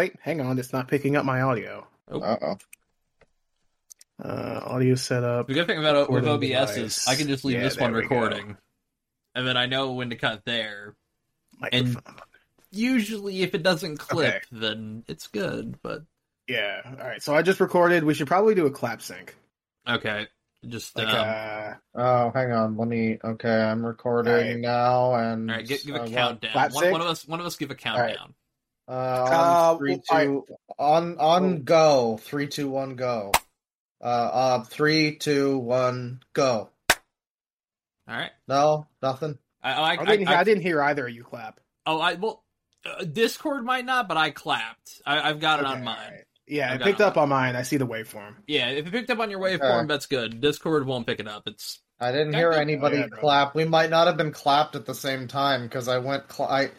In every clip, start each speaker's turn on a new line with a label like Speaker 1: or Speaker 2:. Speaker 1: site. Hang on, it's not picking up my audio.
Speaker 2: Oh,
Speaker 3: Uh oh.
Speaker 1: Uh, audio setup.
Speaker 2: the good thing about with
Speaker 1: Recording
Speaker 2: OBS is
Speaker 1: device.
Speaker 2: I can just leave
Speaker 1: Yeah,
Speaker 2: this one
Speaker 1: there we go.
Speaker 2: recording, and then I know when to cut there.
Speaker 1: Microphone.
Speaker 2: Usually, if it doesn't clip, then it's good. But
Speaker 1: Yeah. All right. So I just recorded. We should probably do a clap sync.
Speaker 2: okay, just
Speaker 1: Like,
Speaker 2: um,
Speaker 1: uh,
Speaker 3: Oh, hang on. Let me. Okay, I'm recording
Speaker 1: Alright.
Speaker 3: now. And
Speaker 2: all right, give, give
Speaker 3: I
Speaker 2: a
Speaker 3: want-
Speaker 2: countdown.
Speaker 1: Uh, Flat
Speaker 2: One,
Speaker 1: six?
Speaker 2: one of us, one of us, give a countdown.
Speaker 3: Uh, on
Speaker 1: Uh,
Speaker 3: three, two,
Speaker 1: alright.
Speaker 3: on on go. Three, two, one, go. Uh, uh, three, two, one, go.
Speaker 2: All right.
Speaker 3: No, nothing.
Speaker 2: I, I,
Speaker 1: I,
Speaker 2: I,
Speaker 1: didn't,
Speaker 2: I-
Speaker 1: I, didn't hear either of you clap.
Speaker 2: oh, I well, uh, Discord might not, but I clapped. I, I've got it
Speaker 1: Okay,
Speaker 2: on mine.
Speaker 1: alright. Yeah,
Speaker 2: I've
Speaker 1: it
Speaker 2: got
Speaker 1: picked
Speaker 2: it.
Speaker 1: up on mine. I see the waveform.
Speaker 2: Yeah, if it picked up on your
Speaker 3: Okay.
Speaker 2: waveform, that's good. Discord won't pick it up. It's
Speaker 3: I didn't
Speaker 2: I
Speaker 3: hear
Speaker 2: think-
Speaker 3: anybody
Speaker 1: Oh, yeah, bro.
Speaker 3: clap. We might not have been clapped at the same time because I went. Cl- I...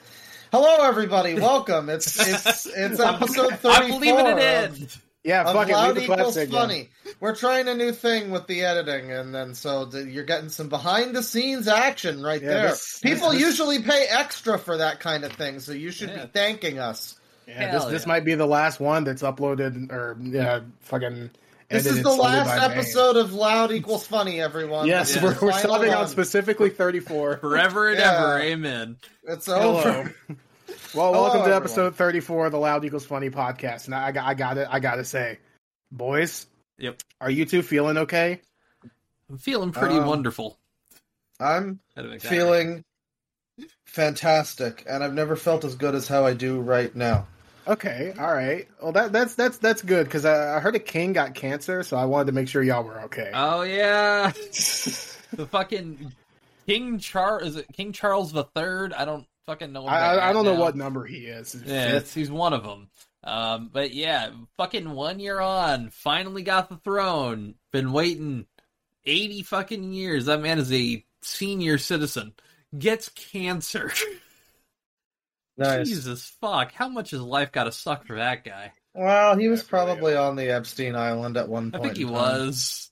Speaker 3: Hello, everybody. Welcome. It's it's it's episode thirty-four.
Speaker 2: I'm leaving it
Speaker 3: of-
Speaker 2: in.
Speaker 1: Yeah,
Speaker 3: of
Speaker 1: fuck it. Leave
Speaker 3: loud
Speaker 1: the clap
Speaker 3: equals
Speaker 1: sync. in.
Speaker 3: funny. We're trying a new thing with the editing, and then so th- you're getting some behind the scenes action right
Speaker 1: Yeah,
Speaker 3: there.
Speaker 1: this-
Speaker 3: People
Speaker 1: this-
Speaker 3: usually pay extra for that kind of thing, so you should
Speaker 2: Yeah.
Speaker 3: be thanking us.
Speaker 1: Yeah, this,
Speaker 2: Hell
Speaker 1: this
Speaker 2: yeah.
Speaker 1: might be the last one that's uploaded or yeah, fucking.
Speaker 3: This is
Speaker 1: edited
Speaker 3: the
Speaker 1: solely
Speaker 3: last
Speaker 1: by me.
Speaker 3: episode of Loud Equals Funny, everyone.
Speaker 1: Yes,
Speaker 2: Yeah.
Speaker 3: This is
Speaker 1: we're,
Speaker 3: the
Speaker 1: we're
Speaker 3: final
Speaker 1: stopping on
Speaker 3: one.
Speaker 1: specifically 34.
Speaker 2: Forever and
Speaker 3: Yeah.
Speaker 2: ever, amen.
Speaker 3: It's
Speaker 1: Hello.
Speaker 3: over.
Speaker 1: Well, welcome to
Speaker 3: everyone.
Speaker 1: episode 34 of the Loud Equals Funny podcast. And I, got- I got it. I got to say, boys,
Speaker 2: Yep.
Speaker 1: are you two feeling okay?
Speaker 2: I'm feeling pretty
Speaker 3: Um,
Speaker 2: wonderful.
Speaker 3: I'm
Speaker 2: Had to make that
Speaker 3: feeling fantastic, and I've never felt as good as how I do right now.
Speaker 1: Okay, all right. Well, that that's that's that's good because I, I heard a king got cancer, so I wanted to make sure y'all were okay.
Speaker 2: right. Oh yeah, the fucking King Charles is it King Charles the Third? I don't fucking know.
Speaker 1: I, I, I don't know what
Speaker 2: Now.
Speaker 1: number he is.
Speaker 2: Yeah, it's, he's one of them. Um, but yeah, fucking one year on, finally got the throne. Been waiting eighty fucking years. That man is a senior citizen. Gets cancer. Jesus fuck! How much has life got to suck for that guy?
Speaker 3: Well, he was
Speaker 1: Definitely.
Speaker 3: probably on the Epstein Island at one
Speaker 2: I
Speaker 3: point.
Speaker 2: think he
Speaker 3: in time.
Speaker 2: was.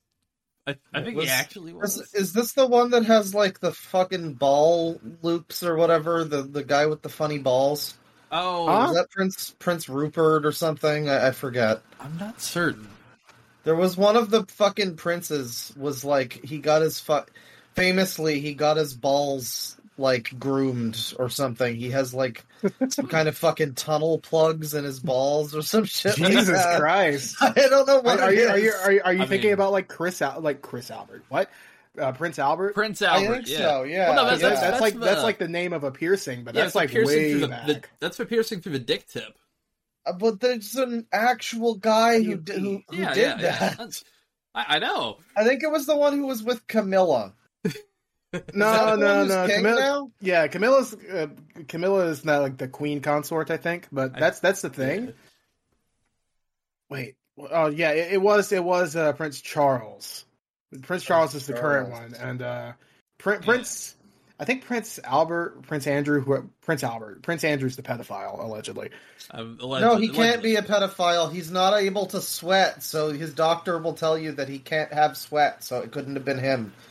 Speaker 2: I, I think
Speaker 3: Was-
Speaker 2: he actually was.
Speaker 3: Is, is this the one that has like the fucking ball loops or whatever? The the guy with the funny balls?
Speaker 2: oh,
Speaker 1: Huh?
Speaker 3: Is that Prince Prince Rupert or something? I, I forget.
Speaker 2: I'm not certain.
Speaker 3: There was one of the fucking princes was like he got his fu- famously he got his balls like groomed or something. He has like some kind of fucking tunnel plugs in his balls or some shit. like
Speaker 1: Jesus
Speaker 3: that.
Speaker 1: Christ!
Speaker 3: I don't
Speaker 1: Uh,
Speaker 3: know
Speaker 1: Are,
Speaker 3: what
Speaker 1: are
Speaker 3: it
Speaker 1: you are you
Speaker 3: is.
Speaker 1: are you, are you
Speaker 2: I
Speaker 1: thinking
Speaker 2: mean-
Speaker 1: about like Chris Al- like Chris Albert? What? Uh, Prince Albert?
Speaker 2: Prince
Speaker 3: I
Speaker 2: Albert.
Speaker 3: think
Speaker 2: yeah.
Speaker 3: so. Yeah,
Speaker 2: Well, no,
Speaker 1: That's,
Speaker 3: yeah.
Speaker 1: that's,
Speaker 2: that's
Speaker 1: like
Speaker 2: the-
Speaker 1: that's like the name of a piercing, but
Speaker 2: Yeah,
Speaker 1: that's
Speaker 2: it's a
Speaker 1: like
Speaker 2: piercing
Speaker 1: way
Speaker 2: through the,
Speaker 1: back.
Speaker 2: the- that's for piercing through the dick tip.
Speaker 3: Uh, but there's an actual guy who d- who, who
Speaker 2: Yeah,
Speaker 3: did
Speaker 2: yeah, yeah.
Speaker 3: that.
Speaker 2: That's- I, I know.
Speaker 3: I think it was the one who was with Camilla. Is that
Speaker 1: no,
Speaker 3: the
Speaker 1: no,
Speaker 3: one who's
Speaker 1: no.
Speaker 3: king
Speaker 1: Camilla,
Speaker 3: now?
Speaker 1: Yeah, Camilla's uh, Camilla is not like the queen consort, I think, but
Speaker 2: I-
Speaker 1: that's that's the thing.
Speaker 2: Yeah.
Speaker 1: Wait, oh yeah, it, it was it was uh, Prince Charles. Prince Charles is the current
Speaker 3: Charles.
Speaker 1: one, and uh, Prin-
Speaker 2: Yeah.
Speaker 1: Prince, I think Prince Albert, Prince Andrew, who Prince Albert, Prince Andrew's the pedophile allegedly.
Speaker 2: Um,
Speaker 3: No,
Speaker 2: allegedly-
Speaker 3: he can't be a pedophile. He's not able to sweat, so his doctor will tell you that he can't have sweat, so it couldn't have been him.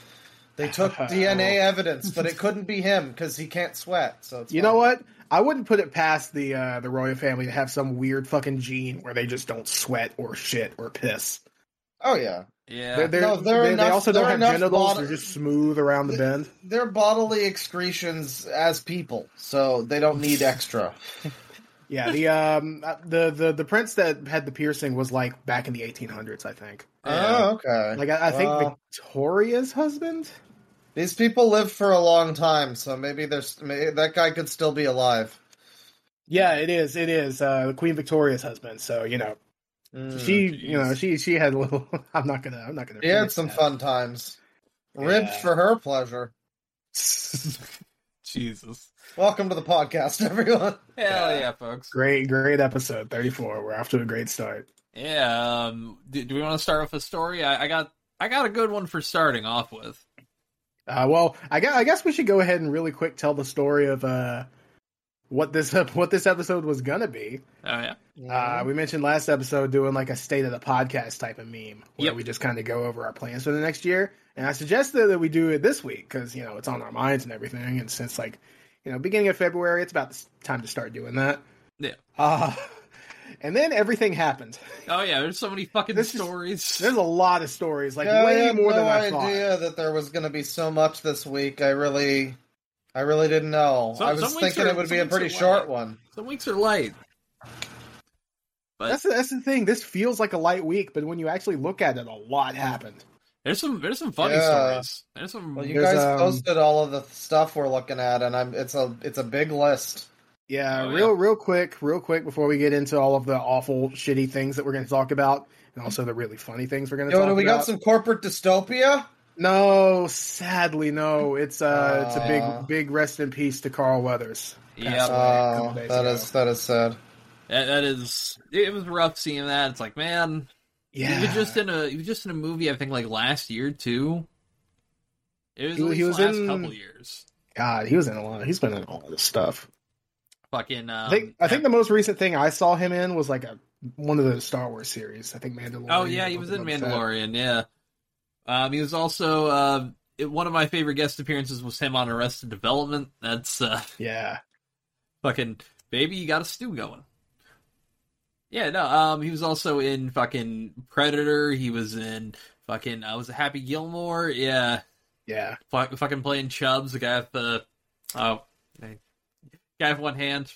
Speaker 3: They took
Speaker 1: Oh.
Speaker 3: DNA evidence, but it couldn't be him because he can't sweat. So it's
Speaker 1: You know what? I wouldn't put it past the uh, the royal family to have some weird fucking gene where they just don't sweat or shit or piss.
Speaker 3: Oh yeah,
Speaker 2: Yeah.
Speaker 1: They're, they're,
Speaker 3: No, there are
Speaker 1: they they
Speaker 3: enough-
Speaker 1: also
Speaker 3: there
Speaker 1: don't
Speaker 3: are
Speaker 1: have
Speaker 3: enough
Speaker 1: genitals;
Speaker 3: mod-
Speaker 1: they're just smooth around the bend.
Speaker 3: they're bodily excretions as people, so they don't need extra.
Speaker 1: Yeah, the um uh, the the the prince that had the piercing was like back in the 1800s, I think.
Speaker 2: Yeah.
Speaker 3: Oh, okay.
Speaker 1: Like I, I think
Speaker 3: Wow.
Speaker 1: Victoria's husband.
Speaker 3: These people lived for a long time, so maybe there's may that guy could still be alive.
Speaker 1: Yeah, it is. It is uh, Queen Victoria's husband. So you know
Speaker 3: Mm.
Speaker 1: she,
Speaker 2: Jeez.
Speaker 1: you know she, she had a little. I'm not gonna. I'm not gonna.
Speaker 3: She had
Speaker 1: finish
Speaker 3: some
Speaker 1: that.
Speaker 3: fun times. Ribbed
Speaker 1: Yeah.
Speaker 3: for her pleasure.
Speaker 2: Jesus.
Speaker 3: Welcome to the podcast, everyone.
Speaker 2: Hell
Speaker 1: Yeah.
Speaker 2: yeah, folks.
Speaker 1: Great, great episode 34. We're off to a great start.
Speaker 2: Yeah. Um, do, do we want to start with a story? I, I got I got a good one for starting off with.
Speaker 1: Uh, well, I guess, I guess we should go ahead and really quick tell the story of uh, what this what this episode was gonna be.
Speaker 2: Oh yeah.
Speaker 1: Uh, we mentioned last episode doing like a state of the podcast type of meme where
Speaker 2: Yep.
Speaker 1: we just kind of go over our plans for the next year. And I suggested that we do it this week because you know it's on our minds and everything. And since like you know beginning of February, it's about the s- time to start doing that.
Speaker 2: Yeah.
Speaker 1: Uh, and then everything happened.
Speaker 2: Oh yeah, there's so many fucking
Speaker 1: This is-
Speaker 2: stories.
Speaker 1: There's a lot of stories, like
Speaker 3: Yeah, I
Speaker 1: way
Speaker 3: had
Speaker 1: more
Speaker 3: no
Speaker 1: than I thought.
Speaker 3: idea that there was going to be so much this week. I really, I really didn't know.
Speaker 2: Some-
Speaker 3: I
Speaker 2: some
Speaker 3: was
Speaker 2: weeks
Speaker 3: thinking
Speaker 2: are-
Speaker 3: it would
Speaker 2: some
Speaker 3: be a
Speaker 2: weeks are
Speaker 3: pretty short
Speaker 2: light.
Speaker 3: one.
Speaker 2: Some weeks are light. But
Speaker 1: That's the, that's the thing. This feels like a light week, but when you actually look at it, a lot happened.
Speaker 2: there's some there's some funny
Speaker 3: Yeah.
Speaker 2: stories. There's some
Speaker 3: Well, you
Speaker 1: There's,
Speaker 3: guys
Speaker 1: um,
Speaker 3: posted all of the stuff we're looking at, and I'm it's a it's a big list.
Speaker 1: Yeah,
Speaker 2: Oh,
Speaker 1: real real quick, real quick before we get into all of the awful, shitty things that we're going to talk about, and also the really funny things we're going to
Speaker 3: Yo,
Speaker 1: talk
Speaker 3: do we
Speaker 1: about.
Speaker 3: got some corporate dystopia?
Speaker 1: No, sadly, no. It's uh, it's a
Speaker 2: Oh,
Speaker 3: Aw.
Speaker 1: big big rest in peace to Carl Weathers.
Speaker 2: yeah.
Speaker 1: That's right, a couple
Speaker 3: Oh,
Speaker 1: days
Speaker 3: that
Speaker 1: ago.
Speaker 3: is that is sad.
Speaker 2: That, that is it was rough seeing that. It's like, man,
Speaker 1: Yeah,
Speaker 2: he was just in a he was just in a movie I think like last year too. It was
Speaker 1: He-
Speaker 2: at
Speaker 1: he
Speaker 2: least
Speaker 1: was
Speaker 2: last
Speaker 1: in-
Speaker 2: couple years.
Speaker 1: God, he was in a lot. He's been in all this stuff.
Speaker 2: Fucking um,
Speaker 1: I think I think the most recent thing I saw him in was like a one of the Star Wars series. I think Mandalorian.
Speaker 2: Oh yeah,
Speaker 1: or
Speaker 2: he was in
Speaker 1: something like that.
Speaker 2: Mandalorian. Yeah, um, he was also uh, it- one of my favorite guest appearances was him on Arrested Development. That's uh,
Speaker 1: Yeah,
Speaker 2: fucking baby, you got a stew going. Yeah, no, um, he was also in fucking Predator. He was in fucking I was a Happy Gilmore. Yeah,
Speaker 1: yeah.
Speaker 2: fuck, fucking playing Chubbs, the guy with the oh, hey, guy with one hand.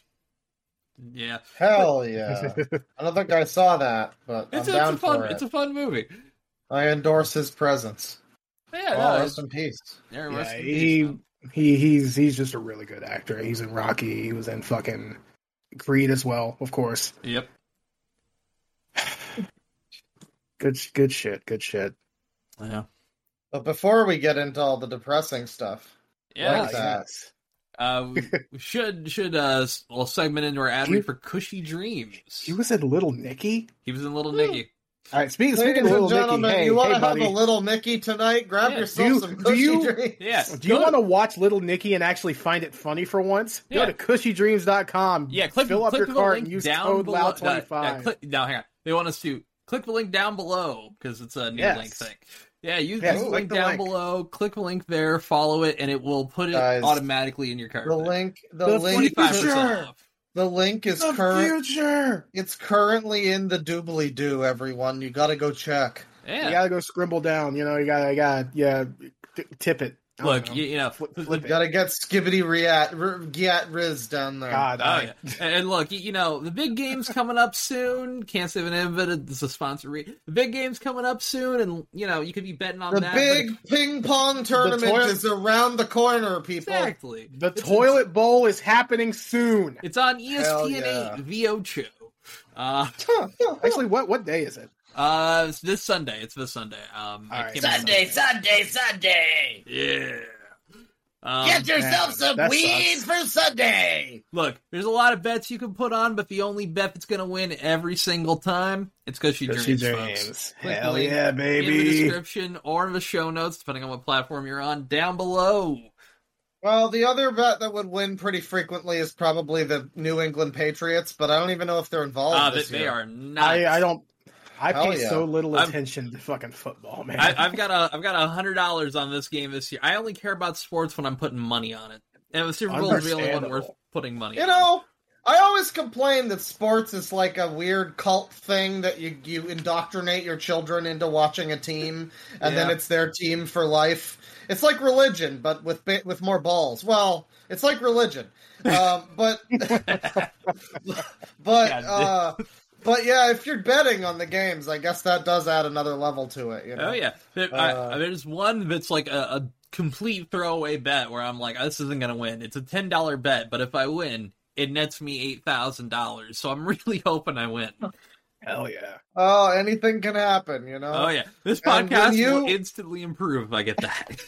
Speaker 2: Yeah,
Speaker 3: Hell yeah! I don't think I saw that, but
Speaker 2: it's, a- it's
Speaker 3: I'm down
Speaker 2: a fun,
Speaker 3: for it.
Speaker 2: it's a fun movie.
Speaker 3: I endorse his presence.
Speaker 2: Yeah,
Speaker 3: oh,
Speaker 2: no,
Speaker 3: rest in peace.
Speaker 2: yeah,
Speaker 1: yeah
Speaker 2: rest in peace,
Speaker 1: he,
Speaker 2: man.
Speaker 1: he he's he's just a really good actor. He's in Rocky. He was in fucking Creed as well, of course.
Speaker 2: yep.
Speaker 1: Good good shit. Good shit.
Speaker 2: Yeah.
Speaker 3: But before we get into all the depressing stuff,
Speaker 2: Yeah,
Speaker 3: Like that.
Speaker 1: yes.
Speaker 2: uh, we, we should should uh s- well segment into our ad
Speaker 1: He-
Speaker 2: read for Cushy Dreams.
Speaker 1: He was in Little Nicky.
Speaker 2: He was in Little
Speaker 3: Yeah.
Speaker 2: Nicky.
Speaker 1: All right, speaking,
Speaker 3: ladies
Speaker 1: speaking of Little
Speaker 3: and
Speaker 1: Nicky,
Speaker 3: gentlemen,
Speaker 1: hey,
Speaker 3: you want
Speaker 1: hey
Speaker 3: to have
Speaker 1: buddy,
Speaker 3: a little Nicky tonight? Grab
Speaker 2: Yeah.
Speaker 3: yourself
Speaker 1: Do you-
Speaker 3: some
Speaker 1: do
Speaker 3: cushy
Speaker 1: you-
Speaker 3: drinks.
Speaker 2: Yeah,
Speaker 1: do you
Speaker 2: go-
Speaker 1: want to watch Little Nicky in actually find it funny for once?
Speaker 2: Yeah.
Speaker 1: Go to cushydreams.com.
Speaker 2: Yeah, click
Speaker 1: fill up
Speaker 2: click
Speaker 1: your
Speaker 2: the
Speaker 1: cart
Speaker 2: link
Speaker 1: and use
Speaker 2: down
Speaker 1: code
Speaker 2: below.
Speaker 1: loud
Speaker 2: No, no,
Speaker 1: 25
Speaker 2: click- no, hang on. They want us to click the link down below because it's a new
Speaker 1: Yes.
Speaker 2: link thing. Yeah, use
Speaker 1: Yes,
Speaker 2: the
Speaker 1: click
Speaker 2: link
Speaker 1: the
Speaker 2: down
Speaker 1: link.
Speaker 2: below. Click the link there. Follow it, and it will put it
Speaker 3: Guys,
Speaker 2: automatically in your cart.
Speaker 3: The link, the,
Speaker 1: The
Speaker 3: link,
Speaker 2: Twenty five
Speaker 1: future.
Speaker 3: is,
Speaker 2: percent off.
Speaker 3: the link is
Speaker 1: The
Speaker 3: current.
Speaker 1: future.
Speaker 3: It's currently in the doobly doo. Everyone, you got to go check.
Speaker 2: Yeah.
Speaker 1: You gotta go scribble down. You know, you gotta, you gotta, yeah, t- tip it. I don't
Speaker 2: Look,
Speaker 1: know.
Speaker 2: you, you know,
Speaker 1: Flip-
Speaker 2: the-
Speaker 1: flip it.
Speaker 3: Got to get skibbity react, r- get riz down there.
Speaker 1: God,
Speaker 2: Oh yeah, and look, you know the big game's coming up soon. Can't save an invite. It's a sponsor. Re- the big game's coming up soon, and you know you could be betting on
Speaker 3: The
Speaker 2: that. but-
Speaker 3: big ping pong tournament
Speaker 1: toilet-
Speaker 3: is around the corner, people.
Speaker 2: exactly.
Speaker 1: the
Speaker 2: It's-
Speaker 1: toilet bowl is happening soon.
Speaker 2: It's on E
Speaker 3: Hell
Speaker 2: ESPN
Speaker 3: yeah.
Speaker 2: eight Vocho. Uh,
Speaker 1: Actually, what what day is it?
Speaker 2: uh, it's this Sunday. It's this Sunday. Um,
Speaker 1: All
Speaker 2: I
Speaker 1: right.
Speaker 2: can't remember-
Speaker 4: Sunday, Sunday, Sunday.
Speaker 2: Yeah. Um,
Speaker 4: Get yourself
Speaker 1: man,
Speaker 4: some
Speaker 1: that
Speaker 4: weed
Speaker 1: sucks.
Speaker 4: for Sunday.
Speaker 2: Look, there's a lot of bets you can put on, but the only bet that's going to win every single time, it's because she dreams, folks. Click
Speaker 1: Hell
Speaker 2: the link
Speaker 1: yeah,
Speaker 2: in the
Speaker 1: baby.
Speaker 2: description or in the show notes, depending on what platform you're on, down below.
Speaker 3: Well, the other bet that would win pretty frequently is probably the New England Patriots, but I don't even know if they're involved.
Speaker 2: Uh,
Speaker 3: this
Speaker 2: they, they
Speaker 3: year.
Speaker 2: are not.
Speaker 1: I, I don't. I
Speaker 3: Hell
Speaker 1: pay
Speaker 3: yeah.
Speaker 1: so little
Speaker 2: I'm-
Speaker 1: attention to fucking football, man.
Speaker 2: I, I've got a I've got a hundred dollars on this game this year. I only care about sports when I'm putting money on it, and the Super Bowl is the only one
Speaker 1: Understandable.
Speaker 2: worth putting money.
Speaker 3: You
Speaker 2: on.
Speaker 3: know, I always complain that sports is like a weird cult thing that you you indoctrinate your children into watching a team, and then
Speaker 2: Yeah.
Speaker 3: it's their team for life. It's like religion, but with ba- with more balls. Well, it's like religion, um, but but
Speaker 2: God.
Speaker 3: uh, but yeah, if you're betting on the games, I guess that does add another level to it. You know?
Speaker 2: Oh yeah, There- I,
Speaker 3: Uh,
Speaker 2: there's one that's like a, a complete throwaway bet where I'm like, this isn't gonna win. It's a ten dollar bet, but if I win, it nets me eight thousand dollars. So I'm really hoping I win.
Speaker 3: Uh,
Speaker 1: Hell yeah.
Speaker 3: Oh, anything can happen. You know.
Speaker 2: Oh yeah, this
Speaker 3: And when
Speaker 2: podcast will
Speaker 3: you-
Speaker 2: instantly improve if I get that.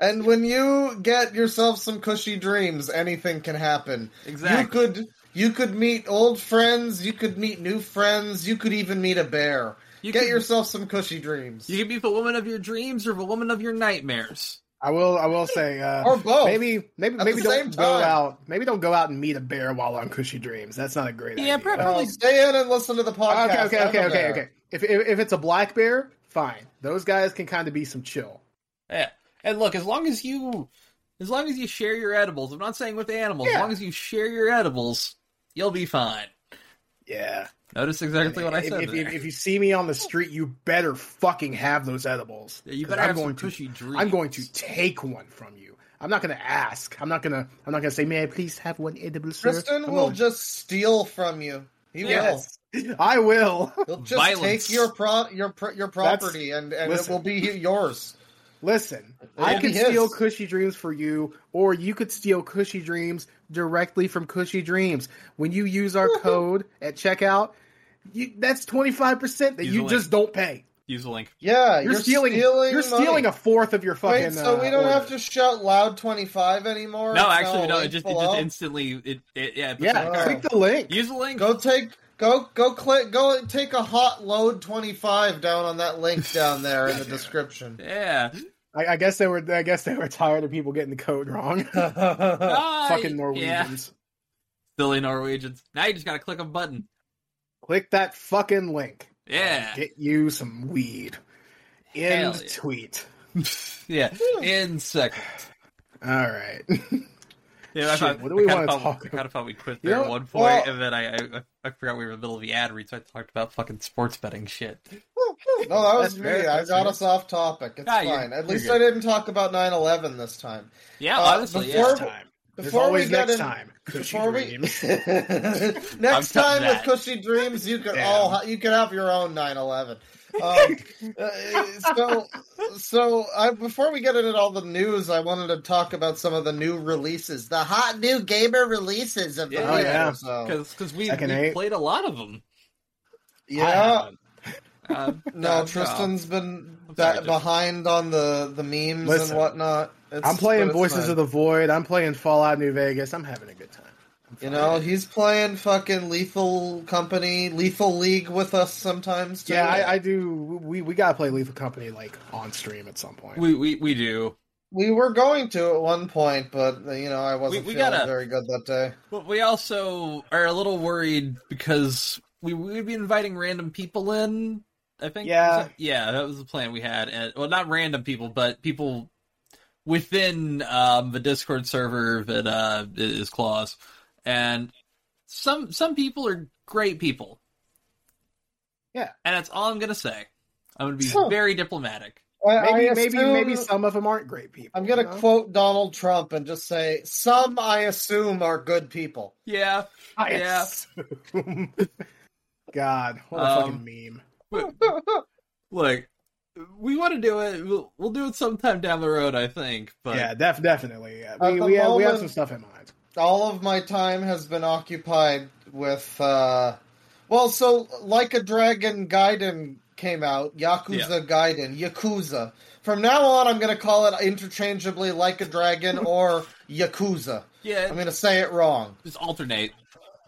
Speaker 3: And when you get yourself some cushy dreams, anything can happen.
Speaker 2: exactly.
Speaker 3: You could you could meet old friends, you could meet new friends, you could even meet a bear.
Speaker 2: You
Speaker 3: Get
Speaker 2: could-
Speaker 3: yourself some cushy dreams.
Speaker 2: You can be the woman of your dreams or the woman of your nightmares.
Speaker 1: I will. I will say. Uh,
Speaker 3: or both.
Speaker 1: maybe. Maybe.
Speaker 3: At
Speaker 1: Maybe
Speaker 3: the
Speaker 1: don't
Speaker 3: same
Speaker 1: go
Speaker 3: time.
Speaker 1: out. Maybe don't go out and meet a bear while on cushy dreams. That's not a great idea.
Speaker 2: Yeah,
Speaker 1: Uh,
Speaker 2: probably-
Speaker 3: Oh, stay in and listen to the podcast.
Speaker 1: Okay. Okay.
Speaker 3: I'm
Speaker 1: Okay.
Speaker 3: a
Speaker 1: Okay.
Speaker 3: bear.
Speaker 1: Okay. If, if if it's a black bear, fine. Those guys can kind of be some chill.
Speaker 2: Yeah. And look, as long as you as long as you share your edibles, I'm not saying with the animals, as
Speaker 1: Yeah.
Speaker 2: long as you share your edibles, you'll be fine.
Speaker 1: Yeah.
Speaker 2: Notice exactly what I
Speaker 1: If-
Speaker 2: said.
Speaker 1: If,
Speaker 2: there.
Speaker 1: if, if you see me on the street, you better fucking have those edibles.
Speaker 2: Yeah, you
Speaker 1: 'Cause
Speaker 2: better
Speaker 1: I'm
Speaker 2: have
Speaker 1: going
Speaker 2: some
Speaker 1: to-
Speaker 2: cushy dreams.
Speaker 1: I'm going to take one from you. I'm not going to ask. I'm not going to. I'm not going to say, "May I please have one edible?" Sir?
Speaker 3: Tristan
Speaker 1: I'm
Speaker 3: will
Speaker 1: going-
Speaker 3: just steal from you. He
Speaker 1: Yes, I will.
Speaker 3: will. He'll just
Speaker 2: Violence.
Speaker 3: take your pro- your pro- your property and, and it
Speaker 1: listen.
Speaker 3: will be yours.
Speaker 1: Listen,
Speaker 3: It'll
Speaker 1: I
Speaker 3: be
Speaker 1: could
Speaker 3: his.
Speaker 1: steal Cushy Dreams for you, or you could steal Cushy Dreams directly from Cushy Dreams. When you use our code at checkout, you, that's twenty five percent that
Speaker 2: Use
Speaker 1: you
Speaker 2: the
Speaker 1: just don't pay.
Speaker 2: Use the link.
Speaker 3: Yeah,
Speaker 1: You're, stealing, You're
Speaker 3: money.
Speaker 1: stealing a fourth of your fucking.
Speaker 3: Wait, so we
Speaker 1: uh,
Speaker 3: don't
Speaker 1: order.
Speaker 3: have to shout loud twenty five anymore.
Speaker 2: No,
Speaker 3: It's
Speaker 2: actually,
Speaker 3: now a
Speaker 2: no. It
Speaker 3: link
Speaker 2: just it
Speaker 3: below?
Speaker 2: just instantly it, it yeah. It puts it in
Speaker 1: Yeah,
Speaker 2: the
Speaker 3: Wow.
Speaker 1: click the link.
Speaker 2: cart. Use the link.
Speaker 3: go take go go click go and take a hot load twenty five down on that link down there in the description.
Speaker 2: Yeah.
Speaker 1: I, I guess they were. I guess they were tired of people getting the code wrong.
Speaker 2: Ah,
Speaker 1: Oh, fucking
Speaker 2: Yeah.
Speaker 1: Norwegians.
Speaker 2: Silly Norwegians. Now you just gotta click a button.
Speaker 1: Click that fucking link.
Speaker 2: Yeah.
Speaker 1: Get you some weed. End
Speaker 2: Hell yeah.
Speaker 1: tweet.
Speaker 2: Yeah. In seconds.
Speaker 1: All right.
Speaker 2: Yeah, I
Speaker 1: Shit,
Speaker 2: thought,
Speaker 1: what do we
Speaker 2: I kinda
Speaker 1: wanna
Speaker 2: thought-
Speaker 1: talk
Speaker 2: I kind of thought we quit
Speaker 1: You
Speaker 2: there
Speaker 1: know
Speaker 2: at
Speaker 1: what?
Speaker 2: one point,
Speaker 3: Well-
Speaker 2: and then I, I I forgot we were in the middle of the ad read, so I talked about fucking sports betting shit.
Speaker 3: No, that was
Speaker 1: That's
Speaker 3: me.
Speaker 1: fair,
Speaker 3: I
Speaker 1: that's
Speaker 3: got
Speaker 1: fair.
Speaker 3: us off topic. It's
Speaker 2: Ah, you're-
Speaker 3: fine. At
Speaker 2: you're
Speaker 3: least
Speaker 2: good.
Speaker 3: I didn't talk about 9-11 this time.
Speaker 2: Yeah,
Speaker 3: Uh,
Speaker 2: honestly,
Speaker 3: before-
Speaker 1: Next time. There's
Speaker 3: Before
Speaker 1: always
Speaker 3: we get
Speaker 1: next
Speaker 3: in,
Speaker 1: time.
Speaker 3: before we
Speaker 1: Dreams.
Speaker 2: I'm
Speaker 3: next
Speaker 2: cutting
Speaker 3: time with
Speaker 2: that.
Speaker 3: cushy dreams, you could
Speaker 1: Damn.
Speaker 3: all ha- you could have your own 9/11. Um, uh, so, so I, before we get into all the news, I wanted to talk about some of the new releases, the hot new gamer releases of the
Speaker 2: Yeah.
Speaker 1: Oh,
Speaker 3: year.
Speaker 1: yeah.
Speaker 3: So,
Speaker 2: because because we,
Speaker 1: Second
Speaker 2: we
Speaker 1: eight.
Speaker 2: played a lot of them.
Speaker 3: yeah.
Speaker 2: Uh,
Speaker 3: No, Tristan's been
Speaker 2: I'm sorry,
Speaker 3: that
Speaker 2: Tristan.
Speaker 3: behind on the the memes
Speaker 1: Listen,
Speaker 3: and whatnot. It's,
Speaker 1: I'm playing
Speaker 3: but it's
Speaker 1: Voices
Speaker 3: fine.
Speaker 1: of the Void. I'm playing Fallout New Vegas. I'm having a good time.
Speaker 3: You know, he's playing fucking Lethal Company, Lethal League with us sometimes too.
Speaker 1: Yeah, I, I do. We we gotta play Lethal Company like on stream at some point.
Speaker 2: we we we do.
Speaker 3: we were going to at one point, but uh, you know, I wasn't
Speaker 2: We- we
Speaker 3: feeling
Speaker 2: gotta-
Speaker 3: very good that day.
Speaker 2: But we also are a little worried because we we'd be inviting random people in. I think.
Speaker 1: Yeah.
Speaker 2: Is that- yeah, that was the plan we had. And well, not random people, but people within um, the Discord server that uh, is Claus, and some some people are great people.
Speaker 1: Yeah.
Speaker 2: and that's all I'm gonna say. I'm gonna be
Speaker 3: Sure.
Speaker 2: very diplomatic.
Speaker 3: I-
Speaker 1: maybe
Speaker 3: I
Speaker 1: maybe
Speaker 3: assume-
Speaker 1: maybe some of them aren't great people.
Speaker 3: I'm gonna
Speaker 1: you know?
Speaker 3: quote Donald Trump and just say, "Some I assume are good people."
Speaker 2: Yeah,
Speaker 1: I
Speaker 2: Yeah.
Speaker 1: assume. God, what a
Speaker 2: Um,
Speaker 1: fucking meme.
Speaker 2: but- look, we want to do it. We'll, we'll do it sometime down the road, I think. But
Speaker 1: yeah, def- definitely. Yeah.
Speaker 3: At
Speaker 1: We,
Speaker 3: the
Speaker 1: we, have, we have
Speaker 3: moment-
Speaker 1: some stuff in mind.
Speaker 3: all of my time has been occupied with uh well so like a dragon gaiden came out yakuza gaiden yakuza from now on i'm going to call it interchangeably like a dragon or yakuza
Speaker 2: yeah,
Speaker 3: i'm going to say it wrong
Speaker 2: just alternate.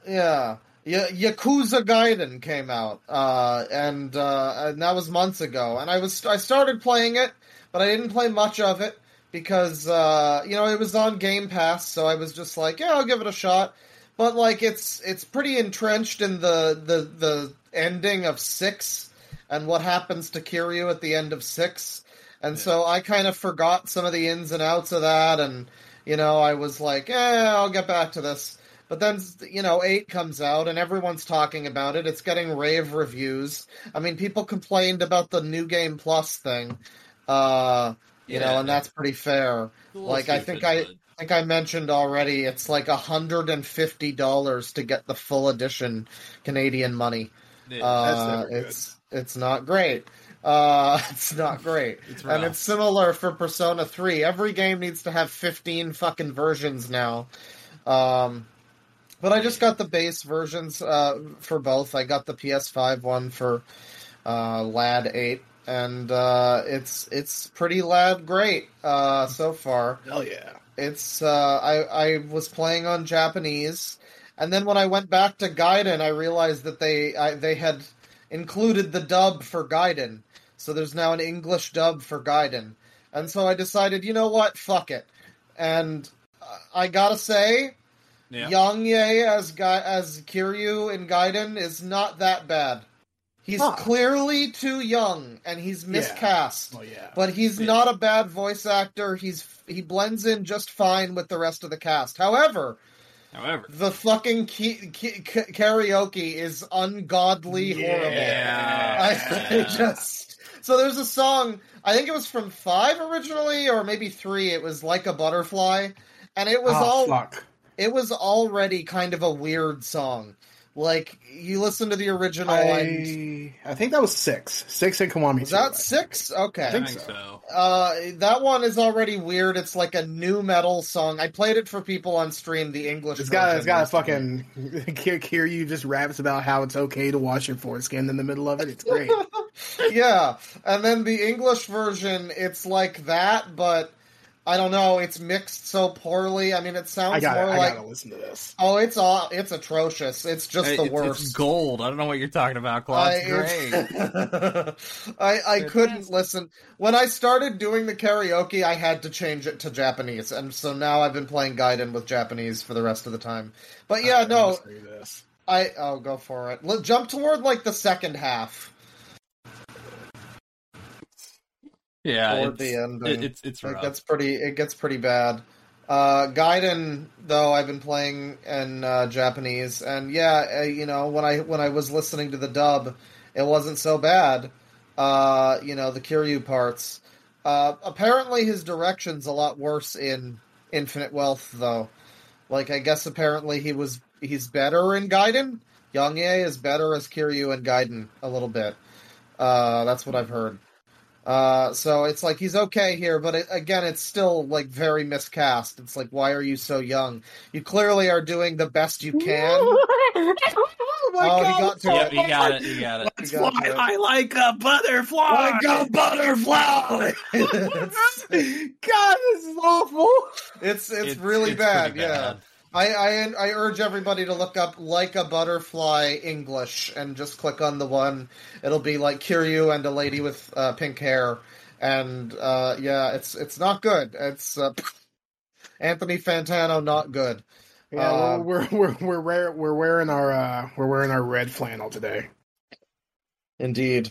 Speaker 3: yeah Y- Yakuza Gaiden came out, uh, and uh, and that was months ago. And I was I started playing it, but I didn't play much of it because uh, you know it was on Game Pass, so I was just like, yeah, I'll give it a shot. But like, it's it's pretty entrenched in the the the ending of six and what happens to Kiryu at the end of six, and so I kind of forgot some of the ins and outs of that, and you know I was like, yeah, I'll get back to this. But then you know eight comes out and everyone's talking about it. It's getting rave reviews. I mean, people complained about the new game plus thing. Uh,
Speaker 2: Yeah.
Speaker 3: you know, and that's pretty fair.
Speaker 2: It's a little
Speaker 3: Like, I think I-
Speaker 2: but-
Speaker 3: I think I mentioned already, it's like hundred and fifty dollars to get the full edition Canadian money.
Speaker 2: yeah,
Speaker 3: Uh,
Speaker 1: never good.
Speaker 3: it's it's not great. Uh, it's not great,
Speaker 2: it's rough.
Speaker 3: and it's similar for Persona Three. Every game needs to have fifteen fucking versions now. Um, but I just got the base versions uh, for both. I got the PS5 one for uh, Lad Eight, and uh, it's it's pretty lad great uh, so far
Speaker 1: Hell yeah.
Speaker 3: it's uh, I I was playing on Japanese, and then when I went back to Gaiden, I realized that they I, they had included the dub for Gaiden, so there's now an English dub for Gaiden, and so I decided, you know what, fuck it, and uh, I gotta say,
Speaker 2: yeah.
Speaker 3: Yang Ye as Ga- as Kiryu in Gaiden is not that bad. He's
Speaker 1: Huh.
Speaker 3: clearly too young, and he's miscast
Speaker 1: Well, Oh, yeah.
Speaker 3: but he's
Speaker 2: Yeah.
Speaker 3: not a bad voice actor. He's he blends in just fine with the rest of the cast. However,
Speaker 2: However,
Speaker 3: The fucking ki- ki- ka- karaoke is ungodly horrible. I
Speaker 2: Yeah.
Speaker 3: just so there's a song. I think it was from Five originally, or maybe three. It was like a butterfly, and it was
Speaker 1: Ah,
Speaker 3: all
Speaker 1: fuck.
Speaker 3: it was already kind of a weird song. Like you listen to the original, and
Speaker 1: I, I think that was six. Six in Kiwami.
Speaker 3: was
Speaker 1: too,
Speaker 3: that
Speaker 1: I-
Speaker 3: six? Okay,
Speaker 2: I
Speaker 1: think
Speaker 2: think
Speaker 1: so.
Speaker 2: so.
Speaker 3: uh, that one is already weird. It's like a new metal song. I played it for people on stream. The English.
Speaker 1: It's got it's
Speaker 3: version
Speaker 1: got a
Speaker 3: recently.
Speaker 1: fucking hear you just raps about how it's okay to wash your foreskin in the middle of it. It's great.
Speaker 3: yeah, and then the English version, it's like that, but I don't know. It's mixed so poorly. I mean, it sounds
Speaker 1: I got
Speaker 3: more
Speaker 1: I
Speaker 3: like
Speaker 1: gotta listen to this.
Speaker 3: oh, it's all it's atrocious. It's just
Speaker 2: Hey,
Speaker 3: the
Speaker 2: it's-
Speaker 3: worst.
Speaker 2: It's gold. I don't know what you're talking about, Claude.
Speaker 3: I,
Speaker 2: It's great.
Speaker 3: it's- I I couldn't
Speaker 2: Fantastic.
Speaker 3: listen when I started doing the karaoke. I had to change it to Japanese, and so now I've been playing Gaiden with Japanese for the rest of the time. But yeah,
Speaker 1: I gotta
Speaker 3: no,
Speaker 1: listen to this.
Speaker 3: I oh go for it. L- jump toward like the second half,
Speaker 2: Yeah,
Speaker 3: toward
Speaker 2: it's,
Speaker 3: the end.
Speaker 2: it-
Speaker 3: and-
Speaker 2: it's it's
Speaker 3: Like
Speaker 2: rough.
Speaker 3: that's pretty. It gets pretty bad. Uh, Gaiden, though, I've been playing in uh, Japanese, and yeah, uh, you know, when I when I was listening to the dub, it wasn't so bad. Uh, you know, the Kiryu parts. Uh, apparently, his direction's a lot worse in Infinite Wealth, though. Like, I guess apparently he was he's better in Gaiden. Yang-ye is better as Kiryu in Gaiden a little bit. Uh, that's what I've heard. Uh, so it's like he's okay here, but it, again, it's still like very miscast. It's like, why are you so young? You clearly are doing the best you can.
Speaker 1: oh my
Speaker 3: Oh, he
Speaker 1: god!
Speaker 3: got to
Speaker 2: Yep, you got it. You got it.
Speaker 1: Let's
Speaker 3: He got
Speaker 1: fly.
Speaker 3: to it.
Speaker 1: I like a butterfly.
Speaker 4: Like a butterfly!
Speaker 3: it's,
Speaker 1: God, this is awful.
Speaker 3: it's really bad.
Speaker 2: pretty
Speaker 3: Yeah, I, I I urge everybody to look up like a butterfly English and just click on the one. It'll be like Kiryu and a lady with uh, pink hair, and uh, yeah, it's it's not good. It's uh, Anthony Fantano not good.
Speaker 1: Yeah,
Speaker 3: Uh,
Speaker 1: we're we're we're we're, wear- we're wearing our uh, we're wearing our red flannel today.
Speaker 3: Indeed.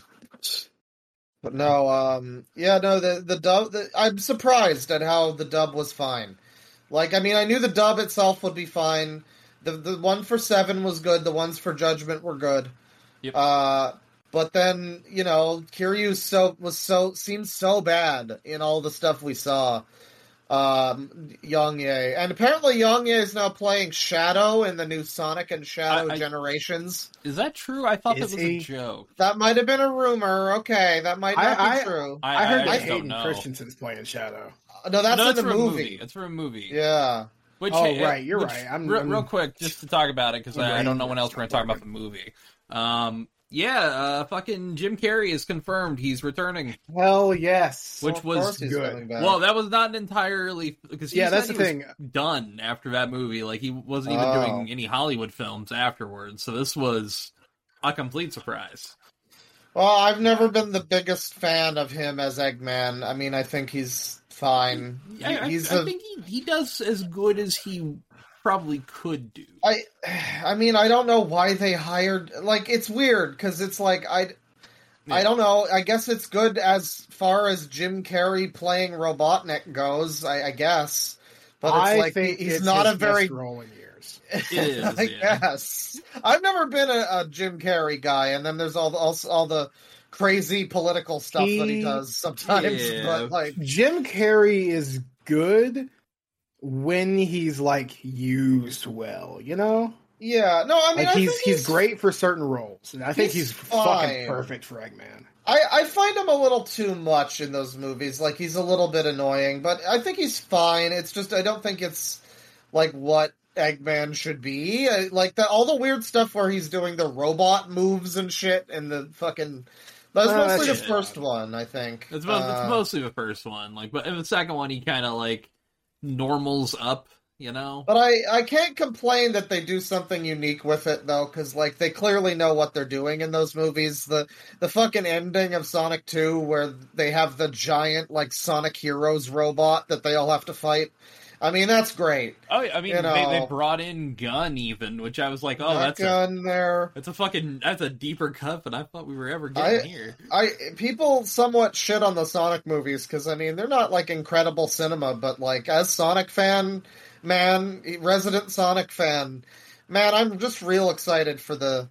Speaker 3: But no, um, yeah, no, the the dub. The, I'm surprised at how the dub was fine. Like, I mean, I knew the dub itself would be fine. The the one for seven was good. The ones for Judgment were good.
Speaker 2: Yep.
Speaker 3: Uh, but then you know, Kiryu so was so seemed so bad in all the stuff we saw. Um, Young Ye, and apparently Young Ye is now playing Shadow in the new Sonic and Shadow
Speaker 2: I- I-
Speaker 3: Generations.
Speaker 2: Is that true? I thought
Speaker 1: Is
Speaker 2: that was
Speaker 1: he?
Speaker 2: a joke.
Speaker 3: That might have been a rumor. Okay, that might not
Speaker 1: I-
Speaker 3: be
Speaker 1: I-
Speaker 3: true. Uh,
Speaker 1: I, heard
Speaker 2: I
Speaker 1: that
Speaker 2: just don't
Speaker 1: Hayden
Speaker 2: know.
Speaker 1: Christensen's playing Shadow.
Speaker 3: no, that's
Speaker 2: no, that's
Speaker 3: in the
Speaker 2: for a
Speaker 3: movie.
Speaker 2: It's for a movie.
Speaker 3: Yeah.
Speaker 2: Which,
Speaker 1: Oh,
Speaker 2: eh,
Speaker 1: right, you're
Speaker 2: which-
Speaker 1: right. I'm-
Speaker 2: re-
Speaker 1: I'm-
Speaker 2: real quick, just to talk about it because
Speaker 1: I'm
Speaker 2: I, I don't know
Speaker 1: brain-
Speaker 2: when else we're going to talk about the movie. Um, yeah, uh, fucking Jim Carrey is confirmed he's returning,
Speaker 1: Hell yes.
Speaker 2: which
Speaker 3: Of
Speaker 2: was
Speaker 3: course he's
Speaker 1: good.
Speaker 3: coming back.
Speaker 2: well, that was not entirely because
Speaker 1: yeah, that's the thing.
Speaker 2: Done after that movie, like he wasn't even
Speaker 3: Oh.
Speaker 2: doing any Hollywood films afterwards. So this was a complete surprise.
Speaker 3: Well, I've never been the biggest fan of him as Eggman. I mean, I think he's fine.
Speaker 2: I, I-
Speaker 3: He- he's
Speaker 2: I
Speaker 3: a.
Speaker 2: think he, he does as good as he probably could do.
Speaker 3: I, I mean, I don't know why they hired. Like, it's weird because it's like I, I
Speaker 2: Yeah.
Speaker 3: don't know. I guess it's good as far as Jim Carrey playing Robotnik goes. I, I guess, but it's
Speaker 1: I
Speaker 3: like
Speaker 1: think
Speaker 3: he's
Speaker 1: it's
Speaker 3: not
Speaker 1: his
Speaker 3: a very
Speaker 1: best role in years.
Speaker 2: It is,
Speaker 3: I
Speaker 2: yeah.
Speaker 3: guess. I've never been a, a Jim Carrey guy, and then there's all the, all, all the crazy political stuff that he
Speaker 1: He-
Speaker 3: does sometimes.
Speaker 2: Yeah.
Speaker 3: But like,
Speaker 1: Jim Carrey is good when he's like used well, you know.
Speaker 3: yeah, no, I mean,
Speaker 1: Like
Speaker 3: I
Speaker 1: he's,
Speaker 3: think
Speaker 1: he's great for certain roles, and I think
Speaker 3: He's
Speaker 1: he's,
Speaker 3: fine.
Speaker 1: fucking perfect for Eggman.
Speaker 3: I, I find him a little too much in those movies. Like he's a little bit annoying, but I think he's fine. It's just I don't think it's like what Eggman should be. I, like the, all the weird stuff where he's doing the robot moves and shit, and the fucking. That was
Speaker 1: Oh,
Speaker 3: mostly the
Speaker 2: that's-
Speaker 3: first one, I think.
Speaker 2: It's, mo-
Speaker 3: Uh,
Speaker 2: it's mostly the first one, like, but in the second one, he kind of like normals up, you know.
Speaker 3: But I, I can't complain that they do something unique with it though, because like they clearly know what they're doing in those movies. The the fucking ending of Sonic Two, where they have the giant like Sonic Heroes robot that they all have to fight. I mean, that's great.
Speaker 2: Oh, yeah, I mean,
Speaker 3: You
Speaker 2: they,
Speaker 3: know.
Speaker 2: they brought in Gun even, which I was like, oh, that's a,
Speaker 3: gun there.
Speaker 2: that's a fucking that's a deeper cut than I thought we were ever
Speaker 3: I-
Speaker 2: getting here.
Speaker 3: I people somewhat shit on the Sonic movies because I mean they're not like incredible cinema, but like as Sonic fan, man, e, resident Sonic fan, man, I'm just real excited for the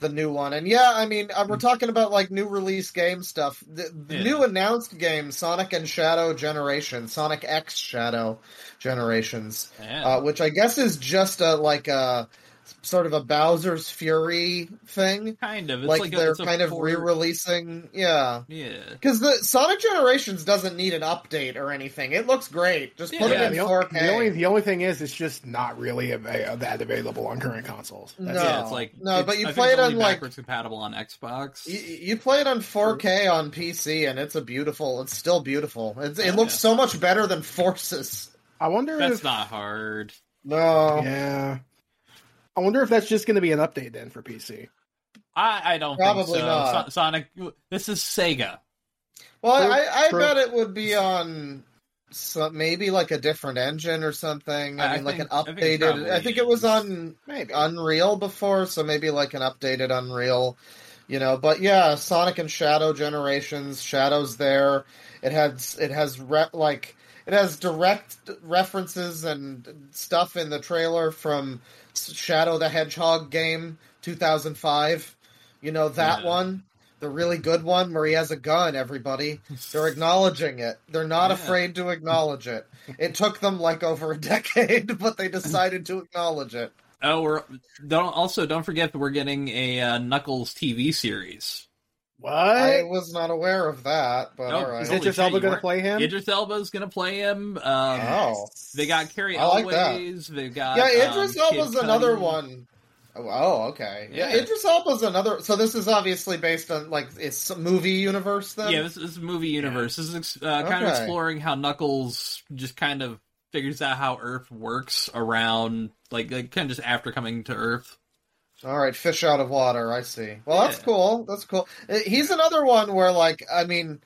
Speaker 3: the new one. And yeah, I mean, uh, we're talking about like new release game stuff. The, the
Speaker 2: Yeah.
Speaker 3: new announced game, Sonic and Shadow Generation, Sonic X Shadow Generations,
Speaker 2: Yeah.
Speaker 3: uh, which I guess is just a like a sort of a Bowser's Fury thing.
Speaker 2: kind of. It's
Speaker 3: like,
Speaker 2: like, a-
Speaker 3: they're
Speaker 2: it's a
Speaker 3: kind of
Speaker 2: port-
Speaker 3: re-releasing, yeah.
Speaker 2: Yeah.
Speaker 3: Because the Sonic Generations doesn't need an update or anything. It looks great. Just put
Speaker 2: Yeah,
Speaker 1: Yeah,
Speaker 3: it
Speaker 1: the,
Speaker 3: in
Speaker 1: o-
Speaker 3: 4K.
Speaker 1: the only the only thing is, it's just not really ava- that available on current consoles. That's
Speaker 3: No.
Speaker 1: it.
Speaker 2: yeah, it's like
Speaker 3: no,
Speaker 2: it's-
Speaker 3: but you
Speaker 2: I think
Speaker 3: play
Speaker 2: it's
Speaker 3: it on,
Speaker 2: only
Speaker 3: like-
Speaker 2: backwards compatible on Xbox.
Speaker 3: You, you play it on 4K on PC, and it's a beautiful. It's still beautiful. It's, it
Speaker 2: Oh,
Speaker 3: looks
Speaker 2: yeah.
Speaker 3: so much better than Forces.
Speaker 1: I wonder
Speaker 2: That's
Speaker 1: if
Speaker 2: not hard.
Speaker 3: No,
Speaker 1: yeah. I wonder if that's just going to be an update then for PC.
Speaker 2: I, I don't think
Speaker 3: Probably
Speaker 2: so.
Speaker 3: not.
Speaker 2: So- Sonic, this is Sega.
Speaker 3: well,
Speaker 1: Pro-
Speaker 3: I, I
Speaker 1: pro-
Speaker 3: bet it would be on some, maybe like a different engine or something. I,
Speaker 2: I
Speaker 3: mean, like an
Speaker 2: think- I think it
Speaker 3: updated.
Speaker 2: probably
Speaker 3: I think it was
Speaker 2: is.
Speaker 3: on
Speaker 1: Maybe.
Speaker 3: Unreal before, so maybe like an updated Unreal, you know. But yeah, Sonic and Shadow Generations, Shadows there. It has it has re- like it has direct references and stuff in the trailer from Shadow the Hedgehog game 2005. You know that
Speaker 2: Yeah.
Speaker 3: one, the really good one where he has a gun. Everybody, they're acknowledging it. They're not
Speaker 2: Yeah.
Speaker 3: afraid to acknowledge it. It took them like over a decade, but they decided to acknowledge it.
Speaker 2: Oh, we're don't also don't forget that we're getting a uh, Knuckles TV series.
Speaker 1: What?
Speaker 3: I was not aware of that, but
Speaker 2: No,
Speaker 3: all
Speaker 1: is
Speaker 3: right.
Speaker 2: holy
Speaker 1: Idris
Speaker 2: shit,
Speaker 1: Elba
Speaker 2: you
Speaker 1: going to
Speaker 2: weren't-
Speaker 1: play him?
Speaker 2: Idris Elba's gonna play him. Um,
Speaker 3: Oh.
Speaker 2: They got Carrie
Speaker 3: I like that.
Speaker 2: Elways. They've got
Speaker 3: Yeah, Idris
Speaker 2: um, Kid
Speaker 3: Elba's another
Speaker 2: Cudi.
Speaker 3: one. Oh, Oh, okay. Yeah.
Speaker 2: Yeah.
Speaker 3: Idris Elba's another. So this is obviously based on like it's a movie universe then.
Speaker 2: Yeah, this, this is movie universe. This is ex- uh, kind of
Speaker 3: Okay.
Speaker 2: exploring how Knuckles just kind of figures out how Earth works around, like, like kind of just after coming to Earth.
Speaker 3: All right, fish out of water. I see. Well, that's
Speaker 2: Yeah.
Speaker 3: cool. That's cool. Uh, He's another one where like I mean,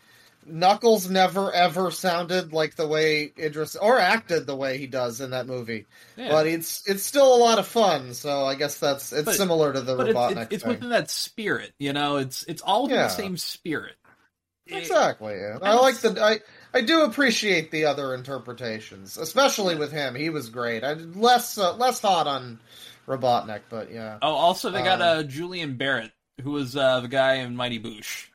Speaker 3: Knuckles never ever sounded like the way Idris or acted the way he does in that movie.
Speaker 2: Yeah.
Speaker 3: But it's it's still a lot of fun. So I guess that's it's
Speaker 2: But-
Speaker 3: similar to the
Speaker 2: but it's,
Speaker 3: Robotnik
Speaker 2: it's, it's
Speaker 3: thing.
Speaker 2: within that spirit, you know. It's it's all within
Speaker 3: Yeah.
Speaker 2: the same spirit. It-
Speaker 3: Exactly. yeah. I
Speaker 2: and
Speaker 3: like
Speaker 2: it's-
Speaker 3: the I I do appreciate the other interpretations, especially with him. He was great. I less uh, less hot on Robotnik, but yeah.
Speaker 2: oh, also they got
Speaker 3: Uh,
Speaker 2: uh, Julian Barrett, who was uh, the guy in Mighty Boosh.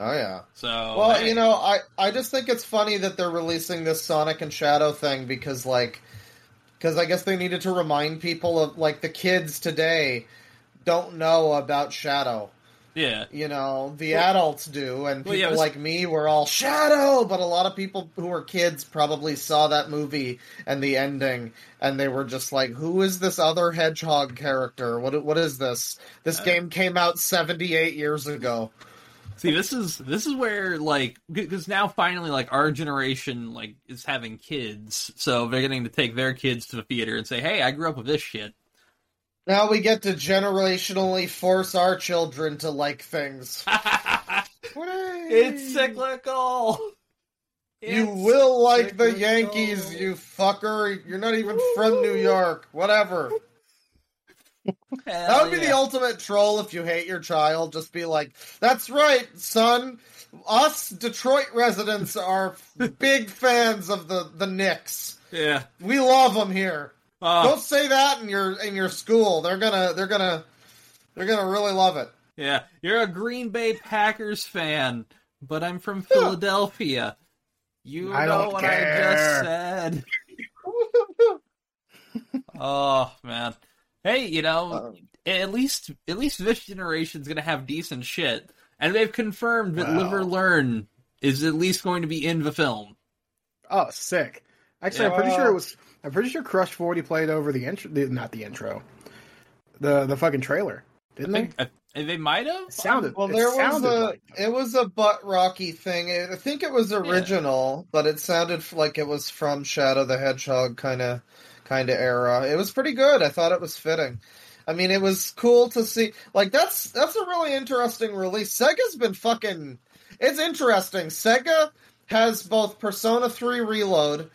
Speaker 3: Oh yeah.
Speaker 2: So
Speaker 3: well,
Speaker 2: hey.
Speaker 3: you know, I I just think it's funny that they're releasing this Sonic and Shadow thing because like because I guess they needed to remind people of like the kids today don't know about Shadow.
Speaker 2: yeah,
Speaker 3: you know the
Speaker 2: Well-
Speaker 3: adults do and people
Speaker 2: Well, yeah, it was-
Speaker 3: like me were all shadow but a lot of people who were kids probably saw that movie and the ending and they were just like who is this other hedgehog character what what is this this
Speaker 2: Uh,
Speaker 3: game came out 78 years ago
Speaker 2: See, this is this is where like because now finally like our generation like is having kids, so they're getting to take their kids to the theater and say, "Hey, I grew up with this shit."
Speaker 3: now we get to generationally force our children to like things
Speaker 2: it's cyclical.
Speaker 3: you
Speaker 2: It's-
Speaker 3: will like the
Speaker 1: cyclical.
Speaker 3: yankees you fucker you're not even from new york whatever
Speaker 2: Hell
Speaker 3: That would be the
Speaker 2: Oh, yeah.
Speaker 3: ultimate troll if you hate your child. Just be like, that's right, son. Us Detroit residents are big fans of the, the Knicks.
Speaker 2: yeah.
Speaker 3: We love them here.
Speaker 2: Uh,
Speaker 3: Don't say that in your in your school. They're gonna they're gonna they're gonna really love it.
Speaker 2: yeah. You're a Green Bay Packers fan, but I'm from Philadelphia. You
Speaker 1: I
Speaker 2: know
Speaker 1: don't
Speaker 2: what I
Speaker 1: care.
Speaker 2: just said. Oh man. Hey, you know,
Speaker 3: Um,
Speaker 2: at least at least this generation's gonna have decent shit, and they've confirmed that
Speaker 1: Wow.
Speaker 2: Live or Learn is at least going to be in the film.
Speaker 1: Oh, sick. Actually,
Speaker 3: Yeah.
Speaker 1: I'm pretty
Speaker 3: Well-
Speaker 1: sure it was. I'm pretty sure Crush Forty played over the intro, the, not the intro, the the fucking trailer,
Speaker 2: I
Speaker 1: didn't they?
Speaker 2: think I, they might have.
Speaker 1: It sounded
Speaker 3: well,
Speaker 1: it
Speaker 3: there was
Speaker 1: sounded
Speaker 3: a
Speaker 1: like them.
Speaker 3: it was a butt Rocky thing. I think it was original, but it sounded f- like it was from Shadow the Hedgehog kind of kind of era. It was pretty good. I thought it was fitting. I mean, it was cool to see. Like that's that's a really interesting release. Sega's been fucking. It's interesting. Sega has both Persona Three Reload.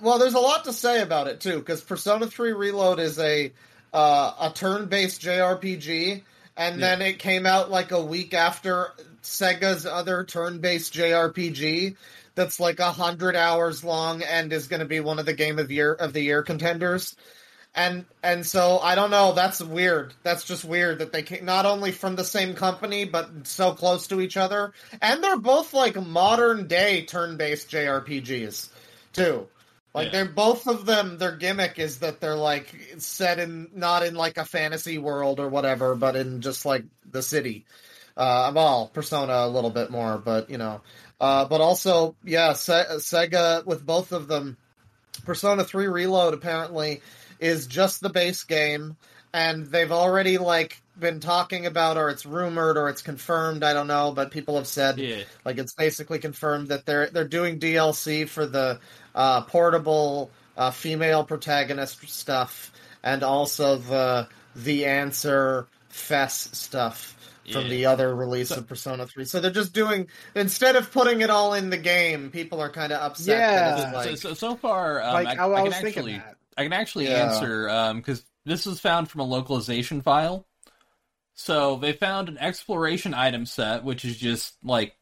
Speaker 3: Well, there's a lot to say about it too, because Persona Three Reload is a uh, a turn-based JRPG, and
Speaker 2: Yeah.
Speaker 3: then it came out like a week after Sega's other turn-based JRPG that's like a hundred hours long and is going to be one of the game of year of the year contenders. And and so I don't know. That's weird. That's just weird that they came not only from the same company but so close to each other, and they're both like modern day turn based JRPGs, too. Like
Speaker 2: Yeah.
Speaker 3: they're both of them. Their gimmick is that they're like set in not in like a fantasy world or whatever, but in just like the city. Uh, I'm all Persona a little bit more, but you know, uh, but also yeah, Se- Sega with both of them. Persona Three Reload apparently is just the base game, and they've already like been talking about, or it's rumored, or it's confirmed. I don't know, but people have said
Speaker 2: Yeah.
Speaker 3: like it's basically confirmed that they're they're doing DLC for the uh, portable uh, female protagonist stuff, and also the the answer fess stuff from
Speaker 2: Yeah.
Speaker 3: the other release of Persona Three. So they're just doing instead of putting it all in the game, people are kind of upset. that
Speaker 1: Yeah.
Speaker 3: it's like,
Speaker 2: so, so, so far, um,
Speaker 1: uh, like
Speaker 2: I,
Speaker 1: I, I
Speaker 2: I
Speaker 1: was
Speaker 2: can
Speaker 1: thinking
Speaker 2: actually,
Speaker 1: that.
Speaker 2: I can actually
Speaker 3: Yeah.
Speaker 2: answer because this was found from a localization file. So they found an exploration item set, which is just like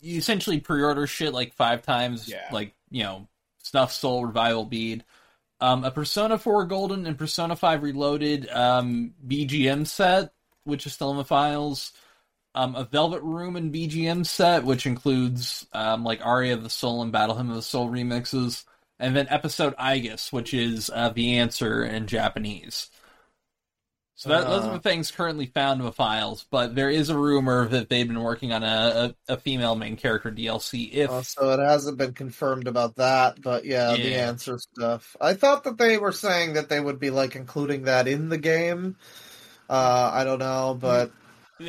Speaker 2: you essentially pre-order shit like five times,
Speaker 1: Yeah.
Speaker 2: like you know, snuff soul revival bead. Um, a Persona 4 Golden and Persona 5 Reloaded um, BGM set, which is still in the files. Um, a Velvet Room and BGM set, which includes um, like Aria of the Soul and Battle Hymn of the Soul remixes, and then Episode Igus, which is uh, the answer in Japanese. So that, those
Speaker 3: Uh.
Speaker 2: are the things currently found in the files, but there is a rumor that they've been working on a, a, a female main character DLC. If
Speaker 3: Uh, so it hasn't been confirmed about that, but yeah, the
Speaker 2: Yeah.
Speaker 3: answer stuff. I thought that they were saying that they would be like including that in the game. Uh, I don't know, but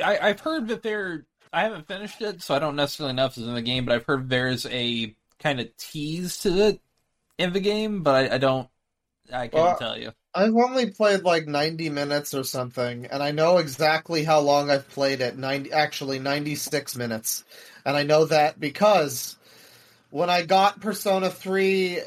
Speaker 2: I, I've heard that there. I haven't finished it, so I don't necessarily know if it's in the game. But I've heard there's a kind of tease to it in the game, but I, I don't. I couldn't
Speaker 3: Well,
Speaker 2: tell you.
Speaker 3: I've only played like 90 minutes or something, and I know exactly how long I've played it. 90, actually, 96 minutes. And I know that because when I got Persona 3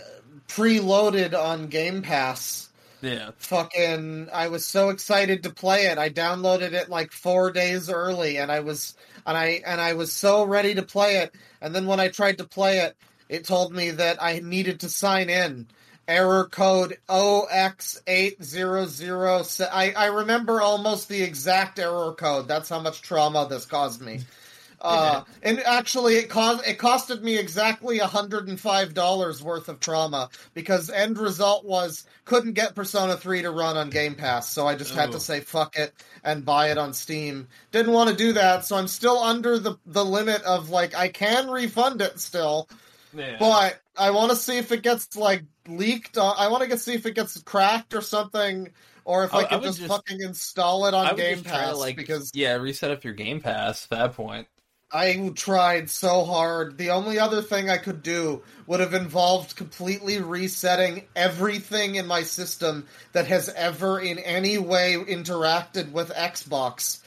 Speaker 3: preloaded on Game Pass,
Speaker 2: Yeah,
Speaker 3: fucking I was so excited to play it. I downloaded it like 4 days early and I was and I and I was so ready to play it and then when I tried to play it it told me that I needed to sign in error code OX800 I I remember almost the exact error code. That's how much trauma this caused me. Uh, and actually, it cost it costed me exactly hundred and five dollars worth of trauma because end result was couldn't get Persona Three to run on Game Pass, so I just had
Speaker 2: Oh.
Speaker 3: to say fuck it and buy it on Steam. Didn't want to do that, so I'm still under the the limit of like I can refund it still,
Speaker 2: yeah.
Speaker 3: but I want to see if it gets like leaked. On, I want to see if it gets cracked or something, or if I,
Speaker 2: I- I
Speaker 3: can
Speaker 2: would
Speaker 3: just,
Speaker 2: just-
Speaker 3: fucking install it on
Speaker 2: I would
Speaker 3: Game
Speaker 2: just try
Speaker 3: Pass
Speaker 2: to, like,
Speaker 3: because
Speaker 2: yeah, reset up your Game Pass at that point.
Speaker 3: I tried so hard. The only other thing I could do would have involved completely resetting everything in my system that has ever in any way interacted with Xbox.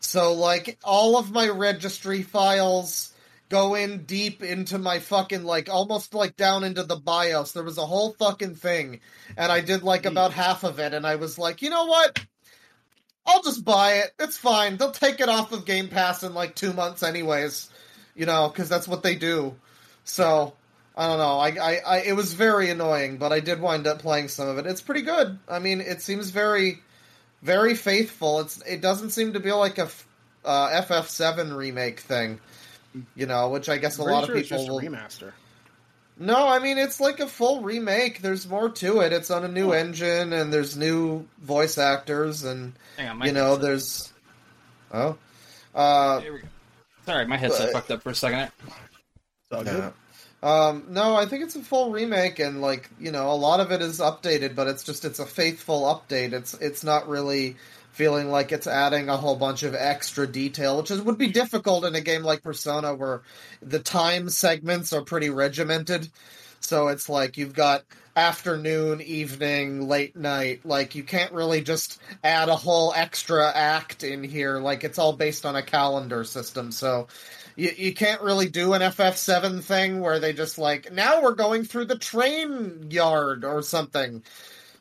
Speaker 3: So, like, all of my registry files go in deep into my fucking, like, almost like down into the BIOS. There was a whole fucking thing, and I did, like, about half of it, and I was like, you know what? I'll just buy it. It's fine. They'll take it off of Game Pass in like two months, anyways. You know, because that's what they do. So I don't know. I, I, I, it was very annoying, but I did wind up playing some of it. It's pretty good. I mean, it seems very, very faithful. It's, it doesn't seem to be like a f- uh, FF7 remake thing, you know, which I guess a
Speaker 1: Pretty
Speaker 3: lot
Speaker 1: sure
Speaker 3: of
Speaker 1: it's
Speaker 3: people
Speaker 1: just a
Speaker 3: will.
Speaker 1: remaster.
Speaker 3: No, I mean it's like a full remake. There's more to it. It's on a new engine, and there's new voice actors, and
Speaker 2: Hang on,
Speaker 3: you know, there's. Oh. Uh,
Speaker 2: There we go. Sorry, my headset
Speaker 3: But-
Speaker 2: fucked up for a second.
Speaker 3: yeah. Um, no, I think it's a full remake, and like you know, a lot of it is updated, but it's just it's a faithful update. It's it's not really feeling like it's adding a whole bunch of extra detail, which is would be difficult in a game like Persona, where the time segments are pretty regimented. So it's like you've got afternoon, evening, late night. Like you can't really just add a whole extra act in here. Like it's all based on a calendar system. So you, you can't really do an FF7 thing where they just like, now we're going through the train yard or something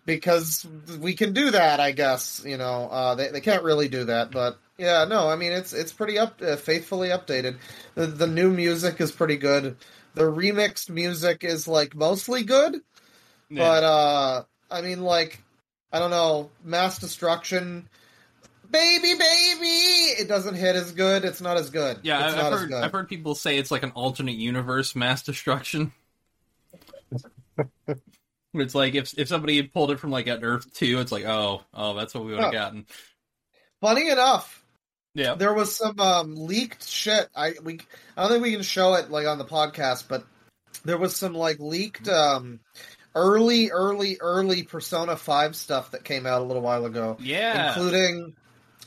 Speaker 3: because we can do that, I guess. You know, uh, they, they can't really do that, but Yeah, no, I mean it's it's pretty up uh, faithfully updated. The, the new music is pretty good. The remixed music is like mostly good, but uh I mean like I don't know, mass destruction baby baby it doesn't hit as good. It's not as good.
Speaker 2: yeah,
Speaker 3: it's
Speaker 2: I,
Speaker 3: not
Speaker 2: I've
Speaker 3: as
Speaker 2: heard
Speaker 3: good.
Speaker 2: I've heard people say it's like an alternate universe mass destruction. it's like if if somebody had pulled it from like an Earth two, it's like oh oh that's what we would have
Speaker 3: Huh.
Speaker 2: gotten.
Speaker 3: Funny enough,
Speaker 2: Yeah,
Speaker 3: there was some um, leaked shit. I we I don't think we can show it like on the podcast, but there was some like leaked um, early, early, early Persona Five stuff that came out a little while ago,
Speaker 2: yeah.
Speaker 3: including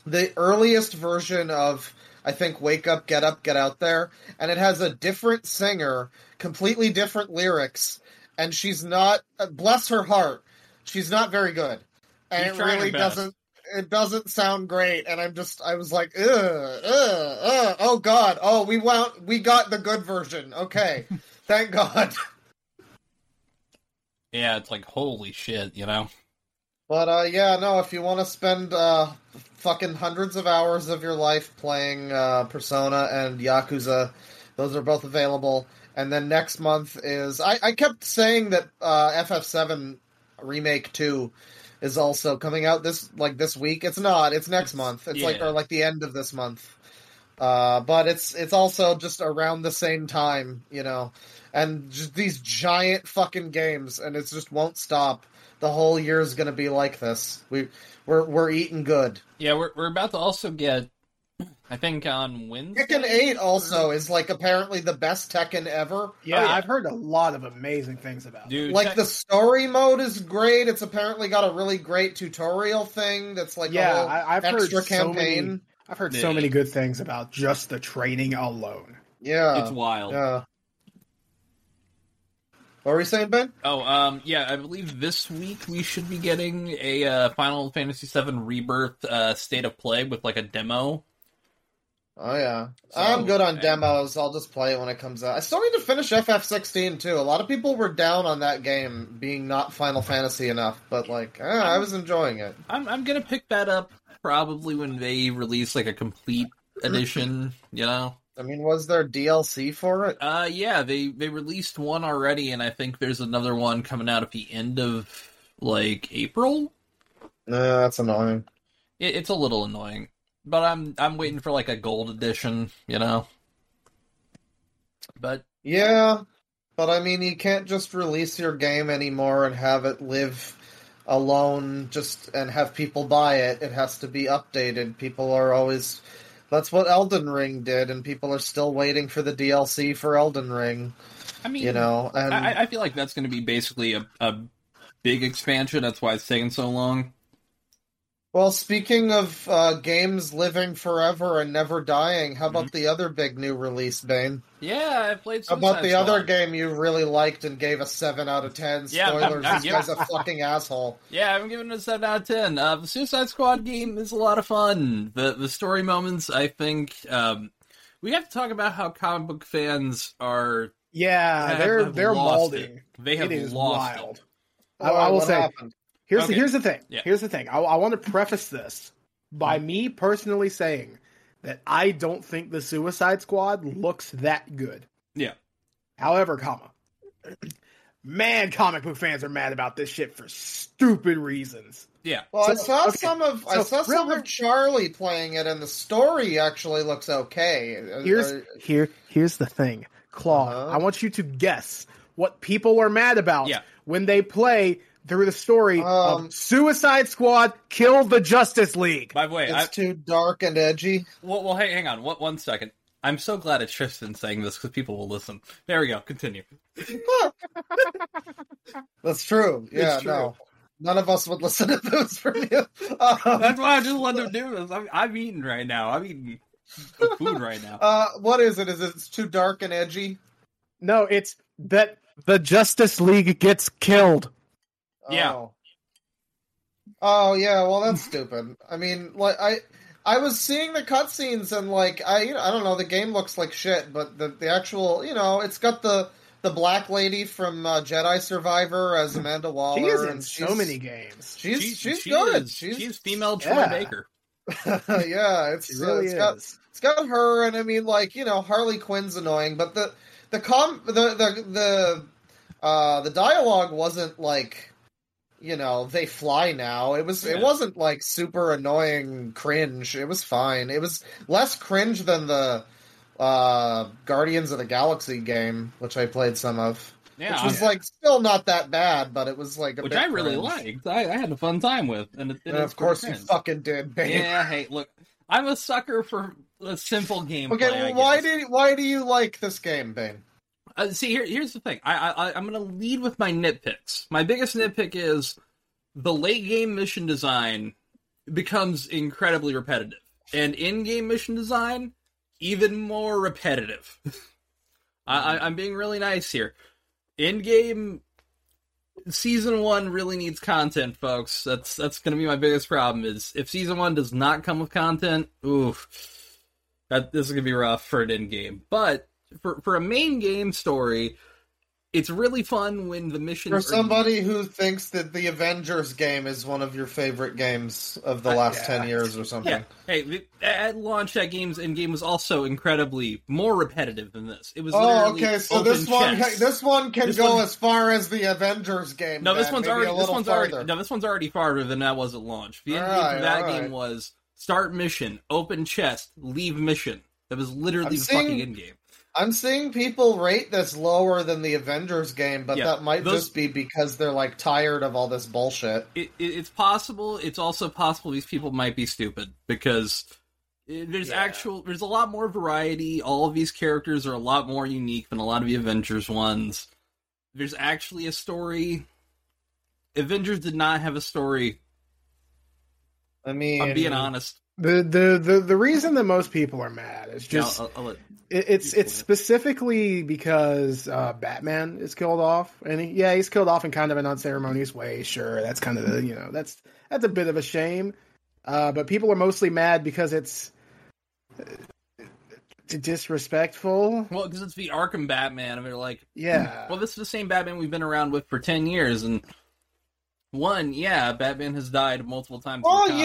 Speaker 3: the earliest version of I think "Wake Up, Get Up, Get Out There," and it has a different singer, completely different lyrics, and she's not. uh, Bless her heart, she's not very good, and
Speaker 2: She's
Speaker 3: it
Speaker 2: trying her
Speaker 3: really
Speaker 2: best.
Speaker 3: doesn't it doesn't sound great and i'm just i was like ugh, ugh, ugh, oh god oh we want we got the good version okay thank god
Speaker 2: yeah, it's like holy shit, you know.
Speaker 3: but uh yeah no if you want to spend uh fucking hundreds of hours of your life playing uh persona and yakuza those are both available and then next month is i i kept saying that uh ff7 remake 2 is also coming out this like this week it's not it's
Speaker 2: It's-
Speaker 3: next month it's like
Speaker 2: yeah.
Speaker 3: or like the end of this month uh, but it's it's also just around the same time, you know, and just these giant fucking games, and it just won't stop. The whole year is going to be like this. We we're we're eating good.
Speaker 2: Yeah, we're we're about to also get. I think on Wednesday.
Speaker 3: Tekken Eight also is like apparently the best Tekken ever.
Speaker 1: Yeah,
Speaker 2: Oh, yeah.
Speaker 1: I've heard a lot of amazing things about. it.
Speaker 2: Dude,
Speaker 3: Like
Speaker 2: Tek-
Speaker 3: the story mode is great. It's apparently got a really great tutorial thing. That's like
Speaker 1: yeah,
Speaker 3: a whole
Speaker 1: I, I've heard
Speaker 3: extra
Speaker 1: so
Speaker 3: campaign.
Speaker 1: many. I've heard so
Speaker 2: Yeah.
Speaker 1: many good things about just the training alone.
Speaker 3: yeah,
Speaker 2: it's wild.
Speaker 3: yeah. What were we saying, Ben?
Speaker 2: Oh, um, yeah, I believe this week we should be getting a uh, Final Fantasy VII Rebirth uh, state of play with like a demo.
Speaker 3: Oh yeah,
Speaker 2: So,
Speaker 3: I'm good on
Speaker 2: I-
Speaker 3: demos. I'll just play it when it comes out. I still need to finish FF16 too. A lot of people were down on that game being not Final Fantasy enough, but like eh, I was enjoying it.
Speaker 2: I'm I'm gonna pick that up probably when they release like a complete edition. You know,
Speaker 3: I mean, was there DLC for it?
Speaker 2: uh, yeah, they they released one already, and I think there's another one coming out at the end of like April.
Speaker 3: No, that's annoying.
Speaker 2: It, it's a little annoying, but I'm I'm waiting for like a gold edition. You know, but
Speaker 3: Yeah, but I mean, you can't just release your game anymore and have it live alone just and have people buy it. It has to be updated. People are always. That's what Elden Ring did, and people are still waiting for the DLC for Elden Ring.
Speaker 2: I mean,
Speaker 3: You know, and
Speaker 2: I, I- I feel like that's going to be basically a, a big expansion. That's why it's taking so long.
Speaker 3: Well, speaking of uh, games living forever and never dying, how
Speaker 2: Mm-hmm.
Speaker 3: about the other big new release, Bane?
Speaker 2: Yeah, I played.
Speaker 3: How about the other game you really liked and gave a seven out of ten?
Speaker 2: Yeah,
Speaker 3: Spoilers,
Speaker 2: yeah,
Speaker 3: this
Speaker 2: yeah.
Speaker 3: guy's a fucking asshole.
Speaker 2: Yeah, I'm giving it a seven out of ten. Uh, the Suicide Squad game is a lot of fun. The the story moments, I think. Um, we have to talk about how comic book fans are.
Speaker 1: Yeah,
Speaker 2: have-
Speaker 1: Ah, they're
Speaker 2: have
Speaker 1: they're
Speaker 2: lost
Speaker 1: malding.
Speaker 2: it. They have
Speaker 1: it is
Speaker 2: lost
Speaker 1: wild.
Speaker 2: it.
Speaker 1: I- I will
Speaker 3: what
Speaker 1: say-
Speaker 3: happened?
Speaker 1: Here's
Speaker 2: Okay.
Speaker 1: the, here's the thing.
Speaker 2: Yeah. Mm-hmm.
Speaker 1: Here's the thing. I, I want to preface this by me personally saying that I don't think the Suicide Squad looks that good.
Speaker 2: Yeah.
Speaker 1: However, comma, man, comic book fans are mad about this shit for stupid reasons.
Speaker 2: Yeah,
Speaker 3: Well, I
Speaker 1: So,
Speaker 3: saw
Speaker 1: okay,
Speaker 3: some of I
Speaker 1: so
Speaker 3: saw some
Speaker 1: Riddler-
Speaker 3: of Charlie playing it, and the story actually looks okay. Uh,
Speaker 1: Here's
Speaker 3: uh,
Speaker 1: here here's the thing, Claw.
Speaker 3: Uh-huh.
Speaker 1: I want you to guess what people are mad about
Speaker 2: Yeah.
Speaker 1: when they play through the story
Speaker 3: Um,
Speaker 1: of Suicide Squad Kill the Justice League.
Speaker 2: By the way,
Speaker 3: it's
Speaker 2: I,
Speaker 3: too dark and edgy.
Speaker 2: well, well, hey, hang on, what one second. I'm so glad it's Tristan saying this because people will listen. There we go. Continue.
Speaker 3: That's true. Yeah,
Speaker 2: It's true.
Speaker 3: no, none of us would listen to those reviews. Um,
Speaker 2: That's why I just let them do this. I'm, I'm eating right now. I'm eating food right now.
Speaker 3: Uh, what is it? Is it it's too dark and edgy?
Speaker 1: No, it's that the Justice League gets killed.
Speaker 2: Yeah.
Speaker 3: Oh. Oh yeah, well that's stupid. I mean, like I, I was seeing the cutscenes and like I, you know, I don't know. The game looks like shit, but the the actual, you know, it's got the the black lady from uh, Jedi Survivor as Amanda Waller.
Speaker 1: She is in
Speaker 3: and
Speaker 1: so
Speaker 3: she's-
Speaker 1: many games.
Speaker 3: She's
Speaker 2: She-
Speaker 3: she's
Speaker 2: she
Speaker 3: good.
Speaker 2: is-
Speaker 3: she's
Speaker 2: she's female Troy
Speaker 1: yeah.
Speaker 2: Baker.
Speaker 3: yeah, it's,
Speaker 1: It
Speaker 3: uh,
Speaker 1: really
Speaker 3: it's got
Speaker 1: is.
Speaker 3: it's got her, and I mean, like you know, Harley Quinn's annoying, but the the com the the the uh, the dialogue wasn't like you know they fly now. It was
Speaker 5: Yeah.
Speaker 3: it wasn't like super annoying cringe. It was fine. It was less cringe than the uh, Guardians of the Galaxy game, which I played some of,
Speaker 2: Yeah,
Speaker 3: which
Speaker 2: I-
Speaker 3: was like still not that bad, but it was like a
Speaker 2: which
Speaker 3: bit
Speaker 2: I really
Speaker 3: cringe.
Speaker 2: liked. I, I had a fun time with, and, it, it
Speaker 3: And
Speaker 2: is
Speaker 3: of course,
Speaker 2: pretty
Speaker 3: you
Speaker 2: cringe.
Speaker 3: fucking did, babe.
Speaker 2: Yeah, hey, look, I'm a sucker for a simple gameplay.
Speaker 3: Okay,
Speaker 2: I
Speaker 3: well, why
Speaker 2: guess.
Speaker 3: did why do you like this game, Bane?
Speaker 2: Uh, see, here, here's the thing. I, I, I- I'm going to lead with my nitpicks. My biggest nitpick is the late game mission design becomes incredibly repetitive, and in game mission design even more repetitive. I, I, I'm being really nice here. In game season one really needs content, folks. That's that's going to be my biggest problem. Is if season one does not come with content, oof, that this is going to be rough for an in game. But for for a main game story, it's really fun when the missions
Speaker 3: For
Speaker 2: are-
Speaker 3: somebody who thinks that the Avengers game is one of your favorite games of the last ten years or something.
Speaker 2: Yeah. Hey, the- at launch, that game's in game was also incredibly more repetitive than this. It was.
Speaker 3: Oh,
Speaker 2: literally
Speaker 3: okay. So
Speaker 2: open
Speaker 3: this one,
Speaker 2: chess.
Speaker 3: ca- this one can
Speaker 2: This
Speaker 3: go
Speaker 2: one-
Speaker 3: as far as the Avengers game.
Speaker 2: No, this
Speaker 3: then,
Speaker 2: one's
Speaker 3: maybe
Speaker 2: already.
Speaker 3: a
Speaker 2: This
Speaker 3: little
Speaker 2: one's
Speaker 3: farther.
Speaker 2: already. No, this one's already farther than that was at launch. The end game
Speaker 3: Alright,
Speaker 2: for that
Speaker 3: alright.
Speaker 2: game was start mission, open chest, leave mission. That was
Speaker 3: I'm
Speaker 2: literally the
Speaker 3: seeing-
Speaker 2: fucking end game.
Speaker 3: I'm seeing people rate this lower than the Avengers game, but
Speaker 2: Yeah,
Speaker 3: that might
Speaker 2: those-
Speaker 3: just be because they're like tired of all this bullshit.
Speaker 2: It, it, it's possible. It's also possible these people might be stupid because eh, there's
Speaker 5: Yeah.
Speaker 2: actual. There's a lot more variety. All of these characters are a lot more unique than a lot of the Avengers ones. There's actually a story. Avengers did not have a story.
Speaker 3: I mean,
Speaker 2: I'm being honest.
Speaker 1: The, the the the reason that most people are mad is just
Speaker 2: I'll- I'll let-
Speaker 1: it, it's it's specifically because uh, Batman is killed off, and he, yeah, he's killed off in kind of an unceremonious way. Sure, that's kind of the you know that's that's a bit of a shame, uh, but people are mostly mad because it's uh, disrespectful.
Speaker 2: well, because it's the Arkham Batman, and they're like,
Speaker 1: Yeah,
Speaker 2: Well, this is the same Batman we've been around with for ten years, and one, yeah, Batman has died multiple times. in the
Speaker 3: Oh
Speaker 2: comics.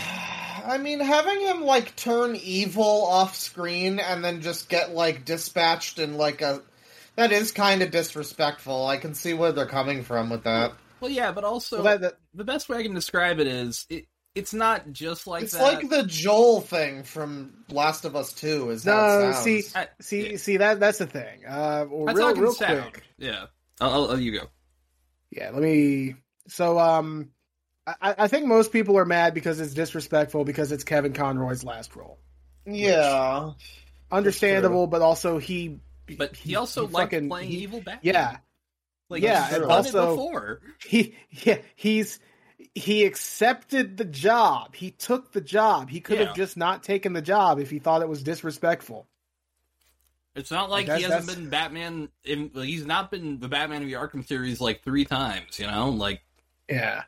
Speaker 3: yeah, I mean having him like turn evil off screen and then just get like dispatched in like a that is kind of disrespectful. I can see where they're coming from with that.
Speaker 2: Well, yeah, but also
Speaker 1: Well, that, that,
Speaker 2: the best way I can describe it is it. It's not just like
Speaker 3: it's
Speaker 2: that.
Speaker 3: like the Joel thing from Last of Us Two. Is how it
Speaker 1: no,
Speaker 3: sounds.
Speaker 1: see,
Speaker 2: I-
Speaker 1: see,
Speaker 2: yeah.
Speaker 1: see that that's the thing. Uh, well,
Speaker 2: That's how
Speaker 1: real,
Speaker 2: it can
Speaker 1: real
Speaker 2: sound.
Speaker 1: quick.
Speaker 2: Yeah. I'll, I'll, you go.
Speaker 1: Yeah, let me. So, um, I, I think most people are mad because it's disrespectful because it's Kevin Conroy's last role.
Speaker 3: yeah,
Speaker 1: Understandable, but also he.
Speaker 2: But he also
Speaker 1: he
Speaker 2: liked
Speaker 1: fucking-
Speaker 2: playing
Speaker 1: he-
Speaker 2: evil Batman.
Speaker 1: Yeah,
Speaker 2: Like,
Speaker 1: yeah,
Speaker 2: he's
Speaker 3: and
Speaker 2: done
Speaker 1: also-
Speaker 2: it before.
Speaker 1: he yeah he's he accepted the job. He took the job. He could
Speaker 2: Yeah.
Speaker 1: have just not taken the job if he thought it was disrespectful.
Speaker 2: It's not like
Speaker 1: That's-
Speaker 2: he hasn't
Speaker 1: that's-
Speaker 2: been Batman. In, like, he's not been the Batman of the Arkham series like three times. You know, like.
Speaker 1: Yeah.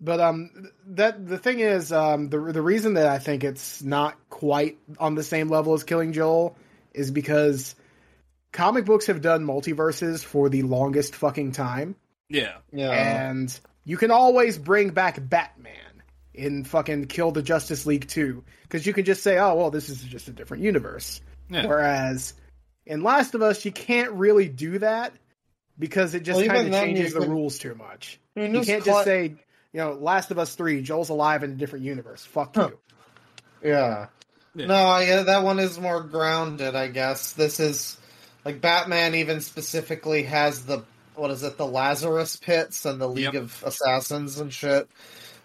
Speaker 1: But um, that the thing is, um, the the reason that I think it's not quite on the same level as Killing Joel is because comic books have done multiverses for the longest fucking time,
Speaker 2: Yeah.
Speaker 3: yeah.
Speaker 1: and you can always bring back Batman in fucking Kill the Justice League two because you can just say, oh well, this is just a different universe.
Speaker 2: Yeah.
Speaker 1: Whereas in Last of Us, you can't really do that because it just
Speaker 3: Well, even
Speaker 1: kind of
Speaker 3: then, you
Speaker 1: changes the
Speaker 3: could-
Speaker 1: rules too much.
Speaker 3: I mean,
Speaker 1: You
Speaker 3: just
Speaker 1: can't
Speaker 3: cla-
Speaker 1: just say, you know, Last of Us three, Joel's alive in a different universe. Fuck
Speaker 3: Huh.
Speaker 1: you.
Speaker 3: Yeah.
Speaker 2: Yeah.
Speaker 3: No, I, uh, that one is more grounded, I guess. This is like Batman even specifically has the what is it, the Lazarus pits and the League
Speaker 2: Yep.
Speaker 3: of Assassins and shit.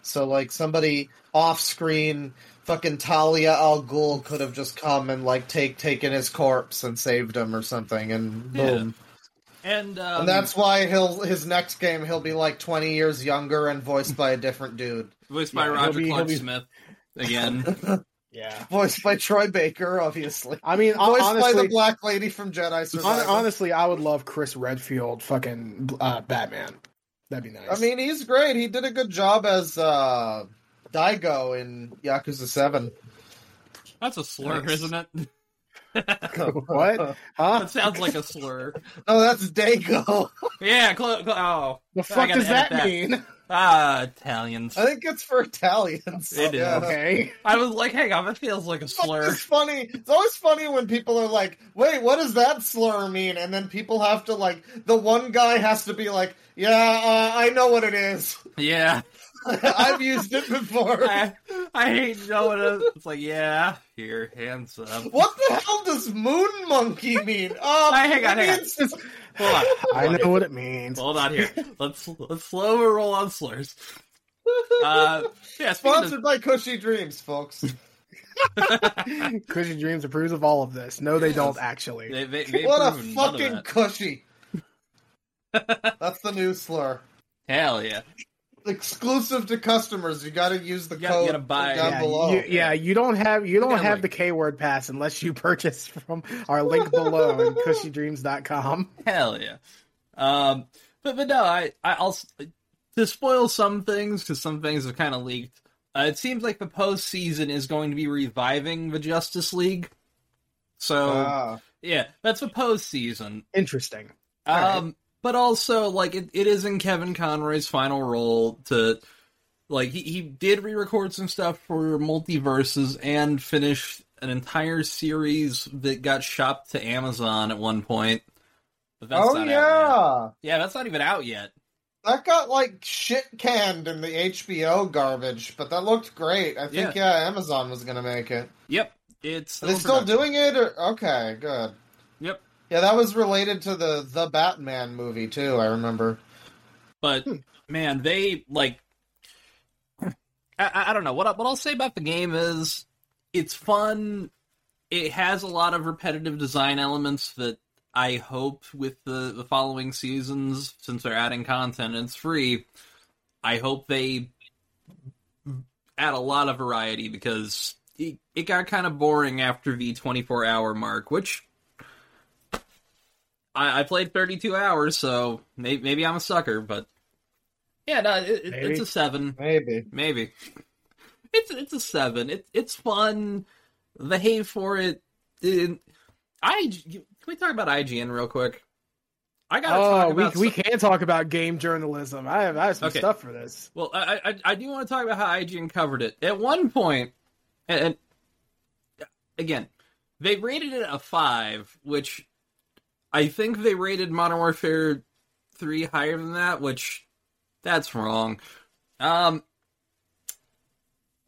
Speaker 3: So like somebody off screen fucking Talia al Ghul could have just come and like take taken his corpse and saved him or something and
Speaker 2: Yeah.
Speaker 3: boom.
Speaker 2: And, um,
Speaker 3: and that's why he'll his next game he'll be like twenty years younger and voiced by a different dude.
Speaker 2: voiced by
Speaker 1: Yeah, he'll
Speaker 2: Roger
Speaker 1: be- he'll
Speaker 2: Clark
Speaker 1: be-
Speaker 2: Smith again.
Speaker 1: Yeah.
Speaker 3: Voiced by Troy Baker, obviously.
Speaker 1: I mean, hon-
Speaker 3: voiced by the
Speaker 1: honestly,
Speaker 3: black lady from Jedi
Speaker 1: hon-
Speaker 3: Survivor.
Speaker 1: honestly, I would love Chris Redfield, fucking uh, Batman. That'd be nice.
Speaker 3: I mean, he's great. He did a good job as uh, Daigo in Yakuza Seven.
Speaker 2: That's a slur,
Speaker 1: Nice.
Speaker 2: isn't it?
Speaker 1: what? Huh?
Speaker 2: That sounds like a slur.
Speaker 3: Oh, that's Dago.
Speaker 2: Yeah, clo- clo- oh.
Speaker 1: The
Speaker 2: I
Speaker 1: fuck
Speaker 2: gotta
Speaker 1: does that,
Speaker 2: edit that.
Speaker 1: mean?
Speaker 2: Ah, Italians.
Speaker 3: I think it's for Italians.
Speaker 2: It is.
Speaker 1: Okay.
Speaker 2: I was like, hang on, that feels like a
Speaker 3: It's always
Speaker 2: slur.
Speaker 3: funny. It's always funny when people are like, "Wait, what does that slur mean?" And then people have to like the one guy has to be like, "Yeah, uh, I know what it is.
Speaker 2: Yeah.
Speaker 3: I've used it before."
Speaker 2: I, I hate knowing it. It's like, yeah, your hands up.
Speaker 3: What the hell does moon monkey mean? Oh,
Speaker 2: Hey, hang on,
Speaker 3: it
Speaker 2: hang on.
Speaker 3: means-
Speaker 2: Hold on.
Speaker 1: I
Speaker 2: Hold on.
Speaker 1: know what it means.
Speaker 2: Hold on here. Let's let's slow a roll on slurs. Uh, yeah, speaking of,
Speaker 3: Sponsored by Cushy Dreams, folks.
Speaker 1: Cushy Dreams approves of all of this. No, they don't actually.
Speaker 2: they, they, they've
Speaker 3: what a
Speaker 2: proven none of
Speaker 3: fucking
Speaker 2: that.
Speaker 3: cushy. That's the new slur.
Speaker 2: hell yeah.
Speaker 3: Exclusive to customers. You got to use the
Speaker 2: You gotta- you
Speaker 3: code
Speaker 2: gotta buy-
Speaker 3: down
Speaker 1: yeah,
Speaker 3: below.
Speaker 1: You, yeah, you don't have you don't
Speaker 2: Downlink.
Speaker 1: have the K word pass unless you purchase from our link below in cushydreams.com.
Speaker 2: Hell yeah. Um, but but no, I I also to spoil some things because some things have kind of leaked. Uh, it seems like the postseason is going to be reviving the Justice League. So
Speaker 1: uh,
Speaker 3: Ah.
Speaker 2: yeah, that's the postseason.
Speaker 1: Interesting.
Speaker 2: Um, but also like it, it is in Kevin Conroy's final role to like he, he did re-record some stuff for multiverses and finished an entire series that got shopped to Amazon at one point. But that's
Speaker 3: oh
Speaker 2: not out yet.
Speaker 3: yeah,
Speaker 2: Yeah, that's not even out yet.
Speaker 3: that got like shit canned in the HBO garbage, but that looked great. I think yeah, Amazon was gonna make it.
Speaker 2: Yep, it's still
Speaker 3: Are they
Speaker 2: in
Speaker 3: still
Speaker 2: production.
Speaker 3: doing it? Or okay, good.
Speaker 2: Yep,
Speaker 3: Yeah, that was related to the the Batman movie too. I remember.
Speaker 2: but
Speaker 3: Hmm.
Speaker 2: man, they like. I- I, I don't know what I, what I'll say about the game is it's fun. It has a lot of repetitive design elements that I hope with the the following seasons, since they're adding content and it's free. I hope they add a lot of variety because it, it got kind of boring after the 24 hour mark, which I, I played 32 hours, so maybe, maybe I'm a sucker, but yeah, no, it, it-
Speaker 1: Maybe.
Speaker 2: it's a seven,
Speaker 3: Maybe.
Speaker 2: maybe. It's it's a seven. It, it's fun. The hate for it. it I can we talk about IGN real quick? I gotta
Speaker 1: Oh,
Speaker 2: talk
Speaker 1: we,
Speaker 2: about
Speaker 1: we can talk about game journalism. I have I have some
Speaker 2: Okay.
Speaker 1: stuff for this.
Speaker 2: Well, I, I I do want to talk about how IGN covered it. At one point, and, and again, they rated it a five, which I think they rated Modern Warfare three higher than that, which that's wrong. Um,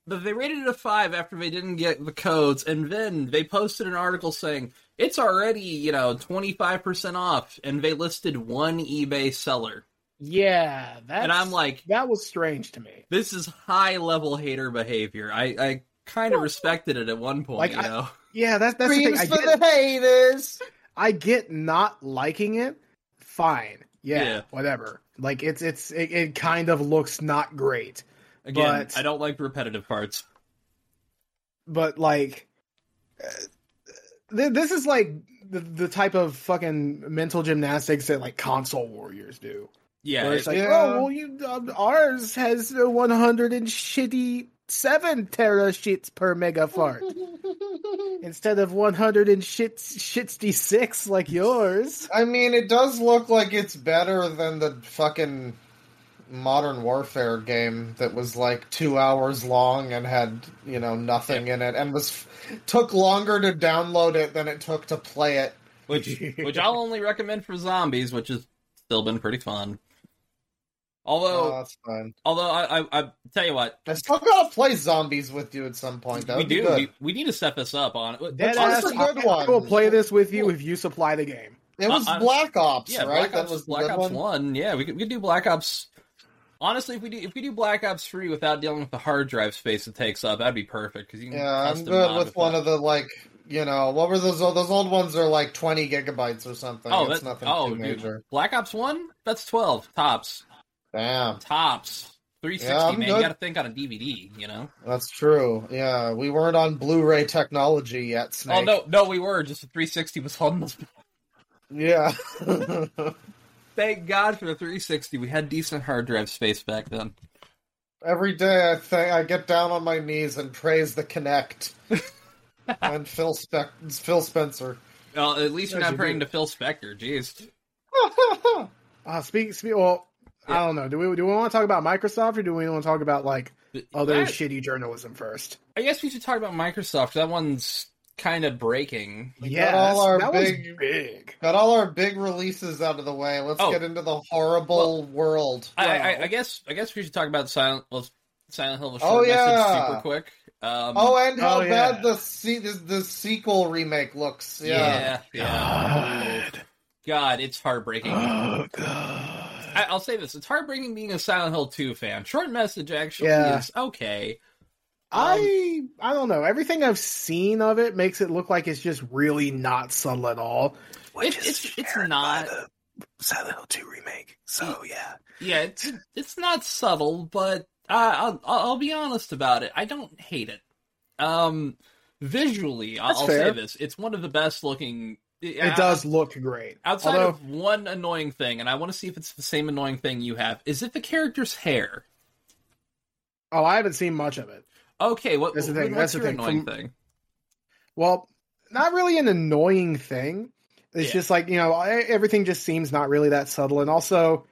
Speaker 2: but they rated it a five after they didn't get the codes, and then they posted an article saying it's already you know twenty five percent off, and they listed one eBay seller,
Speaker 1: Yeah, that's,
Speaker 2: and I'm like.
Speaker 1: that was strange to me.
Speaker 2: This is high level hater behavior. I, I kind of respected it at one point,
Speaker 1: Like,
Speaker 2: you
Speaker 1: I-
Speaker 2: know.
Speaker 1: Yeah, that's that's the thing.
Speaker 3: Dreams
Speaker 1: I
Speaker 3: for
Speaker 1: get,
Speaker 3: the haters.
Speaker 1: I get not liking it. Fine. Yeah,
Speaker 2: Yeah.
Speaker 1: whatever. Like it's it's it, it kind of looks not great,
Speaker 2: Again,
Speaker 1: but-
Speaker 2: I don't like the repetitive parts.
Speaker 1: but like uh, th- this is like the, the type of fucking mental gymnastics that like console warriors do.
Speaker 2: Yeah,
Speaker 1: Where it's
Speaker 2: it-
Speaker 1: like,
Speaker 3: Yeah.
Speaker 1: oh, well, you um, ours has a 100 and shitty seven terashits per megafart instead of 100 and shits shitsty six like yours.
Speaker 3: I mean, it does look like it's better than the fucking Modern Warfare game that was like two hours long and had you know nothing in it, and was took longer to download it than it took to play it.
Speaker 2: which which I'll only recommend for zombies, which has still been pretty fun.
Speaker 3: Oh,
Speaker 2: Although,
Speaker 3: that's fine.
Speaker 2: although I, I, I tell you what,
Speaker 3: I still gotta play zombies with you at some point. That
Speaker 2: we
Speaker 3: would be
Speaker 2: do
Speaker 3: good.
Speaker 2: we, we need to step this up on it.
Speaker 1: Dead
Speaker 3: That's
Speaker 1: ass,
Speaker 3: a
Speaker 1: I,
Speaker 3: good
Speaker 1: I will
Speaker 3: one.
Speaker 1: play this with you if you supply the game.
Speaker 3: It was
Speaker 2: I- I-
Speaker 3: Black Ops,
Speaker 2: Yeah,
Speaker 3: right?
Speaker 2: Black Ops,
Speaker 3: that was the
Speaker 2: Black
Speaker 3: good
Speaker 2: Ops
Speaker 3: one.
Speaker 2: One. Yeah, we could, we could do Black Ops. Honestly, if we do if we do Black Ops Three without dealing with the hard drive space it takes up, that'd be perfect because you can.
Speaker 3: Yeah, I'm
Speaker 2: custom
Speaker 3: good
Speaker 2: mod
Speaker 3: with one of the like, you know, what were those? old- Those old ones are like 20 gigabytes or something.
Speaker 2: Oh,
Speaker 3: it's
Speaker 2: that,
Speaker 3: nothing
Speaker 2: oh,
Speaker 3: too
Speaker 2: dude.
Speaker 3: major.
Speaker 2: Black Ops One. That's twelve tops,
Speaker 3: Damn,
Speaker 2: tops. Three sixty,
Speaker 3: Yeah, I'm
Speaker 2: man. You
Speaker 3: good.
Speaker 2: got to think on a DVD, you know.
Speaker 3: that's true. Yeah, we weren't on Blu-ray technology yet, Snake.
Speaker 2: Oh no, no, we were just the three sixty was holding us. back.
Speaker 3: Yeah.
Speaker 2: Thank God for the three sixty. We had decent hard drive space back then.
Speaker 3: Every day I think I get down on my knees and praise the Connect. and Phil Spec Phil Spencer.
Speaker 2: Well, at least you're
Speaker 1: Yes,
Speaker 2: not
Speaker 1: you
Speaker 2: praying to Phil Spector. Jeez.
Speaker 1: Uh, speak, speak. Well, I don't know. Do we do we want to talk about Microsoft or do we want to talk about like
Speaker 3: Oh,
Speaker 1: other
Speaker 2: I,
Speaker 1: shitty journalism first?
Speaker 2: I guess we should talk about Microsoft. That one's kind of breaking.
Speaker 1: yeah, that's-
Speaker 3: all our
Speaker 1: that
Speaker 3: big-
Speaker 1: was big.
Speaker 3: Got all our big releases out of the way. Let's
Speaker 2: Oh.
Speaker 3: get into the horrible world.
Speaker 2: I,
Speaker 1: Wow.
Speaker 2: I, I guess. I guess we should talk about Silent. Well, Silent Hill was
Speaker 3: Oh,
Speaker 2: short
Speaker 3: yeah.
Speaker 2: message super quick. Um,
Speaker 3: Oh, and how
Speaker 1: Oh, yeah.
Speaker 3: bad the, se- the the sequel remake looks. Yeah.
Speaker 2: yeah, yeah. Ooh. God, it's heartbreaking.
Speaker 1: Oh god.
Speaker 2: I, I'll say this: it's heartbreaking being a Silent Hill 2 fan. Short message actually
Speaker 1: Yeah.
Speaker 2: is okay.
Speaker 1: I I don't know. Everything I've seen of it makes it look like it's just really not subtle at all.
Speaker 2: It, it's it's not.
Speaker 1: Silent Hill 2 remake. So yeah.
Speaker 2: Yeah, it's it's not subtle, but I, I'll I'll be honest about it. I don't hate it. Um, visually, I'll,
Speaker 1: That's
Speaker 2: I'll say
Speaker 1: fair.
Speaker 2: this: it's one of the best looking. uh,
Speaker 1: It does look great.
Speaker 2: Outside
Speaker 1: Although,
Speaker 2: of one annoying thing, and I want to see if it's the same annoying thing you have. Is it the character's hair?
Speaker 1: oh, I haven't seen much of it.
Speaker 2: Okay, what,
Speaker 1: That's the thing, that's
Speaker 2: what's
Speaker 1: the
Speaker 2: your
Speaker 1: thing.
Speaker 2: annoying
Speaker 1: From-
Speaker 2: thing?
Speaker 1: Well, not really an annoying thing. It's
Speaker 2: Yeah.
Speaker 1: just like, you know, I- everything just seems not really that subtle. And also,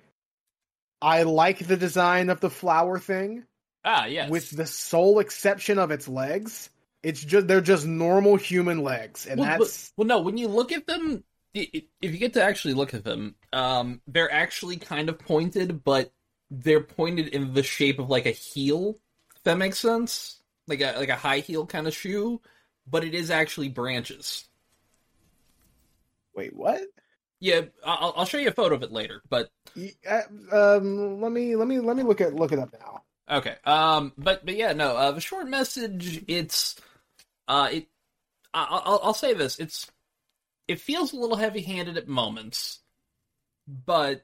Speaker 1: I like the design of the flower thing,
Speaker 2: Ah, yes.
Speaker 1: with the sole exception of its legs. It's just, they're just normal human legs. And
Speaker 2: well,
Speaker 1: that's,
Speaker 2: well, no. When you look at them, i- i- if you get to actually look at them, um, they're actually kind of pointed, but they're pointed in the shape of like a heel. If that makes sense, like a like a high heel kind of shoe, but it is actually branches.
Speaker 1: wait, what?
Speaker 2: Yeah, I- I'll, I'll show you a photo of it later, but
Speaker 1: Y- uh, Um, let me, let me, let me look at, look it up now.
Speaker 2: Okay. Um. But but yeah. No. Uh, the short message. It's. Uh. It. I, I- I'll I'll say this. It's. It feels a little heavy-handed at moments, but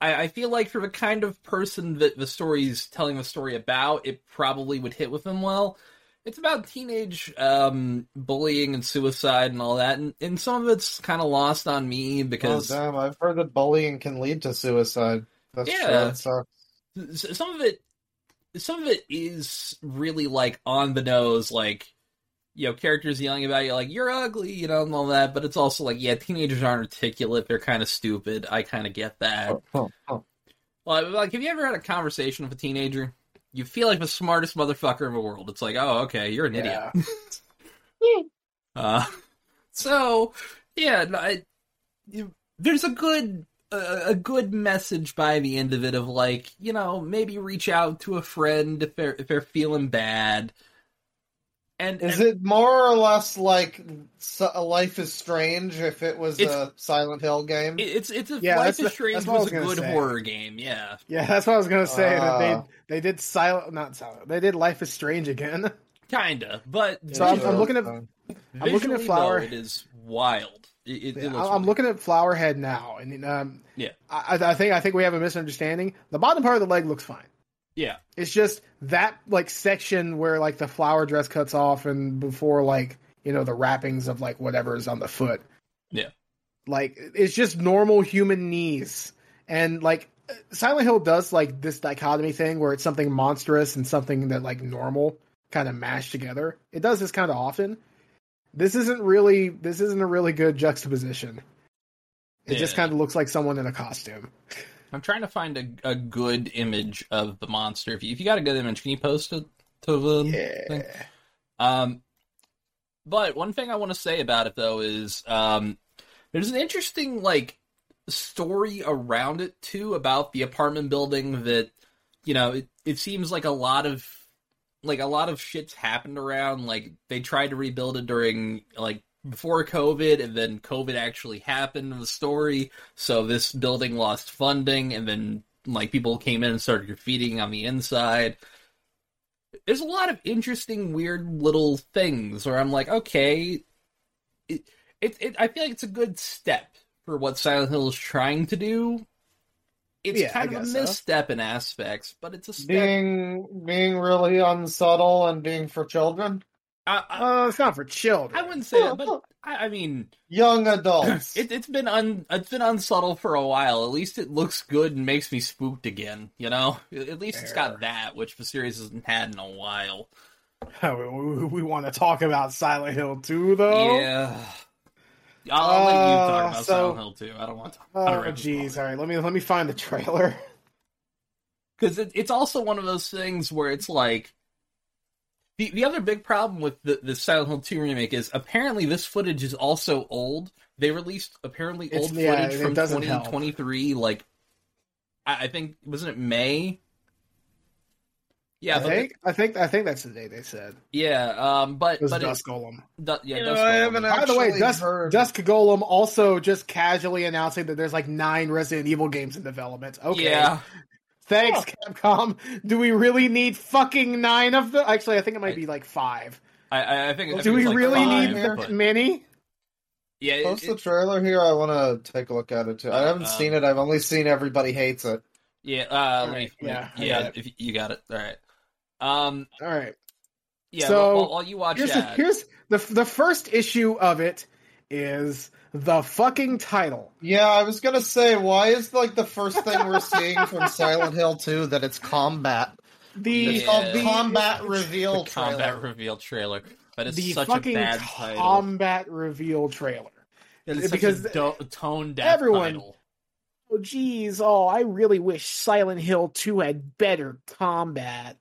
Speaker 2: I, I feel like for the kind of person that the story's telling the story about, it probably would hit with them well. It's about teenage um, bullying and suicide and all that, and, and some of it's kind of lost on me
Speaker 3: Oh,
Speaker 2: because
Speaker 3: damn. I've heard that bullying can lead to suicide. That's
Speaker 2: Yeah.
Speaker 3: true. That sucks.
Speaker 2: s- some of it some of it is really like on the nose like you know characters yelling about you like you're ugly you know and all that but it's also like yeah teenagers aren't articulate they're kind of stupid i kind of get that
Speaker 3: Oh, oh, oh.
Speaker 2: well like have you ever had a conversation with a teenager you feel like the smartest motherfucker in the world it's like oh okay you're an idiot
Speaker 1: Yeah.
Speaker 2: uh, so yeah, no, I, you- there's a good a, a good message by the end of it of like you know maybe reach out to a friend if they're if they're feeling bad. And,
Speaker 3: Is
Speaker 2: and
Speaker 3: it more or less like S- uh, Life is Strange if it was
Speaker 2: It's-
Speaker 3: a Silent Hill game?
Speaker 2: it- it's it's a
Speaker 1: Yeah,
Speaker 2: Life
Speaker 1: that's
Speaker 2: is
Speaker 1: the-
Speaker 2: Strange
Speaker 1: that's what I
Speaker 2: was a
Speaker 1: was gonna
Speaker 2: good
Speaker 1: say.
Speaker 2: horror game, yeah.
Speaker 1: Yeah, that's what I was gonna say. that
Speaker 3: Ah.
Speaker 1: they they did silent, not silent. They did Life is Strange again.
Speaker 2: Kinda, but
Speaker 1: So I'm-
Speaker 2: visually-
Speaker 1: I'm looking at-
Speaker 3: uh,
Speaker 1: I'm looking at
Speaker 2: visually,
Speaker 1: Flower.
Speaker 2: though, It is wild. It, it, it
Speaker 1: I-
Speaker 2: looks
Speaker 1: I'm
Speaker 2: really-
Speaker 1: looking at Flowerhead now, and um,
Speaker 2: Yeah.
Speaker 1: I, I think I think we have a misunderstanding. The bottom part of the leg looks fine.
Speaker 2: Yeah.
Speaker 1: It's just that like section where like the flower dress cuts off, and before like you know the wrappings of like whatever is on the foot.
Speaker 2: Yeah.
Speaker 1: like it's just normal human knees, and like Silent Hill does like this dichotomy thing where it's something monstrous and something that like normal kind of mashed together. It does this kind of often. This isn't really this isn't a really good juxtaposition. It just
Speaker 2: Yeah.
Speaker 1: kind of looks like someone in a costume.
Speaker 2: I'm trying to find a, a good image of the monster. If you, if you got a good image, can you post it to the thing? Um, but one thing I want to say about it though is um, there's an interesting like story around it too about the apartment building that you know it, it seems like a lot of like a lot of shits happened around like they tried to rebuild it during like before covid and then covid actually happened in the story so this building lost funding and then like people came in and started graffitiing on the inside there's a lot of interesting, weird little things where I'm like, okay, it, it, it I feel like it's a good step for what Silent Hill is trying to do. It's
Speaker 1: Yeah, I
Speaker 2: kind of a
Speaker 1: guess so.
Speaker 2: misstep in aspects, but it's a step.
Speaker 3: being being really unsubtle and being for children,
Speaker 2: I, I,
Speaker 1: Uh, it's not for children.
Speaker 2: I wouldn't say that, but I, I mean,
Speaker 3: young adults.
Speaker 2: it, it's been un, it's been unsubtle for a while. At least it looks good and makes me spooked again. You know, at least it's got that, which the series hasn't had in a while.
Speaker 1: we, we want to talk about Silent Hill 2, though.
Speaker 2: Yeah. I'll, I'll let you
Speaker 1: Uh,
Speaker 2: talk about
Speaker 1: so-
Speaker 2: Silent Hill too. I don't want to.
Speaker 1: Oh, jeez. All right, let me let me find the trailer.
Speaker 2: because it, it's also one of those things where it's like the the other big problem with the, the Silent Hill two remake is apparently this footage is also old. They released apparently
Speaker 1: It's-
Speaker 2: old
Speaker 1: yeah,
Speaker 2: footage
Speaker 1: it
Speaker 2: from
Speaker 1: doesn't help.
Speaker 2: twenty twenty three. Like I, I think wasn't it May? Yeah,
Speaker 1: I
Speaker 2: but
Speaker 1: think I think I think that's the day they said.
Speaker 2: yeah, um, but
Speaker 1: It was
Speaker 2: but
Speaker 1: Dusk Golem.
Speaker 2: It, du- yeah,
Speaker 3: You
Speaker 2: Dusk
Speaker 3: know, I
Speaker 2: Golem.
Speaker 3: haven't
Speaker 1: By the way,
Speaker 3: actually
Speaker 1: Dusk,
Speaker 3: heard-
Speaker 1: Dusk Golem also just casually announcing that there's like nine Resident Evil games in development. Okay.
Speaker 2: Yeah,
Speaker 1: Thanks, Capcom. Do we really need fucking nine of them? Actually, I think it might
Speaker 2: I-
Speaker 1: be like five.
Speaker 2: I- I, I think. I
Speaker 1: Do
Speaker 2: think
Speaker 1: we
Speaker 2: it's like
Speaker 1: really
Speaker 2: five,
Speaker 1: need
Speaker 2: but-
Speaker 1: that many?
Speaker 2: Yeah, it-
Speaker 3: Post the
Speaker 2: it-
Speaker 3: trailer here. I want to take a look at it too. I haven't
Speaker 2: Um,
Speaker 3: seen it. I've only seen everybody hates it.
Speaker 2: yeah. Uh, let me-
Speaker 1: Alright, yeah, I
Speaker 2: yeah.
Speaker 1: got
Speaker 2: If you- you got it, all right. Um,
Speaker 1: All right.
Speaker 2: yeah.
Speaker 1: So,
Speaker 2: So while, while you watch
Speaker 1: Here's, the,
Speaker 2: that,
Speaker 1: here's the the first issue of it is the fucking title.
Speaker 3: Yeah, I was gonna say, why is like the first thing we're seeing from Silent Hill 2 that it's combat?
Speaker 1: The
Speaker 3: It's
Speaker 2: Yeah.
Speaker 3: called
Speaker 1: the-
Speaker 3: combat
Speaker 2: the
Speaker 3: reveal
Speaker 2: combat
Speaker 3: trailer.
Speaker 2: reveal trailer, but it's
Speaker 1: the
Speaker 2: such a
Speaker 1: fucking
Speaker 2: bad title.
Speaker 1: combat reveal trailer.
Speaker 2: It is
Speaker 1: because
Speaker 2: such a do- tone deaf
Speaker 1: everyone-
Speaker 2: title.
Speaker 1: Oh, geez, oh, I really wish Silent Hill 2 had better combat.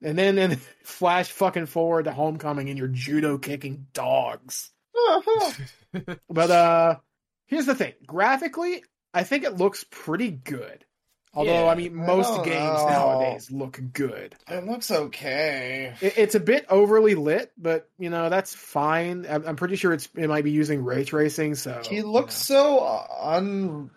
Speaker 1: And then and flash fucking forward to Homecoming and your judo kicking dogs.
Speaker 3: Uh-huh.
Speaker 1: but uh here's the thing. Graphically, I think it looks pretty good. Although
Speaker 2: Yeah,
Speaker 1: I mean most
Speaker 3: don't
Speaker 1: games
Speaker 3: know.
Speaker 1: nowadays look good.
Speaker 3: It looks okay.
Speaker 1: It, it's a bit overly lit, but you know, that's fine. I'm, I'm pretty sure it's it might be using ray tracing, so
Speaker 3: He looks so uh, un.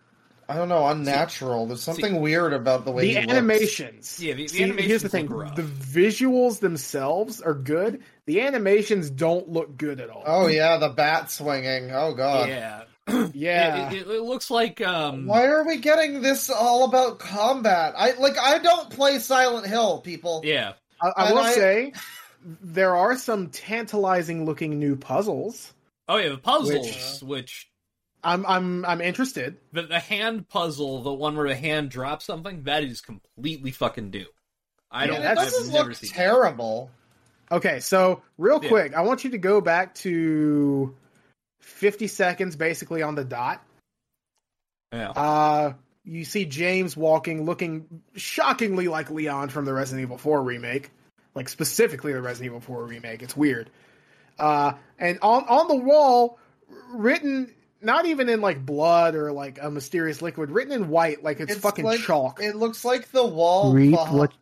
Speaker 3: I don't know, unnatural. There's something weird about the way
Speaker 1: the
Speaker 3: he looks.
Speaker 1: animations.
Speaker 2: Yeah, the- the
Speaker 1: Here's
Speaker 2: animations
Speaker 1: the thing:
Speaker 2: look rough.
Speaker 1: the visuals themselves are good. The animations don't look good at all.
Speaker 3: Oh yeah, the bat swinging. Oh god.
Speaker 2: yeah,
Speaker 1: uh, yeah,
Speaker 2: It, it, it looks like um.
Speaker 3: Why are we getting this all about combat? I like. I don't play Silent Hill, people.
Speaker 2: Yeah,
Speaker 1: I, I
Speaker 3: and
Speaker 1: will
Speaker 3: I-
Speaker 1: say there are some tantalizing-looking new puzzles.
Speaker 2: oh yeah, the puzzles, which,
Speaker 1: I'm I'm I'm interested.
Speaker 2: the, the hand puzzle, the one where the hand drops something, that is completely fucking due. I
Speaker 1: Yeah,
Speaker 2: don't.
Speaker 3: it
Speaker 1: that's-
Speaker 2: I've
Speaker 3: doesn't
Speaker 2: never
Speaker 3: look
Speaker 2: seen. it.
Speaker 3: terrible.
Speaker 1: Okay, so real
Speaker 2: Yeah.
Speaker 1: quick, I want you to go back to 50 seconds, basically on the dot.
Speaker 2: Yeah.
Speaker 1: Uh, you see James walking, looking shockingly like Leon from the Resident Evil 4 remake, like specifically the Resident Evil 4 remake. It's weird. Uh, and on on the wall, written not even in like blood or like a mysterious liquid, written in white, like it's, fucking
Speaker 3: like,
Speaker 1: chalk.
Speaker 3: It looks like the wall.
Speaker 1: Reap
Speaker 3: behi-
Speaker 1: what-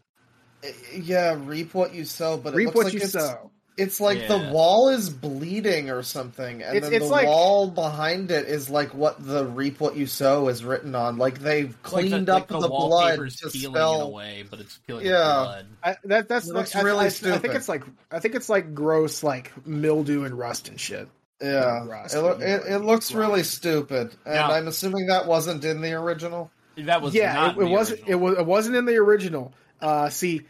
Speaker 3: Yeah, reap what you sow. But it
Speaker 1: Reap
Speaker 3: looks
Speaker 1: what
Speaker 3: like
Speaker 1: you
Speaker 3: it's,
Speaker 1: sow.
Speaker 3: It's like
Speaker 2: Yeah.
Speaker 3: the wall is bleeding or something, and
Speaker 1: It's-
Speaker 3: then
Speaker 1: it's
Speaker 3: the
Speaker 1: like-
Speaker 3: wall behind it is like what the "reap what you sow" is written on. Like they've
Speaker 2: Like
Speaker 3: cleaned
Speaker 2: like
Speaker 3: up the, blood
Speaker 2: wallpaper's
Speaker 3: to
Speaker 2: peeling in a
Speaker 3: spell.
Speaker 2: way, but it's peeling
Speaker 3: Yeah.
Speaker 2: with blood.
Speaker 1: I, that that's
Speaker 3: It looks
Speaker 1: I- I- I,
Speaker 3: really
Speaker 1: I
Speaker 3: stupid.
Speaker 1: think it's like I think it's like gross, like mildew and rust and shit.
Speaker 3: Yeah,
Speaker 1: Rust,
Speaker 3: it, loo-
Speaker 1: you
Speaker 3: it,
Speaker 1: know,
Speaker 3: it
Speaker 1: rust.
Speaker 3: looks really stupid, and
Speaker 2: Now-
Speaker 3: I'm assuming that wasn't in the original.
Speaker 2: That was
Speaker 1: yeah,
Speaker 2: Not
Speaker 1: it, it wasn't. It
Speaker 2: original.
Speaker 1: was. It wasn't in the original. Uh, see,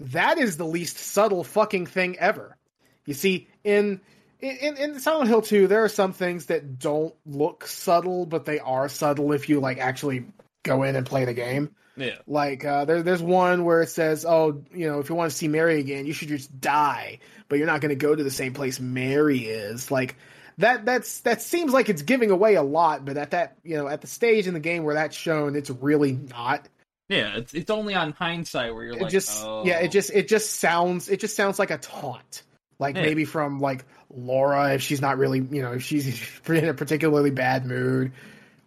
Speaker 1: that is the least subtle fucking thing ever. You see, in in in Silent Hill two, there are some things that don't look subtle, but they are subtle if you like actually go in and play the game.
Speaker 2: Yeah.
Speaker 1: Like uh, there, there's one where it says, "Oh, you know, if you want to see Mary again, you should just die, but you're not going to go to the same place Mary is." Like that. That's that seems like it's giving away a lot, but at that, you know, at the stage in the game where that's shown, it's really not.
Speaker 2: Yeah, it's it's only on hindsight where you're
Speaker 1: It
Speaker 2: like,
Speaker 1: just,
Speaker 2: oh.
Speaker 1: yeah, it just, it just sounds, it just sounds like a taunt. Like
Speaker 2: Yeah.
Speaker 1: maybe from like Laura if she's not really, you know, if she's in a particularly bad mood,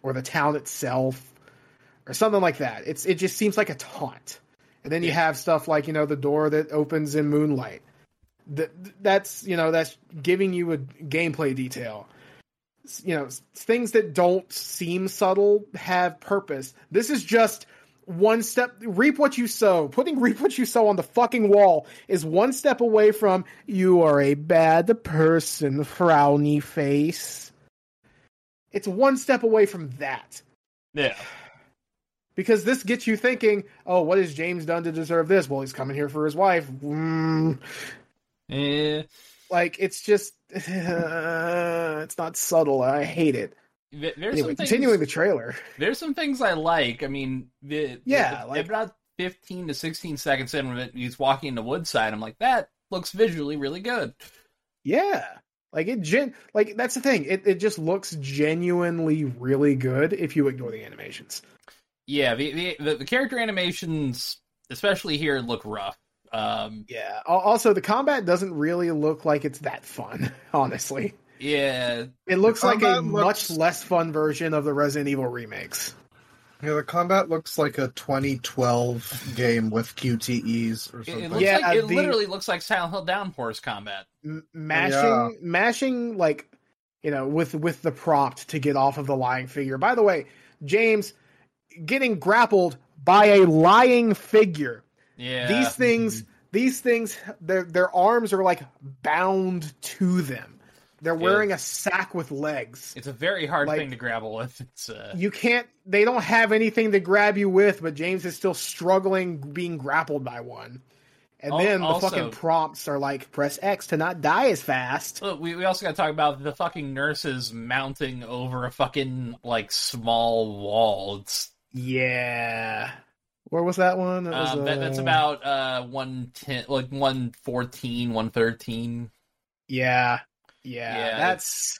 Speaker 1: or the town itself, or something like that. It's it just seems like a taunt. And then you have stuff like you know the door that opens in moonlight. That that's you know that's giving you a gameplay detail. S- You know s- things that don't seem subtle have purpose. This is just one step reap what you sow. Putting reap what you sow on the fucking wall is one step away from you are a bad person, frowny face. It's one step away from that
Speaker 2: yeah.
Speaker 1: because this gets you thinking, oh, what has James done to deserve this? Well, he's coming here for his wife. Mm.
Speaker 2: Eh,
Speaker 1: Like it's just, it's not subtle. I hate it.
Speaker 2: th- there's
Speaker 1: Anyway,
Speaker 2: some things,
Speaker 1: continuing the trailer.
Speaker 2: There's some things I like. I mean, the,
Speaker 1: Yeah,
Speaker 2: the,
Speaker 1: like-
Speaker 2: about 15 to 16 seconds in when it- he's walking in the woodside, I'm like that looks visually really good.
Speaker 1: Yeah. Like it gen like that's the thing. It it just looks genuinely really good if you ignore the animations.
Speaker 2: Yeah, the the, the, the character animations, especially here, look rough. Um,
Speaker 1: Yeah. Al- Also the combat doesn't really look like it's that fun, honestly.
Speaker 2: yeah,
Speaker 1: It looks like a
Speaker 3: combat
Speaker 1: much
Speaker 3: looks-
Speaker 1: less fun version of the Resident Evil remakes.
Speaker 3: Yeah, the combat looks like a 2012 game with QTEs or
Speaker 2: it,
Speaker 3: something.
Speaker 2: it looks
Speaker 1: Yeah,
Speaker 2: like it
Speaker 1: the-
Speaker 2: literally looks like Silent Hill Downpour's combat.
Speaker 1: M- mashing
Speaker 3: Yeah.
Speaker 1: mashing like you know with with the prompt to get off of the lying figure by the way james getting grappled by a lying figure
Speaker 2: Yeah,
Speaker 1: these things these things their their arms are like bound to them they're wearing a sack with legs
Speaker 2: it's a very hard
Speaker 1: like-
Speaker 2: thing to grapple with. It's uh,
Speaker 1: you can't they don't have anything to grab you with but james is still struggling being grappled by one and
Speaker 2: Al-
Speaker 1: then the
Speaker 2: also-
Speaker 1: fucking prompts are like press x to not die as fast
Speaker 2: Look, we, we also got to talk about the fucking nurses mounting over a fucking like small wall. It's,
Speaker 1: Yeah. Where was that one? That was,
Speaker 2: um, that, that's
Speaker 1: uh,
Speaker 2: about uh one ten, like one fourteen, one thirteen.
Speaker 1: Yeah. Yeah.
Speaker 2: Yeah,
Speaker 1: that's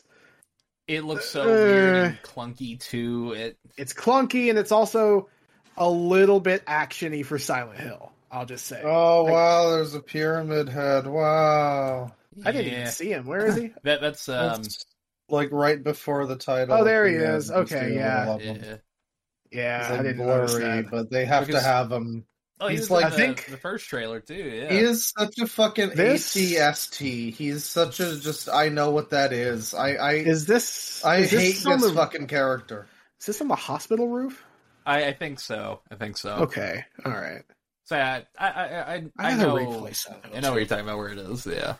Speaker 2: It looks so
Speaker 1: Uh,
Speaker 2: weird and clunky too. It
Speaker 1: it's clunky and it's also a little bit actiony for Silent Hill. I'll just say.
Speaker 3: Oh
Speaker 1: Like-
Speaker 3: wow, there's a pyramid head. Wow.
Speaker 1: I didn't
Speaker 2: yeah.
Speaker 1: even see him. Where is he?
Speaker 2: that that's um
Speaker 3: That's, like right before the uh, title.
Speaker 1: Oh, there he
Speaker 3: Yeah,
Speaker 1: is.
Speaker 3: you can
Speaker 1: Okay,
Speaker 3: see a
Speaker 1: yeah.
Speaker 3: little of him.
Speaker 2: um, yeah.
Speaker 1: Yeah,
Speaker 3: It's
Speaker 1: I
Speaker 3: like
Speaker 1: didn't notice
Speaker 3: blurry,
Speaker 1: that.
Speaker 3: but they have
Speaker 2: Because-
Speaker 3: to have him.
Speaker 2: Oh, he
Speaker 3: He's
Speaker 2: was
Speaker 3: like-
Speaker 2: like
Speaker 1: I
Speaker 2: the,
Speaker 1: think-
Speaker 2: the first trailer too. Yeah,
Speaker 3: He is such a fucking
Speaker 1: This-
Speaker 3: ACST. He's such a just. I know what that is. I I
Speaker 1: Is this?
Speaker 3: I
Speaker 1: is
Speaker 3: hate
Speaker 1: this
Speaker 3: this
Speaker 1: on the,
Speaker 3: fucking character.
Speaker 1: Is this on the hospital roof?
Speaker 2: I, I think so. I think so.
Speaker 1: Okay, all right.
Speaker 2: So I I I, I,
Speaker 1: I
Speaker 2: I
Speaker 1: gotta
Speaker 2: know
Speaker 1: replay something.
Speaker 2: I know what you're talking about. Where it is, yeah.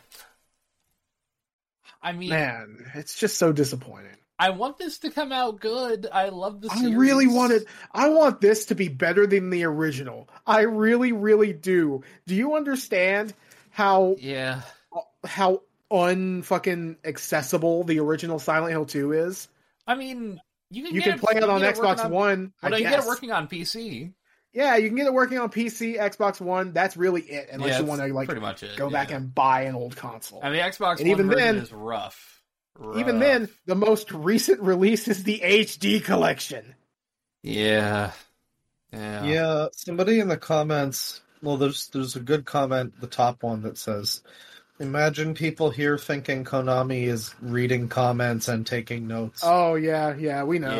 Speaker 2: I mean,
Speaker 1: Man, it's just so disappointing.
Speaker 2: I want this to come out good. I love the.
Speaker 1: I really
Speaker 2: series.
Speaker 1: want it. I want this to be better than the original. I really, really do. Do you understand how
Speaker 2: Yeah,
Speaker 1: how unfucking accessible the original Silent Hill 2 is?
Speaker 2: I mean, you can
Speaker 1: You can
Speaker 2: get
Speaker 1: play it on
Speaker 2: you get
Speaker 1: Xbox
Speaker 2: working on-
Speaker 1: One. I
Speaker 2: Well, no, you get
Speaker 1: guess.
Speaker 2: it working on PC.
Speaker 1: yeah, you can get it working on PC, Xbox One. That's really it, unless
Speaker 2: yeah,
Speaker 1: you want to
Speaker 2: that's
Speaker 1: like
Speaker 2: pretty much it.
Speaker 1: go
Speaker 2: yeah.
Speaker 1: back and buy an old console.
Speaker 2: I mean, the Xbox
Speaker 1: and
Speaker 2: One
Speaker 1: even
Speaker 2: version
Speaker 1: then-
Speaker 2: is rough. rough.
Speaker 1: Even then, the most recent release is the HD collection.
Speaker 2: yeah, yeah,
Speaker 3: Yeah, somebody in the comments. Well, there's there's a good comment, the top one that says, "Imagine people here thinking Konami is reading comments and taking notes."
Speaker 1: Oh yeah, yeah, we know.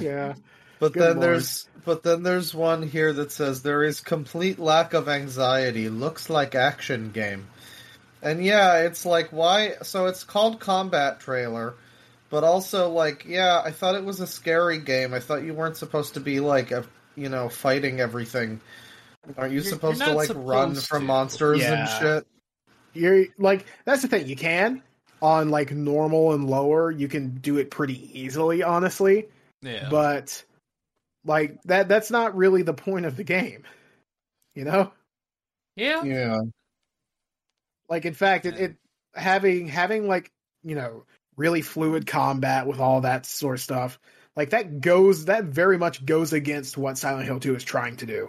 Speaker 1: yeah.
Speaker 3: but
Speaker 1: good
Speaker 3: then
Speaker 1: lord.
Speaker 3: there's but then there's one here that says there is complete lack of anxiety. Looks like action game, and yeah, it's like why? So it's called combat trailer. But also, like, yeah, I thought it was a scary game. I thought you weren't supposed to be like, a, you know, fighting everything. Aren't you
Speaker 2: You're-
Speaker 3: supposed
Speaker 2: you're
Speaker 3: to
Speaker 2: not
Speaker 3: like run
Speaker 2: supposed
Speaker 3: from
Speaker 2: to.
Speaker 3: monsters and
Speaker 1: Yeah.
Speaker 3: shit?
Speaker 1: you're like that's the thing you can on like normal and lower you can do it pretty easily honestly
Speaker 2: yeah.
Speaker 1: but like that that's not really the point of the game you know
Speaker 2: yeah.
Speaker 3: Yeah,
Speaker 1: like in fact it,
Speaker 2: Yeah.
Speaker 1: it having having like you know really fluid combat with all that sort of stuff like that goes that very much goes against what silent hill 2 is trying to do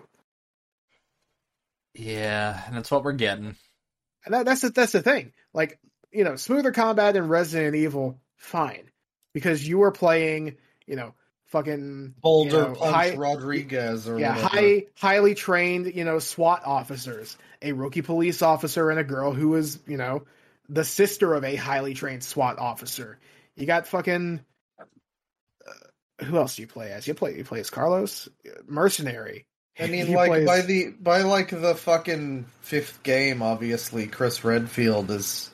Speaker 2: Yeah, and that's what we're getting.
Speaker 1: And that, that's the, that's the thing. Like you know, smoother combat in Resident Evil, fine, because you were playing you know fucking
Speaker 3: Boulder
Speaker 1: you know,
Speaker 3: Punch
Speaker 1: high,
Speaker 3: Rodriguez or
Speaker 1: yeah
Speaker 3: whatever.
Speaker 1: high highly trained you know SWAT officers, a rookie police officer, and a girl who was you know the sister of a highly trained SWAT officer. You got fucking. Uh, who else do you play as? You play you play as Carlos, mercenary.
Speaker 3: I mean,
Speaker 1: He
Speaker 3: like
Speaker 1: plays-
Speaker 3: by the by, like the fucking fifth game, obviously Chris Redfield is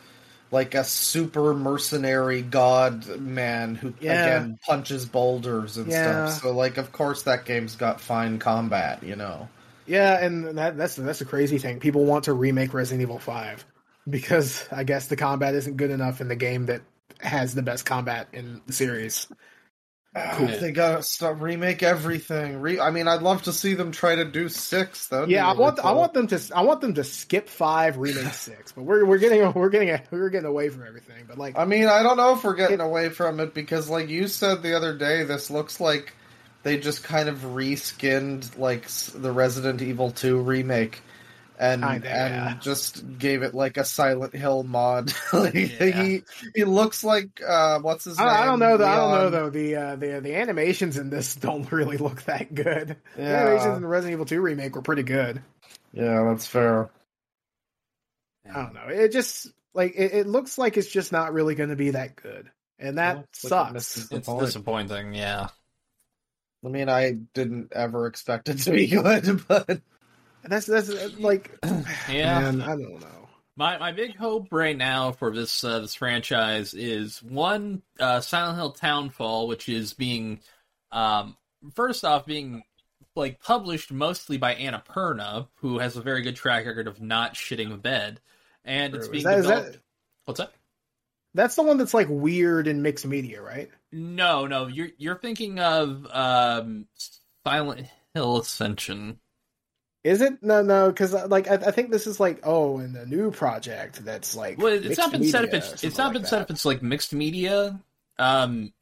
Speaker 3: like a super mercenary god man who
Speaker 1: Yeah.
Speaker 3: again punches boulders and
Speaker 1: Yeah.
Speaker 3: stuff. So, like, of course, that game's got fine combat, you know.
Speaker 1: Yeah, and that, that's that's a crazy thing. People want to remake Resident Evil Five because I guess the combat isn't good enough in the game that has the best combat in the series.
Speaker 3: Ah, They gotta stop remake everything. Re- I mean, I'd love to see them try to do six. That would
Speaker 1: yeah,
Speaker 3: be
Speaker 1: I
Speaker 3: really
Speaker 1: want I
Speaker 3: cool.
Speaker 1: want them to I want them to skip five, remake six, but we're we're getting we're getting we're getting away from everything. But like,
Speaker 3: I mean, I don't know if we're getting away from it because, like you said the other day, this looks like they just kind of reskinned like s- the Resident Evil 2 remake and
Speaker 1: Kinda,
Speaker 3: and
Speaker 1: yeah.
Speaker 3: just gave it like a Silent Hill mod. like,
Speaker 2: Yeah.
Speaker 3: He he looks like uh, what's his name?
Speaker 1: I, I don't know. Though, I don't know
Speaker 3: Leon.
Speaker 1: though. The uh, the the animations in this don't really look that good. The
Speaker 3: Yeah,
Speaker 1: animations in the Resident Evil 2 remake were pretty good.
Speaker 3: yeah, that's fair.
Speaker 1: I don't know. It just like it, it looks like it's just not really going to be that good, and that
Speaker 3: Looks like it
Speaker 1: sucks.
Speaker 3: misses-
Speaker 2: It's
Speaker 3: Disappointing.
Speaker 2: disappointing, yeah.
Speaker 3: I mean, I didn't ever expect it to be good, but
Speaker 1: And that's that's uh, like,
Speaker 2: Yeah.
Speaker 1: man, I don't know.
Speaker 2: My my big hope right now for this uh, this franchise is one uh, Silent Hill Townfall, which is being um, first off being like published mostly by Annapurna, who has a very good track record of not shitting a bed, and it's
Speaker 3: True.
Speaker 2: being
Speaker 1: Is that, is
Speaker 2: developed.
Speaker 1: that
Speaker 2: What's that?
Speaker 1: that's the one that's like weird in mixed media, right?
Speaker 2: No, no, you're you're thinking of um, Silent Hill Ascension.
Speaker 1: Is it? No, no, because like I, I think this is like oh, and a new project that's like
Speaker 2: Well, it's
Speaker 1: mixed
Speaker 2: not been set up.
Speaker 1: media or something
Speaker 2: It's, it's not
Speaker 1: like
Speaker 2: been set up.
Speaker 1: that.
Speaker 2: It's like mixed media. Um,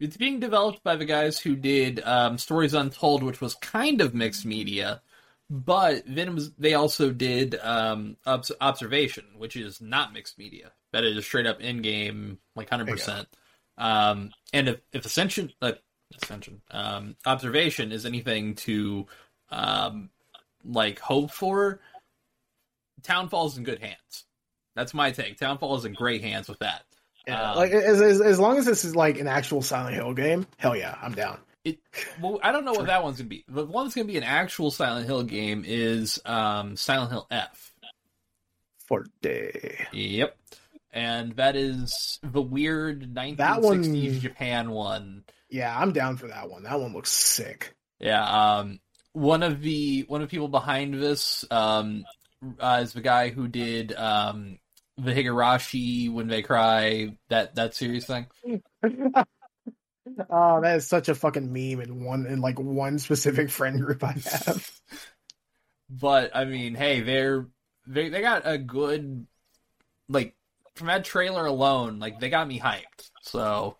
Speaker 2: it's being developed by the guys who did um, Stories Untold, which was kind of mixed media, but then it was, they also did um, Obs- Observation, which is not mixed media. That is straight up in game, like hundred percent. Um, and if, if Ascension, uh, Ascension, um, Observation is anything to um, like hope for, Townfall's in good hands. That's my take. Townfall is in great hands with that.
Speaker 1: Yeah,
Speaker 2: Um,
Speaker 1: like as, as as long as this is like an actual Silent Hill game, hell yeah, I'm down.
Speaker 2: Well, I don't know what that one's gonna be. The one that's gonna be an actual Silent Hill game is um, Silent Hill F.
Speaker 1: Forte.
Speaker 2: Yep, and that is the weird 1960s
Speaker 1: one-
Speaker 2: Japan one.
Speaker 1: Yeah, I'm down for that one. That one looks sick.
Speaker 2: Yeah. Um. One of the one of the people behind this um uh, is the guy who did um the Higurashi when they cry that that series thing.
Speaker 1: Oh, that is such a fucking meme in one in like one specific friend group I have.
Speaker 2: but I mean, hey, they're they they got a good like from that trailer alone, like they got me hyped. So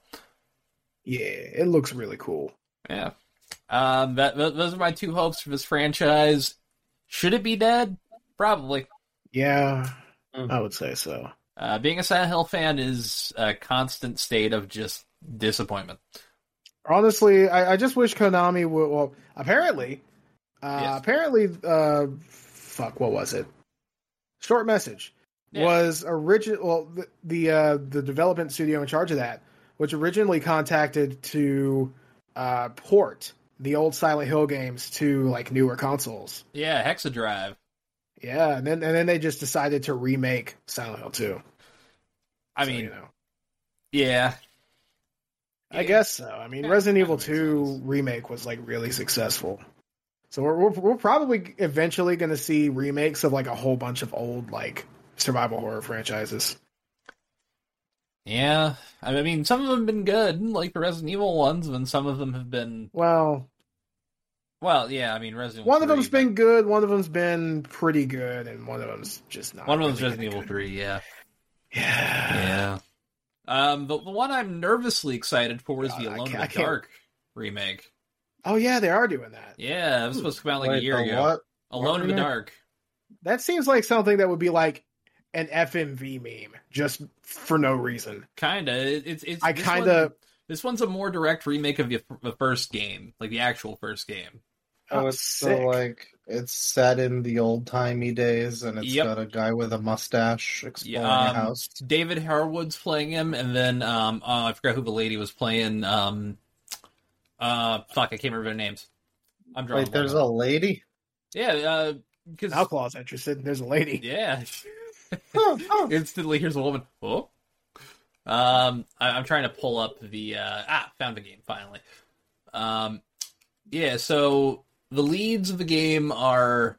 Speaker 1: yeah, it looks really cool.
Speaker 2: yeah, um, that th- those are my two hopes for this franchise. Should it be dead? Probably.
Speaker 1: Yeah,
Speaker 3: Mm.
Speaker 1: I would say so.
Speaker 2: Uh, being a Silent Hill fan is a constant state of just disappointment.
Speaker 1: Honestly, I, I just wish Konami would. Well, apparently, uh,
Speaker 2: Yes.
Speaker 1: apparently, uh, fuck, what was it? Short message
Speaker 2: Yeah.
Speaker 1: was original. Well, the the, uh, the development studio in charge of that, which originally contacted to uh, port the old Silent Hill games to like newer consoles.
Speaker 2: Yeah, Hexadrive.
Speaker 1: Yeah, and then and then they just decided to remake Silent Hill 2.
Speaker 2: I
Speaker 1: So,
Speaker 2: mean,
Speaker 1: you know,
Speaker 2: yeah,
Speaker 1: I guess so. I mean,
Speaker 2: Yeah,
Speaker 1: Resident
Speaker 2: that
Speaker 1: Evil
Speaker 2: makes
Speaker 1: 2
Speaker 2: sense.
Speaker 1: remake was like really successful. So we're we're, we're probably eventually going to see remakes of like a whole bunch of old like survival horror franchises.
Speaker 2: yeah. I mean, some of them have been good, like the Resident Evil ones, and some of them have been
Speaker 1: Well,
Speaker 2: well, yeah. I mean, Resident Evil
Speaker 1: one of them's
Speaker 2: 3,
Speaker 1: been good, one of them's been pretty good, and one of them's just not.
Speaker 2: One of them's
Speaker 1: really
Speaker 2: Resident Evil
Speaker 1: good.
Speaker 2: 3, yeah.
Speaker 1: Yeah.
Speaker 2: Yeah. Um, the, the one I'm nervously excited for is
Speaker 1: God,
Speaker 2: the
Speaker 1: I
Speaker 2: Alone in
Speaker 1: can't- I
Speaker 2: the
Speaker 1: can't-
Speaker 2: Dark remake.
Speaker 1: Oh yeah, they are doing that.
Speaker 2: Yeah, it was supposed to come out like a
Speaker 3: Wait,
Speaker 2: year
Speaker 3: the
Speaker 2: ago.
Speaker 3: what?
Speaker 2: Alone in the
Speaker 3: remake?
Speaker 2: Dark.
Speaker 1: That seems like something that would be like an FMV meme just for no reason.
Speaker 2: Kinda. It, it's it's
Speaker 1: I
Speaker 2: this
Speaker 1: kind
Speaker 2: one-
Speaker 1: of
Speaker 2: This one's a more direct remake of the, the first game, like the actual first game.
Speaker 3: Oh, it's
Speaker 1: sick.
Speaker 3: so like it's set in the old timey days, and it's
Speaker 2: Yep.
Speaker 3: got a guy with a mustache exploring
Speaker 2: Yeah, um,
Speaker 3: a house.
Speaker 2: David Harwood's playing him, and then um, oh, I forgot who the lady was playing. Um, uh, fuck, I can't remember their names. I'm drawing.
Speaker 3: Wait, there's
Speaker 2: blank.
Speaker 3: a lady.
Speaker 2: yeah, because
Speaker 1: Outlaw's interested. There's a lady.
Speaker 2: yeah.
Speaker 3: Oh, oh.
Speaker 2: instantly here's a woman. Oh. Um, I, I'm trying to pull up the uh, ah found the game finally. Um, yeah. So the leads of the game are,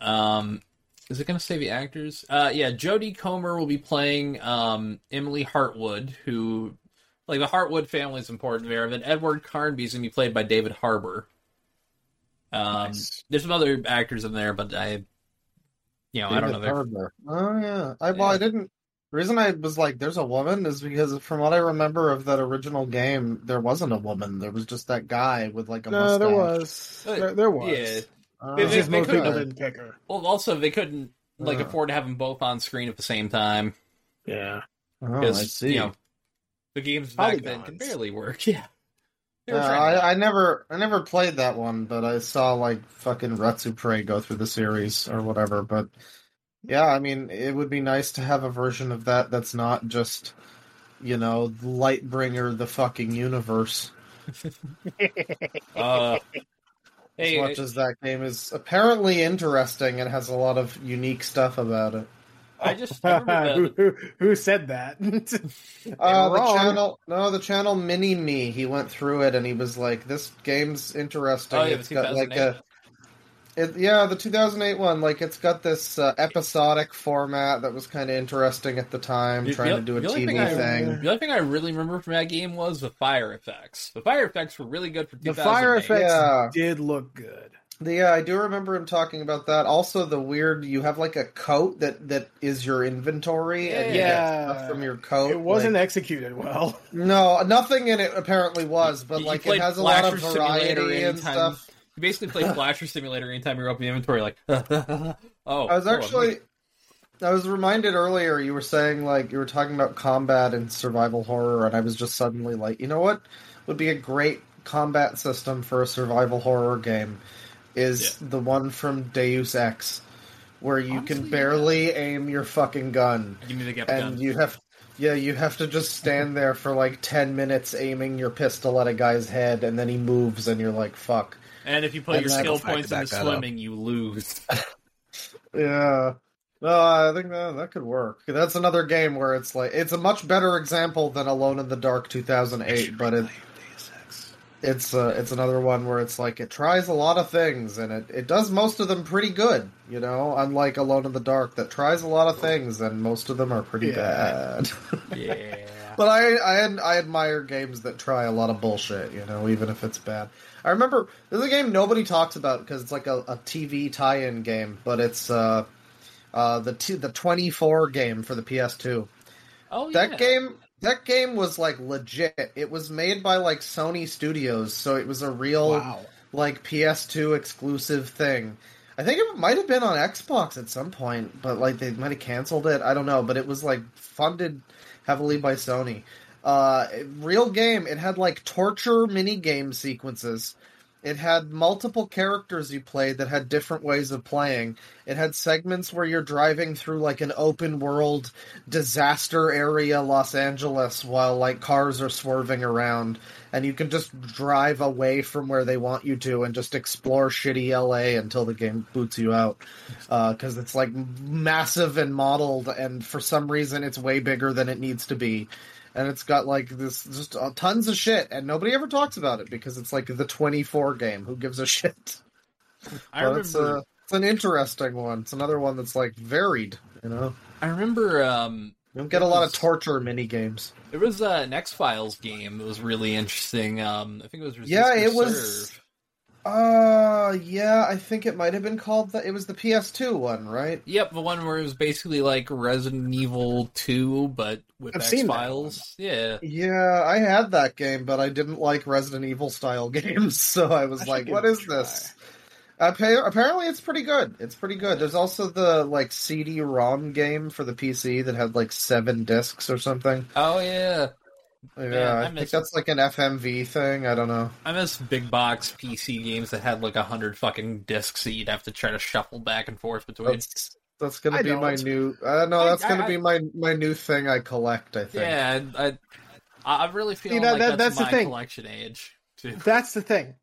Speaker 2: um, is it going to say the actors? Uh, yeah. Jodie Comer will be playing um Emily Hartwood, who like the Hartwood family is important there. Then Edward Carnby is going to be played by David Harbour. Um,
Speaker 3: Nice.
Speaker 2: there's some other actors in there, but I, you know, I don't know.
Speaker 3: David
Speaker 2: their-
Speaker 3: Harbour. Oh yeah. I well, I
Speaker 2: Yeah.
Speaker 3: didn't. The reason I was like, "There's a woman," is because from what I remember of that original game, there wasn't a woman. There was just that guy with like a
Speaker 1: No,
Speaker 3: mustache.
Speaker 1: there was.
Speaker 2: Uh,
Speaker 1: There, there was.
Speaker 2: Yeah,
Speaker 3: Uh,
Speaker 1: It's just
Speaker 6: they
Speaker 1: most
Speaker 6: could've-
Speaker 1: people didn't pick her.
Speaker 7: Well, also they couldn't like
Speaker 3: Uh.
Speaker 7: afford to have them both on screen at the same time
Speaker 6: Yeah.
Speaker 3: oh, I
Speaker 7: because
Speaker 3: see.
Speaker 7: you know the games back then could
Speaker 6: Polygons.
Speaker 7: barely work. Yeah, they
Speaker 3: Uh,
Speaker 7: were trying to-
Speaker 3: I, I never, I never played that one, but I saw like fucking Retsu Prey go through the series or whatever. But yeah, I mean, it would be nice to have a version of that that's not just, you know, Lightbringer, the fucking universe.
Speaker 7: uh,
Speaker 3: As
Speaker 7: hey,
Speaker 3: much as that game is apparently interesting and has a lot of unique stuff about it.
Speaker 7: I just
Speaker 1: who,
Speaker 7: remember
Speaker 1: who, who said that?
Speaker 3: Uh, the
Speaker 1: wrong.
Speaker 3: channel, no, the channel Mini Me. He went through it and he was like, "This game's interesting.
Speaker 7: Oh, yeah,
Speaker 3: it's
Speaker 7: the
Speaker 3: got like a, it, yeah, the 2008 one. Like, it's got this uh, episodic format that was kind of interesting at the time,
Speaker 7: The-
Speaker 3: trying
Speaker 7: the-
Speaker 3: to do a
Speaker 7: the only
Speaker 3: TV
Speaker 7: thing
Speaker 3: thing.
Speaker 7: I- the other thing I really remember from that game was the fire effects. The fire effects were really good for
Speaker 1: the fire
Speaker 7: 2008.
Speaker 1: effects
Speaker 3: Yeah.
Speaker 1: did look good.
Speaker 3: The- yeah, I do remember him talking about that. Also, the weird you have like a coat that that is your inventory and you get
Speaker 1: Yeah.
Speaker 3: stuff from your coat.
Speaker 1: It wasn't
Speaker 3: Oh, like-
Speaker 1: executed well.
Speaker 3: no, nothing in it apparently was, but
Speaker 7: You- you
Speaker 3: like it
Speaker 7: played
Speaker 3: has a lot of
Speaker 7: Flasher Simulator
Speaker 3: variety and
Speaker 7: anytime-
Speaker 3: stuff.
Speaker 7: You basically play Flasher Simulator anytime you're opening inventory. Like, oh,
Speaker 3: I was actually, I was reminded earlier. You were saying like you were talking about combat and survival horror, and I was just suddenly like, you know what would be a great combat system for a survival horror game is the one from Deus Ex, where you
Speaker 7: Honestly,
Speaker 3: can barely aim your fucking gun,
Speaker 7: give me the gap
Speaker 3: and
Speaker 7: gun.
Speaker 3: you have. Yeah, you have to just stand there for like 10 minutes aiming your pistol at a guy's head, and then he moves, and you're like, fuck.
Speaker 7: and if you put
Speaker 3: and
Speaker 7: your
Speaker 3: I have
Speaker 6: a
Speaker 7: skill
Speaker 6: fact
Speaker 7: points
Speaker 6: to
Speaker 7: into
Speaker 6: back that up.
Speaker 7: swimming, you lose.
Speaker 3: Yeah. No, I think that, that could work. That's another game where it's like it's a much better example than Alone in the Dark 2008, but it, it's uh, it's another one where it's like it tries a lot of things and it, it does most of them pretty good, you know, unlike Alone in the Dark that tries a lot of things and most of them are pretty
Speaker 1: Yeah.
Speaker 3: bad.
Speaker 7: yeah.
Speaker 3: But I, I ad- I admire games that try a lot of bullshit, you know, even if it's bad. I remember this is a game nobody talks about because it's like a, a TV tie-in game, but it's uh, uh, the t- the 24 game for the PS2.
Speaker 7: Oh,
Speaker 3: That
Speaker 7: yeah.
Speaker 3: game that game was like legit. It was made by like Sony Studios, so it was a real
Speaker 1: Wow.
Speaker 3: like PS2 exclusive thing. I think it might have been on Xbox at some point, but like they might have canceled it. I don't know, but it was like funded heavily by Sony. Uh, it- real game. It had like torture mini game sequences. It had multiple characters you played that had different ways of playing. It had segments where you're driving through like an open world disaster area Los Angeles while like cars are swerving around and you can just drive away from where they want you to and just explore shitty LA until the game boots you out because it's like massive and modeled and for some reason it's way bigger than it needs to be and it's got like this just uh, tons of shit and nobody ever talks about it because it's like the 24 game who gives a shit
Speaker 7: I
Speaker 3: but it's, uh,
Speaker 7: remember.
Speaker 3: a, it's an interesting one. It's another one that's like varied. You know,
Speaker 7: I remember. Um,
Speaker 3: you don't get a lot of torture mini games.
Speaker 7: there was uh, an X Files game that was really interesting. Um, I think it was. Resist
Speaker 3: Yeah,
Speaker 7: or
Speaker 3: it was-
Speaker 7: Serve.
Speaker 3: Uh, yeah, I think it might have been called that. It was the PS2 one, right?
Speaker 7: Yep, the one where it was basically like Resident Evil Two, but with
Speaker 1: I've
Speaker 7: X
Speaker 1: seen that
Speaker 7: Files. Yeah.
Speaker 3: Yeah, I had that game, but I didn't like Resident Evil style games, so I was
Speaker 1: I should
Speaker 3: like,
Speaker 1: give
Speaker 3: "What
Speaker 1: it a
Speaker 3: is
Speaker 1: try.
Speaker 3: this?" Appa- Apparently, it's pretty good. It's pretty good. There's also the like CD-ROM game for the PC that had like seven discs or something.
Speaker 7: Oh yeah.
Speaker 3: Yeah,
Speaker 7: Man, I
Speaker 3: I think
Speaker 7: miss-
Speaker 3: that's like an FMV thing. I don't know.
Speaker 7: I miss big box PC games that had like a hundred fucking discs that you'd have to try to shuffle back and forth between.
Speaker 3: That's that's gonna
Speaker 1: I
Speaker 3: be my
Speaker 1: don't.
Speaker 3: new. Uh, no,
Speaker 7: I-
Speaker 3: that's gonna
Speaker 7: I-
Speaker 3: be my my new thing. I collect. I think.
Speaker 7: yeah, I, I, I really feel
Speaker 1: You know,
Speaker 7: like
Speaker 1: that-
Speaker 7: that's,
Speaker 1: that's the
Speaker 7: my
Speaker 1: thing.
Speaker 7: collection age. Too.
Speaker 1: That's the thing.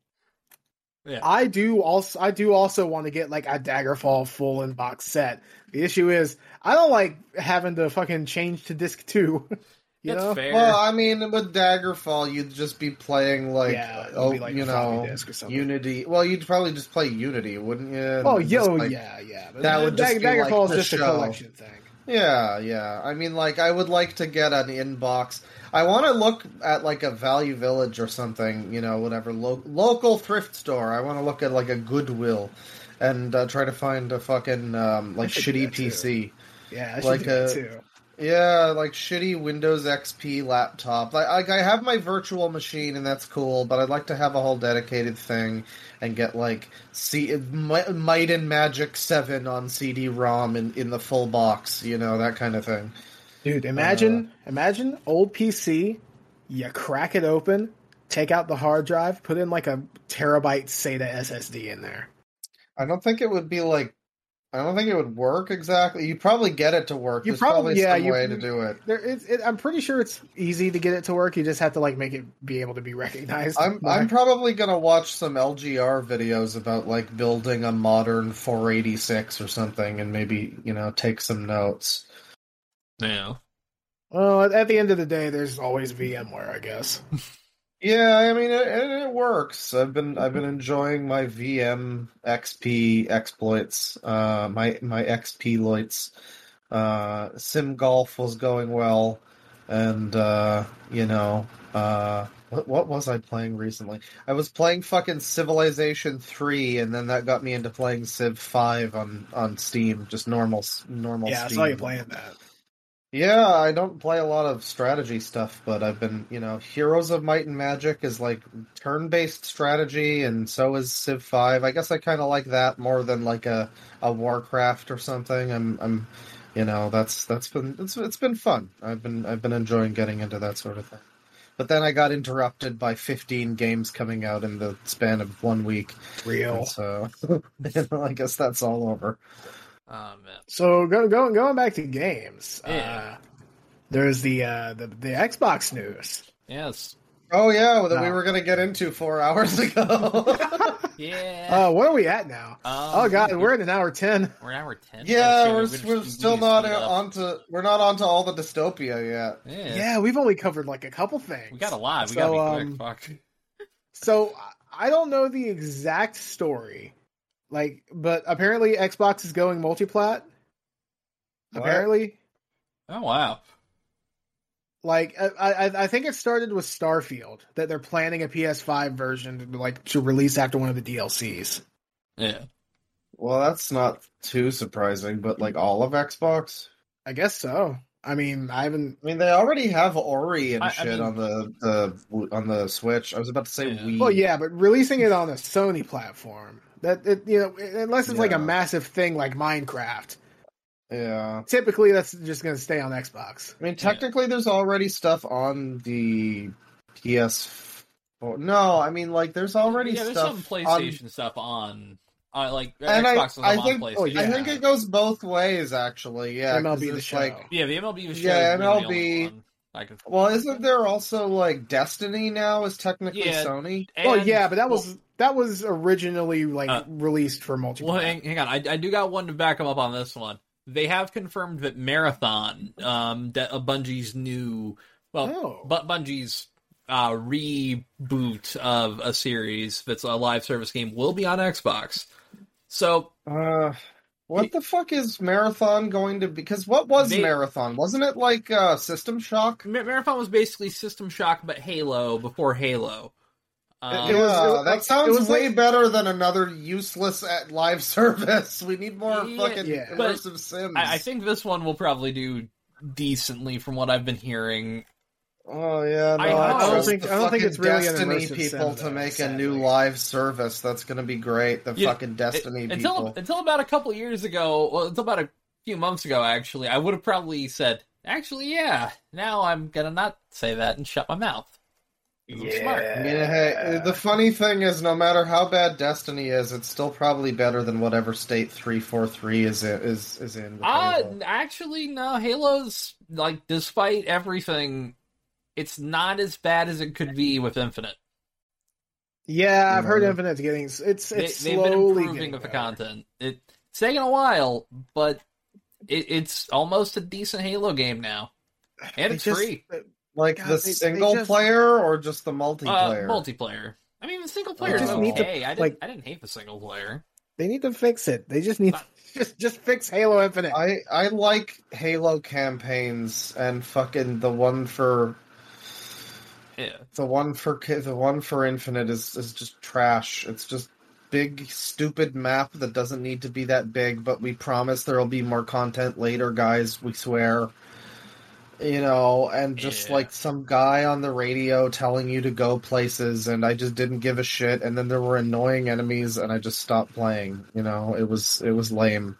Speaker 7: Yeah.
Speaker 1: I do also I do also want to get like a Daggerfall full in box set. The issue is I don't like having to fucking change to disc two. You
Speaker 7: That's
Speaker 1: know?
Speaker 7: fair.
Speaker 3: Well, I mean, with Daggerfall, you'd just be playing like,
Speaker 1: Yeah, it'd
Speaker 3: oh,
Speaker 1: be like
Speaker 3: you
Speaker 1: a floppy
Speaker 3: know,
Speaker 1: disk or something.
Speaker 3: Unity. Well, you'd probably just play Unity, wouldn't you? And
Speaker 1: Oh
Speaker 3: just,
Speaker 1: yo,
Speaker 3: like-
Speaker 1: yeah, yeah. But
Speaker 3: that would just be like
Speaker 1: Daggerfall
Speaker 3: the
Speaker 1: is just a
Speaker 3: show.
Speaker 1: collection thing.
Speaker 3: Yeah, yeah. I mean, like, I would like to get an inbox. I want to look at like a Value Village or something, you know, whatever lo- local thrift store. I want to look at like a Goodwill, and uh, try to find a fucking um, like
Speaker 1: should do
Speaker 3: shitty
Speaker 1: that, too.
Speaker 3: PC.
Speaker 1: Yeah, I should
Speaker 3: Like
Speaker 1: do that
Speaker 3: a-
Speaker 1: too.
Speaker 3: Yeah, like shitty Windows XP laptop. Like, like I have my virtual machine and that's cool, but I'd like to have a whole dedicated thing and get like C- Mi- Might and Magic Seven on CD-ROM in, in the full box, you know that kind of thing.
Speaker 1: Dude,
Speaker 3: uh,
Speaker 1: imagine imagine old PC, you crack it open, take out the hard drive, put in like a terabyte SATA SSD in there.
Speaker 3: I don't think it would be like. I don't think it would work exactly. You probably get it to work.
Speaker 1: You
Speaker 3: There's
Speaker 1: probably-
Speaker 3: probably,
Speaker 1: yeah,
Speaker 3: some
Speaker 1: you-
Speaker 3: way to do it.
Speaker 1: There is it, I'm pretty sure it's easy to get it to work. You just have to like make it be able to be recognized.
Speaker 3: I'm I'm probably gonna watch some LGR videos about like building a modern 486 or something, and maybe you know take some notes.
Speaker 2: Yeah.
Speaker 1: well, at- at the end of the day, there's always VMware, I guess.
Speaker 3: Yeah, I mean it, it, it works. I've been I've
Speaker 1: Mm-hmm.
Speaker 3: been enjoying my VM XP exploits. Uh, my my XP loits. Uh, Sim golf was going well, and uh, you know uh, what what was I playing recently? I was playing fucking Civilization three, and then that got me into playing Civ five on on Steam, just normal s- normal.
Speaker 1: yeah, I
Speaker 3: Steam.
Speaker 1: saw you playing that.
Speaker 3: Yeah, I don't play a lot of strategy stuff, but I've been, you know, Heroes of Might and Magic is like turn-based strategy, and so is Civ Five. I guess I kind of like that more than like a, a Warcraft or something. I'm, I'm, you know, that's that's been it's it's been fun. I've been I've been enjoying getting into that sort of thing. But then I got interrupted by 15 games coming out in the span of one week,
Speaker 1: Real.
Speaker 3: and so I guess that's all over.
Speaker 2: Oh man.
Speaker 1: So go, go, going back to games.
Speaker 2: Yeah.
Speaker 1: Uh, there's the, uh, the the Xbox news.
Speaker 2: Yes.
Speaker 3: Oh yeah, that we
Speaker 1: No.
Speaker 3: were gonna get into four hours ago.
Speaker 2: Yeah.
Speaker 1: Uh, what are we at now? oh God, we're at an hour ten.
Speaker 2: Um, we're hour ten.
Speaker 3: Yeah,
Speaker 2: Oh,
Speaker 3: we're,
Speaker 2: shit,
Speaker 3: we're,
Speaker 2: just-
Speaker 3: still
Speaker 2: just
Speaker 3: not uh,
Speaker 2: speed up.
Speaker 3: onto we're not onto all the dystopia yet.
Speaker 2: Yeah.
Speaker 1: Yeah. we've only covered like a couple things.
Speaker 2: We got a lot. We
Speaker 1: So,
Speaker 2: gotta be
Speaker 1: um,
Speaker 2: quick. Fuck.
Speaker 1: So I- I don't know the exact story, like, but apparently Xbox is going multiplat.
Speaker 3: What?
Speaker 1: Apparently,
Speaker 2: Oh wow.
Speaker 1: like I, I, I think it started with Starfield that they're planning a PS5 version to, like to release after one of the DLCs.
Speaker 2: Yeah.
Speaker 3: Well, that's not too surprising, but like all of Xbox,
Speaker 1: I guess so. I mean, I haven't.
Speaker 3: I mean, they already have Ori and
Speaker 2: I- I
Speaker 3: shit
Speaker 2: mean-
Speaker 3: on the, the on the Switch. I was about to say
Speaker 2: Yeah.
Speaker 3: Wii.
Speaker 1: Well, yeah, but releasing it on a Sony platform that it, you know, unless it's like
Speaker 3: Yeah.
Speaker 1: a massive thing like Minecraft,
Speaker 3: yeah.
Speaker 1: typically that's just going to stay on Xbox.
Speaker 3: I mean, technically, there's already stuff on the PS. No, I mean, like, there's already
Speaker 2: yeah, there's
Speaker 3: stuff
Speaker 2: some
Speaker 3: on
Speaker 2: PlayStation stuff on, on like uh,
Speaker 3: And I-
Speaker 2: Xbox
Speaker 3: I
Speaker 2: was on
Speaker 3: think-
Speaker 2: PlayStation.
Speaker 1: oh, yeah.
Speaker 3: I think it goes both ways, actually. Yeah, 'cause
Speaker 1: MLB the
Speaker 3: there's,
Speaker 1: show.
Speaker 3: Like,
Speaker 2: yeah, the MLB was
Speaker 3: Yeah,
Speaker 2: showed really the
Speaker 3: MLB.
Speaker 2: only one I can.
Speaker 3: well, isn't there also like Destiny now is technically
Speaker 2: Yeah.
Speaker 3: Sony?
Speaker 1: well,
Speaker 2: And-
Speaker 1: yeah, but that was that was originally like
Speaker 2: Uh,
Speaker 1: released for multiplayer.
Speaker 2: Well, hang, hang on. I, I do got one to back 'em up on this one. They have confirmed that Marathon, um, De- uh, Bungie's new, well,
Speaker 1: oh,
Speaker 2: but Bungie's uh, reboot of a series that's a live service game will be on Xbox. So
Speaker 3: Uh, what the fuck is Marathon going to? Because what was
Speaker 2: They-
Speaker 3: Marathon? Wasn't it like uh, System Shock?
Speaker 2: Ma- Marathon was basically System Shock, but Halo before Halo. Um,
Speaker 1: It was- it
Speaker 3: yeah,
Speaker 1: was
Speaker 3: that
Speaker 1: like-
Speaker 3: sounds
Speaker 1: it was
Speaker 3: way
Speaker 1: like-
Speaker 3: better than another useless at live service. We need more
Speaker 2: Yeah,
Speaker 3: fucking
Speaker 1: yeah.
Speaker 2: But
Speaker 3: immersive sims.
Speaker 2: I, I think this one will probably do decently from what I've been hearing.
Speaker 3: oh yeah, no,
Speaker 2: I
Speaker 3: I,
Speaker 2: hope. I don't
Speaker 3: trust
Speaker 1: think-
Speaker 3: the
Speaker 1: I don't think
Speaker 3: fucking
Speaker 1: it's really an
Speaker 3: Destiny
Speaker 1: immersive
Speaker 3: people
Speaker 1: sim,
Speaker 3: to
Speaker 1: though,
Speaker 3: make a
Speaker 1: sadly.
Speaker 3: new live service. That's gonna be great. The
Speaker 2: Yeah,
Speaker 3: fucking Destiny
Speaker 2: It-
Speaker 3: people.
Speaker 2: until until about a couple years ago, well, until about a few months ago, actually, I would have probably said, actually, yeah. Now I'm gonna not say that and shut my mouth. 'Cause I'm smart.
Speaker 3: I mean,
Speaker 1: Uh,
Speaker 3: hey, the funny thing is, no matter how bad Destiny is, it's still probably better than whatever state three four three is in, is is in. with
Speaker 2: Uh,
Speaker 3: Halo.
Speaker 2: actually, no. Halo's like, despite everything, it's not as bad as it could be with Infinite.
Speaker 1: yeah, I've heard
Speaker 3: Yeah.
Speaker 1: Infinite's getting it's it's
Speaker 2: They, they've been
Speaker 1: slowly
Speaker 2: improving
Speaker 1: getting
Speaker 2: with the
Speaker 1: better.
Speaker 2: content. It, it's taken a while, but it, it's almost a decent Halo game now, and
Speaker 1: They
Speaker 2: it's
Speaker 1: just-
Speaker 2: free
Speaker 3: Like
Speaker 1: God,
Speaker 3: the
Speaker 1: they- they
Speaker 3: single
Speaker 1: just-
Speaker 3: player or just the
Speaker 2: Uh,
Speaker 3: multiplayer?
Speaker 2: multiplayer. I mean, the single player
Speaker 3: They
Speaker 2: is
Speaker 3: just need
Speaker 2: okay.
Speaker 3: to,
Speaker 2: I didn't,
Speaker 1: like-
Speaker 2: I didn't hate the single player.
Speaker 1: They need to fix it. They just need just just fix Halo Infinite.
Speaker 3: I I like Halo campaigns and fucking the one for
Speaker 2: Yeah.
Speaker 3: the one for ki- the one for Infinite is is just trash. It's just big stupid map that doesn't need to be that big, but we promise there'll be more content later, guys. We swear. you know, and just
Speaker 2: Yeah.
Speaker 3: like some guy on the radio telling you to go places, and I just didn't give a shit. And then there were annoying enemies, and I just stopped playing. You know, it was it was lame.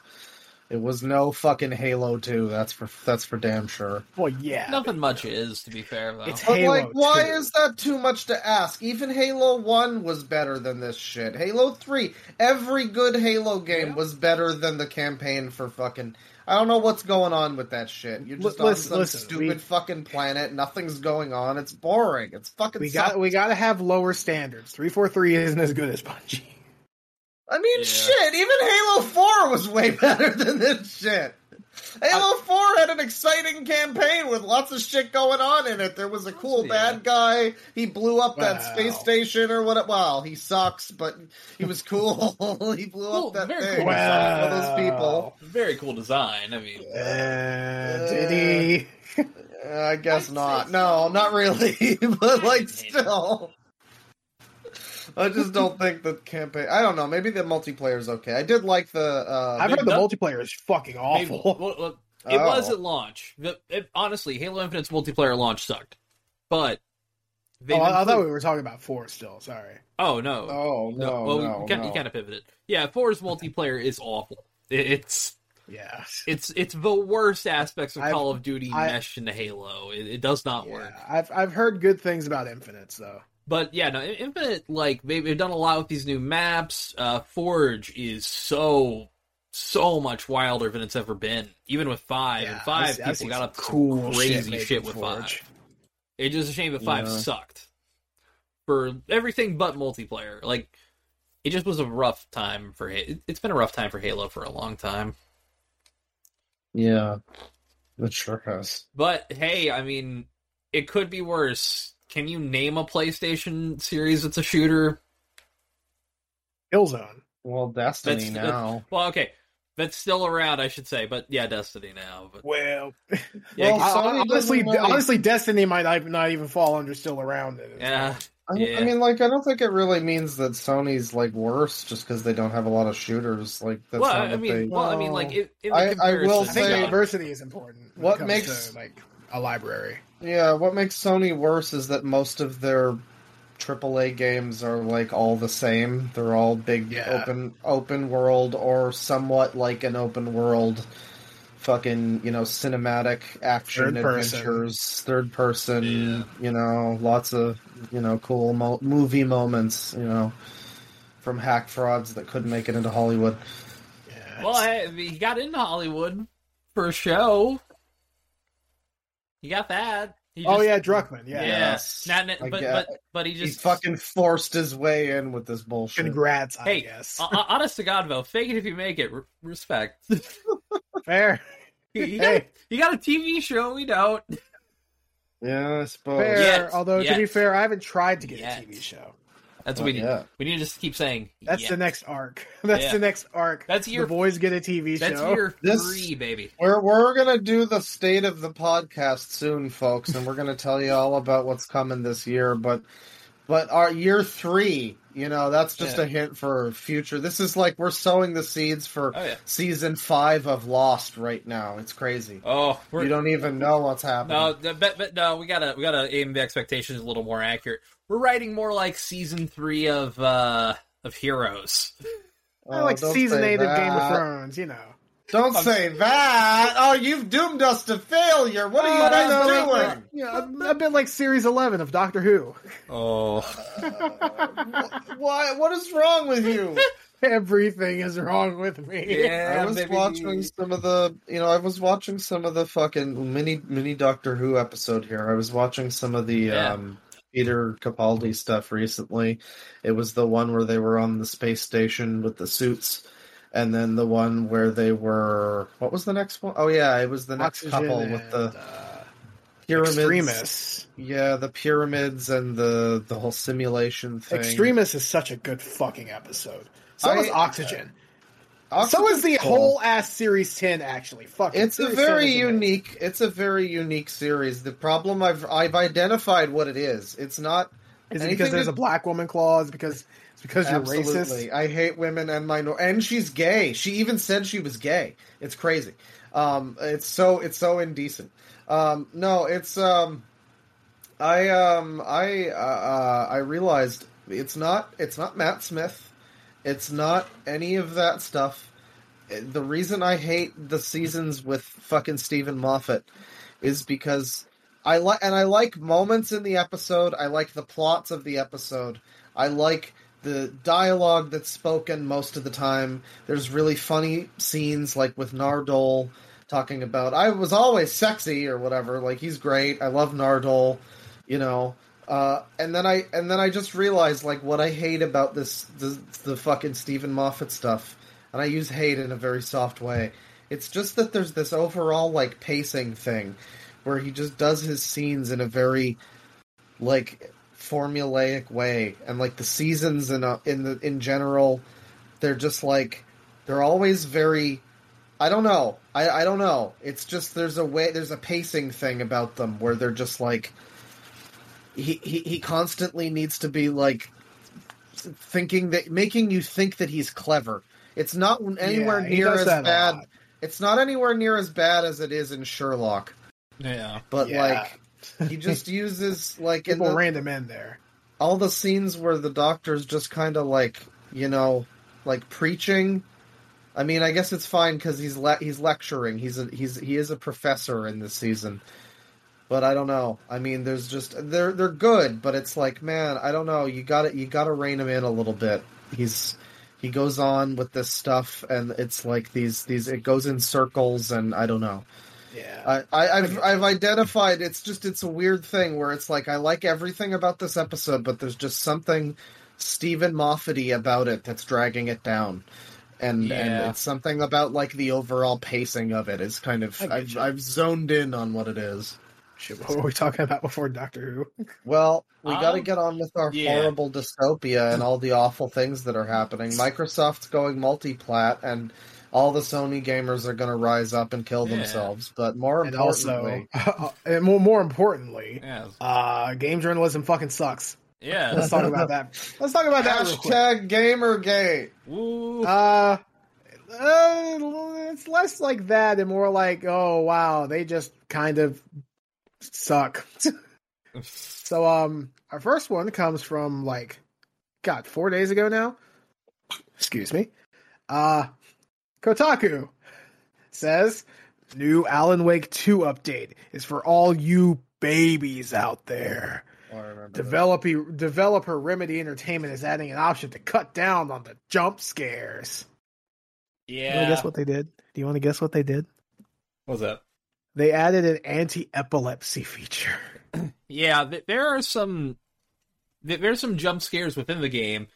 Speaker 3: It was no fucking Halo Two. That's for that's for damn sure.
Speaker 1: Well, yeah.
Speaker 2: Nothing much is, to be fair, though.
Speaker 1: uh, It's-
Speaker 3: But
Speaker 1: Halo
Speaker 3: like, why
Speaker 1: 2.
Speaker 3: is that too much to ask? Even Halo One was better than this shit. Halo Three, every good Halo game was better than the campaign for fucking. I don't know what's going on with that shit. You're
Speaker 1: L-
Speaker 3: just on
Speaker 1: listen-
Speaker 3: some
Speaker 1: listen,
Speaker 3: stupid
Speaker 1: we-
Speaker 3: fucking planet. Nothing's going on. It's boring. It's fucking.
Speaker 1: we got
Speaker 3: sucks.
Speaker 1: we got to have lower standards. Three four three isn't as good as Bungie.
Speaker 3: I mean,
Speaker 2: Yeah.
Speaker 3: shit. Even Halo Four was way better than this shit. Halo Four had an exciting campaign with lots of shit going on in it. There was a cool
Speaker 2: Yeah.
Speaker 3: bad guy. He blew up that
Speaker 1: Wow.
Speaker 3: space station or what? Well, he sucks, but he was cool. he blew
Speaker 2: Cool,
Speaker 3: up that
Speaker 2: very
Speaker 3: thing.
Speaker 2: cool.
Speaker 3: One of those people.
Speaker 2: Very cool design. I mean,
Speaker 1: Uh, did he?
Speaker 3: Uh, I guess
Speaker 2: I'd
Speaker 3: not.
Speaker 2: say
Speaker 3: No,
Speaker 2: so.
Speaker 3: not really. but like,
Speaker 2: hate it.
Speaker 3: still. I just don't think the campaign. I don't know. Maybe the multiplayer's okay. I did like the. Uh,
Speaker 1: I've heard the
Speaker 2: done-
Speaker 1: multiplayer is fucking
Speaker 2: maybe-
Speaker 1: awful.
Speaker 2: well, well, it
Speaker 3: Oh.
Speaker 2: was at launch. The- it- honestly, Halo Infinite's multiplayer launch sucked, but they.
Speaker 1: Oh, I, I thought we were talking about four still. Sorry.
Speaker 2: oh no,
Speaker 3: Oh
Speaker 2: no.
Speaker 3: no! no,
Speaker 2: well,
Speaker 3: no,
Speaker 2: we, kind, you kind of pivoted. Yeah, four's multiplayer is awful. It, it's
Speaker 1: Yeah.
Speaker 2: it's it's the worst aspects of
Speaker 1: I've-
Speaker 2: Call of Duty
Speaker 1: I-
Speaker 2: meshed into Halo. It, it does not
Speaker 1: yeah.
Speaker 2: work.
Speaker 1: I've I've heard good things about Infinites though.
Speaker 2: But yeah, no, In- Infinite like they, they've done a lot with these new maps. Uh, Forge is so so much wilder than it's ever been, even with five.
Speaker 1: Yeah,
Speaker 2: and five
Speaker 1: I've- I've
Speaker 2: people
Speaker 1: seen
Speaker 2: got up
Speaker 1: some
Speaker 2: to
Speaker 1: cool shit
Speaker 2: crazy
Speaker 1: made
Speaker 2: shit,
Speaker 1: in
Speaker 2: with
Speaker 1: Forge.
Speaker 2: five. It's just a shame that five
Speaker 3: Yeah.
Speaker 2: sucked for everything but multiplayer. Like it just was a rough time for Ha- it. It's been a rough time for Halo for a long time.
Speaker 3: yeah, the sure has.
Speaker 2: But hey, I mean, it could be worse. Can you name a PlayStation series that's a shooter?
Speaker 1: Killzone.
Speaker 3: Well, Destiny
Speaker 2: That's-
Speaker 3: now.
Speaker 2: Well, okay, that's still around, I should say, but yeah, Destiny now. But
Speaker 1: Well,
Speaker 2: yeah,
Speaker 1: I-
Speaker 2: I-
Speaker 3: Well, Sony
Speaker 1: I- honestly,
Speaker 3: doesn't really-
Speaker 1: honestly, Destiny might not, not even fall under still around. It.
Speaker 2: yeah,
Speaker 3: I,
Speaker 2: yeah.
Speaker 3: I mean, like, I don't think it really means that Sony's like worse just because they don't have a lot of shooters. Like, that's
Speaker 2: well,
Speaker 3: not
Speaker 2: I
Speaker 3: what
Speaker 2: mean,
Speaker 3: they-
Speaker 2: well, I mean, like, it, in the
Speaker 3: I- I
Speaker 2: comparison,
Speaker 3: will
Speaker 1: I think
Speaker 3: say-
Speaker 2: yeah.
Speaker 1: diversity is important. when
Speaker 3: What
Speaker 1: it comes
Speaker 3: makes-
Speaker 1: to, like a library?
Speaker 3: yeah, what makes Sony worse is that most of their AAA games are like all the same. They're all big
Speaker 1: Yeah.
Speaker 3: open open world or somewhat like an open world fucking, you know, cinematic action
Speaker 1: Third person.
Speaker 3: adventures, third person, you know, lots of, you know, cool mo- movie moments, you know, from hack frauds that couldn't make it into Hollywood.
Speaker 1: Yeah.
Speaker 2: well, hey, he got into Hollywood for a show. He got that. He
Speaker 1: oh
Speaker 2: just-
Speaker 1: yeah, Druckman. Yeah.
Speaker 2: yeah.
Speaker 3: Yes.
Speaker 2: Not, not-
Speaker 3: I
Speaker 2: but,
Speaker 3: get-
Speaker 2: but but he
Speaker 3: He
Speaker 2: just
Speaker 3: fucking forced his way in with this bullshit.
Speaker 1: Congrats. I
Speaker 2: Hey, uh,
Speaker 1: guess.
Speaker 2: O- o- honest to God, though, fake it if you make it. Re- respect.
Speaker 1: Fair.
Speaker 2: you, you got,
Speaker 1: Hey.
Speaker 2: you got a TV show. We don't.
Speaker 3: Yeah, I suppose.
Speaker 1: Fair.
Speaker 2: Yes,
Speaker 1: Although to be
Speaker 2: yes.
Speaker 1: fair, I haven't tried to get
Speaker 2: Yes.
Speaker 1: a TV show.
Speaker 2: That's what we need.
Speaker 3: Yeah.
Speaker 2: We need to just keep saying.
Speaker 1: That's
Speaker 2: yes.
Speaker 1: the next arc. That's
Speaker 2: Yeah.
Speaker 1: the next arc.
Speaker 2: That's year-
Speaker 1: the boys get a TV
Speaker 2: That's
Speaker 1: show.
Speaker 2: year
Speaker 3: This-
Speaker 2: three, baby.
Speaker 3: We're we're gonna do the state of the podcast soon, folks, and we're gonna tell you all about what's coming this year. But but our year three, you know, that's just
Speaker 2: Yeah.
Speaker 3: a hint for future. This is like we're sowing the seeds for
Speaker 2: Oh yeah.
Speaker 3: season five of Lost right now. It's crazy.
Speaker 2: Oh, we're,
Speaker 3: You don't even know what's happening.
Speaker 2: No, th- but, but no, we gotta we gotta aim the expectations a little more accurate. We're writing more like season three of uh of Heroes.
Speaker 1: Kinda
Speaker 3: Oh,
Speaker 1: like
Speaker 3: don't
Speaker 1: season
Speaker 3: say
Speaker 1: eight of Game of
Speaker 3: that.
Speaker 1: Thrones. You know.
Speaker 3: Don't say that. Oh, you've doomed us to failure. What are
Speaker 1: Oh,
Speaker 3: you guys doing?
Speaker 1: Yeah, a, a bit like series eleven of Doctor Who.
Speaker 2: Oh,
Speaker 3: Why? What is wrong with you?
Speaker 1: Everything is wrong with me.
Speaker 2: yeah,
Speaker 3: I was
Speaker 2: baby.
Speaker 3: watching some of the, you know, I was watching some of the fucking mini mini Doctor Who episode here. I was watching some of the
Speaker 2: Yeah.
Speaker 3: um, Peter Capaldi stuff recently. It was the one where they were on the space station with the suits, and then the one where they were. What was the next one? Oh yeah, it was the next
Speaker 1: Oxygen
Speaker 3: couple
Speaker 1: and,
Speaker 3: with the
Speaker 1: uh,
Speaker 3: pyramids.
Speaker 1: Extremis.
Speaker 3: Yeah, the pyramids and the the whole simulation thing.
Speaker 1: Extremis is such a good fucking episode. So
Speaker 3: I-
Speaker 1: is Oxygen.
Speaker 3: Oxygen-
Speaker 1: so is the
Speaker 3: cool.
Speaker 1: whole ass series ten actually. Fuck. it.
Speaker 3: It's a
Speaker 1: Series 10
Speaker 3: very
Speaker 1: is amazing.
Speaker 3: unique. It's a very unique series. The problem I've I've identified what it is. It's not
Speaker 1: Is it
Speaker 3: anything
Speaker 1: because there's
Speaker 3: to-
Speaker 1: a black woman clause? Because it's because you're
Speaker 3: absolutely.
Speaker 1: racist.
Speaker 3: I hate women and minor and she's gay. She even said she was gay. It's crazy. Um, it's so it's so indecent. Um, no, it's um, I um, I uh, uh, I realized it's not it's not Matt Smith, it's not any of that stuff. The reason I hate the seasons with fucking Stephen Moffat is because I like and I like moments in the episode. I like the plots of the episode. I like the dialogue that's spoken most of the time. There's really funny scenes like with Nardole talking about I was always sexy or whatever. Like he's great. I love Nardole, you know. Uh, and then I and then I just realized like what I hate about this the, the fucking Stephen Moffat stuff. And I use hate in a very soft way. It's just that there's this overall like pacing thing where he just does his scenes in a very like formulaic way and like the seasons in a, in the in general they're just like they're always very I don't know. I, I don't know. It's just there's a way there's a pacing thing about them where they're just like he he, he constantly needs to be like thinking that making you think that he's clever. It's not anywhere
Speaker 1: Yeah, he
Speaker 3: near
Speaker 1: does
Speaker 3: as
Speaker 1: that a
Speaker 3: bad.
Speaker 1: lot.
Speaker 3: It's not anywhere near as bad as it is in Sherlock.
Speaker 7: Yeah.
Speaker 3: But
Speaker 1: Yeah.
Speaker 3: like he just uses like in
Speaker 1: People
Speaker 3: the,
Speaker 1: random in there.
Speaker 3: all the scenes where the doctor's just kind of like you know like preaching i mean i guess it's fine because he's le- he's lecturing he's a he's he is a professor in this season but i don't know i mean there's just they're they're good but it's like man i don't know you gotta you gotta rein him in a little bit he's he goes on with this stuff and it's like these these it goes in circles and i don't know
Speaker 1: Yeah.
Speaker 3: I, I, I've I've identified it's just it's a weird thing where it's like I like everything about this episode, but there's just something Stephen Moffat-y about it that's dragging it down, and and
Speaker 7: Yeah.
Speaker 3: it's something about like the overall pacing of it is kind of
Speaker 1: I get
Speaker 3: I've
Speaker 1: you.
Speaker 3: I've zoned in on what it is.
Speaker 1: Shit, what were we talking about before Doctor Who?
Speaker 3: Well, we got to
Speaker 7: Um,
Speaker 3: get on with our
Speaker 7: yeah.
Speaker 3: horrible dystopia and all the awful things that are happening. Microsoft's going multi-plat, and all the Sony gamers are going to rise up and kill
Speaker 7: Yeah.
Speaker 3: themselves. But more
Speaker 1: And
Speaker 3: importantly.
Speaker 1: also, uh, and more, more importantly,
Speaker 7: Yeah.
Speaker 1: uh, game journalism fucking sucks.
Speaker 7: Yeah.
Speaker 1: Let's talk about that. Let's talk about that. real quick.
Speaker 3: Hashtag Gamergate.
Speaker 7: Woo.
Speaker 1: Uh, uh, it's less like that and more like, oh wow, they just kind of suck.
Speaker 3: Uh,
Speaker 1: so, um, our first one comes from like, God, four days ago now. Excuse me. Uh, Kotaku says new Alan Wake two update is for all you babies out there.
Speaker 3: Oh, I remember.
Speaker 1: Developer, developer Remedy Entertainment is adding an option to cut down on the jump scares. You want to
Speaker 7: yeah.
Speaker 1: guess what they did? Do you want to guess what they did?
Speaker 7: What's that?
Speaker 1: They added an anti-epilepsy feature.
Speaker 7: Yeah, th- there are some th- there's some jump scares within the game.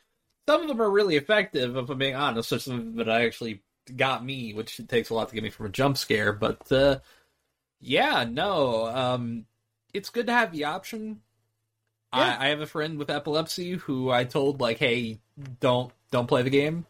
Speaker 7: Some of them are really effective, if I'm being honest. There's some that I actually got me, which it takes a lot to get me from a jump scare. But uh, yeah, no, um, it's good to have the option.
Speaker 1: Yeah.
Speaker 7: I, I have a friend with epilepsy who I told like, "Hey, don't don't play the game."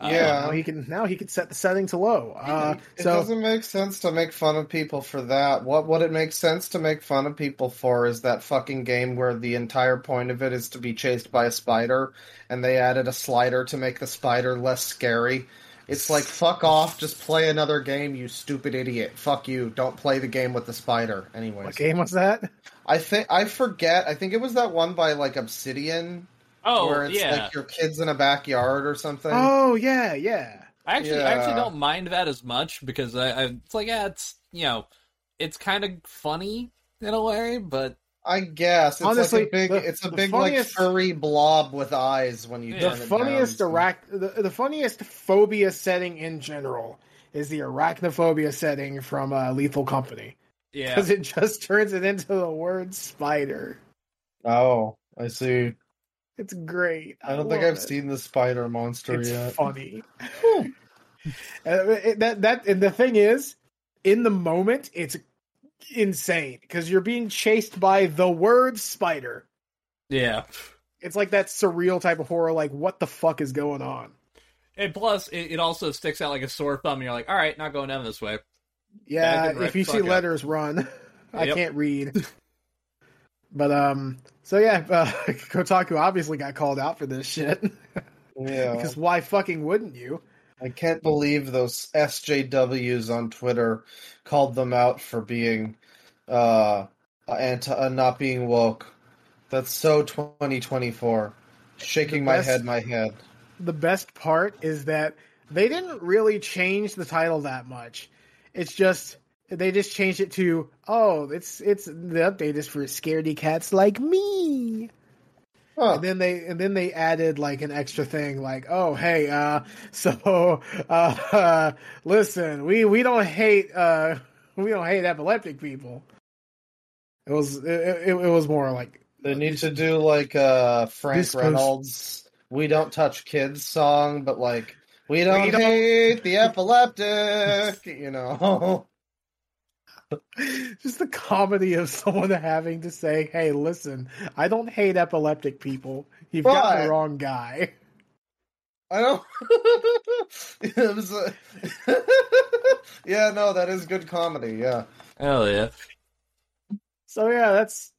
Speaker 7: Uh,
Speaker 3: Yeah.
Speaker 1: now he can now he can set the setting to low. Uh,
Speaker 3: it
Speaker 1: so
Speaker 3: doesn't make sense to make fun of people for that. What what it makes sense to make fun of people for is that fucking game where the entire point of it is to be chased by a spider, and they added a slider to make the spider less scary. It's like fuck off, just play another game, you stupid idiot. Fuck you. Don't play the game with the spider. Anyways,
Speaker 1: what game was that?
Speaker 3: I think I forget. I think it was that one by like Obsidian,
Speaker 7: Oh
Speaker 3: where it's
Speaker 7: yeah,
Speaker 3: like your kids in a backyard or something.
Speaker 1: Oh yeah, yeah.
Speaker 7: I actually, I actually
Speaker 3: Yeah.
Speaker 7: don't mind that as much because I, I it's like, yeah, it's you know, it's kind of funny in a way, but
Speaker 3: I guess it's
Speaker 1: Honestly,
Speaker 3: like a big,
Speaker 1: the-
Speaker 3: it's a
Speaker 1: the
Speaker 3: big
Speaker 1: funniest-
Speaker 3: like furry blob with eyes when you.
Speaker 7: The
Speaker 1: The
Speaker 3: turn it
Speaker 1: funniest
Speaker 3: down, so-
Speaker 1: arach the, the funniest phobia setting in general is the arachnophobia setting from uh, Lethal Company
Speaker 7: yeah,
Speaker 1: because it just turns it into the word spider.
Speaker 3: Oh, I see.
Speaker 1: It's great.
Speaker 3: I don't think
Speaker 1: love
Speaker 3: I've
Speaker 1: it.
Speaker 3: seen the spider monster
Speaker 1: it's
Speaker 3: yet.
Speaker 1: funny. Uh, it- that that and the thing is, in the moment, it's insane because you're being chased by the word spider.
Speaker 7: yeah.
Speaker 1: It's like that surreal type of horror. Like, what the fuck is going on?
Speaker 7: And plus, it, it also sticks out like a sore thumb. You're like, all right, not going down this way. Yeah, I
Speaker 1: Yeah,
Speaker 7: can
Speaker 1: if you
Speaker 7: write
Speaker 1: see
Speaker 7: fuck up.
Speaker 1: letters, run. I
Speaker 7: Yep.
Speaker 1: can't read. But um, so yeah, uh,
Speaker 7: Uh-huh.
Speaker 1: Kotaku obviously got called out for this shit
Speaker 3: Yeah.
Speaker 1: because why fucking wouldn't you?
Speaker 3: I can't believe those SJWs on Twitter called them out for being uh anti uh, not being woke. That's so 2024. Shaking my
Speaker 1: best-
Speaker 3: head, my head.
Speaker 1: the best part is that they didn't really change the title that much. It's just they just changed it to oh, it's it's the update is for scaredy cats like me.
Speaker 3: Huh.
Speaker 1: And then they and then they added like an extra thing like oh hey uh so uh, uh listen we we don't hate uh we don't hate epileptic people. It was it, it, it was more like
Speaker 3: They need to do like uh Frank
Speaker 1: This goes-
Speaker 3: Reynolds "We Don't Touch Kids" song, but like we don't,
Speaker 1: don't-
Speaker 3: hate the epileptic, you know.
Speaker 1: just the comedy of someone having to say, "Hey, listen, I don't hate epileptic people. You've got
Speaker 3: But-
Speaker 1: the wrong guy."
Speaker 3: I don't. it was a... yeah, no, that is good comedy. Yeah,
Speaker 8: Hell yeah.
Speaker 1: So yeah, that's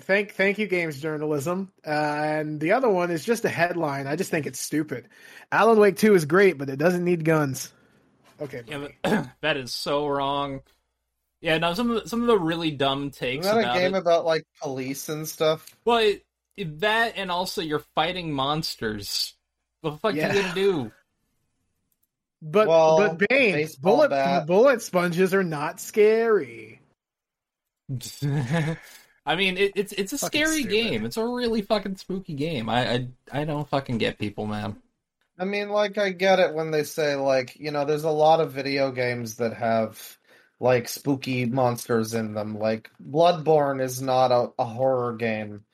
Speaker 1: thank thank you, games journalism. Uh, and the other one is just a headline. I just think it's stupid. Alan Wake Two is great, but it doesn't need guns. Okay,
Speaker 2: Yeah,
Speaker 1: buddy.
Speaker 2: but that is so wrong. Yeah, no, some of the, some of the really dumb takes
Speaker 3: isn't that
Speaker 2: about
Speaker 3: a game
Speaker 2: it.
Speaker 3: about like police and stuff?
Speaker 2: Well, it, it- that and also you're fighting monsters. What the fuck are
Speaker 1: Yeah.
Speaker 2: you gonna do?
Speaker 1: but
Speaker 3: well,
Speaker 1: but Bane
Speaker 3: baseball
Speaker 1: bullet
Speaker 3: bat.
Speaker 1: bullet sponges are not scary.
Speaker 2: I mean, it, it's it's a
Speaker 1: Fucking
Speaker 2: scary
Speaker 1: stupid.
Speaker 2: game. It's a really fucking spooky game. I, I I don't fucking get people, man.
Speaker 3: I mean, like, I get it when they say, like, you know, there's a lot of video games that have, like, spooky monsters in them. Like, Bloodborne is not a, a horror game,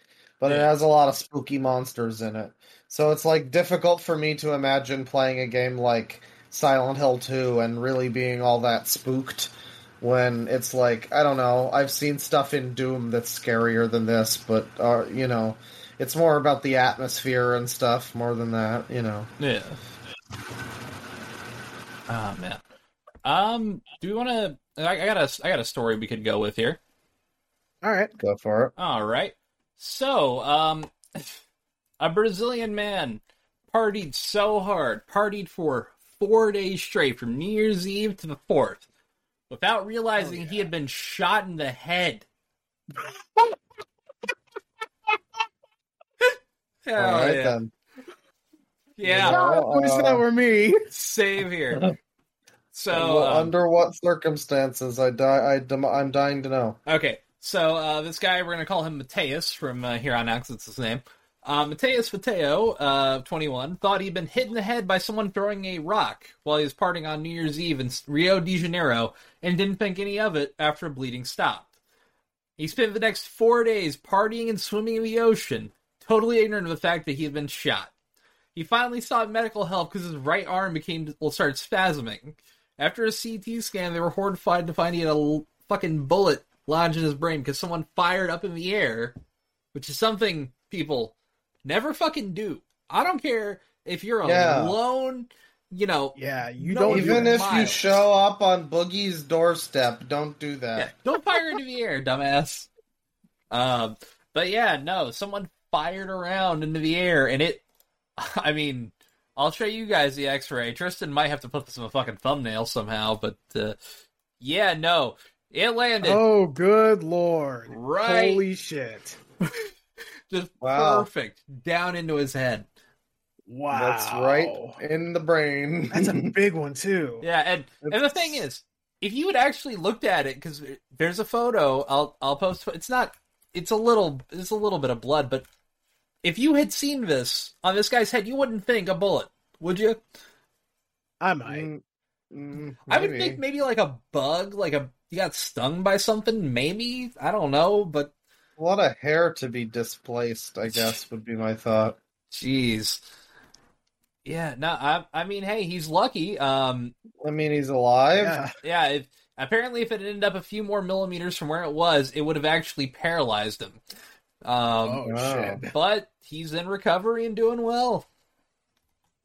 Speaker 3: but it
Speaker 2: Yeah.
Speaker 3: has a lot of spooky monsters in it. So it's, like, difficult for me to imagine playing a game like Silent Hill 2 and really being all that spooked when it's like, I don't know, I've seen stuff in Doom that's scarier than this, but, uh, you know, it's more about the atmosphere and stuff more than that, you know.
Speaker 2: Yeah. Oh man. Um, do we want to? I, I got a I got a story we could go with here.
Speaker 1: All right,
Speaker 3: Go for it.
Speaker 2: All right. So, um, a Brazilian man partied so hard, partied for four days straight from New Year's Eve to the 4th, without realizing he had been shot in the head. Hell
Speaker 3: All right
Speaker 2: yeah.
Speaker 3: then.
Speaker 2: Yeah,
Speaker 3: Yeah.
Speaker 1: God, I wish that were me.
Speaker 2: same here. So,
Speaker 3: well,
Speaker 2: um,
Speaker 3: under what circumstances? I die. I dem- I'm dying to know.
Speaker 2: Okay, so uh, this guy, we're going to call him Mateus from uh, here on out 'cause it's his name. Uh, Mateus Fateo, uh, 21, thought he'd been hit in the head by someone throwing a rock while he was partying on New Year's Eve in Rio de Janeiro and didn't think any of it after bleeding stopped. He spent the next four days partying and swimming in the ocean, totally ignorant of the fact that he had been shot. He finally sought medical help because his right arm became well started spasming. After a CT scan, they were horrified to find he had a l- fucking bullet lodged in his brain because someone fired up in the air, which is something people never fucking do. I don't care if you're
Speaker 3: Yeah.
Speaker 2: alone, you know.
Speaker 1: Yeah, you
Speaker 2: No,
Speaker 1: don't do
Speaker 3: Even
Speaker 1: that.
Speaker 3: if you
Speaker 2: miles.
Speaker 3: show up on Boogie's doorstep, don't do that.
Speaker 2: Yeah, don't fire into the air, dumbass. Um, but yeah, no, someone fired around into the air, and it. I mean, I'll show you guys the X-ray. Tristan might have to put this in a fucking thumbnail somehow, but uh, yeah, no, it landed
Speaker 1: Oh, good lord!
Speaker 2: Right.
Speaker 1: Holy shit!
Speaker 2: just
Speaker 3: Wow.
Speaker 2: perfect down into his head.
Speaker 1: Wow,
Speaker 3: That's right in the brain.
Speaker 1: That's a big one too.
Speaker 2: Yeah, and and the thing is, if you had actually looked at it, because there's a photo, I'll I'll post. It's not. It's a little. It's a little bit of blood, but if you had seen this on this guy's head, you wouldn't think a bullet, would you?
Speaker 1: I might.
Speaker 3: Mm, mm,
Speaker 2: I would
Speaker 3: maybe.
Speaker 2: think maybe like a bug, like a you got stung by something, maybe. I don't know, but
Speaker 3: a lot of hair to be displaced. I guess would be my thought.
Speaker 2: jeez. Yeah, no, I I mean, hey, he's lucky. Um,
Speaker 3: I mean, he's alive.
Speaker 1: Yeah.
Speaker 2: yeah, if, apparently, if it ended up a few more millimeters from where it was, it would have actually paralyzed him. Um,
Speaker 1: Oh
Speaker 3: wow.
Speaker 1: shit!
Speaker 2: but he's in recovery and doing well.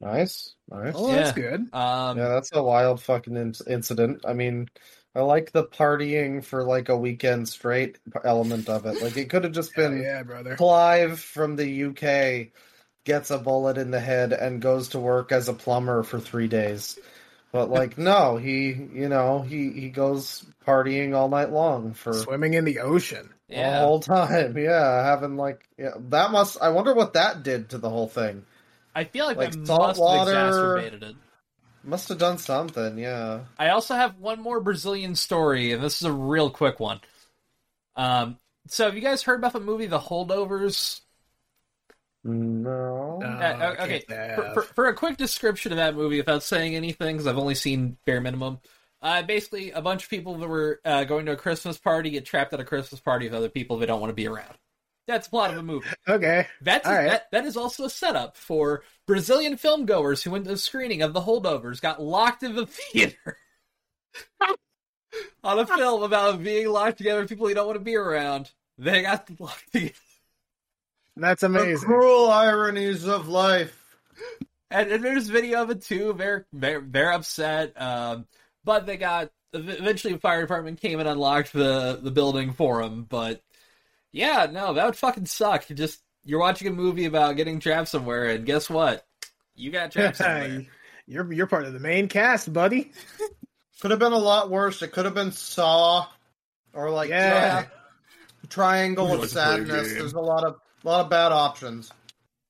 Speaker 3: Nice, nice.
Speaker 1: Oh, that's good.
Speaker 2: Um,
Speaker 3: yeah, that's a wild fucking in- incident. I mean, I like the partying for like a weekend straight element of it. Like it could have just
Speaker 1: Yeah,
Speaker 3: been
Speaker 1: yeah, brother.
Speaker 3: Clive from the UK gets a bullet in the head and goes to work as a plumber for three days. But like, no, he you know he he goes partying all night long for
Speaker 1: Swimming in the ocean.
Speaker 2: Yeah.
Speaker 3: the whole time. Yeah, having like yeah, that must. I wonder what that did to the whole thing.
Speaker 2: I feel like,
Speaker 3: like
Speaker 2: that
Speaker 3: salt
Speaker 2: must
Speaker 3: water-
Speaker 2: have exacerbated it.
Speaker 3: Must have done something. Yeah.
Speaker 2: I also have one more Brazilian story, and this is a real quick one. Um, so have you guys heard about the movie The Holdovers?
Speaker 3: No.
Speaker 1: Uh,
Speaker 2: Uh,
Speaker 1: I
Speaker 2: okay,
Speaker 1: can't have.
Speaker 2: for, for, for a quick description of that movie without saying anything, because I've only seen bare minimum. Uh, basically, a bunch of people that were uh, going to a Christmas party get trapped at a Christmas party with other people they don't want to be around. That's the plot of a movie.
Speaker 1: okay.
Speaker 2: That's
Speaker 1: All right.
Speaker 2: that, that is also a setup for Brazilian film goers who went to the screening of The Holdovers got locked in the theater on a film about being locked together with people you don't want to be around. They got locked together.
Speaker 1: That's
Speaker 3: The
Speaker 1: amazing.
Speaker 3: cruel ironies of life.
Speaker 2: And, and there's video of it too. They're they're, they're upset, um, but they got eventually the fire department came and unlocked the the building for them. But yeah, no, that would fucking suck. You just you're watching a movie about getting trapped somewhere, and guess what? You got trapped somewhere.
Speaker 1: you're you're part of the main cast, buddy.
Speaker 3: Could have been a lot worse. It could have been Saw, or like
Speaker 1: Yeah.
Speaker 3: Tri- Triangle
Speaker 4: Like
Speaker 3: of
Speaker 4: a video
Speaker 3: Sadness.
Speaker 4: game.
Speaker 3: There's a lot of lot of bad options.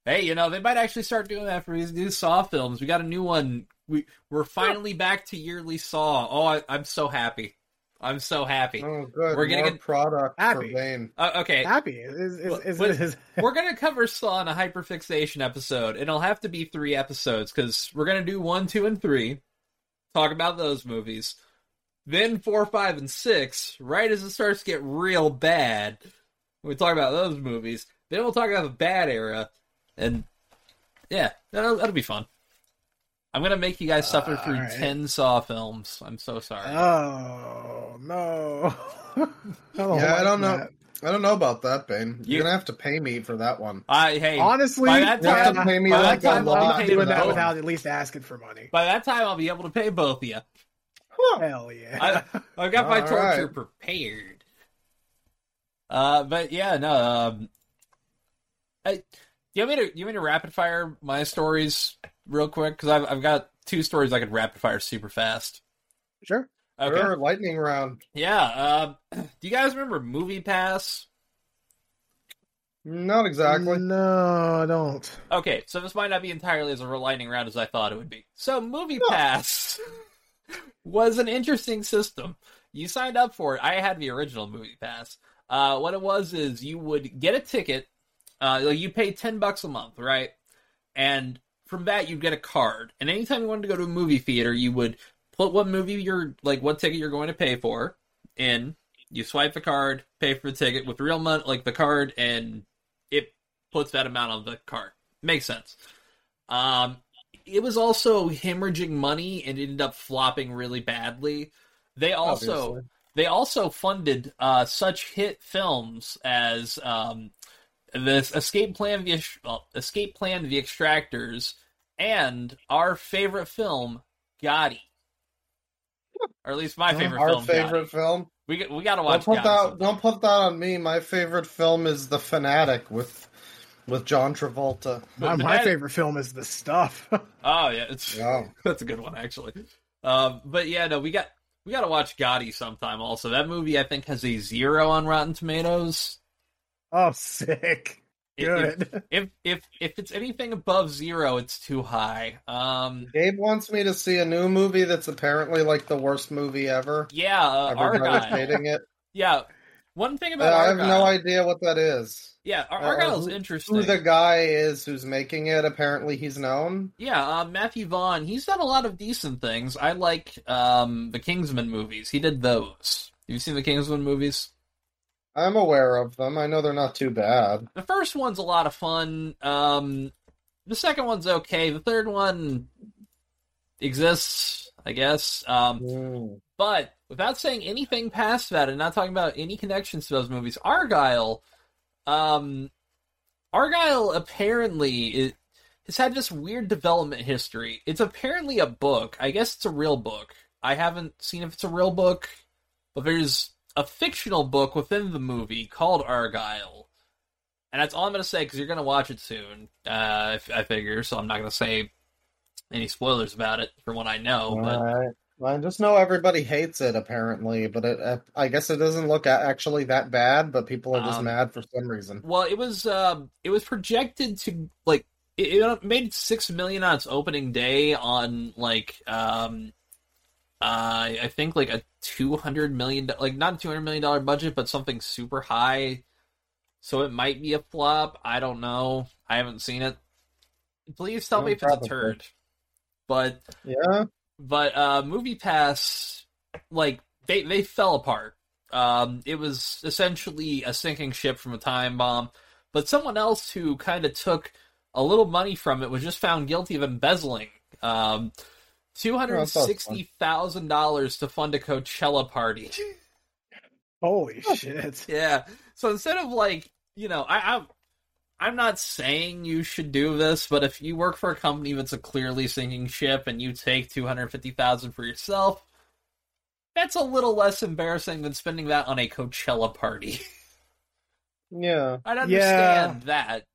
Speaker 2: Hey, you know, they might actually start doing that for these new Saw films. We got a new one. We we're finally back to yearly Saw. Oh, I, I'm so happy. I'm so happy.
Speaker 3: Oh, good.
Speaker 2: We're gonna
Speaker 3: More
Speaker 2: get-
Speaker 3: product
Speaker 1: Happy.
Speaker 3: for Bane.
Speaker 2: Uh, okay,
Speaker 1: Happy is is, is,
Speaker 2: What-
Speaker 1: is, is
Speaker 2: we're gonna cover Saw in a hyperfixation episode. It'll have to be three episodes because we're gonna do one, two, and three. Talk about those movies. Then four, five, and six. Right as it starts to get real bad, we talk about those movies. Then we'll talk about the bad era, and yeah, that'll, that'll be fun. I'm gonna make you guys suffer
Speaker 1: Uh,
Speaker 2: through
Speaker 1: alright.
Speaker 2: ten Saw films. I'm so sorry.
Speaker 1: Uh, oh no. I don't
Speaker 3: Yeah, I
Speaker 1: like
Speaker 3: don't know.
Speaker 1: that.
Speaker 3: I don't know about that, Bane. You're
Speaker 2: You-
Speaker 3: gonna have to pay me for that one.
Speaker 2: I hey,
Speaker 1: Honestly,
Speaker 2: by that
Speaker 3: You're
Speaker 1: yeah,
Speaker 3: gonna
Speaker 2: time,
Speaker 3: have to pay me
Speaker 2: by
Speaker 3: like
Speaker 2: that
Speaker 3: a
Speaker 2: time, I'll be
Speaker 3: lot.
Speaker 2: paid
Speaker 1: doing
Speaker 3: for
Speaker 2: with
Speaker 1: that
Speaker 2: both.
Speaker 1: without at least asking for money.
Speaker 2: by that time, I'll be able to pay both of you.
Speaker 1: Hell yeah.
Speaker 2: I, I got my
Speaker 3: All
Speaker 2: torture
Speaker 3: right.
Speaker 2: prepared. Uh, but yeah, no. Um, I, you want me to you want me to rapid fire my stories real quick because I've I've got two stories I could rapid fire super fast.
Speaker 1: sure.
Speaker 2: Okay.
Speaker 3: Sure, lightning round.
Speaker 2: Yeah. Um, do you guys remember Movie Pass?
Speaker 3: Not exactly.
Speaker 1: No, I don't.
Speaker 2: Okay, so this might not be entirely as a lightning round as I thought it would be. So Movie
Speaker 3: Huh.
Speaker 2: Pass was an interesting system. You signed up for it. I had the original Movie Pass. Uh, what it was is you would get a ticket. Uh, like you pay ten bucks a month, right? And from that you'd get a card. And anytime you wanted to go to a movie theater, you would put what movie you're like what ticket you're going to pay for in. You swipe the card, pay for the ticket with real money, like the card, and it puts that amount on the card. Makes sense. Um, it was also hemorrhaging money and ended up flopping really badly. They also
Speaker 3: Obviously.
Speaker 2: they also funded uh, such hit films as um, this Escape Plan, of the, Ex- well, Escape Plan, of the Extractors, and our favorite film, Gotti, or at least my favorite
Speaker 3: Our
Speaker 2: film.
Speaker 3: favorite
Speaker 2: Gotti.
Speaker 3: film.
Speaker 2: We g- we gotta
Speaker 3: Don't
Speaker 2: watch
Speaker 3: put
Speaker 2: Gotti
Speaker 3: that.
Speaker 2: sometime.
Speaker 3: Don't put that on me. My favorite film is The Fanatic with with John Travolta.
Speaker 1: My,
Speaker 2: But
Speaker 1: my
Speaker 2: that-
Speaker 1: favorite film is the stuff.
Speaker 2: Oh yeah, it's
Speaker 3: Yeah.
Speaker 2: that's a good one actually. Um, but yeah, no, we got we got to watch Gotti sometime. Also, that movie I think has a zero on Rotten Tomatoes.
Speaker 1: oh, sick.
Speaker 2: If-
Speaker 1: Good.
Speaker 2: If if if it's anything above zero, it's too high. Um,
Speaker 3: Gabe wants me to see a new movie that's apparently like the worst movie ever.
Speaker 2: yeah, uh,
Speaker 3: Everybody's
Speaker 2: Argyle.
Speaker 3: hating it.
Speaker 2: Yeah, one thing about
Speaker 3: And Uh, I have
Speaker 2: Argyle.
Speaker 3: no idea what that is.
Speaker 2: Yeah, Ar-
Speaker 3: uh,
Speaker 2: Argyle's
Speaker 3: who-
Speaker 2: interesting.
Speaker 3: Who the guy is who's making it? Apparently, he's known.
Speaker 2: Yeah, uh, Matthew Vaughn. He's done a lot of decent things. I like um, the Kingsman movies. He did those. Have you seen the Kingsman movies?
Speaker 3: I'm aware of them. I know they're not too bad.
Speaker 2: The first one's a lot of fun. Um, the second one's okay. The third one exists, I guess. Um,
Speaker 3: Mm.
Speaker 2: but without saying anything past that and not talking about any connections to those movies, Argyle, um, Argyle apparently is, has had this weird development history. It's apparently a book. I guess it's a real book. I haven't seen if it's a real book, but there's a fictional book within the movie called Argyle. And that's all I'm going to say because you're going to watch it soon. Uh, I, f- I figure, so I'm not going to say any spoilers about it from what I know. Oh, But
Speaker 3: Alright. Well, I just know everybody hates it apparently, but it, uh, I guess it doesn't look a- actually that bad. But people are just
Speaker 2: Um,
Speaker 3: mad for some reason.
Speaker 2: well, it was um, it was projected to like it, it made six million on its opening day on like um, uh, I think like a two hundred million do- like not a two hundred million dollar budget, but something super high. So it might be a flop. I don't know. I haven't seen it. Please tell
Speaker 3: Yeah,
Speaker 2: me if it's
Speaker 3: probably.
Speaker 2: a turd. But
Speaker 3: Yeah,
Speaker 2: but uh movie pass like they they fell apart um it was essentially a sinking ship from a time bomb but someone else who kind of took a little money from it was just found guilty of embezzling um $260,000 to fund a Coachella party.
Speaker 1: Holy shit!
Speaker 2: Yeah. So instead of like, you know, I, I'm I'm not saying you should do this, but if you work for a company that's a clearly sinking ship and you take two hundred fifty thousand for yourself, that's a little less embarrassing than spending that on a Coachella party.
Speaker 3: yeah.
Speaker 2: I understand that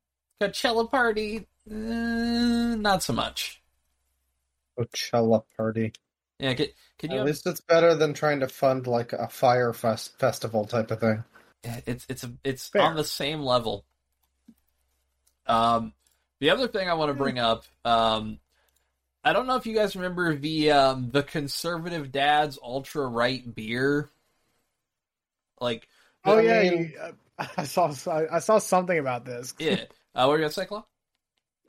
Speaker 2: Coachella party, eh, not so much.
Speaker 3: Coachella party.
Speaker 2: Yeah, can, can you?
Speaker 3: At least it's better than trying to fund like a fire fest festival type of thing.
Speaker 2: it's it's it's
Speaker 1: Fair.
Speaker 2: on the same level. Um, the other thing I want to bring up, um, I don't know if you guys remember the um, the conservative dad's ultra right beer, like
Speaker 1: Oh
Speaker 3: I
Speaker 1: yeah,
Speaker 3: mean-
Speaker 1: you, uh, I saw I saw something about this.
Speaker 2: yeah. uh, what are you gonna say, Claw?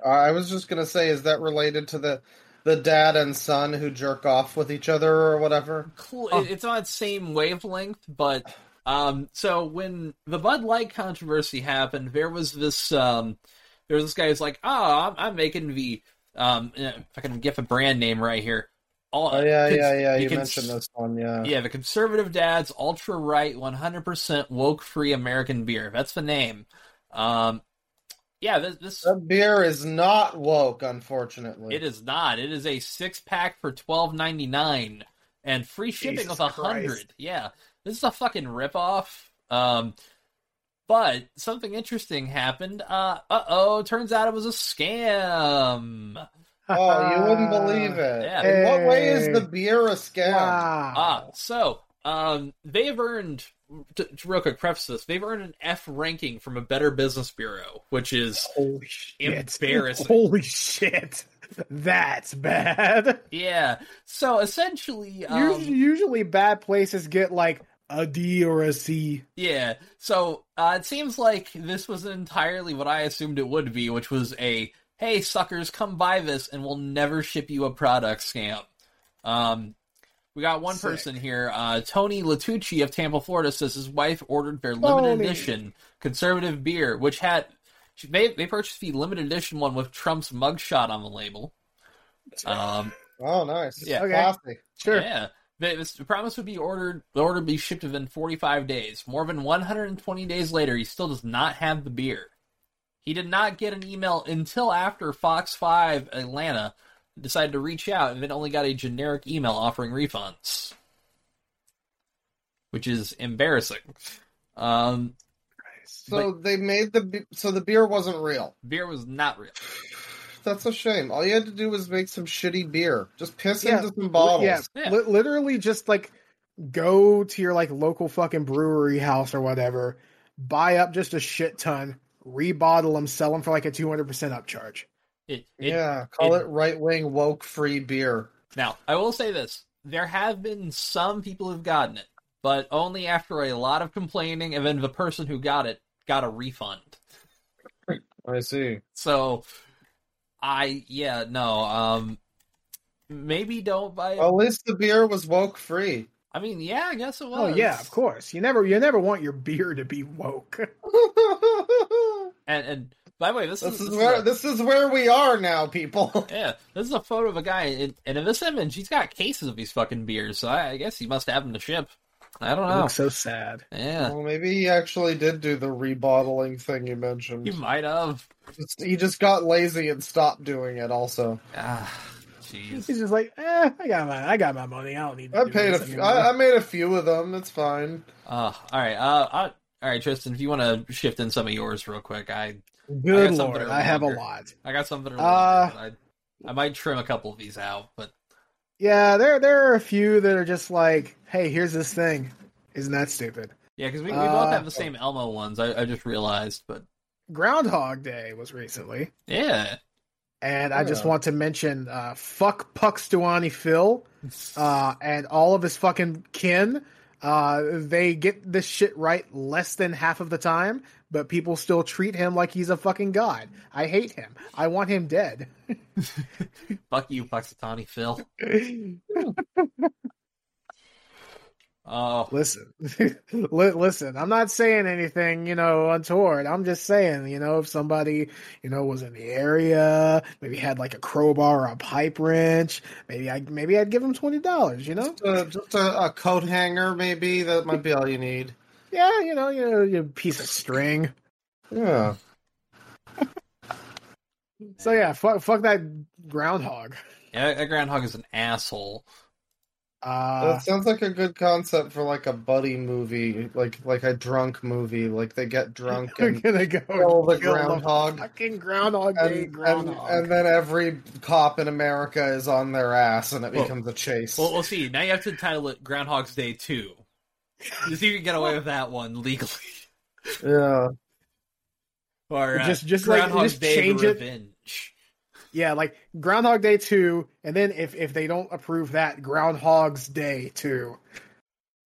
Speaker 3: I I was just gonna say, is that related to the the dad and son who jerk off with each other or whatever?
Speaker 2: Cl- it- It's on its same wavelength, but um, so when the Bud Light controversy happened, there was this um, there was this guy who's like, oh, I'm, I'm making the um, eh, if I can get a brand name right here. All,
Speaker 3: Oh yeah,
Speaker 2: cons-
Speaker 3: yeah, yeah.
Speaker 2: the
Speaker 3: You
Speaker 2: cons-
Speaker 3: mentioned this one, yeah.
Speaker 2: Yeah, the conservative dad's ultra right, 100% woke free American beer. That's the name. Um, yeah, this, this
Speaker 3: That beer is not woke, unfortunately.
Speaker 2: it is not. It is a six pack for 12.99 and free shipping
Speaker 1: Jesus
Speaker 2: of a hundred.
Speaker 1: Christ.
Speaker 2: Yeah, this is a fucking ripoff. Um, but something interesting happened. Uh oh, turns out it was a scam.
Speaker 3: Oh, you wouldn't believe it.
Speaker 2: Yeah.
Speaker 3: In what way is
Speaker 1: Hey.
Speaker 3: the beer a scam?
Speaker 1: Wow.
Speaker 2: Ah, so um, they've earned. To, to real quick, preface this: they've earned an F ranking from a Better Business Bureau, which is
Speaker 1: Holy shit!
Speaker 2: Embarrassing.
Speaker 1: Holy shit! That's bad.
Speaker 2: yeah. So essentially,
Speaker 1: Us-
Speaker 2: um,
Speaker 1: usually, bad places get like a D or a C.
Speaker 2: yeah. So uh, it seems like this was entirely what I assumed it would be, which was a "Hey, suckers, come buy this, and we'll never ship you a product" scam. Um, we got one
Speaker 1: Sick.
Speaker 2: person here. Uh, Tony Latucci of Tampa, Florida says his wife ordered their limited
Speaker 1: Tony.
Speaker 2: edition conservative beer, which had they they purchased the limited edition one with Trump's mugshot on the label. Um,
Speaker 3: Oh, nice.
Speaker 2: Yeah.
Speaker 1: Okay.
Speaker 3: Classy.
Speaker 1: Sure.
Speaker 2: yeah. The, this- the promise would be ordered. The order would be shipped within 45 days. More than 120 days later, he still does not have the beer. He did not get an email until after Fox 5 Atlanta decided to reach out and then only got a generic email offering refunds, which is embarrassing. Um,
Speaker 3: So they made the be- so the beer wasn't real.
Speaker 2: beer was not real.
Speaker 3: That's a shame. All you had to do was make some shitty beer. Just piss
Speaker 1: Yeah.
Speaker 3: into some bottles.
Speaker 1: Yeah.
Speaker 2: Yeah.
Speaker 1: Li- literally, just like go to your like local fucking brewery house or whatever, buy up just a shit ton, rebottle them, sell them for like a two hundred percent upcharge.
Speaker 2: It, it
Speaker 3: Yeah, call
Speaker 2: it-
Speaker 3: it, right wing woke free beer.
Speaker 2: Now, I will say this: there have been some people who've gotten it, but only after a lot of complaining, and then the person who got it got a refund.
Speaker 3: I see.
Speaker 2: So, I yeah no um maybe don't buy.
Speaker 3: Well, at least the beer was woke free.
Speaker 2: I mean yeah, I guess it
Speaker 1: Oh
Speaker 2: was.
Speaker 1: yeah, of course. You never you never want your beer to be woke.
Speaker 2: And and by the way, this,
Speaker 3: this is
Speaker 2: this
Speaker 3: where
Speaker 2: a-
Speaker 3: this is where we are now, people.
Speaker 2: yeah, this is a photo of a guy, and, and in this image, he's got cases of these fucking beers. So I, I guess he must have them to ship. I don't
Speaker 1: It
Speaker 2: know.
Speaker 1: looks so sad.
Speaker 2: Yeah,
Speaker 3: Well, maybe he actually did do the rebottling thing you mentioned.
Speaker 2: he might have.
Speaker 3: Just- He just got lazy and stopped doing it. Also,
Speaker 2: Ah,
Speaker 1: He's
Speaker 2: jeez.
Speaker 1: just like, eh, I got my I got my money. I don't need. To
Speaker 3: I
Speaker 1: do
Speaker 3: paid a
Speaker 1: this
Speaker 3: f-
Speaker 1: anymore.
Speaker 3: I, I made a few of them. It's fine.
Speaker 2: Uh, all right. Uh, All right, Tristan, if you want to shift in some of yours real quick, I
Speaker 1: Good
Speaker 2: something
Speaker 1: lord,
Speaker 2: to
Speaker 1: I have a
Speaker 2: remember.
Speaker 1: lot.
Speaker 2: I got something. To
Speaker 1: Uh,
Speaker 2: remember, but I, I might trim a couple of these out, but
Speaker 1: Yeah, there there are a few that are just like, hey, here's this thing. Isn't that stupid?
Speaker 2: yeah, because we, we
Speaker 1: Uh,
Speaker 2: both have the same Elmo ones. I, I just realized, but
Speaker 1: Groundhog Day was recently,
Speaker 2: yeah,
Speaker 1: and I just
Speaker 3: Yeah.
Speaker 1: want to mention uh, fuck Pucks Duani Phil uh, and all of his fucking kin. Uh, they get this shit right less than half of the time, but people still treat him like he's a fucking god. I hate him. I want him dead.
Speaker 2: fuck you, Puxatani Phil. Oh,
Speaker 1: listen, Li- listen. I'm not saying anything, you know, untoward. I'm just saying, you know, if somebody, you know, was in the area, maybe had like a crowbar or a pipe wrench, maybe I maybe I'd give him twenty dollars. You know,
Speaker 3: Just, a, just a, a coat hanger, maybe that might be all you need.
Speaker 1: yeah, you know, you know, you piece of string.
Speaker 3: Yeah.
Speaker 1: So yeah, fuck, fuck that groundhog.
Speaker 2: yeah, that groundhog is an asshole.
Speaker 1: Uh,
Speaker 3: that sounds like a good concept for like a buddy movie, like like a drunk movie. Like they get drunk
Speaker 1: they're
Speaker 3: and
Speaker 1: gonna go
Speaker 3: kill the
Speaker 1: and kill
Speaker 3: groundhog.
Speaker 1: Fucking groundhog,
Speaker 3: and,
Speaker 1: Day
Speaker 3: and-
Speaker 1: groundhog.
Speaker 3: and then every cop in America is on their ass, and it
Speaker 2: Well-
Speaker 3: becomes a chase.
Speaker 2: Well, we'll see. Now you have to title it Groundhog's Day Two. You see if you can get away with that one legally,
Speaker 3: yeah,
Speaker 2: or uh,
Speaker 1: Just- just, like,
Speaker 2: Groundhog's
Speaker 1: just
Speaker 2: Day
Speaker 1: change it.
Speaker 2: Revenge.
Speaker 1: yeah, like Groundhog Day two, and then if if they don't approve that, Groundhog's Day two,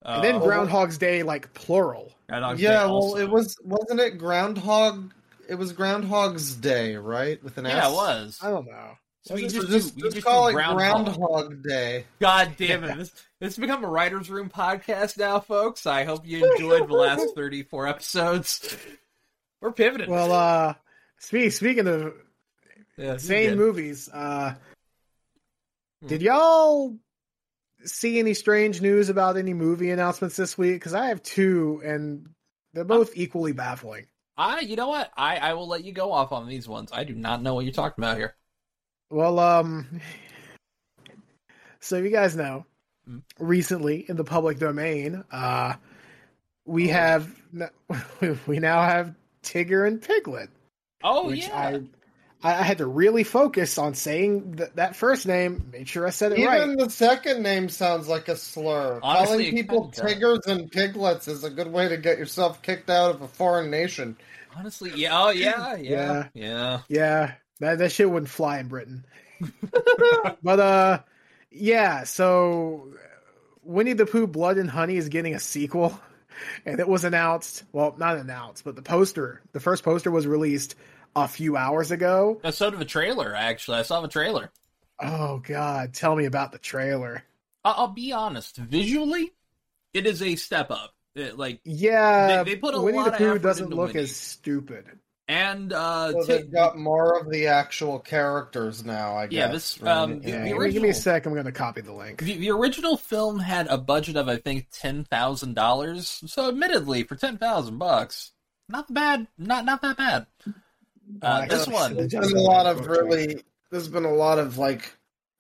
Speaker 1: and then
Speaker 2: Uh,
Speaker 1: Groundhog's Day like plural.
Speaker 2: Groundhog's Day
Speaker 3: yeah. Well,
Speaker 2: also.
Speaker 3: it was wasn't it Groundhog? It was Groundhog's Day, right? With an
Speaker 2: Yeah,
Speaker 3: S?
Speaker 2: it was.
Speaker 1: I don't know.
Speaker 2: So we
Speaker 3: Just,
Speaker 2: just, do,
Speaker 3: just-
Speaker 2: we
Speaker 3: just
Speaker 2: just
Speaker 3: call
Speaker 2: do
Speaker 3: it
Speaker 2: Groundhog.
Speaker 3: Groundhog Day.
Speaker 2: God damn it. This, this has become a writer's room podcast now, folks. I hope you enjoyed the last 34 episodes. We're pivoting.
Speaker 1: Well, uh, speak, speaking of
Speaker 2: Yeah, this is
Speaker 1: insane
Speaker 2: good.
Speaker 1: movies, uh,
Speaker 2: Hmm.
Speaker 1: did y'all see any strange news about any movie announcements this week? Because I have two, and they're both equally baffling.
Speaker 2: I, you know what? I, I will let you go off on these ones. I do not know what you're talking about here.
Speaker 1: Well, um, so you guys know,
Speaker 2: Mm.
Speaker 1: recently in the public domain, uh,
Speaker 2: Oh.
Speaker 1: we have we now have Tigger and Piglet.
Speaker 2: Oh,
Speaker 1: which
Speaker 2: yeah.
Speaker 1: I I had to really focus on saying th- that first name, make sure I said it
Speaker 3: Even
Speaker 1: right.
Speaker 3: the second name sounds like a slur.
Speaker 2: Honestly, it
Speaker 3: Calling people
Speaker 2: kinda
Speaker 3: tigers and piglets is a good way to get yourself kicked out of a foreign nation.
Speaker 2: Honestly, yeah. Oh, yeah, yeah, yeah.
Speaker 1: Yeah, that that shit wouldn't fly in Britain. but uh, yeah. So Winnie the Pooh: Blood and Honey is getting a sequel, and it was announced. Well, not announced, but the poster, the first poster was released a few hours ago.
Speaker 2: Uh, So did the trailer, actually. I saw the trailer.
Speaker 1: Oh God, tell me about the trailer.
Speaker 2: I, I'll be honest. Visually, it is a step up. It, like,
Speaker 1: Yeah,
Speaker 2: They- they put a
Speaker 1: Winnie
Speaker 2: lot
Speaker 1: the
Speaker 2: of
Speaker 1: Pooh
Speaker 2: effort
Speaker 1: doesn't
Speaker 2: into
Speaker 1: look
Speaker 2: Winnie.
Speaker 1: as stupid.
Speaker 2: and uh,
Speaker 3: So
Speaker 2: Ti-
Speaker 3: they've got more of the actual characters now, I guess.
Speaker 2: Yeah, this,
Speaker 3: right?
Speaker 2: um, the-
Speaker 1: Yeah,
Speaker 2: the
Speaker 1: give me- give me a
Speaker 2: original-
Speaker 1: sec. I'm gonna copy the link.
Speaker 2: The, the original film had a budget of I think ten thousand dollars. So admittedly, for ten thousand bucks, not bad. Not not that bad.
Speaker 3: Oh
Speaker 2: Uh,
Speaker 1: Nice.
Speaker 2: this one,
Speaker 3: There's been a lot of really. There's been a lot of like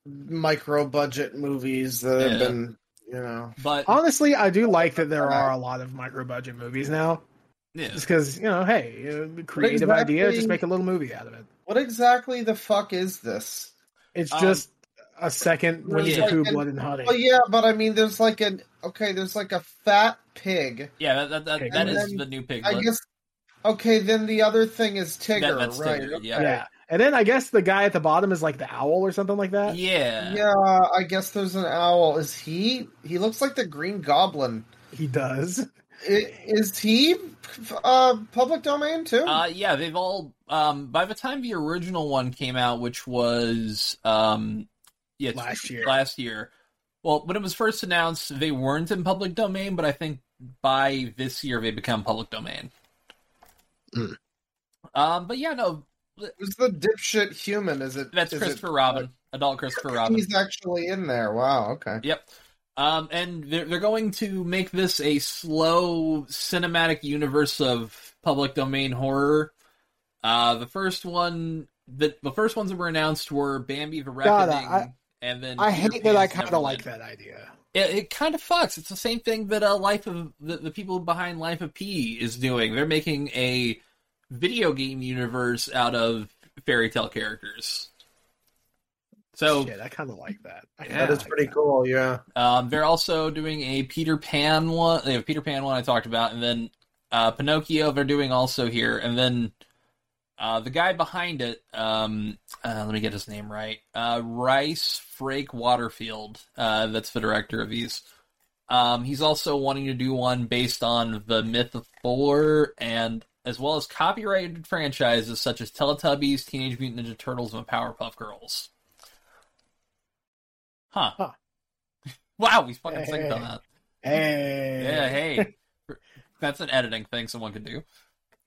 Speaker 3: micro budget movies that have
Speaker 2: Yeah.
Speaker 3: been, you know.
Speaker 2: but
Speaker 1: Honestly, I do like that there are a lot of micro budget movies now.
Speaker 2: yeah,
Speaker 1: Just because you know, hey, uh, creative idea,
Speaker 3: exactly-
Speaker 1: just make a little movie out of it.
Speaker 3: What exactly the fuck is this?
Speaker 1: It's
Speaker 2: Um,
Speaker 1: just a second Winnie the
Speaker 2: yeah.
Speaker 1: Pooh,
Speaker 3: Second-
Speaker 1: Blood and Honey.
Speaker 3: Well, yeah, but I mean, there's like an okay. There's like a fat pig.
Speaker 2: yeah, that, that, that, that
Speaker 3: And
Speaker 2: is
Speaker 3: then
Speaker 2: the new
Speaker 3: I
Speaker 2: piglet.
Speaker 3: guess. Okay, then the other thing is
Speaker 2: That-
Speaker 3: Tigger,
Speaker 2: that's
Speaker 3: right?
Speaker 2: Tigger,
Speaker 1: yeah.
Speaker 2: Yeah,
Speaker 1: and then I guess the guy at the bottom is like the owl or something like that.
Speaker 2: yeah,
Speaker 3: Yeah, I guess there's an owl. Is he? He looks like the Green Goblin.
Speaker 1: He does.
Speaker 3: I- Is he uh, public domain too?
Speaker 2: Uh, yeah, they've all. Um, by the time the original one came out, which was um, yeah,
Speaker 1: Last year.
Speaker 2: last year. Well, when it was first announced, they weren't in public domain, but I think by this year they become public domain.
Speaker 1: Mm.
Speaker 2: Um, but yeah, no,
Speaker 3: Who's the dipshit human? Is it?
Speaker 2: that's
Speaker 3: is it-
Speaker 2: Christopher Robin, adult Christopher Robin.
Speaker 3: He's actually in there. Wow. Okay.
Speaker 2: Yep. Um, and they're they're going to make this a slow cinematic universe of public domain horror. Uh, the first one, the the first ones that were announced were Bambi the
Speaker 1: God,
Speaker 2: Reckoning.
Speaker 1: I,
Speaker 2: and then
Speaker 1: I
Speaker 2: your
Speaker 1: hate that. I
Speaker 2: pants
Speaker 1: kind
Speaker 2: never
Speaker 1: of like
Speaker 2: win.
Speaker 1: that idea.
Speaker 2: It, it kind of fucks. It's the same thing that uh, Life of the, the people behind Life of P is doing. They're making a video game universe out of fairy tale characters. So
Speaker 1: Shit, I kind of like that. I kinda
Speaker 3: that is
Speaker 1: like
Speaker 3: pretty
Speaker 1: that.
Speaker 3: cool. Yeah,
Speaker 2: Um, they're also doing a Peter Pan one. They have Peter Pan one I talked about, and then uh, Pinocchio. They're doing also here, and then uh, the guy behind it. Um, uh, let me get his name right. Uh, Rice Frake Waterfield. Uh, that's the director of these. Um, he's also wanting to do one based on the myth of Thor, and as well as copyrighted franchises such as Teletubbies, Teenage Mutant Ninja Turtles, and Powerpuff Girls. Huh.
Speaker 1: Huh.
Speaker 2: Wow, we fucking
Speaker 1: Hey.
Speaker 2: synced on that.
Speaker 1: Hey,
Speaker 2: Yeah, hey. That's an editing thing someone could do.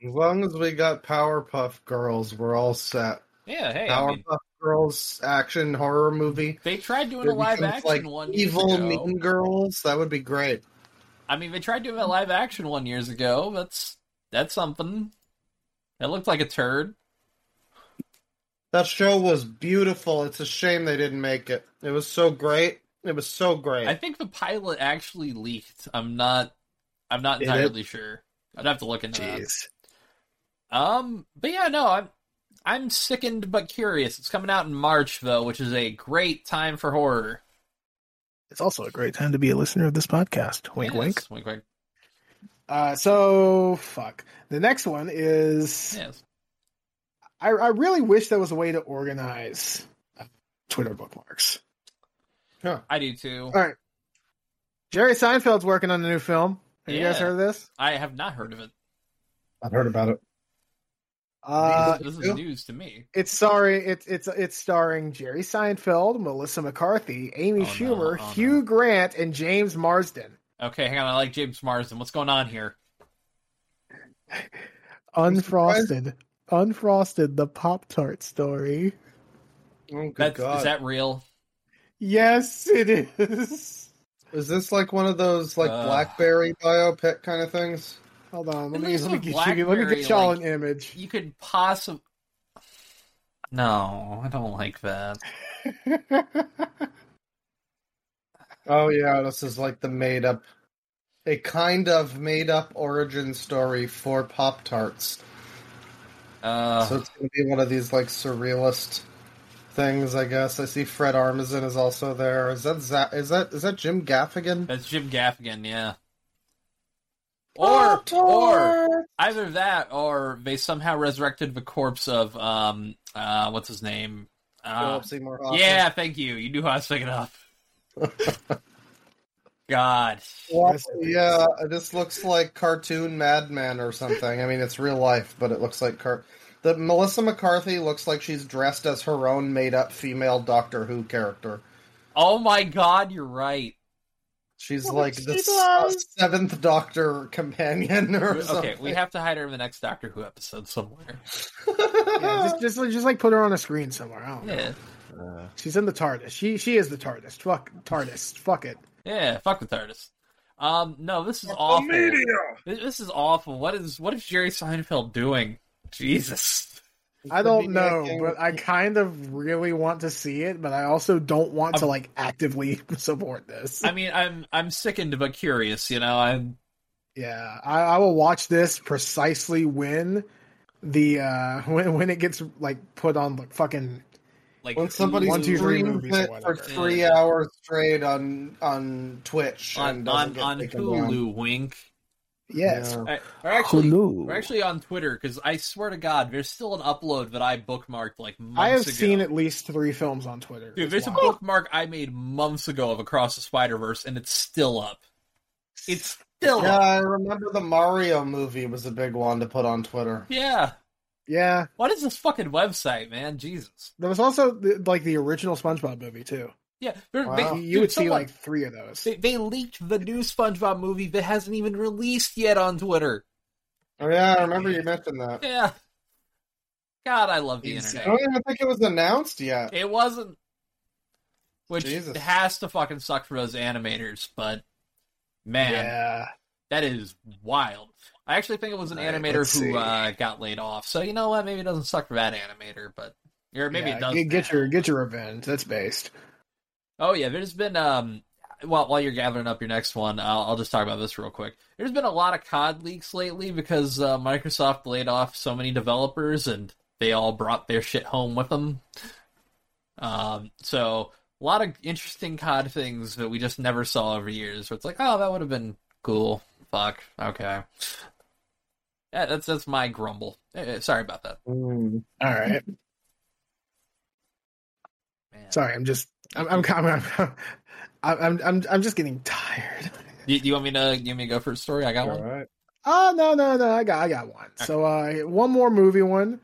Speaker 3: as long as we got Powerpuff Girls, we're all set.
Speaker 2: Yeah, hey. I
Speaker 3: Powerpuff
Speaker 2: mean,
Speaker 3: Girls action horror movie.
Speaker 2: they tried doing
Speaker 3: There
Speaker 2: a live
Speaker 3: becomes,
Speaker 2: action one years
Speaker 3: evil
Speaker 2: ago.
Speaker 3: mean girls. That would be great.
Speaker 2: I mean, they tried doing a live action one years ago. That's that's something. It looked like a turd.
Speaker 3: That show was beautiful. It's a shame they didn't make it. It was so great. It was so great.
Speaker 2: I think the pilot actually leaked. I'm not. I'm not
Speaker 1: Did it?
Speaker 2: entirely sure. I'd have to look into
Speaker 1: jeez.
Speaker 2: that. Um, but yeah, no, I'm. I'm sickened but curious. It's coming out in March though, which is a great time for horror.
Speaker 1: It's also a great time to be a listener of this podcast. Wink,
Speaker 2: Yes,
Speaker 1: wink.
Speaker 2: Wink, wink.
Speaker 1: Uh, so fuck. The next one is
Speaker 2: Yes.
Speaker 1: I, I really wish there was a way to organize uh, Twitter bookmarks.
Speaker 2: I do too.
Speaker 1: All right. Jerry Seinfeld's working on a new film. Have you guys
Speaker 2: Yeah.
Speaker 1: heard of this?
Speaker 2: I have not heard of it.
Speaker 3: I've heard about it.
Speaker 1: Uh,
Speaker 2: this is
Speaker 3: you?
Speaker 2: news to me.
Speaker 1: it's sorry. It's it's it's starring Jerry Seinfeld, Melissa McCarthy, Amy
Speaker 2: Oh, no.
Speaker 1: Schumer,
Speaker 2: Oh, no.
Speaker 1: Hugh Grant, and James Marsden.
Speaker 2: Okay, hang on. I like James Marsden. What's going on here?
Speaker 1: Unfrosted, unfrosted, the Pop Tart story.
Speaker 3: Oh, good
Speaker 2: That's,
Speaker 3: God.
Speaker 2: is that real?
Speaker 1: Yes, it is.
Speaker 3: Is this like one of those like
Speaker 2: Uh.
Speaker 3: BlackBerry biopic kind of things?
Speaker 1: Hold on, let
Speaker 2: At
Speaker 1: me
Speaker 2: least
Speaker 1: let me
Speaker 2: with
Speaker 1: get you, let me
Speaker 2: BlackBerry,
Speaker 1: get y'all
Speaker 2: like-
Speaker 1: an image.
Speaker 2: You could possibly. No, I don't like that.
Speaker 3: Oh yeah, this is like the made up, a kind of made up origin story for Pop Tarts.
Speaker 2: Uh,
Speaker 3: so it's gonna be one of these like surrealist things, I guess. I see Fred Armisen is also there. Is that Za- is that is that Jim Gaffigan?
Speaker 2: that's Jim Gaffigan, yeah.
Speaker 3: Oh,
Speaker 2: Or, or
Speaker 3: Pop-Tarts!
Speaker 2: either that, or they somehow resurrected the corpse of um, uh, what's his name? Uh,
Speaker 3: Philip Seymour Hoffman.
Speaker 2: yeah, thank you. You knew how I was picking up. God,
Speaker 3: Well,
Speaker 1: Yes, it is.
Speaker 3: yeah, this looks like cartoon Madman or something. I mean, it's real life, but it looks like car. The Melissa McCarthy looks like she's dressed as her own made-up female Doctor Who character.
Speaker 2: oh my God, you're right.
Speaker 3: She's
Speaker 1: Well,
Speaker 3: like
Speaker 1: she
Speaker 3: the s-
Speaker 1: does.
Speaker 3: seventh Doctor companion or something.
Speaker 2: Okay, we have to hide her in the next Doctor Who episode somewhere.
Speaker 1: yeah, just, just just like put her on a screen somewhere. I don't know.
Speaker 2: Yeah,
Speaker 1: She's in the TARDIS. She she is the TARDIS. Fuck TARDIS. Fuck it.
Speaker 2: yeah. Fuck with artists. Um, no, this is awful. This this is awful. What is what is Jerry Seinfeld doing? Jesus.
Speaker 1: I don't know, but I kind of really want to see it, but I also don't want to
Speaker 2: I'm-
Speaker 1: like actively support this.
Speaker 2: I mean, I'm I'm sickened but curious. You know, I'm
Speaker 1: yeah, I, I will watch this precisely when the uh when when it gets like put on like fucking
Speaker 2: like
Speaker 3: when somebody
Speaker 1: One, two, three
Speaker 3: streams
Speaker 1: movies or
Speaker 3: it for
Speaker 1: whatever.
Speaker 3: three hours straight on on Twitch
Speaker 2: on
Speaker 3: and doesn't
Speaker 2: on,
Speaker 3: get
Speaker 2: on
Speaker 3: taken down.
Speaker 2: Hulu. Wink.
Speaker 1: yes.
Speaker 3: Yeah.
Speaker 2: I, or actually,
Speaker 1: Hulu.
Speaker 2: we're actually on Twitter because I swear to God, there's still an upload that I bookmarked like months
Speaker 1: I have
Speaker 2: ago.
Speaker 1: seen at least three films on Twitter.
Speaker 2: Dude,
Speaker 1: It's
Speaker 2: there's a
Speaker 3: Oh.
Speaker 1: wild.
Speaker 2: bookmark I made months ago of Across the Spider Verse, and it's still up. It's still
Speaker 3: Yeah,
Speaker 2: up.
Speaker 3: I remember the Mario movie was a big one to put on Twitter.
Speaker 2: Yeah.
Speaker 1: Yeah,
Speaker 2: What is this fucking website, man? Jesus.
Speaker 1: there was also the, like the original SpongeBob movie too.
Speaker 2: Yeah. They're-
Speaker 3: Wow.
Speaker 2: They,
Speaker 1: You,
Speaker 3: Oh.
Speaker 1: you
Speaker 2: dude,
Speaker 1: would see
Speaker 2: someone-
Speaker 1: like three of those.
Speaker 2: They, they leaked the new SpongeBob movie that hasn't even released yet on Twitter.
Speaker 3: Oh yeah, I remember you mentioned that.
Speaker 2: Yeah. God, I love the
Speaker 1: Easy.
Speaker 3: I
Speaker 2: internet.
Speaker 3: don't even think it was announced
Speaker 1: Oh,
Speaker 3: yet.
Speaker 2: It wasn't. Which
Speaker 3: Jesus.
Speaker 2: has to fucking suck for those animators, but man,
Speaker 1: Yeah,
Speaker 2: that is wild. I actually think it was an
Speaker 1: All right,
Speaker 2: animator
Speaker 1: let's see.
Speaker 2: who uh, got laid off. So you know what? Maybe it doesn't suck for that animator, but or maybe
Speaker 1: Yeah,
Speaker 2: it does.
Speaker 1: Get, get
Speaker 2: now.
Speaker 1: your get your revenge. That's based.
Speaker 2: Oh yeah, there's been um. Well, while you're gathering up your next one, I'll, I'll just talk about this real quick. There's been a lot of COD leaks lately because uh, Microsoft laid off so many developers, and they all brought their shit home with them. Um, so a lot of interesting COD things that we just never saw over years. Where it's like, oh, that would have been cool. Fuck. Okay. Yeah, that's that's my grumble. Eh, eh, Sorry about that.
Speaker 3: Hmm,
Speaker 1: All right.
Speaker 2: Man.
Speaker 1: Sorry, I'm just I'm I'm I'm I'm, I'm, I'm, I'm just getting tired.
Speaker 2: Do you, you want me to you want me to go for a story? I got
Speaker 3: All
Speaker 2: one.
Speaker 3: right.
Speaker 1: Oh no no no! I got I got one. So uh, one more movie one.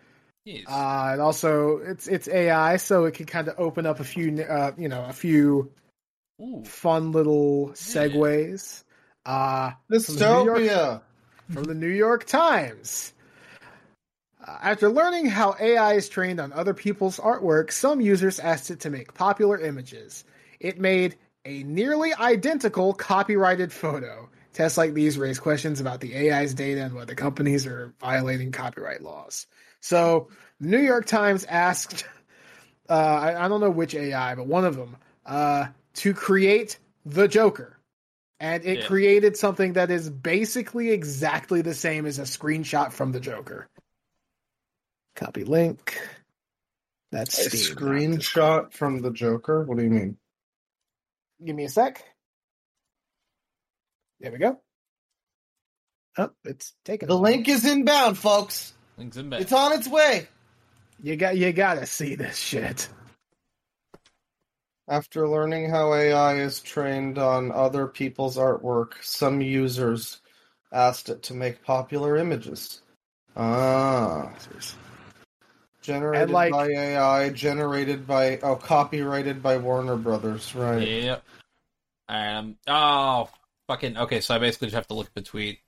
Speaker 2: Jeez.
Speaker 1: Uh, and also it's it's AI, so it can kind of open up a few uh, you know a few
Speaker 2: Ooh,
Speaker 1: fun little segues. Uh,
Speaker 3: Dystopia.
Speaker 1: from the New York Times. Uh, after learning how AI is trained on other people's artwork, some users asked it to make popular images. It made a nearly identical copyrighted photo. Tests like these raise questions about the AI's data and whether companies are violating copyright laws. So, New York Times asked, uh, I, I don't know which AI, but one of them, uh, to create the Joker and it
Speaker 2: Yeah.
Speaker 1: created something that is basically exactly the same as a screenshot from the Joker. Copy link. That's
Speaker 3: A
Speaker 1: Steam.
Speaker 3: screenshot from the Joker. What do you mean?
Speaker 1: Give me a sec. There we go. Oh, it's taken.
Speaker 3: The link is inbound, folks.
Speaker 2: links in bed.
Speaker 3: It's on its way.
Speaker 1: You got. You gotta see this shit.
Speaker 3: After learning how AI is trained on other people's artwork, some users asked it to make popular images. Ah, generated
Speaker 1: And, like-
Speaker 3: by AI, generated by oh, copyrighted by Warner Brothers, right?
Speaker 2: Yep. Um. Oh, fucking. Okay, so I basically just have to look at the tweet.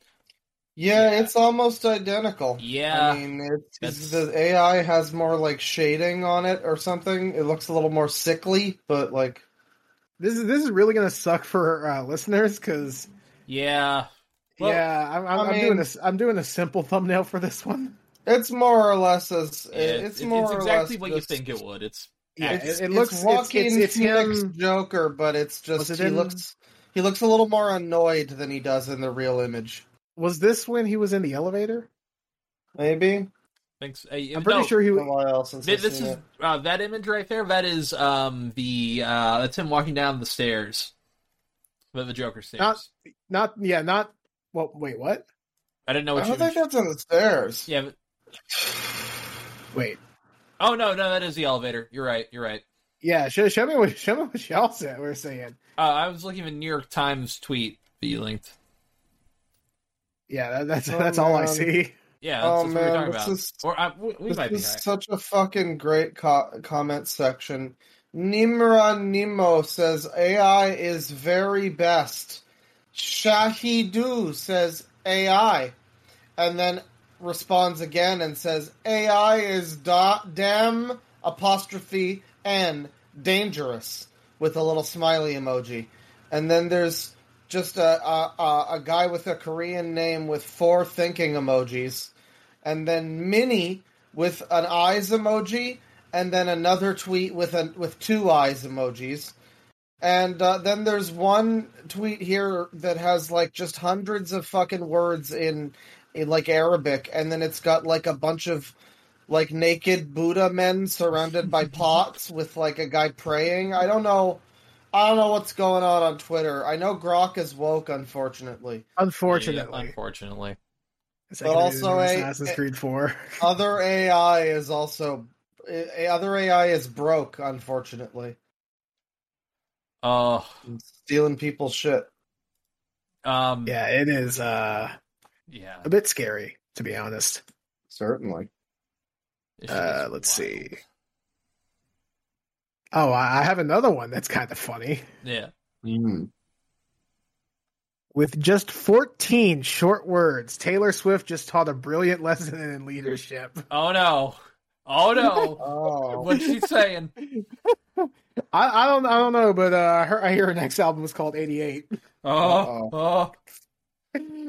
Speaker 3: Yeah,
Speaker 2: Yeah.
Speaker 3: it's almost identical.
Speaker 2: Yeah.
Speaker 3: I mean, it's, it's-
Speaker 2: That's-
Speaker 3: the AI has more like shading on it or something. It looks a little more sickly, but like
Speaker 1: This is this is really gonna suck for uh, listeners because
Speaker 2: yeah. Well,
Speaker 1: yeah, I'm, I'm,
Speaker 3: I
Speaker 1: I'm
Speaker 3: mean-
Speaker 1: doing this. I'm doing a simple thumbnail for this one.
Speaker 3: it's more or less as
Speaker 2: yeah,
Speaker 3: it's,
Speaker 2: it-
Speaker 3: more
Speaker 2: it's exactly
Speaker 3: or less
Speaker 2: what you
Speaker 3: just-
Speaker 2: think it would. It's
Speaker 1: Yeah,
Speaker 3: it's,
Speaker 1: it, it
Speaker 3: it's
Speaker 1: looks. It's,
Speaker 3: Joaquin
Speaker 1: it's, it's
Speaker 3: Phoenix
Speaker 1: him.
Speaker 3: Joker, but it's
Speaker 1: Was
Speaker 3: just
Speaker 1: it
Speaker 3: he
Speaker 1: in-
Speaker 3: looks he looks a little more annoyed than he does in the real image.
Speaker 1: Was this when he was in the elevator?
Speaker 3: Maybe
Speaker 2: thanks. I,
Speaker 1: I'm pretty sure he.
Speaker 3: a
Speaker 1: was
Speaker 3: while since
Speaker 2: Th-
Speaker 3: I've
Speaker 2: This
Speaker 3: seen
Speaker 2: is
Speaker 3: it.
Speaker 2: uh, that image right there. That is um the uh that's him walking down the stairs, the, the Joker stairs.
Speaker 1: Not- Not yeah, not. Well, wait, what?
Speaker 2: I didn't know
Speaker 3: I
Speaker 2: what you.
Speaker 3: don't think
Speaker 2: were-
Speaker 3: that's on the stairs.
Speaker 2: Yeah. But,
Speaker 1: Wait,
Speaker 2: oh no, no, that is the elevator. You're right. You're right.
Speaker 1: yeah. Show, show me what show me what y'all said. We're saying
Speaker 2: Uh, I was looking at the New York Times tweet that you linked.
Speaker 1: yeah. That, that's
Speaker 3: Oh,
Speaker 1: that's all I
Speaker 3: man.
Speaker 1: see.
Speaker 2: Yeah, that's,
Speaker 3: Oh,
Speaker 2: that's what we were
Speaker 3: man,
Speaker 2: talking
Speaker 3: this
Speaker 2: about.
Speaker 3: is-
Speaker 2: or I, we, we
Speaker 3: This
Speaker 2: might be
Speaker 3: is
Speaker 2: high.
Speaker 3: such a fucking great co- comment section. Nimra Nemo says AI is very best. Shahidu says AI, and then responds again and says AI is da- damn apostrophe n dangerous with a little smiley emoji, and then there's just a a, a, a guy with a Korean name with four thinking emojis and then Minnie with an eyes emoji, and then another tweet with an with two eyes emojis, and uh, then there's one tweet here that has like just hundreds of fucking words in, in like Arabic, and then it's got like a bunch of like naked Buddha men surrounded by pots with like a guy praying. I don't know. I don't know what's going on on Twitter. I know Grok is woke, unfortunately.
Speaker 1: Unfortunately,
Speaker 2: Yeah, unfortunately.
Speaker 1: It's
Speaker 3: But
Speaker 1: like
Speaker 3: also
Speaker 1: in
Speaker 3: a-
Speaker 1: Assassin's Creed Four.
Speaker 3: other AI is also eh, other AI is broke, unfortunately,
Speaker 2: Oh,
Speaker 3: stealing people's shit.
Speaker 2: um, yeah,
Speaker 1: yeah, it is uh, a bit scary to be honest.
Speaker 3: Certainly,
Speaker 2: This shit is
Speaker 1: Uh, let's
Speaker 2: wild.
Speaker 1: see. Oh, I I have another one that's kind of funny.
Speaker 2: Yeah,
Speaker 1: With just 14 short words, Taylor Swift just taught a brilliant lesson in leadership.
Speaker 2: oh no, oh no,
Speaker 3: Oh,
Speaker 2: what's she saying?
Speaker 1: I, I don't I don't know, but uh, her, I hear her next album is called '88.
Speaker 2: Oh, oh,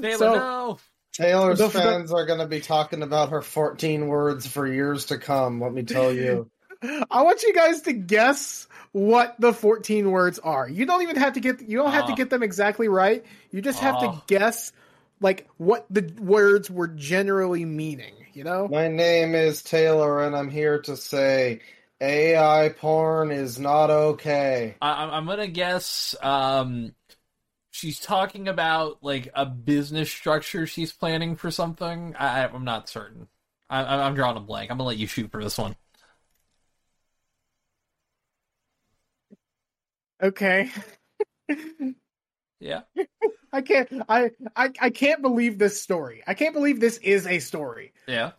Speaker 2: Taylor,
Speaker 1: So
Speaker 2: no,
Speaker 3: Taylor's
Speaker 1: The fu-
Speaker 3: fans are going to be talking about her 14 words for years to come. Let me tell you.
Speaker 1: I want you guys to guess what the 14 words are. You don't even have to get you don't have to
Speaker 2: Oh.
Speaker 1: get them exactly right. You just have to
Speaker 2: Oh.
Speaker 1: guess like what the words were generally meaning, you know?
Speaker 3: My name is Taylor, and I'm here to say AI porn is not okay.
Speaker 2: I, I'm- I'm gonna guess um, she's talking about like a business structure she's planning for something. I, I- I'm not certain. I, I- I'm drawing a blank. I'm gonna let you shoot for this one.
Speaker 1: Okay.
Speaker 2: Yeah.
Speaker 1: I can't I, I I can't believe this story. I can't believe this is a story.
Speaker 2: Yeah.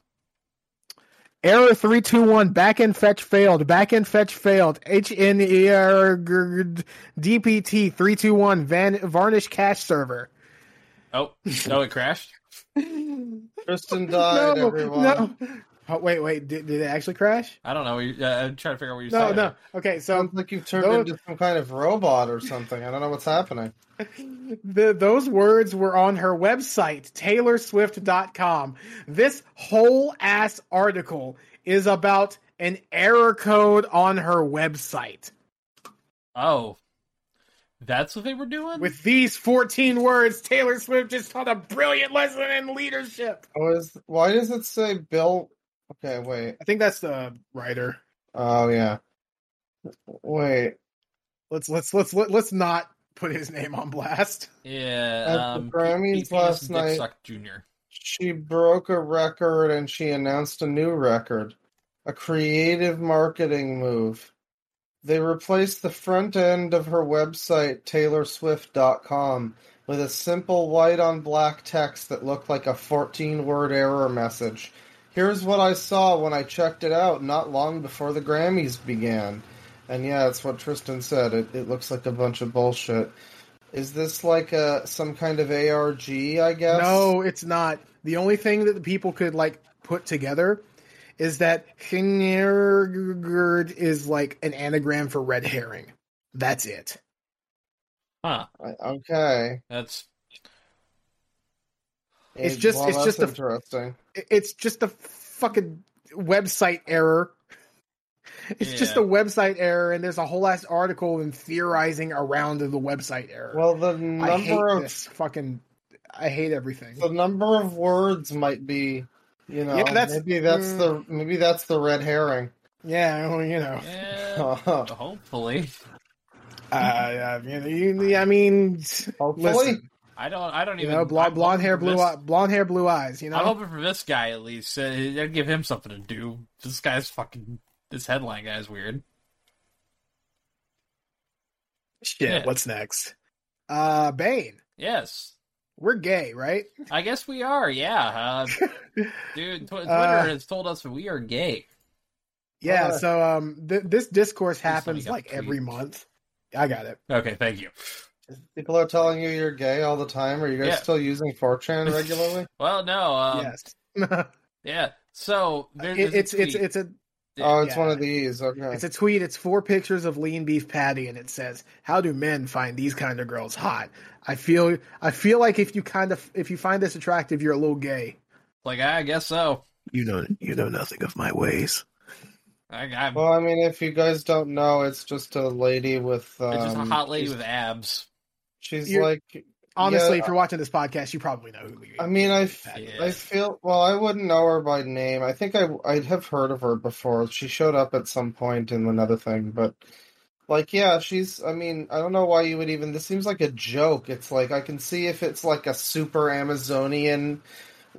Speaker 1: Error three two one. Back end fetch failed. Back end fetch failed. H N E R DPT three two one. Van varnish cache server.
Speaker 2: Oh, no, it crashed.
Speaker 3: Kristen died,
Speaker 1: no,
Speaker 3: everyone.
Speaker 1: no. Oh, wait, wait. Did, did it actually crash?
Speaker 2: I don't know. You- Uh, I'm trying to figure out what you're
Speaker 1: No,
Speaker 2: saying.
Speaker 1: no. Okay, so
Speaker 3: Sounds like you've turned
Speaker 1: No.
Speaker 3: into some kind of robot or something. I don't know what's happening.
Speaker 1: the, those words were on her website, TaylorSwift.com. This whole ass article is about an error code on her website
Speaker 2: Oh, that's what they were doing.
Speaker 1: with these 14 words taylor swift just taught a brilliant lesson in leadership
Speaker 3: Oh, is, why does it say Bill? Okay, wait.
Speaker 1: i think that's the writer
Speaker 3: Oh, yeah. Wait.
Speaker 1: let's let's let's let, let's not put his name on blast
Speaker 2: yeah.
Speaker 3: At the
Speaker 2: um,
Speaker 3: Grammys
Speaker 2: P- P-
Speaker 3: last
Speaker 2: Dick
Speaker 3: night-
Speaker 2: Suck Jr.
Speaker 3: She broke a record and she announced a new record. A creative marketing move. They replaced the front end of her website, TaylorSwift.com, with a simple white on black text that looked like a 14 word error message. Here's what I saw when I checked it out not long before the Grammys began. And yeah, that's what Tristan said. It, it looks like a bunch of bullshit. Is this like a some kind of ARG, I guess?
Speaker 1: No, it's not. The only thing that the people could like put together is that Hinnergerd is like an anagram for red herring. That's it.
Speaker 2: Huh.
Speaker 3: I- Okay.
Speaker 2: That's
Speaker 1: It's
Speaker 3: Eh,
Speaker 1: just- it's
Speaker 3: that's
Speaker 1: just a-
Speaker 3: interesting.
Speaker 1: I- It's just a fucking website error. It's just a
Speaker 2: Yeah.
Speaker 1: website error, and there's a whole ass article and theorizing around the website error.
Speaker 3: Well, the
Speaker 1: I hate
Speaker 3: number of
Speaker 1: this fucking. I hate everything.
Speaker 3: the number of words might be, you know,
Speaker 1: Yeah, that's- mm.
Speaker 3: maybe that's the maybe that's the red herring.
Speaker 1: yeah, well, you know.
Speaker 2: yeah.
Speaker 3: Hopefully,
Speaker 2: hopefully.
Speaker 1: Uh, uh, you know, you- I mean, Listen,
Speaker 2: I don't. I don't
Speaker 1: you
Speaker 2: even
Speaker 1: know, blonde,
Speaker 2: I'm
Speaker 1: blonde
Speaker 2: hoping
Speaker 1: hair,
Speaker 2: for
Speaker 1: blue
Speaker 2: this-
Speaker 1: eye, blonde hair, blue eyes. You know,
Speaker 2: I'm hoping for this guy at least. Uh, that'd give him something to do. This guy's fucking. This headline guy's weird.
Speaker 1: Shit,
Speaker 2: Yeah.
Speaker 1: what's next? Uh Bane,
Speaker 2: Yes,
Speaker 1: we're gay, right?
Speaker 2: I guess we are. Yeah, uh, dude. Tw- Twitter
Speaker 1: Uh,
Speaker 2: has told us that we are gay.
Speaker 1: Yeah,
Speaker 3: Uh.
Speaker 1: so um th- this discourse
Speaker 2: let me
Speaker 1: happens
Speaker 2: get
Speaker 1: like
Speaker 2: the tweet.
Speaker 1: every month. I got it.
Speaker 2: Okay, thank you.
Speaker 3: people are telling you you're gay all the time. Are you guys
Speaker 2: Yeah.
Speaker 3: still using 4chan regularly?
Speaker 2: Well, no. Um,
Speaker 1: yes.
Speaker 2: Yeah. So there,
Speaker 1: It-
Speaker 2: there's a
Speaker 1: it's it's
Speaker 2: tweet.
Speaker 1: it's a
Speaker 3: oh, it's
Speaker 1: yeah.
Speaker 3: one of these. Okay.
Speaker 1: it's a tweet. It's four pictures of lean beef patty and it says, "How do men find these kind of girls hot?" I feel I feel like if you kind of if you find this attractive, you're a little gay.
Speaker 2: like I guess so.
Speaker 1: You know you know nothing of my ways.
Speaker 2: I, I'm
Speaker 3: well, I mean, if you guys don't know, it's just a lady with. Um,
Speaker 2: it's just a hot lady
Speaker 3: she's-
Speaker 2: with abs.
Speaker 3: She's
Speaker 1: You're-
Speaker 3: like
Speaker 1: Honestly,
Speaker 3: Yeah.
Speaker 1: if you're watching this podcast, you probably know who we
Speaker 3: I mean, I, f-
Speaker 2: Yeah.
Speaker 3: I feel well. I wouldn't know her by name. I think I I'd have heard of her before. She showed up at some point in another thing, but like, yeah, she's. I mean, I don't know why you would even. This seems like a joke. It's like I can see if it's like a super Amazonian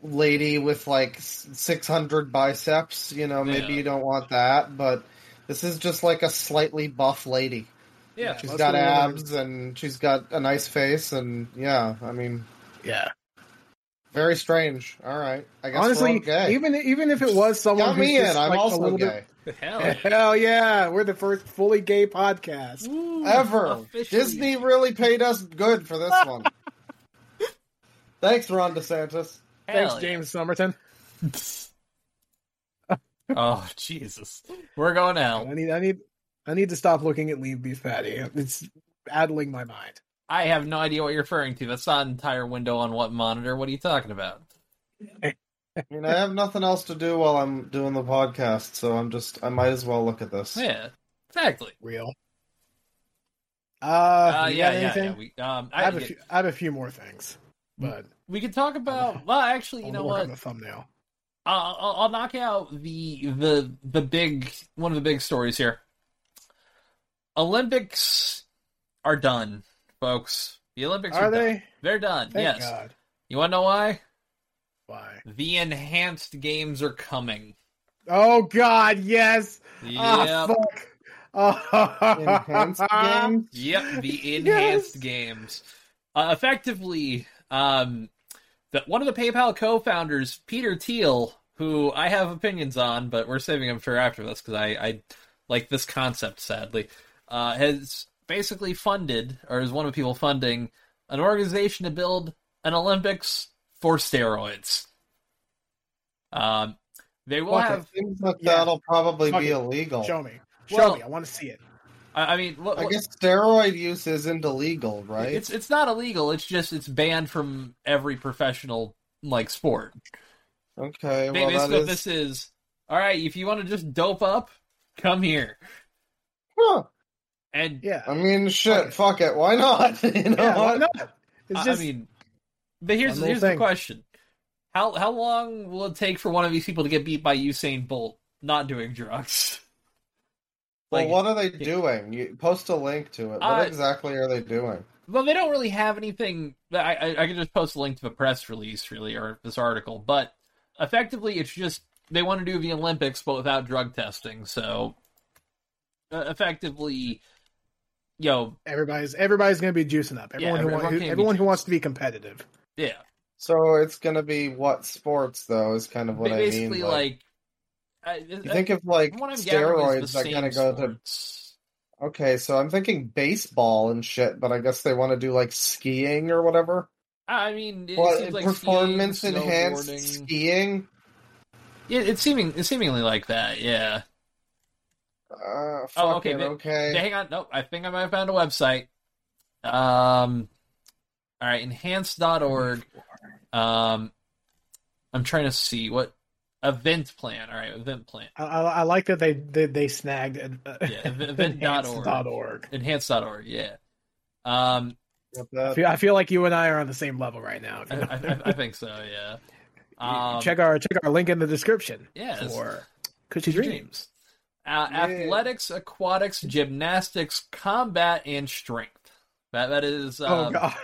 Speaker 3: lady with like six hundred biceps. You know, maybe
Speaker 2: Yeah.
Speaker 3: you don't want that, but this is just like a slightly buff lady.
Speaker 2: Yeah.
Speaker 3: She's
Speaker 1: Let's
Speaker 3: got
Speaker 1: remember-
Speaker 3: abs and she's got a nice face, and yeah, I mean.
Speaker 1: yeah.
Speaker 3: Very strange. All right. I guess
Speaker 1: Honestly,
Speaker 3: we're all gay.
Speaker 1: even even if it was someone
Speaker 3: Count
Speaker 1: who's
Speaker 3: me in.
Speaker 1: just,
Speaker 3: I'm
Speaker 1: like, a
Speaker 3: also
Speaker 1: little
Speaker 3: gay.
Speaker 1: bit
Speaker 2: Hell.
Speaker 1: Hell yeah, we're the first fully gay podcast.
Speaker 2: Ooh,
Speaker 3: Ever.
Speaker 2: officially.
Speaker 3: Disney really paid us good for this one. Thanks, Ron DeSantis.
Speaker 1: Thanks,
Speaker 2: Hell yeah.
Speaker 1: James Somerton.
Speaker 2: oh Jesus, we're going out.
Speaker 1: I need, I need, I need to stop looking at lean beef patty. It's addling my mind.
Speaker 2: I have no idea what you're referring to. That's not an entire window on what monitor. What are you talking about?
Speaker 3: I mean, I have nothing else to do while I'm doing the podcast, so I'm just I might as well look at this.
Speaker 2: Yeah, exactly.
Speaker 1: Real. Uh,
Speaker 2: Uh,
Speaker 1: you
Speaker 2: yeah,
Speaker 1: got
Speaker 2: yeah,
Speaker 1: anything?
Speaker 2: yeah. We, um,
Speaker 1: I
Speaker 2: I,
Speaker 1: have a few. I have a few more things, but
Speaker 2: we could talk about. Well, actually, you
Speaker 1: I'll
Speaker 2: know
Speaker 1: work
Speaker 2: what?
Speaker 1: on the thumbnail.
Speaker 2: I'll, I'll- I'll knock out the the the big one of the big stories here. Olympics are done, folks. The Olympics are,
Speaker 1: Are
Speaker 2: done.
Speaker 1: they?
Speaker 2: They're done.
Speaker 1: Thank
Speaker 2: yes.
Speaker 1: God.
Speaker 2: You want to know why?
Speaker 1: Why?
Speaker 2: The enhanced games are coming.
Speaker 1: Oh God! Yes. Ah,
Speaker 2: Yep.
Speaker 1: fuck. Oh.
Speaker 3: Enhanced game.
Speaker 2: Yep, the enhanced games. Uh, effectively, um, that one of the PayPal co-founders, Peter Thiel, who I have opinions on, but we're saving him for after this because I, I like this concept. Sadly, uh, has basically funded or is one of the people funding an organization to build an Olympics for steroids. Um, they will
Speaker 1: Fuck it.
Speaker 2: have.
Speaker 3: Seems like
Speaker 1: Yeah.
Speaker 3: that'll probably
Speaker 1: Fuck
Speaker 3: be
Speaker 1: it.
Speaker 3: illegal.
Speaker 1: Show me. Show
Speaker 2: Well-
Speaker 1: me. I want to see it.
Speaker 2: I, I mean, what,
Speaker 3: I
Speaker 2: what-
Speaker 3: guess steroid use isn't illegal, right?
Speaker 2: It's it's not illegal. It's just it's banned from every professional like sport.
Speaker 3: okay, well
Speaker 2: Basically,
Speaker 3: that is.
Speaker 2: this is all right. If you want to just dope up, come here
Speaker 3: Huh.
Speaker 2: and
Speaker 1: Yeah.
Speaker 3: I mean, shit, fuck it, why not? You know
Speaker 1: yeah why
Speaker 3: what?
Speaker 1: not? It's
Speaker 2: I-
Speaker 1: just
Speaker 2: I mean, but here's
Speaker 1: One little
Speaker 2: here's the
Speaker 1: thing.
Speaker 2: question: how how long will it take for one of these people to get beat by Usain Bolt not doing drugs?
Speaker 3: Well,
Speaker 2: Like, Uh,
Speaker 3: what are they doing? You post a link to it. What
Speaker 2: I-
Speaker 3: exactly are they doing?
Speaker 2: well, they don't really have anything. that I, I I can just post a link to a press release, really, or this article. But effectively, it's just they want to do the Olympics, but without drug testing. So uh, effectively, you know,
Speaker 1: everybody's everybody's going to be juicing up. Everyone who
Speaker 2: everyone
Speaker 1: wants
Speaker 2: can
Speaker 1: who,
Speaker 2: be
Speaker 1: everyone who
Speaker 2: juicing.
Speaker 1: wants to be competitive.
Speaker 2: yeah,
Speaker 3: So it's gonna be what sports though is kind of what
Speaker 2: ba- basically
Speaker 3: I mean.
Speaker 2: like, I, uh,
Speaker 3: you think of like
Speaker 2: what I'm gathering
Speaker 3: steroids
Speaker 2: is the
Speaker 3: that
Speaker 2: same
Speaker 3: kind of go to
Speaker 2: sports.
Speaker 3: okay, so I'm thinking baseball and shit, but I guess they want to do like skiing or whatever.
Speaker 2: I mean, it
Speaker 3: Well,
Speaker 2: seems like
Speaker 3: performance
Speaker 2: skiing,
Speaker 3: enhanced
Speaker 2: snowboarding.
Speaker 3: skiing.
Speaker 2: Yeah, it's seeming it's seemingly like that. Yeah.
Speaker 3: Uh, fuck
Speaker 2: Oh, okay,
Speaker 3: it,
Speaker 2: but-
Speaker 3: okay.
Speaker 2: Yeah, hang on. Nope. I think I might have found a website. Um, all right, enhance.org. Um, I'm trying to see what event plan. All right, event plan.
Speaker 1: I, I, I like that they they, they snagged uh,
Speaker 2: Yeah, event dot org.
Speaker 1: dot org.
Speaker 2: Enhance.org. Yeah. Um,
Speaker 3: Got
Speaker 1: I
Speaker 3: that.
Speaker 1: feel, I feel like you and I are on the same level right now.
Speaker 2: I, I, I- I think so. Yeah. Um,
Speaker 1: check our check our link in the description
Speaker 2: Yeah. it's-
Speaker 1: for Cushy
Speaker 2: Dreams.
Speaker 1: Dream.
Speaker 2: Uh,
Speaker 3: Yeah.
Speaker 2: Athletics, aquatics, gymnastics, combat, and strength. That that is.
Speaker 1: Oh
Speaker 2: Um,
Speaker 1: god.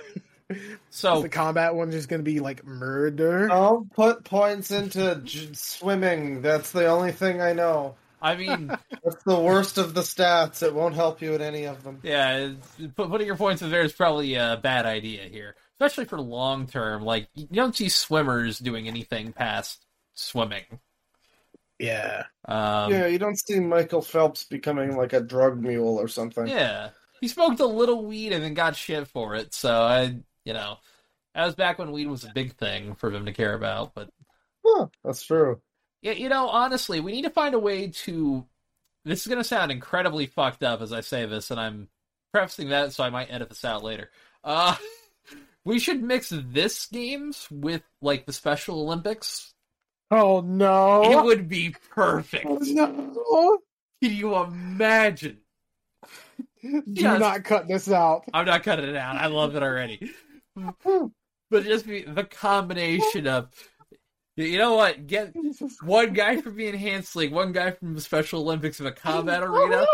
Speaker 2: so
Speaker 1: the combat one's just going to be like murder.
Speaker 3: Don't put points into j- swimming. That's the only thing I know.
Speaker 2: I mean.
Speaker 3: That's the worst of the stats. It won't help you at any of them.
Speaker 2: Yeah, it's- pu- putting your points in there is probably a bad idea here, especially for long term. Like you don't see swimmers doing anything past swimming.
Speaker 1: Yeah.
Speaker 2: Um,
Speaker 3: yeah,
Speaker 2: yeah.
Speaker 3: you don't see Michael Phelps becoming like a drug mule or something.
Speaker 2: he smoked a little weed and then got shit for it. So I, you know, that was back when weed was a big thing for him to care about. But
Speaker 3: Huh, that's true.
Speaker 2: yeah, you know, honestly, we need to find a way to. This is gonna sound incredibly fucked up as I say this, and I'm prefacing that so I might edit this out later. Uh, we should mix this games with like the Special Olympics.
Speaker 1: Oh no.
Speaker 2: It would be perfect.
Speaker 1: Oh, no.
Speaker 2: Can you imagine?
Speaker 1: Do
Speaker 2: Yes.
Speaker 1: not cut this out.
Speaker 2: I'm not cutting it out. I love it already. But just be the combination of, you know what? Get one guy from the enhanced league, one guy from the Special Olympics of a combat arena.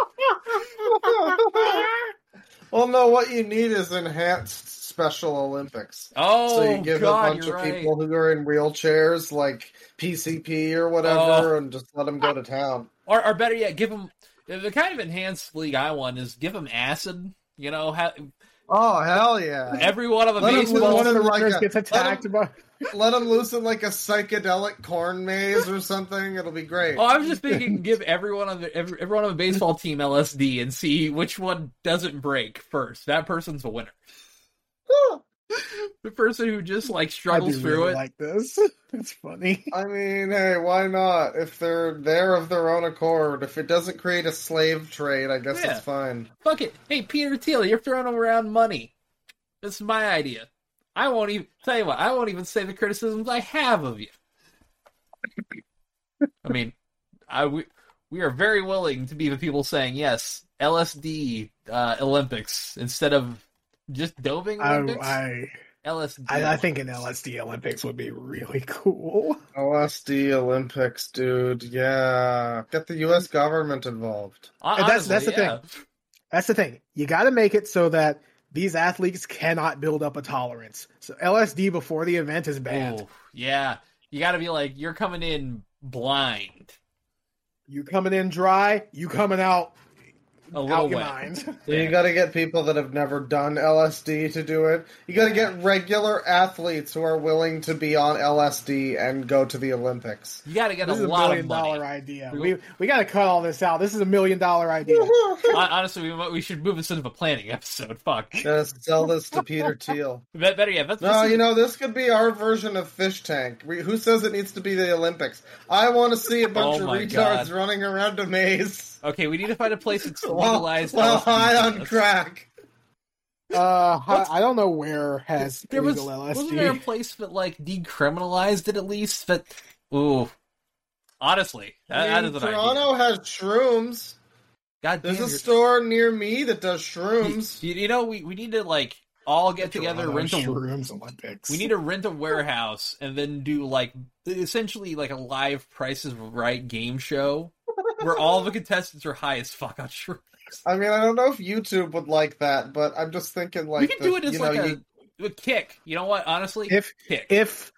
Speaker 3: well, no, what you need is enhanced Special Olympics.
Speaker 2: Oh
Speaker 3: so you give
Speaker 2: God,
Speaker 3: a bunch
Speaker 2: you're
Speaker 3: of
Speaker 2: right.
Speaker 3: people who are in wheelchairs, like PCP or
Speaker 2: Oh.
Speaker 3: whatever, and just let them go to town.
Speaker 2: Or, or better yet, give them the kind of enhanced league I want is give them acid. You know, ha-
Speaker 3: Oh hell yeah!
Speaker 2: every one of them
Speaker 3: Let 'em
Speaker 2: baseball.
Speaker 1: One of the uh,
Speaker 3: Like
Speaker 1: runners
Speaker 3: a-
Speaker 1: gets attacked by.
Speaker 3: Let them loose in like a psychedelic corn maze or something. It'll be great.
Speaker 2: Oh, I was just thinking, give everyone on the every, everyone on the baseball team LSD and see which one doesn't break first. That person's a winner. The person who just like
Speaker 1: I do
Speaker 2: struggles through
Speaker 1: really
Speaker 2: it.
Speaker 1: like this. It's funny.
Speaker 3: I mean, hey, why not? If they're there of their own accord, if it doesn't create a slave trade, I guess
Speaker 2: Yeah.
Speaker 3: it's fine.
Speaker 2: Fuck it. Hey, Peter Thiel, you're throwing around money. That's my idea. I won't even tell you what. I won't even say the criticisms I have of you. I mean, I we, we are very willing to be the people saying yes, LSD uh, Olympics instead of just doping
Speaker 1: I,
Speaker 2: Olympics.
Speaker 1: I,
Speaker 2: LSD.
Speaker 1: I, I think an LSD Olympics would be really cool.
Speaker 3: LSD Olympics, dude. Yeah, get the U.S. government involved.
Speaker 2: Hon-
Speaker 1: And that's-
Speaker 2: honestly,
Speaker 1: that's the
Speaker 2: yeah.
Speaker 1: That's the thing. You got to make it so that these athletes cannot build up a tolerance. So LSD before the event is banned.
Speaker 2: Oh, yeah. You got to be like you're coming in blind,
Speaker 1: You coming in dry, you coming out
Speaker 2: a little
Speaker 1: out your
Speaker 2: wet.
Speaker 1: mind.
Speaker 3: So you got to get people that have never done LSD to do it. You got to get regular athletes who are willing to be on LSD and go to the Olympics.
Speaker 2: You got to get
Speaker 1: This
Speaker 2: a
Speaker 1: is a
Speaker 2: lot of
Speaker 1: million
Speaker 2: money.
Speaker 1: dollar idea. We we got to cut all this out. This is a million dollar idea.
Speaker 2: Hon- Honestly, we, we should move this into a planning episode. Fuck.
Speaker 3: Gotta sell this to Peter Thiel.
Speaker 2: Be- Better yet, that's
Speaker 3: No, you know this could be our version of Fish Tank. We, who says it needs to be the Olympics? I want to see a bunch
Speaker 2: Oh
Speaker 3: of
Speaker 2: my
Speaker 3: retards
Speaker 2: God.
Speaker 3: running around a maze
Speaker 2: okay. We need to find a place that's
Speaker 3: while,
Speaker 2: legalized.
Speaker 3: while
Speaker 2: LSD
Speaker 3: high on
Speaker 2: business.
Speaker 3: crack.
Speaker 1: Uh, I, I don't know where has
Speaker 2: There was
Speaker 1: legal
Speaker 2: wasn't there a
Speaker 1: LSD.
Speaker 2: place that like decriminalized it at least? That ooh, honestly, that,
Speaker 3: I
Speaker 2: that
Speaker 3: mean,
Speaker 2: is an idea.
Speaker 3: Toronto has shrooms.
Speaker 2: God damn,
Speaker 3: There's a
Speaker 2: you're-
Speaker 3: store near me that does shrooms.
Speaker 2: You, you know, we, we need to like all get together,
Speaker 1: Toronto
Speaker 2: rent a
Speaker 1: shrooms Olympics.
Speaker 2: we need to rent a warehouse and then do like essentially like a live Price is Right game show where all the contestants are high as fuck on shrooms.
Speaker 3: I mean, I don't know if YouTube would like that, but I'm just thinking like
Speaker 2: we can
Speaker 3: the-
Speaker 2: do it as
Speaker 3: you
Speaker 2: like
Speaker 3: know,
Speaker 2: a,
Speaker 3: you-
Speaker 2: a kick. You know what? Honestly,
Speaker 1: If-
Speaker 2: kick.
Speaker 1: if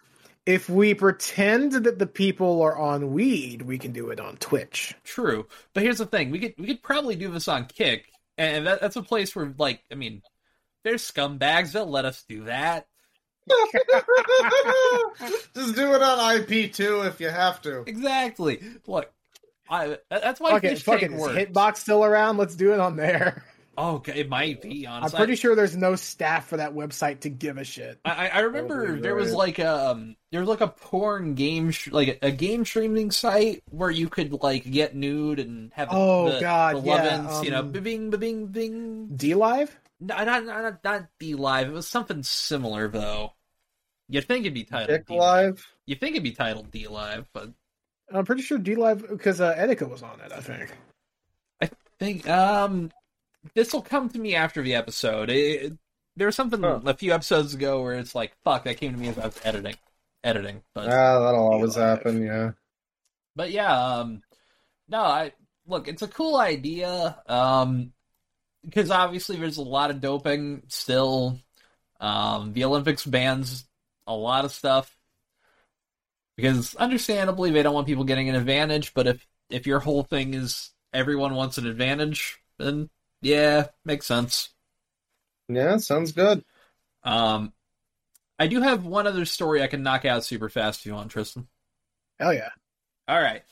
Speaker 1: if we pretend that the people are on weed, we can do it on Twitch.
Speaker 2: True, but here's the thing: we could we could probably do this on Kick, and that, that's a place where, like, I mean, they're scumbags. They'll let us do that.
Speaker 3: just do it on IP too if you have to.
Speaker 2: Exactly. Look, I that- that's why
Speaker 1: Fuck it,
Speaker 2: fish
Speaker 1: fuck it.
Speaker 2: tank
Speaker 1: Is
Speaker 2: works.
Speaker 1: Hitbox still around? Let's do it on there.
Speaker 2: Oh, okay, it might be.
Speaker 1: I'm
Speaker 2: Honestly,
Speaker 1: pretty sure there's no staff for that website to give a shit.
Speaker 2: I, I- I remember
Speaker 3: Probably
Speaker 2: there was
Speaker 3: right.
Speaker 2: like um there was like a porn game sh- like a, game streaming site where you could like get nude and have
Speaker 1: Oh,
Speaker 2: the,
Speaker 1: God,
Speaker 2: the
Speaker 1: yeah,
Speaker 2: lovin's, you know
Speaker 1: um,
Speaker 2: bing bing bing
Speaker 1: D Live?
Speaker 2: No, not not not, not D Live. It was something similar though. You would think it'd be titled
Speaker 3: Dick
Speaker 2: D
Speaker 3: Live.
Speaker 2: You think it'd be titled D Live, but
Speaker 1: I'm pretty sure D Live because uh, Etika was on it. I think.
Speaker 2: I think um this will come to me after the episode. It, it- there was something
Speaker 3: Huh.
Speaker 2: a few episodes ago where it's like fuck that came to me as I was editing, editing. But
Speaker 3: Ah, that'll
Speaker 1: D
Speaker 3: always
Speaker 1: Live.
Speaker 3: happen. Yeah.
Speaker 2: but yeah, um no, I look. It's a cool idea. Um, because obviously there's a lot of doping still. Um, the Olympics bans a lot of stuff because understandably they don't want people getting an advantage. But if if your whole thing is everyone wants an advantage, then yeah, makes sense.
Speaker 3: Yeah, sounds good.
Speaker 2: Um, I do have one other story I can knock out super fast if you want, Tristan.
Speaker 1: Hell yeah!
Speaker 2: All right.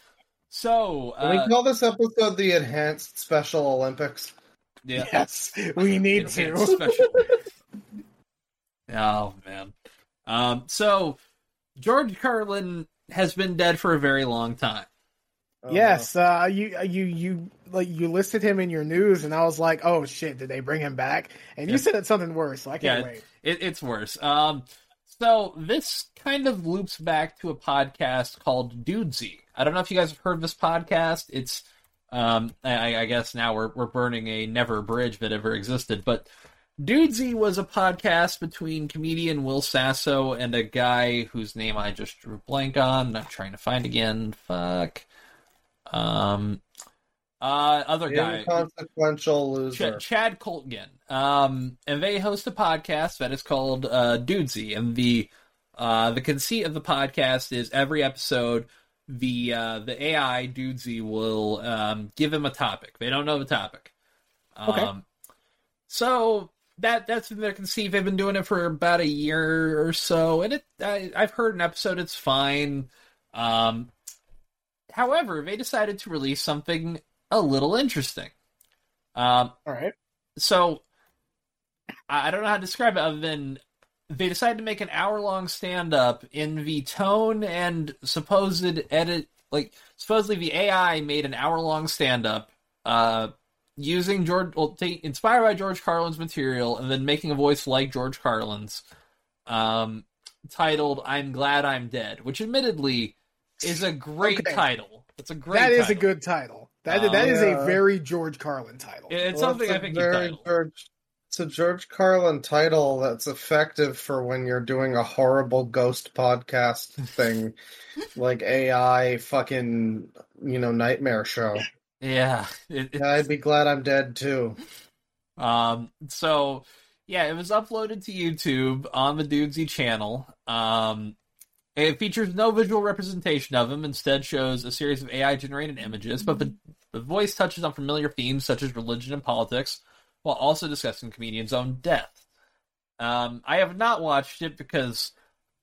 Speaker 2: So
Speaker 3: Can we
Speaker 2: uh,
Speaker 3: call this episode the Enhanced Special Olympics?
Speaker 2: yeah.
Speaker 1: Yes, we need to.
Speaker 2: It'll be a special day. oh man. Um, so George Carlin has been dead for a very long time.
Speaker 3: Oh,
Speaker 1: yes, uh, you you you like you listed him in your news, and I was like, oh shit, did they bring him back? And you
Speaker 2: Yeah.
Speaker 1: said it's something worse, so I can't
Speaker 2: Yeah.
Speaker 1: wait.
Speaker 2: It, it's worse. Um, so this kind of loops back to a podcast called Dudesy. I don't know if you guys have heard this podcast. It's um, I, I guess now we're we're burning a never bridge that ever existed, but Dudesy was a podcast between comedian Will Sasso and a guy whose name I just drew blank on. and I'm trying to find again. Fuck. Um. Uh, other guy.
Speaker 3: Inconsequential loser.
Speaker 2: Ch- Chad Coltgen. Um, and they host a podcast that is called uh, Dudesy. And the uh, the conceit of the podcast is every episode, the uh, the AI Dudesy will um, give him a topic. They don't know the topic. Um,
Speaker 1: Okay.
Speaker 2: So that that's been their conceit. They've been doing it for about a year or so, and it I, I've heard an episode. It's fine. Um, however, they decided to release something a little interesting. Um,
Speaker 1: All right,
Speaker 2: so I I don't know how to describe it other than they decided to make an hour long stand up in the tone and supposed edit like supposedly the AI made an hour long stand up uh using George well ta inspired by George Carlin's material and then making a voice like George Carlin's um titled I'm glad I'm dead which admittedly is a great
Speaker 1: Okay.
Speaker 2: title. It's a great.
Speaker 1: That is a
Speaker 2: title.
Speaker 1: good title. That
Speaker 2: Um,
Speaker 1: that is
Speaker 3: yeah.
Speaker 1: a very George Carlin title.
Speaker 2: It- It's
Speaker 3: Well,
Speaker 2: something
Speaker 3: it's
Speaker 2: I
Speaker 3: a
Speaker 2: think
Speaker 3: very
Speaker 2: you titled.
Speaker 3: George, it's a George Carlin title that's effective for when you're doing a horrible ghost podcast thing, like AI fucking you know nightmare show.
Speaker 2: Yeah. It, it-
Speaker 3: Yeah, I'd be glad I'm dead too.
Speaker 2: Um, so yeah, it was uploaded to YouTube on the Dudesy channel. Um, it features no visual representation of him, instead shows a series of AI generated images, but the, the voice touches on familiar themes such as religion and politics, while also discussing comedian's own death. Um, I have not watched it because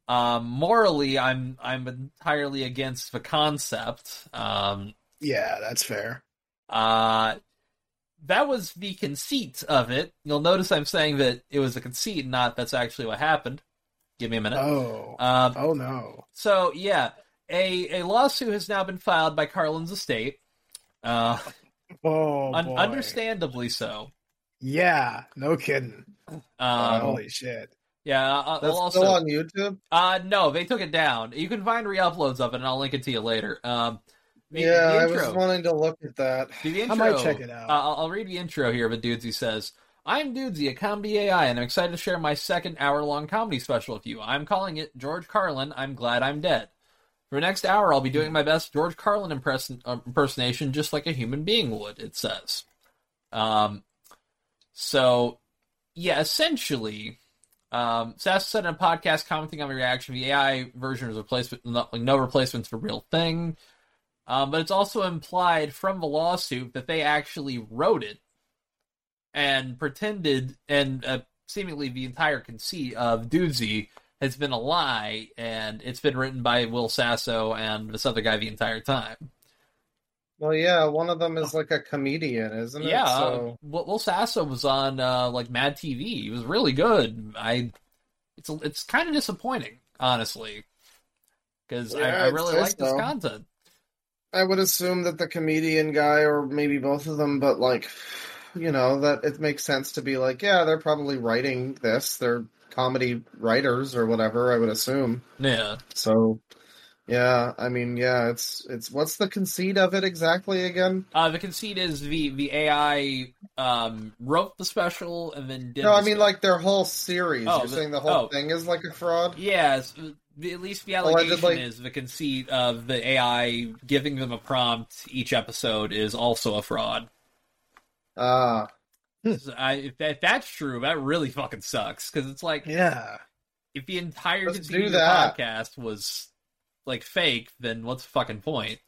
Speaker 2: um, morally I'm I'm entirely against the concept. Um,
Speaker 1: yeah, that's fair.
Speaker 2: uh, that was the conceit of it. You'll notice I'm saying that it was a conceit, not that's actually what happened. Give me a minute.
Speaker 1: Oh,
Speaker 2: Um,
Speaker 1: oh no.
Speaker 2: so yeah, a a lawsuit has now been filed by Carlin's estate. Uh,
Speaker 1: Oh,
Speaker 2: un-
Speaker 1: boy.
Speaker 2: understandably so.
Speaker 1: Yeah, no kidding.
Speaker 2: Um,
Speaker 1: Holy shit.
Speaker 2: Yeah, I- I'll
Speaker 3: That's
Speaker 2: also.
Speaker 3: still on YouTube.
Speaker 2: Uh, no, they took it down. You can find re-uploads of it, and I'll link it to you later. Um, the-
Speaker 3: yeah,
Speaker 2: the
Speaker 3: I
Speaker 2: intro.
Speaker 3: was wanting to look at that.
Speaker 2: See, the
Speaker 1: I
Speaker 2: intro,
Speaker 1: might check it out.
Speaker 2: Uh, I'll, I'll read the intro here, but Dudesy says, I'm Dudesy, a comedy AI, and I'm excited to share my second hour long comedy special with you. I'm calling it George Carlin, I'm Glad I'm Dead. For the next hour, I'll be doing my best George Carlin impress- uh, impersonation just like a human being would, it says. Um, so, yeah, essentially, um, Sass said in a podcast commenting on the reaction, the AI version is replacement, no, like no replacements for real thing. Um, but it's also implied from the lawsuit that they actually wrote it and pretended, and uh, seemingly the entire conceit of Doozy has been a lie, and it's been written by Will Sasso and this other guy the entire time.
Speaker 3: Well, yeah, one of them is like a comedian, isn't it?
Speaker 2: Oh. Yeah, um,
Speaker 3: So,
Speaker 2: Will Will Sasso was on uh, like Mad TV. He was really good. I, it's a, it's kind of disappointing, honestly, because
Speaker 3: Yeah,
Speaker 2: I, I
Speaker 3: I'd
Speaker 2: really
Speaker 3: say
Speaker 2: like this
Speaker 3: so.
Speaker 2: content.
Speaker 3: I would assume that the comedian guy, or maybe both of them, but like, you know, that it makes sense to be like, yeah, they're probably writing this. They're comedy writers or whatever. I would assume.
Speaker 2: Yeah.
Speaker 3: So, yeah, I mean, yeah, it's it's what's the conceit of it exactly again?
Speaker 2: Uh, the conceit is the the AI um, wrote the special and then did.
Speaker 3: No, I
Speaker 2: the-
Speaker 3: mean like their whole series.
Speaker 2: Oh,
Speaker 3: You're
Speaker 2: the-
Speaker 3: saying the whole
Speaker 2: oh.
Speaker 3: thing is like a fraud.
Speaker 2: yes. the- At least the
Speaker 3: Well, I did,
Speaker 2: allegation
Speaker 3: like-
Speaker 2: is the conceit of the AI giving them a prompt each episode is also a fraud.
Speaker 3: Ah,
Speaker 2: So I, if, that, if that's true, that really fucking sucks because it's like
Speaker 1: Yeah.
Speaker 2: if the entire
Speaker 3: Let's
Speaker 2: conceit
Speaker 3: do
Speaker 2: of the
Speaker 3: that.
Speaker 2: podcast was like fake, then what's the fucking point?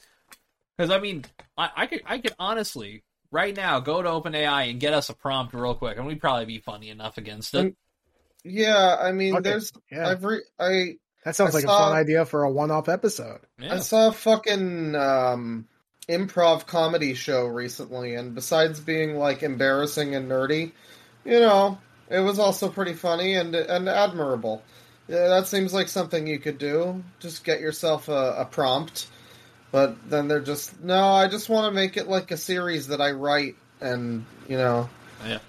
Speaker 2: Because I mean, I, I could I could honestly right now go to OpenAI and get us a prompt real quick, and we'd probably be funny enough against it.
Speaker 3: yeah. I mean,
Speaker 1: Okay.
Speaker 3: there's
Speaker 1: Yeah.
Speaker 3: I've re- I
Speaker 1: that sounds
Speaker 3: I
Speaker 1: like a
Speaker 3: saw-
Speaker 1: fun idea for a one-off episode.
Speaker 2: Yeah.
Speaker 3: I saw a fucking um, improv comedy show recently, and besides being like embarrassing and nerdy, you know, it was also pretty funny and and admirable. Yeah, that seems like something you could do. Just get yourself a, a prompt, but then they're just no. I just want to make it like a series that I write, and you know,
Speaker 2: Oh,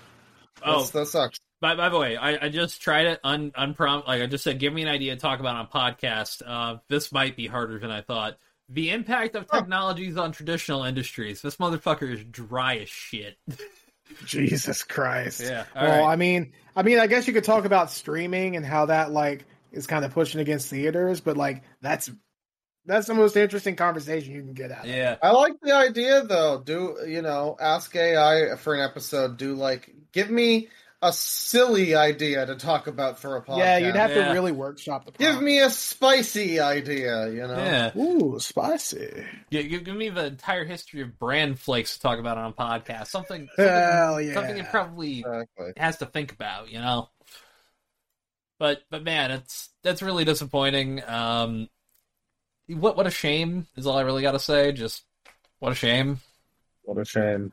Speaker 3: that's, that sucks.
Speaker 2: by, by the way, I, I just tried it un unprompt. Like I just said, give me an idea to talk about on a podcast. Uh, this might be harder than I thought. The impact of
Speaker 3: Huh.
Speaker 2: technologies on traditional industries. This motherfucker is dry as shit.
Speaker 1: Jesus Christ.
Speaker 2: Yeah. All
Speaker 1: Well,
Speaker 2: right.
Speaker 1: I mean, I mean, I guess you could talk about streaming and how that like is kind of pushing against theaters, but like that's that's the most interesting conversation you can get out of.
Speaker 2: Yeah.
Speaker 3: I like the idea though. Do you know? Ask AI for an episode. Do like give me a silly idea to talk about for a podcast.
Speaker 1: Yeah, you'd have
Speaker 2: Yeah.
Speaker 1: to really workshop the.
Speaker 3: give
Speaker 1: prompt.
Speaker 3: me a spicy idea. You know?
Speaker 2: Yeah.
Speaker 1: Ooh, spicy!
Speaker 2: Give, give, give me the entire history of brand flakes to talk about on a podcast. Something, something,
Speaker 1: Hell yeah!
Speaker 2: something it probably
Speaker 3: Exactly.
Speaker 2: has to think about, you know. But but man, it's that's really disappointing. Um, what what a shame is all I really got to say. Just what a shame.
Speaker 3: What a shame.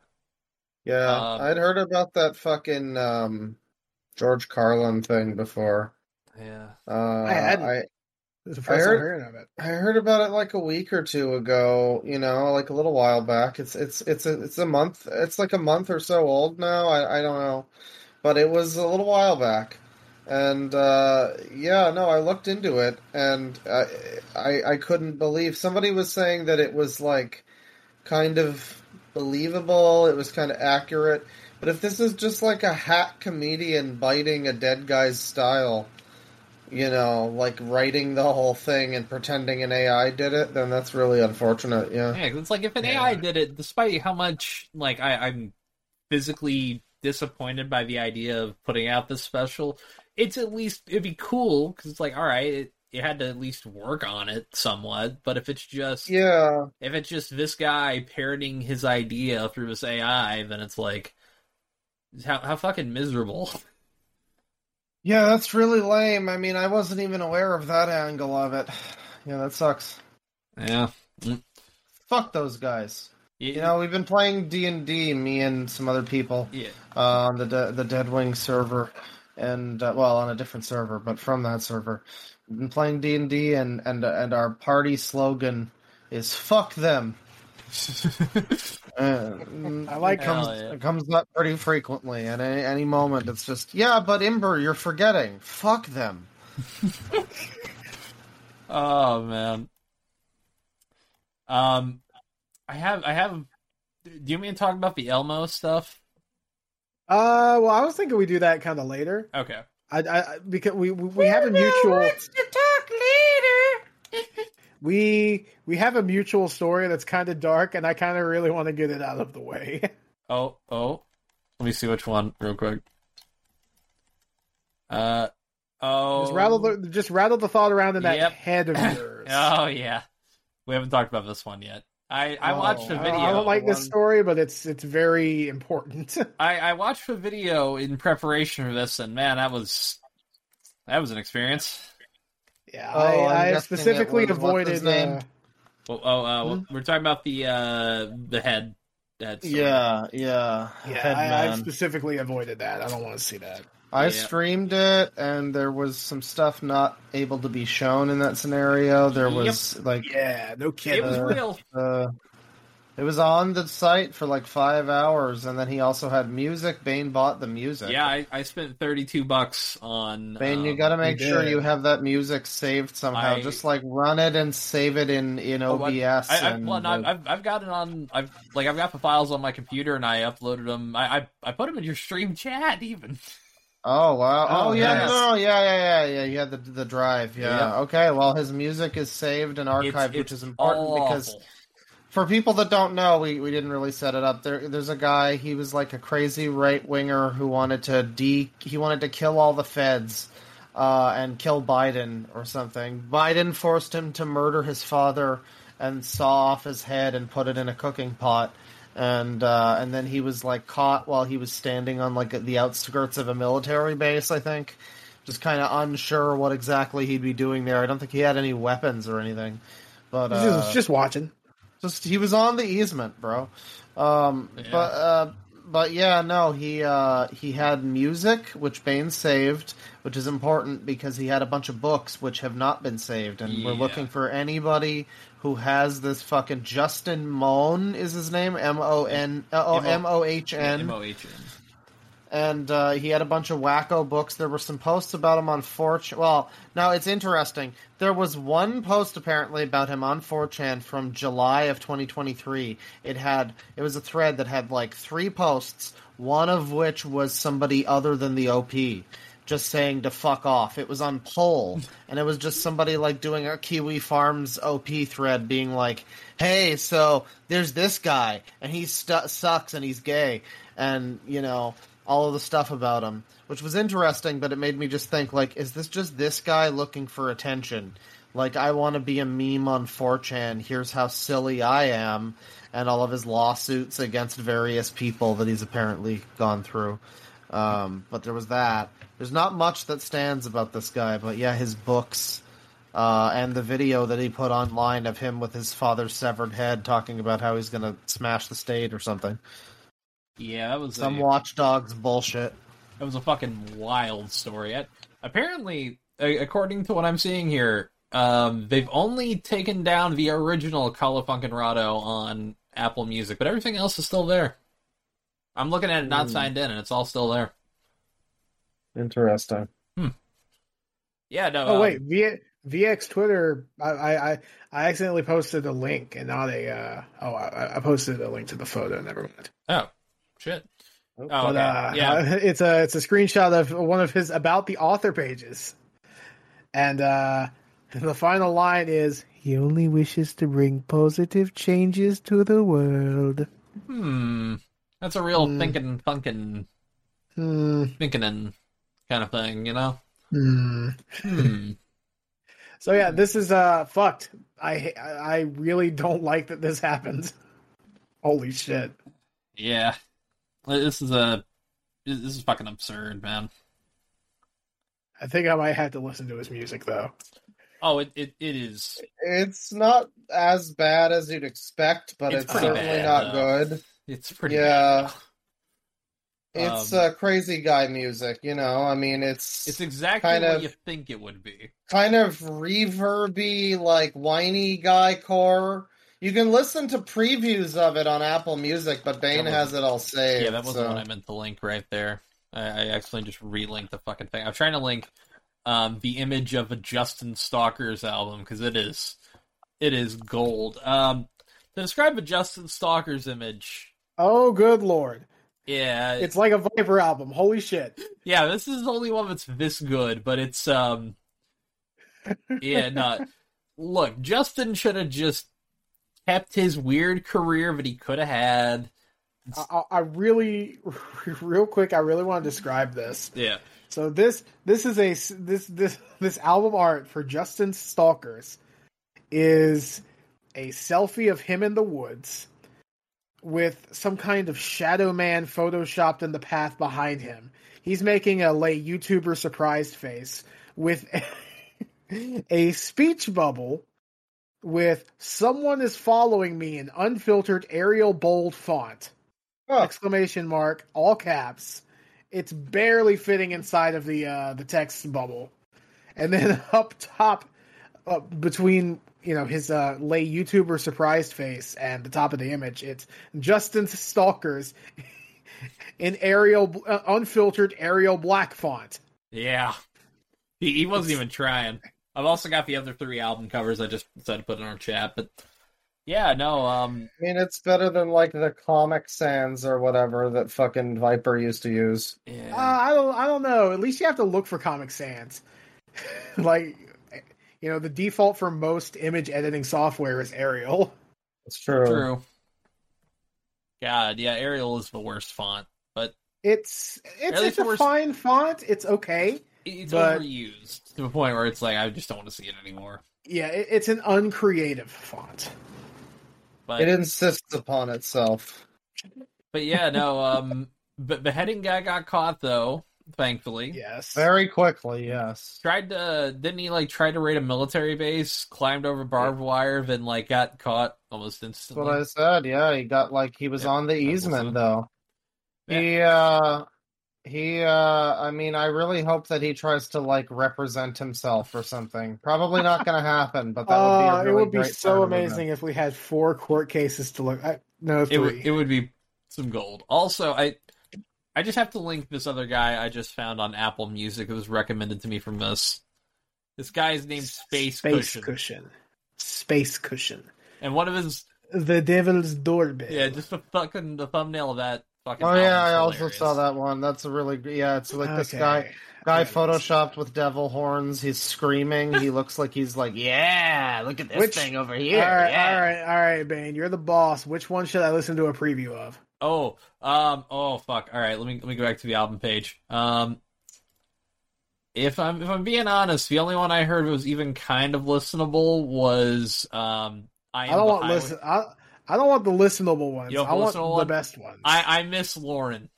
Speaker 3: Yeah,
Speaker 2: Um,
Speaker 3: I'd heard about that fucking um, George Carlin thing before.
Speaker 2: Yeah.
Speaker 3: Uh,
Speaker 1: hadn't.
Speaker 3: I
Speaker 1: It's the
Speaker 3: I
Speaker 1: first time
Speaker 3: heard-
Speaker 1: hearing of it.
Speaker 3: I heard about it like a week or two ago, you know, like a little while back. It's it's it's a it's a month. It's like a month or so old now. I I don't know, but it was a little while back, And uh, yeah, no, I looked into it, and I, I I couldn't believe somebody was saying that it was like kind of believable. It was kind of accurate. But if this is just like a hack comedian biting a dead guy's style, you know, like writing the whole thing and pretending an AI did it, then that's really unfortunate. Yeah.
Speaker 2: Yeah, 'cause it's like if an AI did it, despite how much like I, I'm physically disappointed by the idea of putting out this special, it's at least it'd be cool because it's like all right, it, it had to at least work on it somewhat. But if it's just
Speaker 3: Yeah.
Speaker 2: if it's just this guy parroting his idea through this AI, then it's like how how fucking miserable.
Speaker 3: Yeah, that's really lame. I mean, I wasn't even aware of that angle of it. Yeah, that sucks.
Speaker 2: Yeah,
Speaker 3: Fuck those guys. You know, we've been playing D and D, me and some other people,
Speaker 2: yeah.
Speaker 3: uh, on the De- the Deadwing server, and uh, well, on a different server, but from that server, we've been playing D and D, and and and our party slogan is "fuck them." Uh,
Speaker 1: I like
Speaker 3: it
Speaker 2: Hell
Speaker 3: comes
Speaker 2: yeah.
Speaker 3: it comes up pretty frequently at any, any moment. It's just yeah, but Ember, you're forgetting. Fuck them.
Speaker 2: Oh man. Um, I have I have. Do you mean to talk about the Elmo stuff?
Speaker 1: Uh, well, I was thinking we do that kind of later.
Speaker 2: Okay.
Speaker 1: I, I I- because we we, we have a mutual. We we have a mutual story that's kind of dark, and I kind of really want to get it out of the way.
Speaker 2: Oh oh. Let me see which one real quick. Uh oh.
Speaker 1: Just rattle the
Speaker 3: Um,
Speaker 1: just rattle the thought around in that
Speaker 2: Yep.
Speaker 1: head of yours.
Speaker 2: Oh yeah. We haven't talked about this one yet. I I
Speaker 3: Oh,
Speaker 2: watched
Speaker 1: I
Speaker 2: a
Speaker 1: don't-
Speaker 2: video.
Speaker 1: I don't like this
Speaker 3: One.
Speaker 1: story, but it's it's very important.
Speaker 2: I, I watched a video in preparation for this, and man, that was that was an experience.
Speaker 1: yeah,
Speaker 3: Oh, I'm
Speaker 1: I, I
Speaker 3: guessing
Speaker 1: specifically
Speaker 3: it was- what's his
Speaker 1: avoided. Uh,
Speaker 3: name?
Speaker 2: Well, oh, uh, well, we're talking about the uh, the head. That's
Speaker 3: Yeah, yeah,
Speaker 1: yeah, I, I
Speaker 3: Headman.
Speaker 1: specifically avoided that. I don't want to see that.
Speaker 3: I
Speaker 2: Yeah.
Speaker 3: streamed it, and there was some stuff not able to be shown in that scenario. There was like
Speaker 1: Yeah, no
Speaker 2: it
Speaker 1: kidding.
Speaker 2: was
Speaker 3: Uh,
Speaker 2: real.
Speaker 3: uh, it was on the site for like five hours, and then he also had music. Bane bought the music.
Speaker 2: Yeah, I, I spent thirty two bucks on.
Speaker 3: Bane, you
Speaker 2: um,
Speaker 3: got to make
Speaker 1: he
Speaker 3: sure
Speaker 1: did.
Speaker 3: you have that music saved somehow.
Speaker 2: I-
Speaker 3: Just like run it and save it in in
Speaker 2: Oh, I-
Speaker 3: OBS.
Speaker 2: I, I,
Speaker 3: and,
Speaker 2: well, no, I've,
Speaker 3: like-
Speaker 2: I've I've got it on. I've like I've got the files on my computer, and I uploaded them. I I, I put them in your stream chat even.
Speaker 3: Oh wow! Oh,
Speaker 1: Oh,
Speaker 3: yeah,
Speaker 1: nice.
Speaker 3: no, no, yeah, yeah, yeah, yeah. You had the the drive. Yeah.
Speaker 2: Yeah.
Speaker 3: Okay. Well, his music is saved and archived,
Speaker 2: It's-
Speaker 3: which
Speaker 2: it's
Speaker 3: is important
Speaker 2: all
Speaker 3: because
Speaker 2: awful.
Speaker 3: for people that don't know, we, we didn't really set it up. There there's a guy, he was like a crazy right winger who wanted to de he wanted to kill all the feds uh, and kill Biden or something. Biden forced him to murder his father and saw off his head and put it in a cooking pot. And uh, and then he was like caught while he was standing on like the outskirts of a military base, I think. Just kind of unsure what exactly he'd be doing there. I don't think he had any weapons or anything. But
Speaker 1: Just-
Speaker 3: uh,
Speaker 1: just watching.
Speaker 3: just he was on the easement, bro. Um,
Speaker 2: Yeah.
Speaker 3: But uh, but yeah, no, he uh, he had music which Bane saved, which is important because he had a bunch of books which have not been saved, and we're
Speaker 2: Yeah.
Speaker 3: looking for anybody who has this fucking Justin Moan is his name M O N oh M O H N
Speaker 2: M-O-H-N.
Speaker 3: and uh, he had a bunch of wacko books. There were some posts about him on 4chan. Well, now it's interesting. There was one post apparently about him on 4chan from July of 2023. It had it was a thread that had like three posts, one of which was somebody other than the OP just saying to fuck off. It was on poll, and it was just somebody like doing a Kiwi Farms OP thread, being like, "Hey, so there's this guy, and he stu- sucks, and he's gay, and you know all of the stuff about him," which was interesting, but it made me just think like, is this just this guy looking for attention? Like, I want to be a meme on 4chan. Here's how silly I am, and all of his lawsuits against various people that he's apparently gone through. Um, but there was that. There's not much that stands about this guy, but yeah, his books uh, and the video that he put online of him with his father's severed head talking about how he's going to smash the state or something.
Speaker 2: Yeah, that was
Speaker 3: Some
Speaker 2: a,
Speaker 3: watchdogs bullshit.
Speaker 2: That was a fucking wild story. I, apparently, a- according to what I'm seeing here, um, they've only taken down the original Califunkenrado on Apple Music, but everything else is still there. Hmm. I'm looking at it not signed in, and it's all still there.
Speaker 3: Interesting.
Speaker 2: Hmm. Yeah, no.
Speaker 1: Oh
Speaker 2: um,
Speaker 1: wait, v- VX Twitter. I, I I I accidentally posted a link, and now they. Uh, oh, I, I posted a link to the photo. Never mind.
Speaker 2: Shit. Oh,
Speaker 1: But
Speaker 2: okay.
Speaker 1: uh,
Speaker 2: yeah.
Speaker 1: it's a it's a screenshot of one of his about the author pages, and uh, the final line is he only wishes to bring positive changes to the world.
Speaker 2: Hmm. That's a real
Speaker 1: Hmm.
Speaker 2: thinking, funkin',
Speaker 1: Hmm.
Speaker 2: thinking and kind of thing, you know?
Speaker 1: Hmm.
Speaker 2: Hmm.
Speaker 1: So yeah, this is uh fucked. I I I really don't like that this happened. Holy shit.
Speaker 2: yeah. This is a. This is fucking absurd, man.
Speaker 1: I think I might have to listen to his music though.
Speaker 2: Oh, it, it, it is.
Speaker 3: It's not as bad as you'd expect, but
Speaker 2: It's
Speaker 3: it's,
Speaker 2: pretty
Speaker 3: certainly
Speaker 2: bad,
Speaker 3: not
Speaker 2: though.
Speaker 3: good.
Speaker 2: It's pretty.
Speaker 3: Yeah.
Speaker 2: bad.
Speaker 3: It's
Speaker 2: Um,
Speaker 3: uh, crazy guy music, you know. I mean, it's
Speaker 2: It's exactly
Speaker 3: Kind
Speaker 2: what
Speaker 3: of-
Speaker 2: you think it would be.
Speaker 3: kind of reverby, like whiny guy core. You can listen to previews of it on Apple Music, but Bane
Speaker 2: wasn't-
Speaker 3: has it all saved.
Speaker 2: Yeah, that wasn't
Speaker 3: so-
Speaker 2: what I meant to link right there. I, I actually just relinked the fucking thing. I'm trying to link um, the image of a Justin Stalker's album because it is it is gold. Um, to describe a Justin Stalker's image,
Speaker 1: Oh good lord.
Speaker 2: yeah,
Speaker 1: It's like a Viper album. Holy shit.
Speaker 2: yeah. This is the only one that's this good, but it's um, yeah, not. Look, Justin should have just kept his weird career that he could have had.
Speaker 1: I, I- I really real quick I really want to describe this.
Speaker 2: Yeah.
Speaker 1: So this this is a s- this this this album art for Justin Stalkers is a selfie of him in the woods with some kind of shadow man photoshopped in the path behind him. He's making a lay YouTuber surprised face with a speech bubble with someone is following me in unfiltered Arial bold font
Speaker 3: Huh.
Speaker 1: exclamation mark all caps it's barely fitting inside of the uh the text bubble and then up top uh, between you know his uh lay youtuber surprised face and the top of the image it's justin stalkers in aerial uh, unfiltered aerial black font
Speaker 2: Yeah. He, he wasn't even trying. I've also got the other three album covers I just decided to put in our chat, but yeah, no, um
Speaker 3: I mean, it's better than like the Comic Sans or whatever that fucking Viper used to use.
Speaker 2: yeah.
Speaker 1: uh, i don't i don't know at least you have to look for comic sans like you know the default for most image editing software is aerial
Speaker 3: It's true.
Speaker 2: true. God, yeah, Arial is the worst font.
Speaker 1: It's it's,
Speaker 2: At least
Speaker 1: it's a
Speaker 2: it was-
Speaker 1: fine font. It's okay.
Speaker 2: It's
Speaker 1: But-
Speaker 2: overused to the point where it's like I just don't want to see it anymore.
Speaker 1: Yeah, it, it's an uncreative font.
Speaker 2: But
Speaker 3: It insists upon itself.
Speaker 2: but yeah, no, um but beheading guy got caught though, thankfully.
Speaker 1: Yes.
Speaker 3: Very quickly, yes.
Speaker 2: Tried to didn't he like try to raid a military base, climbed over barbed wire, then like got caught almost
Speaker 3: That's
Speaker 2: instantly.
Speaker 3: what I said. Yeah, he got like he was
Speaker 2: Yeah,
Speaker 3: on the
Speaker 2: awesome.
Speaker 3: easement though. He uh he uh I mean I really hope that he tries to like represent himself or something. Probably not gonna happen, but that would be
Speaker 1: Uh,
Speaker 3: a really
Speaker 1: it would be
Speaker 3: great
Speaker 1: so
Speaker 3: tournament.
Speaker 1: amazing if we had four court cases to look. I, no, three.
Speaker 2: it would it would be some gold. Also, I I just have to link this other guy I just found on Apple Music. It was recommended to me from this. This guy's named Space, Cushion,
Speaker 1: Space cushion.
Speaker 2: and one of his
Speaker 1: The devil's doorbell.
Speaker 2: yeah, just the fucking the thumbnail of that fucking.
Speaker 3: Oh yeah, I
Speaker 2: album's
Speaker 3: also saw
Speaker 2: hilarious.
Speaker 3: that one. That's a really gr- yeah. It's like this
Speaker 1: Okay.
Speaker 3: guy guy
Speaker 1: Yeah,
Speaker 3: photoshopped with devil horns. He's screaming. he looks like he's like yeah. Look at this
Speaker 1: Which-
Speaker 3: thing over
Speaker 1: All
Speaker 3: here.
Speaker 1: right,
Speaker 3: yeah.
Speaker 1: all right, all right, Bane. You're the boss. Which one should I listen to a preview of?
Speaker 2: Oh, um, oh fuck. All right, let me let me go back to the album page. Um, if I'm if I'm being honest, the only one I heard was even kind of listenable was um.
Speaker 1: I
Speaker 2: I, am
Speaker 1: don't
Speaker 2: the
Speaker 1: want
Speaker 2: Highway-
Speaker 1: listen. I, I don't want the listenable ones.
Speaker 2: You don't
Speaker 1: I want
Speaker 2: listen to
Speaker 1: the
Speaker 2: one?
Speaker 1: best ones.
Speaker 2: I I miss Lauren.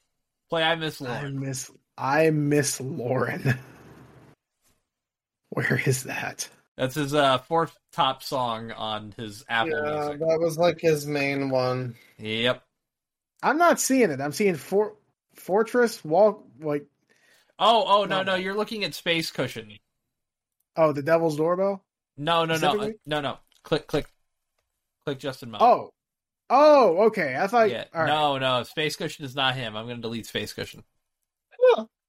Speaker 2: Play I miss
Speaker 1: I
Speaker 2: Lauren.
Speaker 1: miss I miss Lauren. Where is that?
Speaker 2: That's his uh, fourth top song on his Apple
Speaker 3: Yeah,
Speaker 2: Music.
Speaker 3: that was like his main one.
Speaker 2: Yep.
Speaker 1: I'm not seeing it. I'm seeing for, Fortress Walk like
Speaker 2: Oh oh no
Speaker 1: No.
Speaker 2: no, you're looking at Space Cushion.
Speaker 1: oh the Devil's Doorbell.
Speaker 2: No no no uh,
Speaker 1: Specifically?
Speaker 2: no no. Click click click Justin Mo.
Speaker 1: Oh. Oh, okay. I thought
Speaker 2: yeah.
Speaker 1: all right.
Speaker 2: No no, Space Cushion is not him. I'm gonna delete Space Cushion. All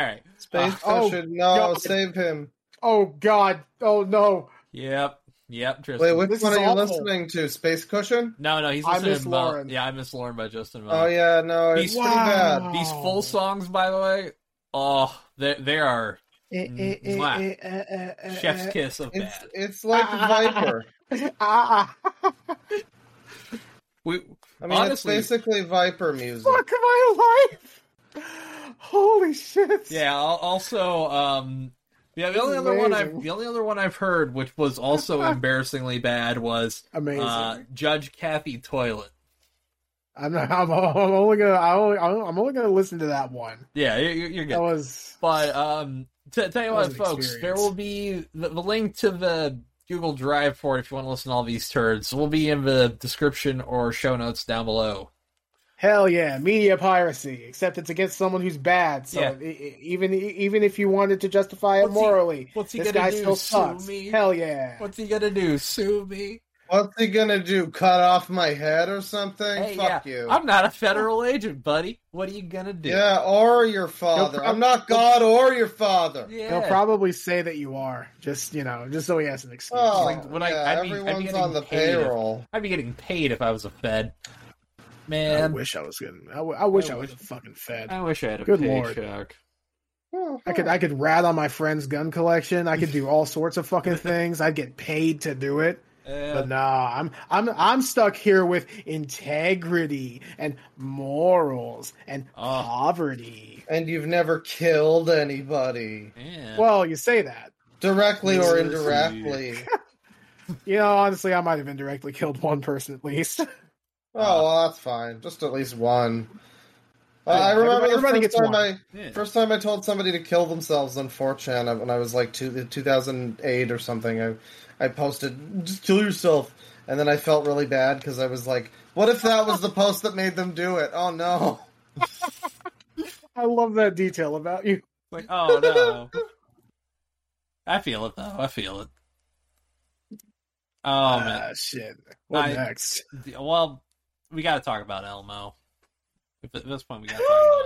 Speaker 2: right.
Speaker 3: Space
Speaker 1: Oh,
Speaker 3: Cushion, no,
Speaker 1: God.
Speaker 3: save him.
Speaker 1: Oh God! Oh no!
Speaker 2: Yep. Yep.
Speaker 3: Wait,
Speaker 2: Tristan.
Speaker 3: which
Speaker 1: This
Speaker 3: one
Speaker 1: is
Speaker 3: are you
Speaker 1: awful.
Speaker 3: listening to? Space Cushion?
Speaker 2: no, no, he's
Speaker 1: I
Speaker 2: listening
Speaker 1: miss
Speaker 2: to Mo-
Speaker 1: Lauren.
Speaker 2: Yeah, I miss Lauren by Justin Mo.
Speaker 3: Oh yeah, no,
Speaker 7: He's-
Speaker 3: it's pretty bad.
Speaker 1: Wow.
Speaker 2: These full songs, by the way, oh, they, they are
Speaker 1: Eh, eh, eh,
Speaker 2: Mwah.
Speaker 1: eh, eh, eh, eh,
Speaker 2: Mm, chef's
Speaker 1: eh.
Speaker 2: kiss of
Speaker 3: It's
Speaker 2: bad.
Speaker 3: it's like Viper.
Speaker 1: Ah, ah, ah.
Speaker 2: We,
Speaker 3: I mean,
Speaker 2: honestly,
Speaker 3: it's basically Viper music.
Speaker 1: Fuck my life! Holy shit!
Speaker 2: yeah. al- Also, um, yeah, the
Speaker 1: This
Speaker 2: only
Speaker 1: is
Speaker 2: other one I
Speaker 1: amazing.
Speaker 2: the only other one I've heard, which was also embarrassingly bad, was
Speaker 1: amazing.
Speaker 2: uh, Judge Kathy Toilet.
Speaker 1: I'm not. I'm, I'm only gonna. I only, I'm only gonna listen to that one.
Speaker 2: Yeah, you're, you're you're good.
Speaker 1: That was.
Speaker 2: But um, t- tell you
Speaker 1: That was
Speaker 2: what,
Speaker 1: Oh. an
Speaker 2: folks, there
Speaker 1: experience.
Speaker 2: will be the, the link to the Google Drive for it if you want to listen to all these turds. Will be in the description or show notes down below.
Speaker 1: Hell yeah, media piracy. Except it's against someone who's bad. So
Speaker 2: Yeah.
Speaker 1: e- e- even even if you wanted to justify it
Speaker 2: What's he-
Speaker 1: morally,
Speaker 2: what's he
Speaker 1: this
Speaker 2: gonna
Speaker 1: guy
Speaker 2: do,
Speaker 1: still
Speaker 2: sue
Speaker 1: sucks.
Speaker 2: me?
Speaker 1: Hell yeah.
Speaker 2: What's he gonna do? Sue me?
Speaker 3: What's he gonna do? Cut off my head or something?
Speaker 2: Hey,
Speaker 3: Fuck
Speaker 2: yeah,
Speaker 3: you.
Speaker 2: I'm not a federal agent, buddy. What are you gonna do?
Speaker 3: Yeah, or your father.
Speaker 1: prob-
Speaker 3: I'm not God or your father.
Speaker 2: Yeah.
Speaker 1: He'll probably say that you are. Just you know, just so he has an excuse.
Speaker 3: Oh,
Speaker 2: Like, when I-
Speaker 3: yeah,
Speaker 2: I'd be- I'd be
Speaker 3: everyone's
Speaker 2: getting
Speaker 3: on the
Speaker 2: paid.
Speaker 3: payroll.
Speaker 2: I'd be getting paid if I was a Fed.
Speaker 1: I
Speaker 2: Man,
Speaker 1: wish I was good. I, w- I wish I,
Speaker 2: I
Speaker 1: was
Speaker 2: wish-
Speaker 1: a fucking fed.
Speaker 2: I wish I had a
Speaker 1: Good lord.
Speaker 2: paycheck.
Speaker 1: I could I could rat on my friend's gun collection. I could do all sorts of fucking things. I'd get paid to do it.
Speaker 2: Uh,
Speaker 1: But nah, I'm I'm I'm stuck here with integrity and morals and
Speaker 2: Oh.
Speaker 1: poverty.
Speaker 3: And you've never killed anybody.
Speaker 2: yeah.
Speaker 1: Well, you say that.
Speaker 3: Directly or
Speaker 7: Yes,
Speaker 3: indirectly.
Speaker 1: You know, honestly, I might have indirectly killed one person at least.
Speaker 3: Oh, well, that's fine. Just at least one. Uh,
Speaker 1: Yeah,
Speaker 3: I remember
Speaker 1: everybody- everybody
Speaker 3: the
Speaker 1: gets
Speaker 3: first time
Speaker 1: one.
Speaker 3: I
Speaker 2: Yeah.
Speaker 3: first time I told somebody to kill themselves on 4chan when I was like two, 2008 or something. I I posted just kill yourself, and then I felt really bad because I was like, what if that was the post that made them do it? Oh no.
Speaker 1: I love that detail about you.
Speaker 2: Like, oh no. I feel it though. I feel it. Oh man.
Speaker 1: Ah, shit. What
Speaker 2: I-
Speaker 1: next?
Speaker 2: D- Well, we got to talk about Elmo. If At this point, we got to talk
Speaker 1: Oh,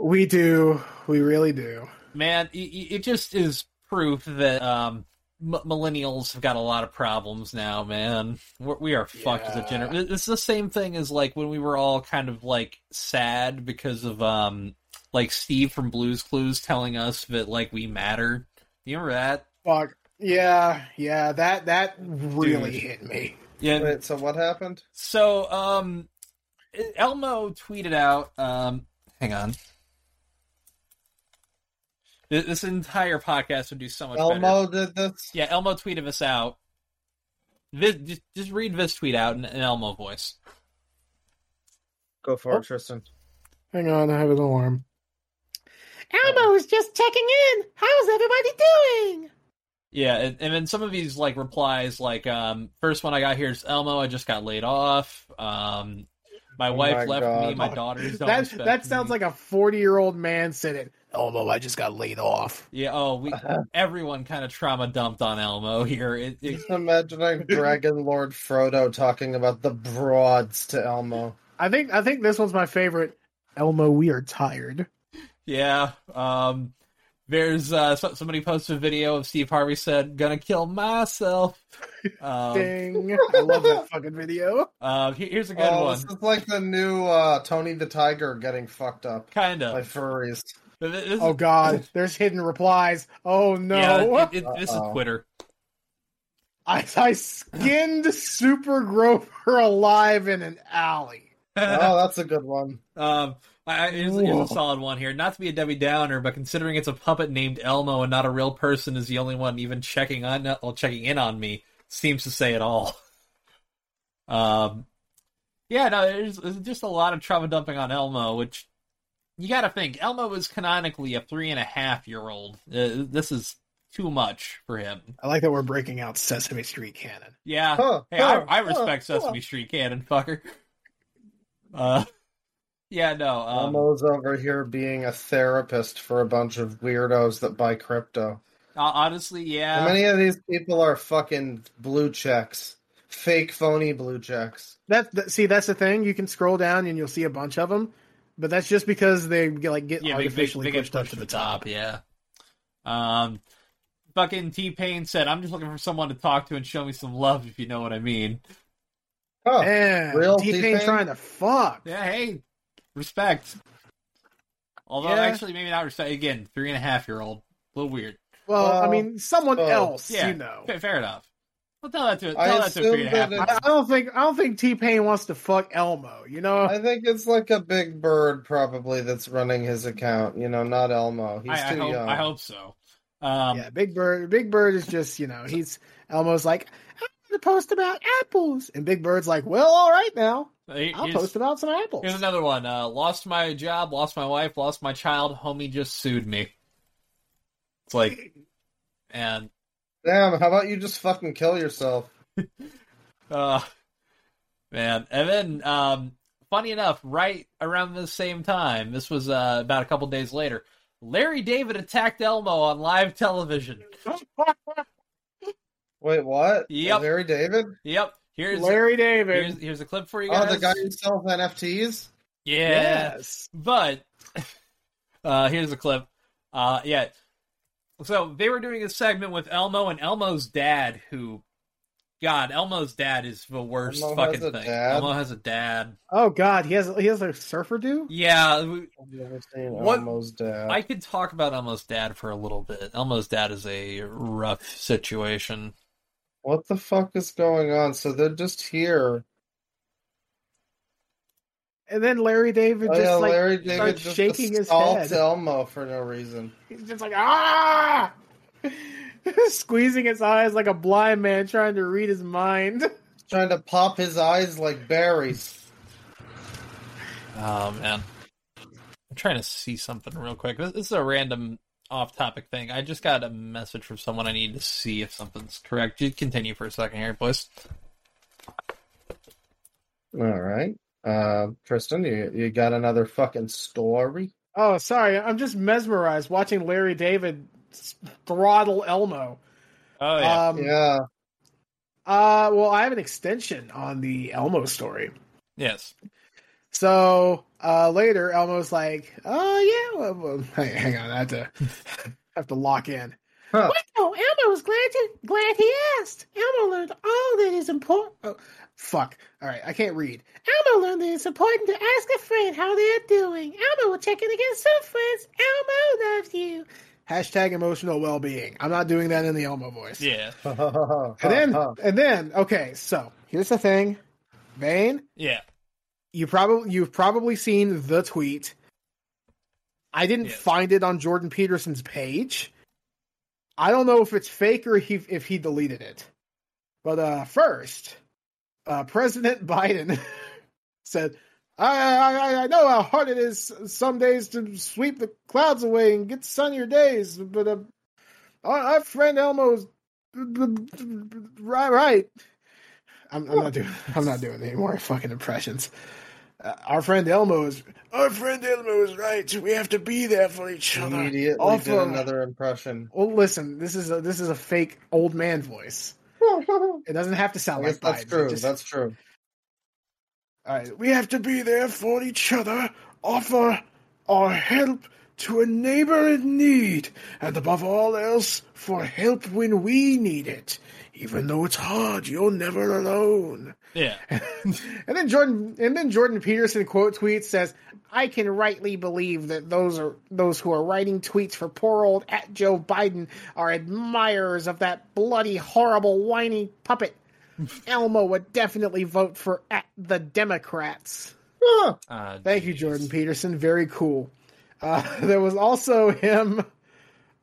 Speaker 2: about Elmo.
Speaker 1: We do. We really do.
Speaker 2: Man, it, it just is proof that um, m- millennials have got a lot of problems now, man. We're, we are fucked as a generation. It's the same thing as like when we were all kind of like sad because of um, like Steve from Blues Clues telling us that like we matter. You remember that?
Speaker 1: Fuck. Yeah, yeah. That that really
Speaker 2: Dude.
Speaker 1: hit me.
Speaker 2: Yeah,
Speaker 3: Wait, so what happened?
Speaker 2: So, um, Elmo tweeted out, um, hang on. Th- This entire podcast would do so much better.
Speaker 3: Elmo did this.
Speaker 2: Yeah, Elmo tweeted us out. This, just, just read this tweet out in an Elmo voice.
Speaker 3: Go for
Speaker 1: Oh.
Speaker 3: it, Tristan.
Speaker 1: Hang on, I have an alarm.
Speaker 2: Oh.
Speaker 1: Elmo's just checking in. How's everybody doing?
Speaker 2: Yeah, and, and then some of these like replies, like um, first one I got here is Elmo. I just got laid off. Um, my
Speaker 3: Oh
Speaker 2: wife
Speaker 3: my
Speaker 2: left me.
Speaker 3: God.
Speaker 2: My daughters don't
Speaker 1: That
Speaker 2: respect
Speaker 1: that sounds
Speaker 2: me.
Speaker 1: like a forty year old man said it. Elmo, I just got laid off.
Speaker 2: yeah. Oh, we everyone kind of trauma dumped on Elmo here. It, it,
Speaker 3: Just imagining Dragon Lord Frodo talking about the broads to Elmo.
Speaker 1: I think I think this one's my favorite. Elmo, we are tired.
Speaker 2: Yeah. Um, there's uh, so- somebody posted a video of Steve Harvey said, "Gonna kill myself." Um,
Speaker 1: Ding! I love that fucking video.
Speaker 2: uh, he- here's a good
Speaker 3: Oh,
Speaker 2: one,
Speaker 3: this is like the new uh, Tony the Tiger getting fucked up
Speaker 2: kind
Speaker 3: by
Speaker 2: of.
Speaker 3: furries.
Speaker 2: This,
Speaker 1: Oh God, there's hidden replies. Oh no,
Speaker 2: yeah, it- it- this is
Speaker 3: Uh-oh.
Speaker 2: Twitter.
Speaker 1: I, I skinned Super Grover alive in an alley.
Speaker 3: Oh, that's a good one.
Speaker 2: Um, I, I- here's, here's
Speaker 1: Whoa.
Speaker 2: a solid one here. Not to be a Debbie Downer, but considering it's a puppet named Elmo and not a real person is the only one even checking on uh, well, checking in on me seems to say it all. Um, yeah, no, there's, there's just a lot of trauma dumping on Elmo, which you got to think Elmo is canonically a three and a half year old. Uh, this is too much for him.
Speaker 1: I like that we're breaking out Sesame Street canon.
Speaker 2: Yeah,
Speaker 3: Huh,
Speaker 2: Hey,
Speaker 3: huh,
Speaker 2: I, I
Speaker 3: huh,
Speaker 2: respect
Speaker 3: huh.
Speaker 2: Sesame Street canon, fucker. Uh, yeah, no, um,
Speaker 3: Elmo's over here being a therapist for a bunch of weirdos that buy crypto.
Speaker 2: Uh, honestly,
Speaker 3: How
Speaker 2: yeah.
Speaker 3: many of these people are fucking blue checks? Fake, phony blue checks.
Speaker 1: That, that see, that's the thing. You can scroll down and you'll see a bunch of them, but that's just because they get, like get
Speaker 2: yeah, they, they,
Speaker 1: artificially
Speaker 2: they get
Speaker 1: pushed up
Speaker 2: pushed to the top. Yeah. Um, fucking T Pain said, "I'm just looking for someone to talk to and show me some love, if you know what I mean."
Speaker 3: Oh,
Speaker 1: Man,
Speaker 3: real
Speaker 1: T-Pain
Speaker 3: T-Pain?
Speaker 1: trying to fuck.
Speaker 2: Yeah, hey, respect. Although,
Speaker 1: Yeah.
Speaker 2: actually, maybe not respect. Again, three and a half year old, a little weird.
Speaker 1: Well, I
Speaker 3: Well,
Speaker 1: mean, someone
Speaker 3: well,
Speaker 1: else,
Speaker 2: Yeah,
Speaker 1: you know.
Speaker 2: fa- fair enough. Well, tell that to
Speaker 3: I
Speaker 2: tell that to a
Speaker 3: assume
Speaker 2: three and a half.
Speaker 3: that
Speaker 2: year
Speaker 1: I, I don't think I don't think T Pain wants to fuck Elmo. You
Speaker 2: uh,
Speaker 1: know,
Speaker 3: I think it's like a big bird probably that's running his account. You know, not Elmo.
Speaker 2: old.
Speaker 3: He's
Speaker 2: I, I
Speaker 3: too
Speaker 2: hope,
Speaker 3: young.
Speaker 2: I hope so. Um,
Speaker 1: yeah. Big Bird, Big Bird is just you know he's Elmo's like I'm gonna post about apples, and Big Bird's like, well, all right now,
Speaker 2: here-
Speaker 1: I'll
Speaker 2: here's-
Speaker 1: post about some apples.
Speaker 2: Here's another one. Uh, lost my job, lost my wife, lost my child. Homie just sued me. It's like, and
Speaker 3: Damn, how about you just fucking kill yourself?
Speaker 2: uh, man, and then um, funny enough, right around the same time, this was uh, about a couple days later. Larry David attacked Elmo on live television.
Speaker 3: Wait, what?
Speaker 2: Yep.
Speaker 3: Larry David?
Speaker 2: Yep. Here's
Speaker 1: Larry David.
Speaker 2: here's here's a clip for you guys.
Speaker 3: Oh, the guy who sells NFTs?
Speaker 2: Yeah.
Speaker 1: yes.
Speaker 2: But uh, here's a clip. Uh, yeah. So they were doing a segment with Elmo and Elmo's dad, who, God, Elmo's dad is the worst
Speaker 3: Elmo
Speaker 2: fucking
Speaker 3: has a
Speaker 2: thing.
Speaker 3: dad?
Speaker 2: Elmo has a dad.
Speaker 1: Oh God, he has he has a surfer dude.
Speaker 2: Yeah, we-
Speaker 3: I've never seen
Speaker 2: What-
Speaker 3: Elmo's dad.
Speaker 2: I could talk about Elmo's dad for a little bit. Elmo's dad is a rough situation.
Speaker 3: What the fuck is going on? So they're just here.
Speaker 1: And then Larry David
Speaker 3: oh,
Speaker 1: just
Speaker 3: yeah,
Speaker 1: like
Speaker 3: Larry David
Speaker 1: starts
Speaker 3: just
Speaker 1: shaking his
Speaker 3: assaults
Speaker 1: head.
Speaker 3: Elmo for no reason.
Speaker 1: he's just like ah, squeezing his eyes like a blind man trying to read his mind.
Speaker 3: Trying to pop his eyes like berries.
Speaker 2: Oh man, I'm trying to see something real quick. This, this is a random off-topic thing. I just got a message from someone. I need to see if something's correct. You continue for a second here, please.
Speaker 3: All right. Uh, Kristen, you, you got another fucking story?
Speaker 1: Oh, sorry. I'm just mesmerized watching Larry David s- throttle Elmo.
Speaker 2: Oh
Speaker 1: Um,
Speaker 3: yeah.
Speaker 1: Uh, well, I have an extension on the Elmo story.
Speaker 2: yes.
Speaker 1: So uh, later, Elmo's like, "Oh yeah, well, well, hang, hang on, I have to have to lock in."
Speaker 3: Huh.
Speaker 1: Wait, no, Elmo was glad to, glad he asked. Elmo learned all that is important. Oh, fuck! All right, I can't read. Elmo learned that it's important to ask a friend how they are doing. Elmo will check in against some friends. Elmo loves you. Hashtag emotional well being. I'm not doing that in the Elmo voice.
Speaker 2: Yeah.
Speaker 1: And then, and then, okay. So here's the thing, Vane
Speaker 2: Yeah.
Speaker 1: you probably you've probably seen the tweet. I didn't
Speaker 2: Yes.
Speaker 1: find it on Jordan Peterson's page. I don't know if it's fake or he, if he deleted it. But uh, first, uh, President Biden said, I, I, I- "I know how hard it is some days to sweep the clouds away and get sunnier days, but uh, our, our friend Elmo's right, right." I'm, I'm not doing. I'm not doing any more fucking impressions. Uh, our friend Elmo is. Our friend Elmo is right. We have to be there for each other.
Speaker 3: immediately
Speaker 1: Offer-
Speaker 3: did another impression.
Speaker 1: Well, listen. This is a this is a fake old man voice. It doesn't have to
Speaker 3: I
Speaker 1: sound
Speaker 3: guess
Speaker 1: like
Speaker 3: that's
Speaker 1: Biden.
Speaker 3: true.
Speaker 1: Just-
Speaker 3: That's true.
Speaker 1: all right. We have to be there for each other. Offer our help to a neighbor in need, and above all else, for help when we need it. Even though it's hard, you're never alone.
Speaker 2: Yeah.
Speaker 1: And then Jordan and then Jordan Peterson quote tweet says, "I can rightly believe that those are those who are writing tweets for poor old at Joe Biden are admirers of that bloody horrible whiny puppet. Elmo would definitely vote for at the Democrats."
Speaker 3: Huh.
Speaker 2: Uh,
Speaker 1: Thank you, Jordan Peterson. Very cool. Uh, there was also him.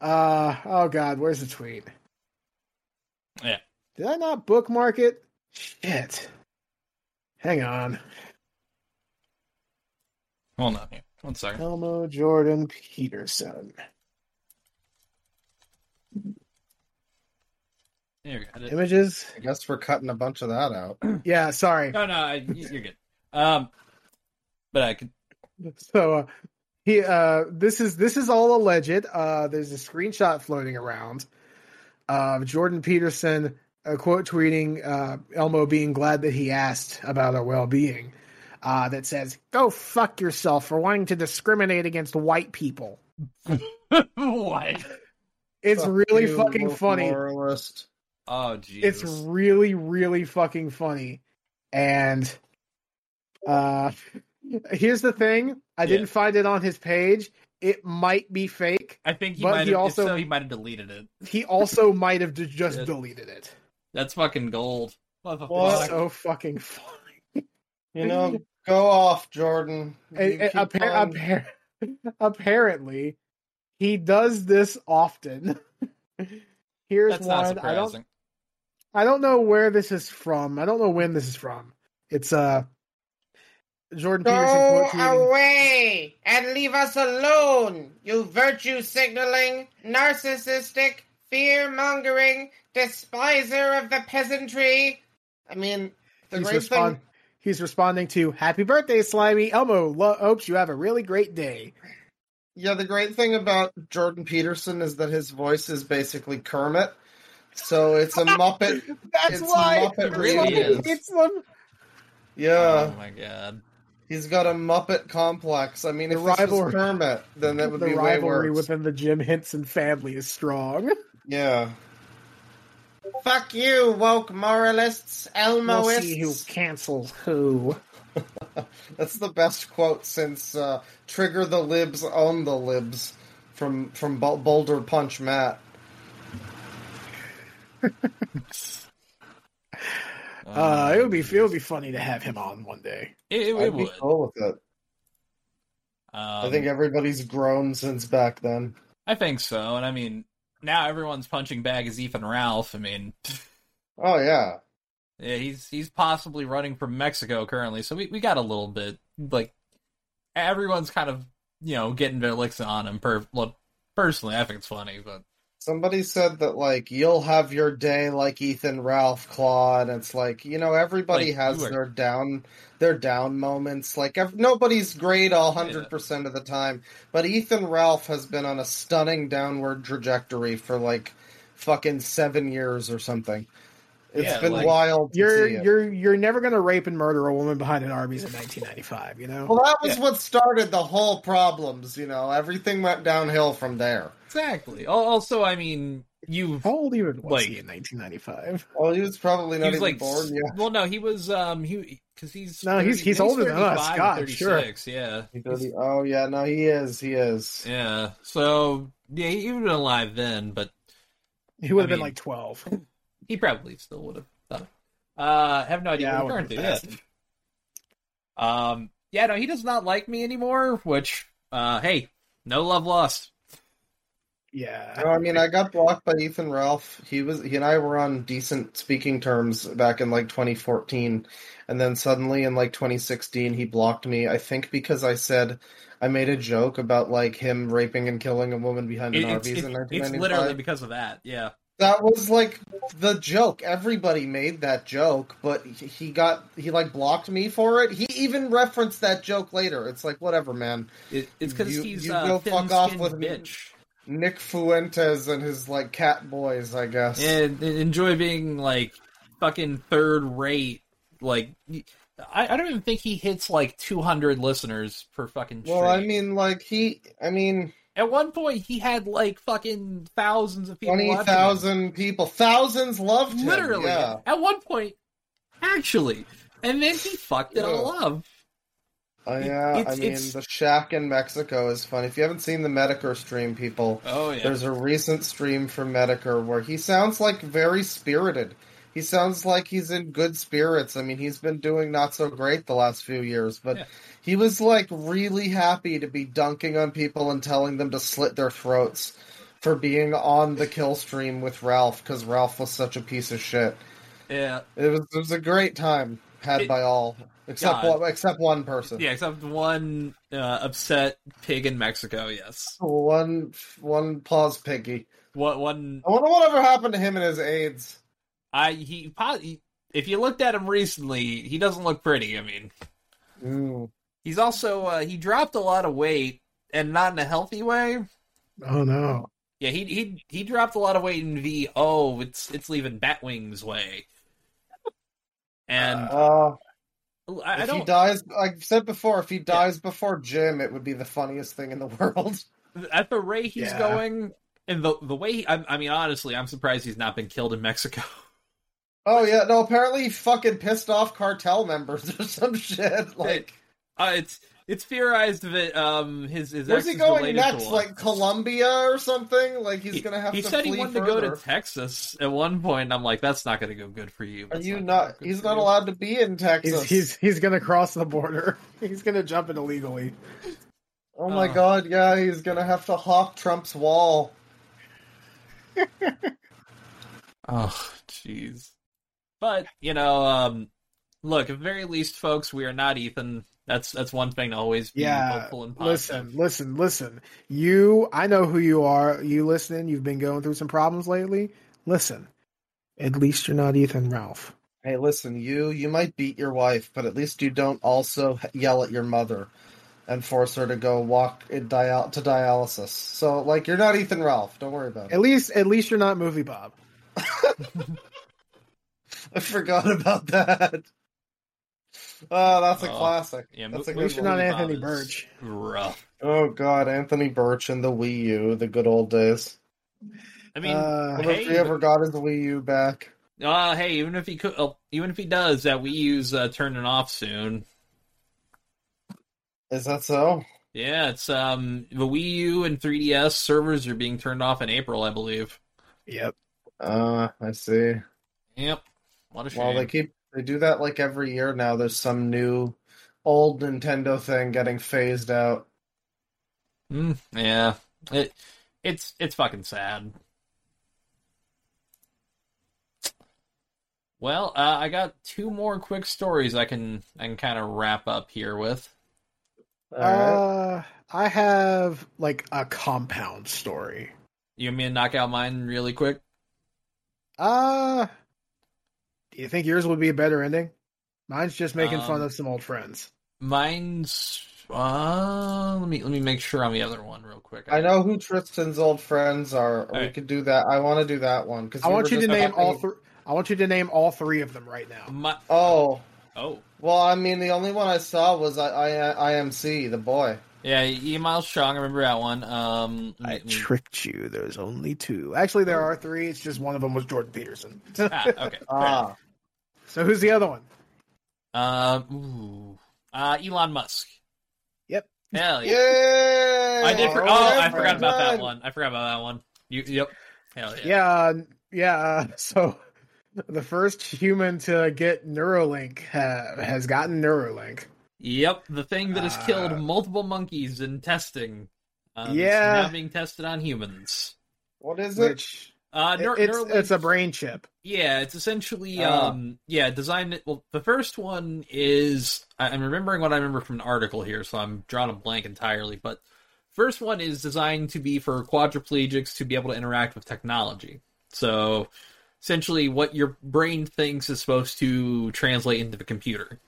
Speaker 1: Uh, oh God, where's the tweet?
Speaker 2: Yeah.
Speaker 1: Did I not bookmark it? Shit. Hang on.
Speaker 2: Hold on here. One second.
Speaker 1: Elmo Jordan Peterson.
Speaker 2: There we go. I did-
Speaker 1: Images?
Speaker 3: I guess we're cutting a bunch of that out.
Speaker 1: Yeah, sorry.
Speaker 2: No, no, I, you- you're good. Um, but I could.
Speaker 1: So uh, he uh this is this is all alleged. Uh there's a screenshot floating around of Jordan Peterson uh, quote tweeting uh Elmo being glad that he asked about our well-being. Uh, that says, "Go fuck yourself for wanting to discriminate against white people."
Speaker 2: what?
Speaker 1: It's really
Speaker 3: you,
Speaker 1: fucking
Speaker 3: woke
Speaker 1: funny.
Speaker 3: Moralist.
Speaker 2: Oh Jesus!
Speaker 1: It's really, really fucking funny. And uh here's the thing. I
Speaker 2: Yeah.
Speaker 1: didn't find it on his page. It might be fake.
Speaker 2: I think he
Speaker 1: but
Speaker 2: might
Speaker 1: he
Speaker 2: have.
Speaker 1: also-
Speaker 2: Also... So he might have deleted it.
Speaker 1: He also might have d- just
Speaker 2: Yeah.
Speaker 1: deleted it.
Speaker 2: That's fucking gold. Motherfucker.
Speaker 3: What?
Speaker 1: So fucking funny.
Speaker 3: You know, go off, Jordan. You
Speaker 1: And- and
Speaker 3: keep
Speaker 1: appar-
Speaker 3: on-
Speaker 1: appar- apparently, he does this often. Here's
Speaker 2: That's not
Speaker 1: one. I don't
Speaker 2: surprising.
Speaker 1: I don't know where this is from. I don't know when this is from. It's uh Jordan Peterson
Speaker 3: Go
Speaker 1: quote
Speaker 3: uh,
Speaker 1: tweeting.
Speaker 3: away and leave us alone, you virtue signaling, narcissistic, fear mongering, despiser of the peasantry. I mean, the
Speaker 1: He's,
Speaker 3: great
Speaker 1: respond-
Speaker 3: thing.
Speaker 1: he's responding to "Happy birthday, Slimy Elmo. Lo- hopes you have a really great day."
Speaker 3: Yeah, the great thing about Jordan Peterson is that his voice is basically Kermit. So it's a Muppet.
Speaker 1: That's
Speaker 3: It's
Speaker 1: why
Speaker 3: Muppet
Speaker 1: it's
Speaker 2: really
Speaker 1: fucking-
Speaker 2: is.
Speaker 1: it's the,
Speaker 3: Yeah,
Speaker 1: uh,
Speaker 2: oh my god.
Speaker 3: he's got a Muppet complex. I mean,
Speaker 1: The
Speaker 3: if this
Speaker 1: rivalry-
Speaker 3: was Kermit, then that would
Speaker 1: the
Speaker 3: be way
Speaker 1: rivalry
Speaker 3: worse.
Speaker 1: within the Jim Henson family is strong.
Speaker 3: Yeah. Fuck you, woke moralists, Elmoists.
Speaker 1: We'll see who cancels who.
Speaker 3: That's the best quote since uh, "Trigger the libs on the libs" from from Bul- Boulder Punch Matt.
Speaker 1: Uh, it would be it would be funny to have him on one day.
Speaker 2: Um, It, it
Speaker 3: I'd be
Speaker 2: would.
Speaker 3: cool with it. I
Speaker 2: Um,
Speaker 3: think everybody's grown since back then.
Speaker 2: I think so. And I mean, now everyone's punching bag is Ethan Ralph. I mean,
Speaker 3: Oh yeah,
Speaker 2: yeah, he's he's possibly running from Mexico currently. So we, we got a little bit like everyone's kind of you know getting their licks on him. Per well, personally, I think it's funny, but
Speaker 3: somebody said that like you'll have your day like Ethan Ralph Claw, and it's like you know everybody
Speaker 2: Like,
Speaker 3: has
Speaker 2: you are-
Speaker 3: their down their down moments. Like ev- nobody's great a hundred
Speaker 2: Yeah.
Speaker 3: percent of the time, but Ethan Ralph has been on a stunning downward trajectory for like fucking seven years or something. It's
Speaker 2: Yeah,
Speaker 3: been
Speaker 2: like-
Speaker 3: wild. To
Speaker 1: You're
Speaker 3: see it.
Speaker 1: you're you're never gonna rape and murder a woman behind an Arby's in 1995. You know.
Speaker 3: Well, that was what started the whole problems. You know, everything went downhill from there.
Speaker 2: exactly. Al- Also, I mean, you've
Speaker 1: How old even was
Speaker 2: Like-
Speaker 1: he in 1995?
Speaker 3: Well, he was probably not
Speaker 2: he was
Speaker 3: even
Speaker 2: like
Speaker 3: born
Speaker 2: s-
Speaker 3: yet.
Speaker 2: well, no, he was um he because he's
Speaker 1: No, he's- he's older than us.
Speaker 2: 35 or
Speaker 1: God, sure.
Speaker 2: 36, yeah.
Speaker 3: Thirty- Oh yeah, no, he is. He is.
Speaker 2: Yeah. So yeah, he would have been alive then, but
Speaker 1: He would have
Speaker 2: I
Speaker 1: been
Speaker 2: mean-
Speaker 1: like 12.
Speaker 2: he probably still would have done it. Uh, I have no idea
Speaker 1: Yeah, I
Speaker 2: what we're
Speaker 1: would've
Speaker 2: going to.
Speaker 1: been
Speaker 2: Yeah. Um. Yeah. No, he does not like me anymore. Which, uh, hey, no love lost.
Speaker 1: Yeah.
Speaker 3: No, I mean, I got blocked by Ethan Ralph. He was he and I were on decent speaking terms back in like 2014, and then suddenly in like 2016 he blocked me. I think because I said I made a joke about like him raping and killing a woman behind an
Speaker 2: It- it's,
Speaker 3: Arby's in
Speaker 2: it's- it's
Speaker 3: 1995.
Speaker 2: literally because of that. Yeah.
Speaker 3: That was like the joke. Everybody made that joke, but he- he got he like blocked me for it. He even referenced that joke later. It's like whatever, man.
Speaker 2: It, it's because
Speaker 3: You-
Speaker 2: he's
Speaker 3: you
Speaker 2: uh,
Speaker 3: go
Speaker 2: thin
Speaker 3: fuck off
Speaker 2: skinned
Speaker 3: with me.
Speaker 2: bitch.
Speaker 3: Nick Fuentes and his like cat boys, I guess.
Speaker 2: And, and enjoy being like fucking third rate. Like, I, I don't even think he hits like 200 listeners per fucking.
Speaker 3: Well, I
Speaker 2: stream.
Speaker 3: mean, like he, I mean,
Speaker 2: At one point, he had like fucking thousands of people.
Speaker 3: twenty
Speaker 2: watching him.
Speaker 3: thousand people, thousands loved him.
Speaker 2: Literally,
Speaker 3: yeah.
Speaker 2: at one point, actually, and then he fucked it all up.
Speaker 3: Uh, yeah. I
Speaker 2: it's-
Speaker 3: mean,
Speaker 2: it's-
Speaker 3: the shack in Mexico is fun. If you haven't seen the Medicare stream, people,
Speaker 2: Oh
Speaker 3: there's a recent stream from Medicare where he sounds like very spirited. He sounds like he's in good spirits. I mean, he's been doing not so great the last few years, but
Speaker 2: Yeah.
Speaker 3: he was like really happy to be dunking on people and telling them to slit their throats for being on the kill stream with Ralph because Ralph was such a piece of shit.
Speaker 2: yeah,
Speaker 3: It was it was a great time had
Speaker 2: It-
Speaker 3: by all except
Speaker 2: God.
Speaker 3: one, except one person.
Speaker 2: yeah. Except one uh, upset pig in Mexico. Yes,
Speaker 3: One one pause piggy.
Speaker 2: what one?
Speaker 3: I wonder whatever happened to him and his aides.
Speaker 2: I he, po- he- If you looked at him recently, he doesn't look pretty. I mean,
Speaker 3: Mm.
Speaker 2: he's also uh, he dropped a lot of weight and not in a healthy way.
Speaker 1: Oh no.
Speaker 2: Yeah, he he he dropped a lot of weight in V. Oh, it's it's leaving Batwing's way. And
Speaker 3: Uh,
Speaker 2: I, I
Speaker 3: if he
Speaker 2: don't
Speaker 3: dies, like I've said before, if he dies before Jim, it would be the funniest thing in the world.
Speaker 2: at the rate he's
Speaker 1: Yeah.
Speaker 2: going, And the the way he, I, I mean, honestly, I'm surprised he's not been killed in Mexico.
Speaker 3: Oh yeah, no. Apparently, he fucking pissed off cartel members or some shit. Like,
Speaker 2: Uh, it's it's theorized that um his his
Speaker 3: where's
Speaker 2: ex
Speaker 3: he
Speaker 2: is
Speaker 3: going
Speaker 2: related
Speaker 3: next?
Speaker 2: To one.
Speaker 3: Like Colombia or something? Like he's
Speaker 2: He-
Speaker 3: gonna have
Speaker 2: he
Speaker 3: to
Speaker 2: said
Speaker 3: flee
Speaker 2: he wanted
Speaker 3: further.
Speaker 2: to go to Texas at one point, and I'm like, that's not going to go good for you.
Speaker 3: Are
Speaker 2: That's
Speaker 3: you
Speaker 2: gonna
Speaker 3: not?
Speaker 2: go good
Speaker 3: He's
Speaker 2: for
Speaker 3: not
Speaker 2: you.
Speaker 3: allowed to be in Texas.
Speaker 1: He's he's he's gonna cross the border. He's gonna jump in illegally.
Speaker 3: oh my
Speaker 2: Oh.
Speaker 3: god, yeah, he's gonna have to hop Trump's wall.
Speaker 2: Oh, jeez. But you know, um, look at the very least, folks, we are not Ethan. That's that's one thing to always be
Speaker 1: Yeah,
Speaker 2: hopeful and positive.
Speaker 1: Listen, listen, listen. You, I know who you are. You listening? You've been going through some problems lately. Listen, at least you're not Ethan Ralph.
Speaker 3: Hey, listen, you you might beat your wife, but at least you don't also yell at your mother and force her to go walk in dial- to dialysis. So, like, you're not Ethan Ralph. Don't worry about it.
Speaker 1: At least, at least you're not Movie Bob.
Speaker 3: I forgot about that. Oh, that's a
Speaker 2: Oh,
Speaker 3: classic.
Speaker 2: yeah,
Speaker 3: that's
Speaker 2: mo-
Speaker 3: a
Speaker 1: At least
Speaker 3: good
Speaker 1: you're
Speaker 3: one.
Speaker 1: not
Speaker 2: Movie Bob
Speaker 1: Anthony
Speaker 2: is-
Speaker 1: Birch.
Speaker 2: Rough.
Speaker 3: Oh God, Anthony Birch and the Wii U, the good old days.
Speaker 2: I mean,
Speaker 1: Uh,
Speaker 3: I
Speaker 1: Well,
Speaker 3: wonder
Speaker 2: hey,
Speaker 3: if he ever got his Wii U back.
Speaker 2: uh, hey, even if he could, uh, even if he does, that we use uh, turning off soon.
Speaker 3: Is that so?
Speaker 2: Yeah, it's um the Wii U and 3DS servers are being turned off in April, I believe.
Speaker 1: Yep.
Speaker 3: Uh, I see.
Speaker 2: Yep. What a shame.
Speaker 3: Well, they keep they do that like every year now. There's some new old Nintendo thing getting phased out.
Speaker 2: Mm, yeah. It it's it's fucking sad. Well, uh, I got two more quick stories I can I can kind of wrap up here with.
Speaker 3: Alright.
Speaker 1: Uh, I have like a compound story.
Speaker 2: You want me to knock out mine really quick?
Speaker 1: Uh, do you think yours would be a better ending? Mine's just making fun
Speaker 2: Um,
Speaker 1: of some old friends.
Speaker 2: Mine's uh, let me let me make sure on the other one real quick.
Speaker 3: I know who Tristan's old friends are. we
Speaker 2: Alright.
Speaker 3: could do that. I want to do that one because
Speaker 1: I want you to name all three. I want you to name all three of them right now.
Speaker 2: My,
Speaker 3: Oh,
Speaker 2: oh
Speaker 3: well, I mean, the only one I saw was uh, I, I, IMC, the boy.
Speaker 2: yeah, Email Strong. I remember that one. Um, let me-
Speaker 1: tricked you. There's only two. Actually, there are three. It's just one of them was Jordan Peterson.
Speaker 2: ah, okay.
Speaker 3: Ah,
Speaker 1: So who's the other one?
Speaker 2: Um, ooh. uh, Elon Musk.
Speaker 1: Yep.
Speaker 2: Hell yeah.
Speaker 3: yay!
Speaker 2: I did. For- oh,
Speaker 1: All
Speaker 2: I
Speaker 1: right,
Speaker 2: forgot about that
Speaker 3: friend.
Speaker 2: one. I forgot about that one. You, yep. Hell yeah.
Speaker 1: Yeah, yeah. uh, So the first human to get Neuralink ha- has gotten Neuralink.
Speaker 2: Yep. The thing that has killed
Speaker 1: Uh,
Speaker 2: multiple monkeys in testing. Um,
Speaker 1: Yeah.
Speaker 2: Is now being tested on humans.
Speaker 3: What is it?
Speaker 1: Which
Speaker 2: Uh, neur-
Speaker 1: it's
Speaker 2: Neuralink-
Speaker 1: it's a brain chip.
Speaker 2: Yeah, it's essentially
Speaker 3: Ah.
Speaker 2: um yeah, designed well the first one is I- I'm remembering what I remember from an article here, so I'm drawing a blank entirely, but first one is designed to be for quadriplegics to be able to interact with technology. So essentially what your brain thinks is supposed to translate into the computer.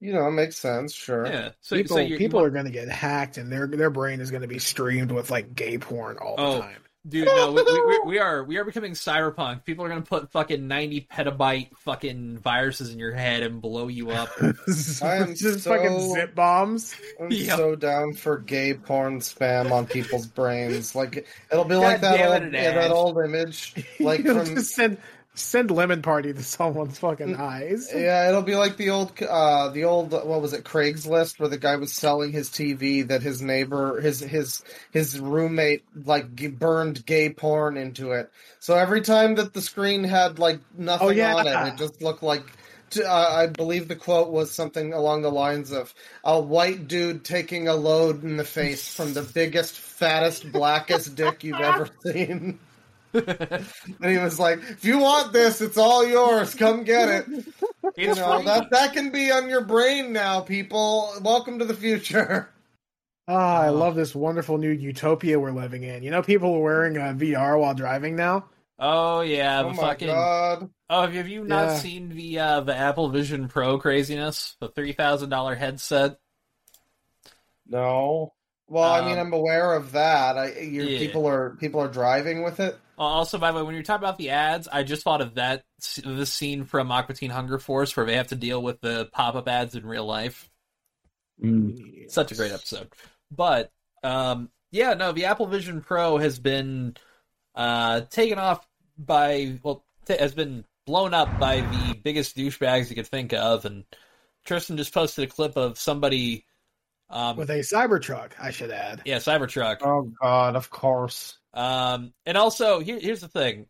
Speaker 3: You know, it makes sense. Sure.
Speaker 2: Yeah. So,
Speaker 1: People
Speaker 2: so you're,
Speaker 1: people
Speaker 2: you
Speaker 1: are going to get hacked, and their their brain is going to be streamed with like gay porn all
Speaker 2: Oh.
Speaker 1: the time.
Speaker 2: dude, no, we, we, we- we are we are becoming cyberpunk. People are gonna put fucking ninety petabyte fucking viruses in your head and blow you up.
Speaker 3: I am
Speaker 1: just
Speaker 3: so-
Speaker 1: fucking zip bombs.
Speaker 3: I'm
Speaker 2: Yeah.
Speaker 3: so down for gay porn spam on people's brains. Like it'll be
Speaker 2: God
Speaker 3: like that
Speaker 2: damn
Speaker 3: old,
Speaker 2: it,
Speaker 3: yeah,
Speaker 2: Ash.
Speaker 3: that old image. Like
Speaker 1: You'll
Speaker 3: from
Speaker 1: just send send lemon party to someone's fucking eyes.
Speaker 3: yeah, it'll be like the old uh the old what was it Craigslist where the guy was selling his TV that his neighbor his his his roommate like g- burned gay porn into it. So every time that the screen had like nothing
Speaker 1: Oh, yeah.
Speaker 3: on it, it just looked like. t- uh, I believe the quote was something along the lines of a white dude taking a load in the face from the biggest, fattest, blackest dick you've ever seen. and he was like, "If you want this, it's all yours. Come get it." You
Speaker 2: It's
Speaker 3: know
Speaker 2: free.
Speaker 3: that that can be on your brain now, people. Welcome to the future.
Speaker 1: Ah, I
Speaker 3: Uh,
Speaker 2: Oh.
Speaker 1: love this wonderful new utopia we're living in. You know, people are wearing uh, VR while driving now.
Speaker 2: Oh yeah,
Speaker 3: oh
Speaker 2: the
Speaker 3: my
Speaker 2: fucking
Speaker 3: god!
Speaker 2: Oh, have you- have you not
Speaker 1: Yeah.
Speaker 2: seen the uh, the Apple Vision Pro craziness? The three thousand dollar headset.
Speaker 3: No. Well, I mean,
Speaker 2: Um,
Speaker 3: I'm aware of that. I you
Speaker 2: yeah.
Speaker 3: people are people are driving with it.
Speaker 2: Uh, Also, by the way, when you're talking about the ads, I just thought of that s- the scene from Aqua Teen Hunger Force where they have to deal with the pop up ads in real life. Such a great episode. But um, yeah, no, the Apple Vision Pro has been uh, taken off by well, t- has been blown up by the biggest douchebags you could think of, and Tristan just posted a clip of somebody. Um,
Speaker 1: with a Cybertruck, I should add.
Speaker 2: yeah, Cybertruck.
Speaker 3: Oh God, of course.
Speaker 2: Um, and also, here, here's the thing.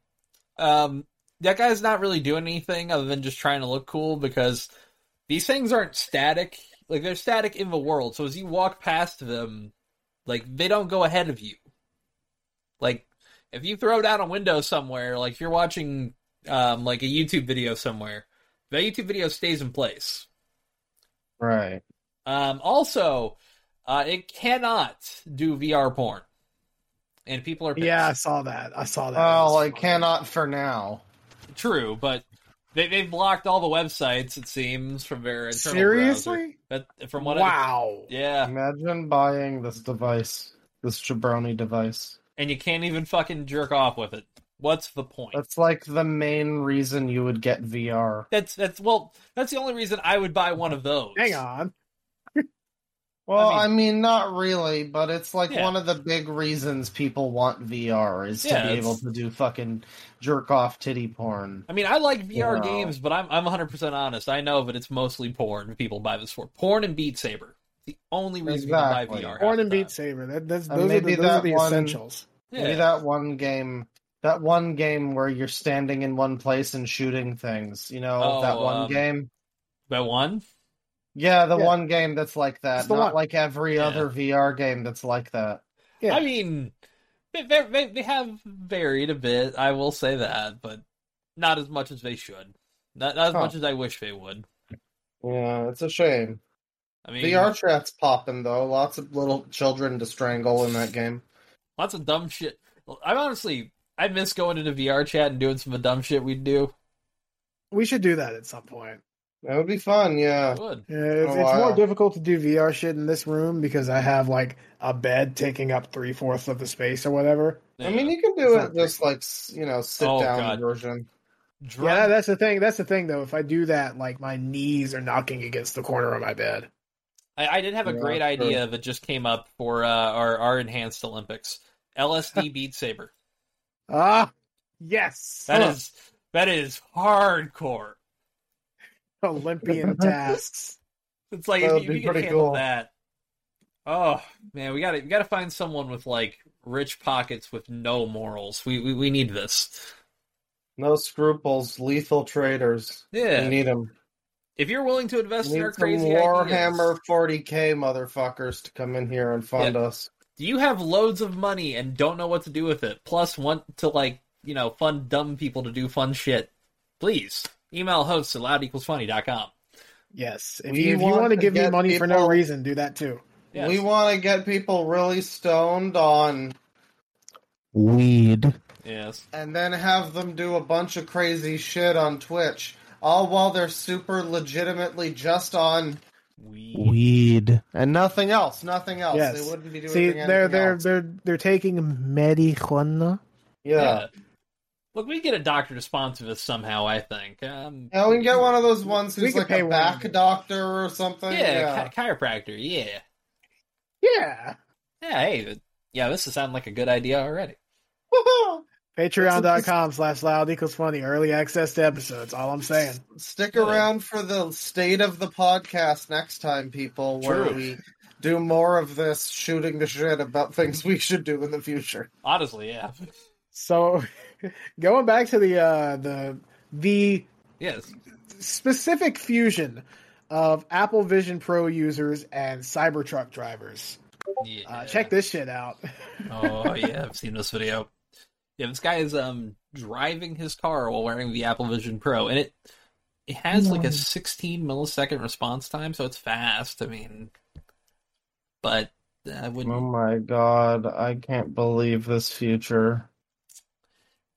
Speaker 2: Um, that guy's not really doing anything other than just trying to look cool because these things aren't static. Like, they're static in the world. So as you walk past them, like, they don't go ahead of you. Like, if you throw down a window somewhere, like, if you're watching, um, like, a YouTube video somewhere, the YouTube video stays in place.
Speaker 3: Right.
Speaker 2: Um, also, uh, it cannot do VR porn, and people are pissed.
Speaker 1: Yeah, I saw that. I saw that.
Speaker 3: Well, I cannot for now.
Speaker 2: true, but they they've blocked all the websites it seems from their internal browser.
Speaker 1: Seriously?
Speaker 2: That from what I-
Speaker 1: Wow.
Speaker 2: yeah,
Speaker 3: Imagine buying this device, this jabroni device.
Speaker 2: and you can't even fucking jerk off with it. What's the point? That's
Speaker 3: That's like the main reason you would get VR.
Speaker 2: that's, well, that's the only reason I would buy one of those.
Speaker 1: Hang on.
Speaker 3: Well,
Speaker 2: I
Speaker 3: I mean, not really, but it's like
Speaker 2: Yeah.
Speaker 3: one of the big reasons people want VR is
Speaker 2: Yeah,
Speaker 3: to be
Speaker 2: it's-
Speaker 3: able to do fucking jerk off titty porn.
Speaker 2: I mean, I like VR
Speaker 3: No.
Speaker 2: games, but I'm I'm 100 percent honest. I know that it's mostly porn. People buy this for porn and Beat Saber. The only reason
Speaker 3: Exactly.
Speaker 2: people buy VR.
Speaker 1: Porn
Speaker 2: half
Speaker 1: and
Speaker 2: the time.
Speaker 1: Beat Saber. That, that's,
Speaker 3: And
Speaker 1: those are
Speaker 3: maybe
Speaker 1: the, those are
Speaker 3: that
Speaker 1: the
Speaker 3: one-
Speaker 1: essentials.
Speaker 2: Yeah.
Speaker 3: Maybe that one game, that one game where you're standing in one place and shooting things. You know
Speaker 2: Oh,
Speaker 3: that one
Speaker 2: um,
Speaker 3: game.
Speaker 2: By one.
Speaker 3: Yeah, the
Speaker 1: yeah.
Speaker 3: one game that's like
Speaker 1: It's
Speaker 3: that.
Speaker 1: the one.
Speaker 3: Not like every
Speaker 2: Yeah.
Speaker 3: other VR game that's like that.
Speaker 1: Yeah.
Speaker 2: I mean, they, they they they have varied a bit. I will say that, but not as much as they should. Not, not as
Speaker 3: Huh.
Speaker 2: much as I wish they would.
Speaker 3: Yeah, it's a shame.
Speaker 2: I mean,
Speaker 3: VR chat's popping though. Lots of little children to strangle in that game.
Speaker 2: lots of dumb shit. I'm honestly, I miss going into VR chat and doing some of the dumb shit we'd do.
Speaker 1: We should do that at some point.
Speaker 3: That would be fun.
Speaker 2: I
Speaker 3: Yeah.
Speaker 2: would.
Speaker 1: Yeah, it's,
Speaker 3: Oh,
Speaker 1: it's more
Speaker 3: wow.
Speaker 1: difficult to do VR shit in this room because I have like a bed taking up three fourths of the space or whatever.
Speaker 3: I mean,
Speaker 2: Yeah. Oh,
Speaker 3: you can
Speaker 1: It's
Speaker 3: do
Speaker 1: not
Speaker 3: it just like s- you know, sit down
Speaker 2: God.
Speaker 3: version.
Speaker 2: drunk,
Speaker 1: Yeah, that's the thing. That's the thing though. If I do that, like my knees are knocking against the corner of my bed.
Speaker 2: I, I did have a
Speaker 3: Yeah,
Speaker 2: great
Speaker 3: sure.
Speaker 2: idea that just came up for uh, our our enhanced Olympics. LSD Beat Saber.
Speaker 1: Ah, yes.
Speaker 2: That is that is hardcore.
Speaker 1: Olympian tasks.
Speaker 2: It's like
Speaker 3: That
Speaker 2: if
Speaker 3: would
Speaker 2: you,
Speaker 3: be
Speaker 2: if you can
Speaker 3: pretty
Speaker 2: handle
Speaker 3: cool.
Speaker 2: that. Oh man, we got to we got to find someone with like rich pockets with no morals. We we, we need this.
Speaker 3: No scruples, lethal traders. You
Speaker 2: Yeah,
Speaker 3: need them.
Speaker 2: if you're willing to invest in
Speaker 3: Need
Speaker 2: our
Speaker 3: some
Speaker 2: crazy
Speaker 3: Warhammer
Speaker 2: ideas,
Speaker 3: 40k motherfuckers to come in here and fund us.
Speaker 2: do you have loads of money and don't know what to do with it? Plus, want to like you know fund dumb people to do fun shit? Please email hosts at loudequalsfunny.com.
Speaker 1: Yes. If
Speaker 3: We
Speaker 1: you, if you
Speaker 3: want
Speaker 1: want to
Speaker 3: to
Speaker 1: give me
Speaker 3: get
Speaker 1: money for no
Speaker 3: people-
Speaker 1: reason, do that too.
Speaker 2: Yes.
Speaker 3: We want to get people really stoned on
Speaker 2: yes.
Speaker 3: and then have them do a bunch of crazy shit on Twitch, all while they're super legitimately just on
Speaker 2: We
Speaker 3: weed and nothing else. Nothing else.
Speaker 1: Yes.
Speaker 3: They wouldn't be doing
Speaker 1: See,
Speaker 3: anything
Speaker 1: they're they're
Speaker 3: else.
Speaker 1: they're they're taking marijuana.
Speaker 3: yeah.
Speaker 2: Look, we get a doctor to sponsor this somehow. I think. Um,
Speaker 3: Yeah, we can get one of those ones
Speaker 1: We
Speaker 3: who's
Speaker 1: could
Speaker 3: like
Speaker 1: pay
Speaker 3: a
Speaker 1: one.
Speaker 3: back doctor or something.
Speaker 2: yeah, chi- chiropractor. Yeah.
Speaker 1: Yeah.
Speaker 2: Yeah, hey, th- yeah, this is sounding like a good idea already.
Speaker 3: yeah.
Speaker 1: Patreon.com slash loud equals funny. Early access to episodes. All I'm saying.
Speaker 3: Stick
Speaker 2: Yeah.
Speaker 3: around for the state of the podcast next time, people, where
Speaker 2: True.
Speaker 3: we do more of this shooting the shit about things we should do in the future.
Speaker 2: Honestly, yeah.
Speaker 1: So, going back to the uh, the the
Speaker 2: Yes.
Speaker 1: specific fusion of Apple Vision Pro users and Cybertruck drivers.
Speaker 2: Yeah.
Speaker 1: Uh, Check this shit out.
Speaker 2: oh, yeah, I've seen this video. Yeah, this guy is um driving his car while wearing the Apple Vision Pro, and it it has like a 16 millisecond response time, so it's fast. I mean, but I wouldn't.
Speaker 3: Oh my god, I can't believe this future.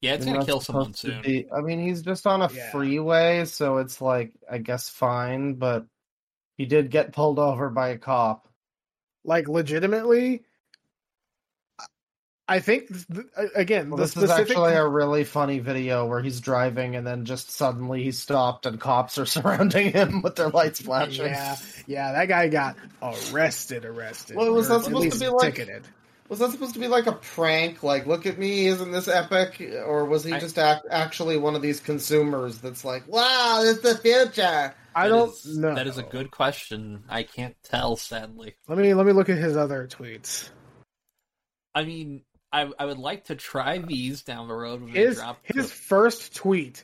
Speaker 2: Yeah, it's
Speaker 3: You're
Speaker 2: gonna
Speaker 3: not
Speaker 2: kill someone
Speaker 3: supposed to
Speaker 2: soon.
Speaker 3: be- I mean, he's just on a
Speaker 1: Yeah.
Speaker 3: freeway, so it's like, I guess, fine, but he did get pulled over by a cop.
Speaker 1: Like legitimately, I think th- again
Speaker 3: Well,
Speaker 1: the
Speaker 3: this
Speaker 1: specific.
Speaker 3: is actually a really funny video where he's driving and then just suddenly he's stopped and cops are surrounding him with their lights flashing.
Speaker 1: yeah, yeah, that guy got arrested. Arrested.
Speaker 3: Well, was
Speaker 1: Or
Speaker 3: that
Speaker 1: at
Speaker 3: supposed to
Speaker 1: least
Speaker 3: be like-
Speaker 1: ticketed?
Speaker 3: Was that supposed to be like a prank? Like, look at me, isn't this epic? Or was he
Speaker 7: I-
Speaker 3: just act- actually one of these consumers that's like, wow, it's the future?
Speaker 1: I
Speaker 2: That
Speaker 1: don't
Speaker 2: is-
Speaker 1: know.
Speaker 2: That is a good question. I can't tell, sadly.
Speaker 1: Let me let me look at his other tweets.
Speaker 2: I mean, I I would like to try these down the road when we
Speaker 1: His
Speaker 2: drop.
Speaker 1: his first tweet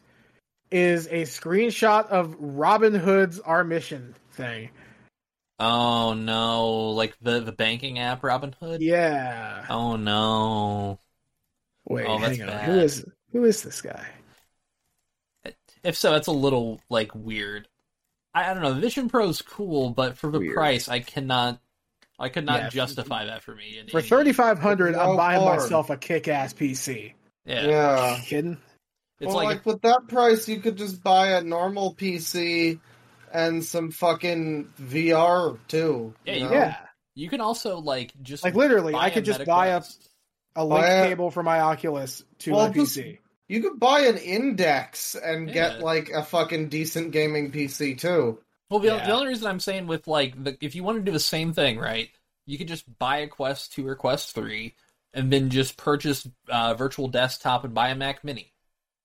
Speaker 1: is a screenshot of Robin Hood's Our Mission thing.
Speaker 2: Oh no, like the the banking app, Robinhood.
Speaker 1: Yeah.
Speaker 2: Oh no.
Speaker 1: Wait,
Speaker 2: Oh, that's
Speaker 1: hang on.
Speaker 2: bad.
Speaker 1: Who is who is this guy?
Speaker 2: If so, that's a little like weird. I, I don't know. Vision Pro's cool, but for the
Speaker 1: Weird.
Speaker 2: price, I cannot. I could not
Speaker 1: Yeah.
Speaker 2: justify that for me. in
Speaker 1: For
Speaker 2: any-
Speaker 1: thirty five hundred, I'm
Speaker 3: Well,
Speaker 1: buying
Speaker 3: hard.
Speaker 1: myself a kick ass PC.
Speaker 2: yeah,
Speaker 3: Yeah.
Speaker 1: Kidding?
Speaker 2: it's
Speaker 3: well,
Speaker 2: like,
Speaker 3: like, with that price, you could just buy a normal PC and some fucking VR too.
Speaker 2: Yeah,
Speaker 3: you
Speaker 2: you
Speaker 3: know?
Speaker 2: could-
Speaker 1: Yeah.
Speaker 2: you can also like just
Speaker 1: Like literally,
Speaker 2: buy
Speaker 1: I could
Speaker 2: a
Speaker 1: just
Speaker 2: Meta
Speaker 1: buy a,
Speaker 2: Quest.
Speaker 1: a link
Speaker 3: Buy a-
Speaker 1: cable for my Oculus to
Speaker 3: Well,
Speaker 1: my
Speaker 3: just-
Speaker 1: PC.
Speaker 3: You could buy an index and
Speaker 2: Yeah.
Speaker 3: get like a fucking decent gaming PC too.
Speaker 2: Well, the,
Speaker 1: Yeah.
Speaker 2: the only reason I'm saying with like, the, if you want to do the same thing, right? You could just buy a Quest Two or Quest Three, and then just purchase uh, Virtual Desktop and buy a Mac Mini.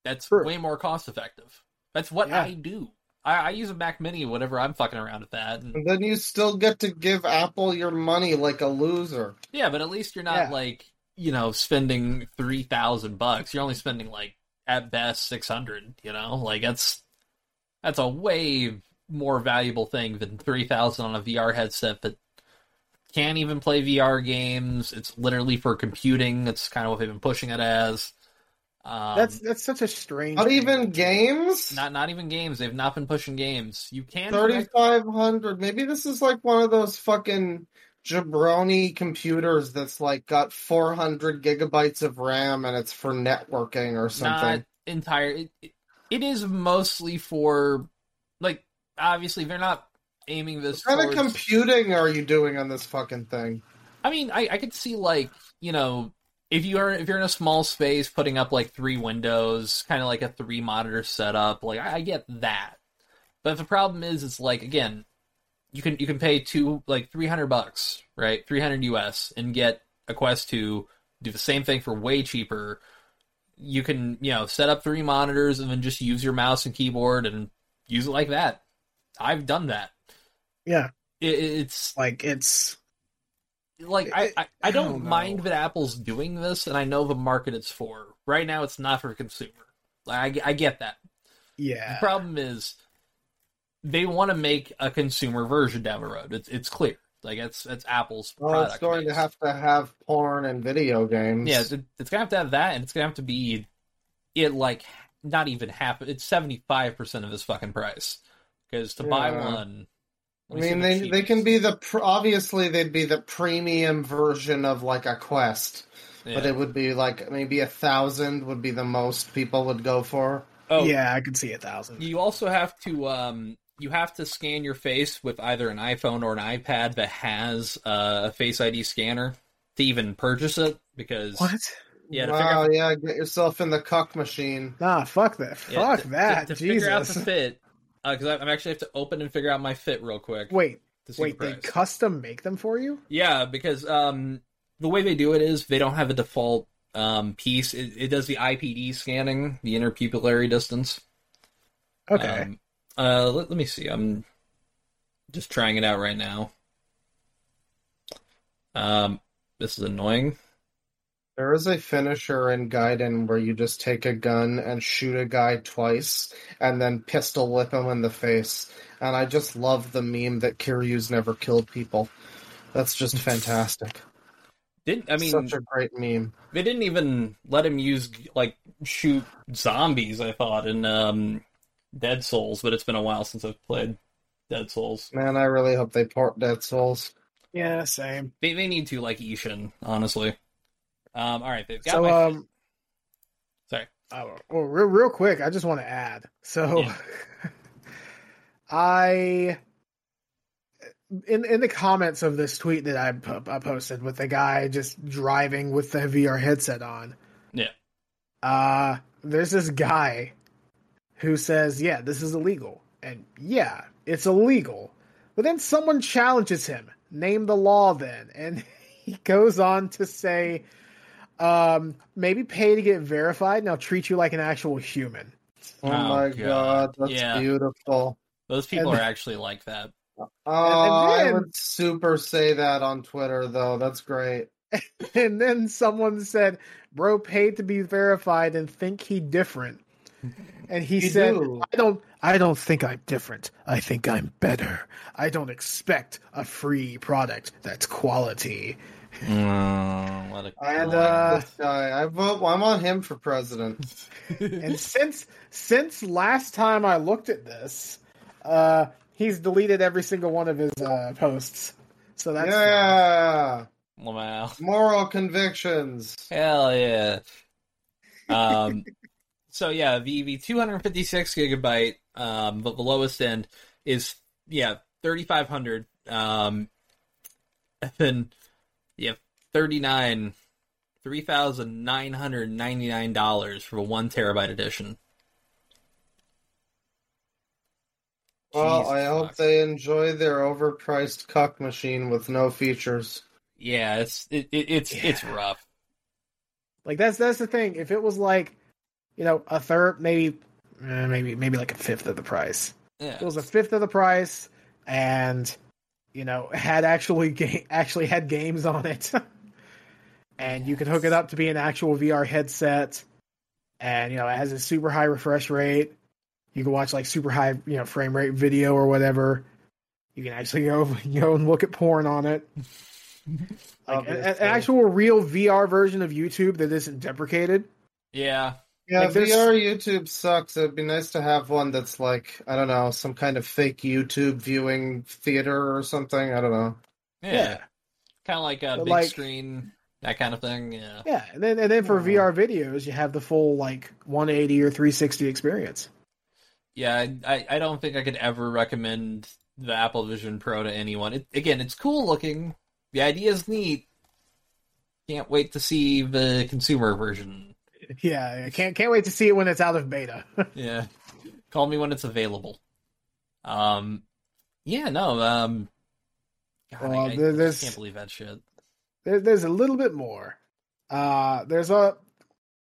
Speaker 2: That's
Speaker 1: True.
Speaker 2: way more cost effective. That's what
Speaker 1: Yeah.
Speaker 2: I do. I, I use a Mac Mini whenever I'm fucking around with that. And,
Speaker 3: And then you still get to give Apple your money like a loser.
Speaker 2: yeah, but at least you're not
Speaker 1: Yeah.
Speaker 2: like you know spending three thousand bucks. You're only spending like at best six hundred. You know, like that's that's a way more valuable thing than three thousand on a VR headset that can't even play VR games. It's literally for computing. That's kind of what they've been pushing it as. Um,
Speaker 1: That's that's such a strange.
Speaker 3: Not even games?
Speaker 2: not not even games. They've not been pushing games. You can
Speaker 3: Thirty
Speaker 2: connect-
Speaker 3: five hundred. Maybe this is like one of those fucking jabroni computers that's like got four hundred gigabytes of RAM and it's for networking or something.
Speaker 2: Not entire. It, it- it is mostly for like obviously they're not aiming this.
Speaker 3: what kind of
Speaker 2: towards-
Speaker 3: computing are you doing on this fucking thing?
Speaker 2: I mean, I, I could see like you know if you are if you're in a small space putting up like three windows, kind of like a three monitor setup. Like I, I get that, but the problem is it's like again, you can you can pay two like three hundred bucks right, three hundred US, and get a Quest two, do the same thing for way cheaper. You can you know set up three monitors and then just use your mouse and keyboard and use it like that. I've done that.
Speaker 1: Yeah.
Speaker 2: It, it's
Speaker 1: Like it's
Speaker 2: like I,
Speaker 1: It-
Speaker 2: I, I
Speaker 1: I
Speaker 2: don't,
Speaker 1: don't know.
Speaker 2: mind that Apple's doing this, and I know the market it's for. Right now, it's not for consumer. Like I, I get that. The
Speaker 1: yeah.
Speaker 2: problem is they want to make a consumer version down the road. It's it's clear. Like it's it's Apple's
Speaker 3: Well,
Speaker 2: product.
Speaker 3: Oh, it's going to
Speaker 2: base.
Speaker 3: have to have porn and video games.
Speaker 2: yeah, it's, it's gonna have to have that, and it's gonna have to be it like not even half. It's seventy five percent of this fucking price because to buy
Speaker 3: Yeah.
Speaker 2: one.
Speaker 3: I
Speaker 2: let me see
Speaker 3: mean
Speaker 2: the
Speaker 3: they they can
Speaker 2: cheapest.
Speaker 3: be the pr- obviously they'd be the premium version of like a Quest, but
Speaker 2: Yeah.
Speaker 3: it would be like maybe a thousand would be the most people would go for.
Speaker 2: oh
Speaker 1: Yeah, I could see a thousand.
Speaker 2: You also have to um, you have to scan your face with either an iPhone or an iPad that has uh, a Face ID scanner to even purchase it because
Speaker 1: What?
Speaker 2: yeah, to figure
Speaker 3: wow,
Speaker 2: out,
Speaker 3: yeah, get yourself in the cuck machine.
Speaker 1: Nah, fuck that.
Speaker 2: yeah,
Speaker 1: Fuck
Speaker 2: to-
Speaker 1: that.
Speaker 2: to, to
Speaker 1: Jesus.
Speaker 2: figure out the fit because I I'm actually have to open and figure out my fit real quick.
Speaker 1: Wait,
Speaker 2: to see
Speaker 1: wait.
Speaker 2: the
Speaker 1: They
Speaker 2: price.
Speaker 1: custom make them for you?
Speaker 2: yeah, because um, the way they do it is they don't have a default um, piece. It, it does the IPD scanning, the interpupillary distance.
Speaker 1: Okay.
Speaker 2: Um, uh, let, let me see. I'm just trying it out right now. Um, this is annoying.
Speaker 3: There is a finisher in Gaiden where you just take a gun and shoot a guy twice and then pistol whip him in the face. And I just love the meme that Kiryu's never killed people. That's just fantastic.
Speaker 2: Did I mean
Speaker 3: such a great meme.
Speaker 2: they didn't even let him use like shoot zombies? I thought in um, Dead Souls, but it's been a while since I've played Dead Souls.
Speaker 3: Man, I really hope they port Dead Souls.
Speaker 1: yeah, same.
Speaker 2: They they need to like Ishin, honestly. Um, all right, they've got
Speaker 1: So,
Speaker 2: my.
Speaker 1: um,
Speaker 2: Sorry.
Speaker 1: Oh, well, real, real quick, I just want to add. So,
Speaker 2: Yeah.
Speaker 1: I in in the comments of this tweet that I, po- I posted with the guy just driving with the VR headset on.
Speaker 2: Yeah.
Speaker 1: Uh, there's this guy who says, "Yeah, this is illegal," and yeah, it's illegal. But then someone challenges him. Name the law, then, and he goes on to say, um, maybe pay to get verified, and I'll treat you like an actual human.
Speaker 3: Oh,
Speaker 2: Oh,
Speaker 3: my
Speaker 2: God.
Speaker 3: god, that's
Speaker 2: Yeah.
Speaker 3: beautiful.
Speaker 2: Those people
Speaker 1: And-
Speaker 2: are actually like that.
Speaker 3: Oh,
Speaker 1: And- and
Speaker 3: I
Speaker 1: then-
Speaker 3: would super say that on Twitter though. That's great.
Speaker 1: And then someone said, "Bro paid to be verified and think he different." And he
Speaker 3: You
Speaker 1: said,
Speaker 3: do.
Speaker 1: "I don't. I don't think I'm different. I think I'm better. I don't expect a free product that's quality."
Speaker 2: what a
Speaker 3: And
Speaker 1: uh,
Speaker 3: this guy, I vote. I'm on him for president.
Speaker 1: and since since last time I looked at this, uh, he's deleted every single one of his uh, posts. So that's
Speaker 3: yeah,
Speaker 2: Wow.
Speaker 3: moral convictions.
Speaker 2: Hell yeah. Um, so yeah, E the, the 256 gigabyte, um, but the lowest end is yeah 3500. Um, and then yeah 39, 3999 dollars for a one terabyte edition.
Speaker 3: Well,
Speaker 2: Jesus
Speaker 3: I hope
Speaker 2: fuck.
Speaker 3: they enjoy their overpriced cuck machine with no features.
Speaker 2: Yeah, it's it, it, it's it's rough.
Speaker 1: like that's that's the thing. If it was like, you know, a third, maybe, eh, maybe maybe like a fifth of the price.
Speaker 2: Yeah.
Speaker 1: It was a fifth of the price, and you know, had actually ga- actually had games on it, and you could hook it up to be an actual VR headset, and you know, it has a super high refresh rate. You can watch like super high, you know, frame rate video or whatever. You can actually go go and look at porn on it. Like an, an
Speaker 3: Obviously.
Speaker 1: actual real VR version of YouTube that isn't deprecated.
Speaker 2: Yeah.
Speaker 3: Yeah,
Speaker 1: Like, there's-
Speaker 3: VR YouTube sucks. It'd be nice to have one that's like I don't know, some kind of fake YouTube viewing theater or something. I don't know.
Speaker 2: Yeah. Kind of like a
Speaker 1: But
Speaker 2: big
Speaker 1: like-
Speaker 2: screen, that kind of thing. Yeah.
Speaker 1: Yeah, and then and then for VR videos, you have the full like 180 or 360 experience.
Speaker 2: Yeah, I, I- I don't think I could ever recommend the Apple Vision Pro to anyone. It, again, it's cool looking. The idea is neat. Can't wait to see the consumer version.
Speaker 1: Yeah, I can't can't wait to see it when it's out of beta.
Speaker 2: Yeah. Call me when it's available. Um, yeah, no, um, God, I-
Speaker 1: Well,
Speaker 2: I,
Speaker 1: there-
Speaker 2: just
Speaker 1: there's-
Speaker 2: can't believe that shit.
Speaker 1: there, there's a little bit more. Uh, there's a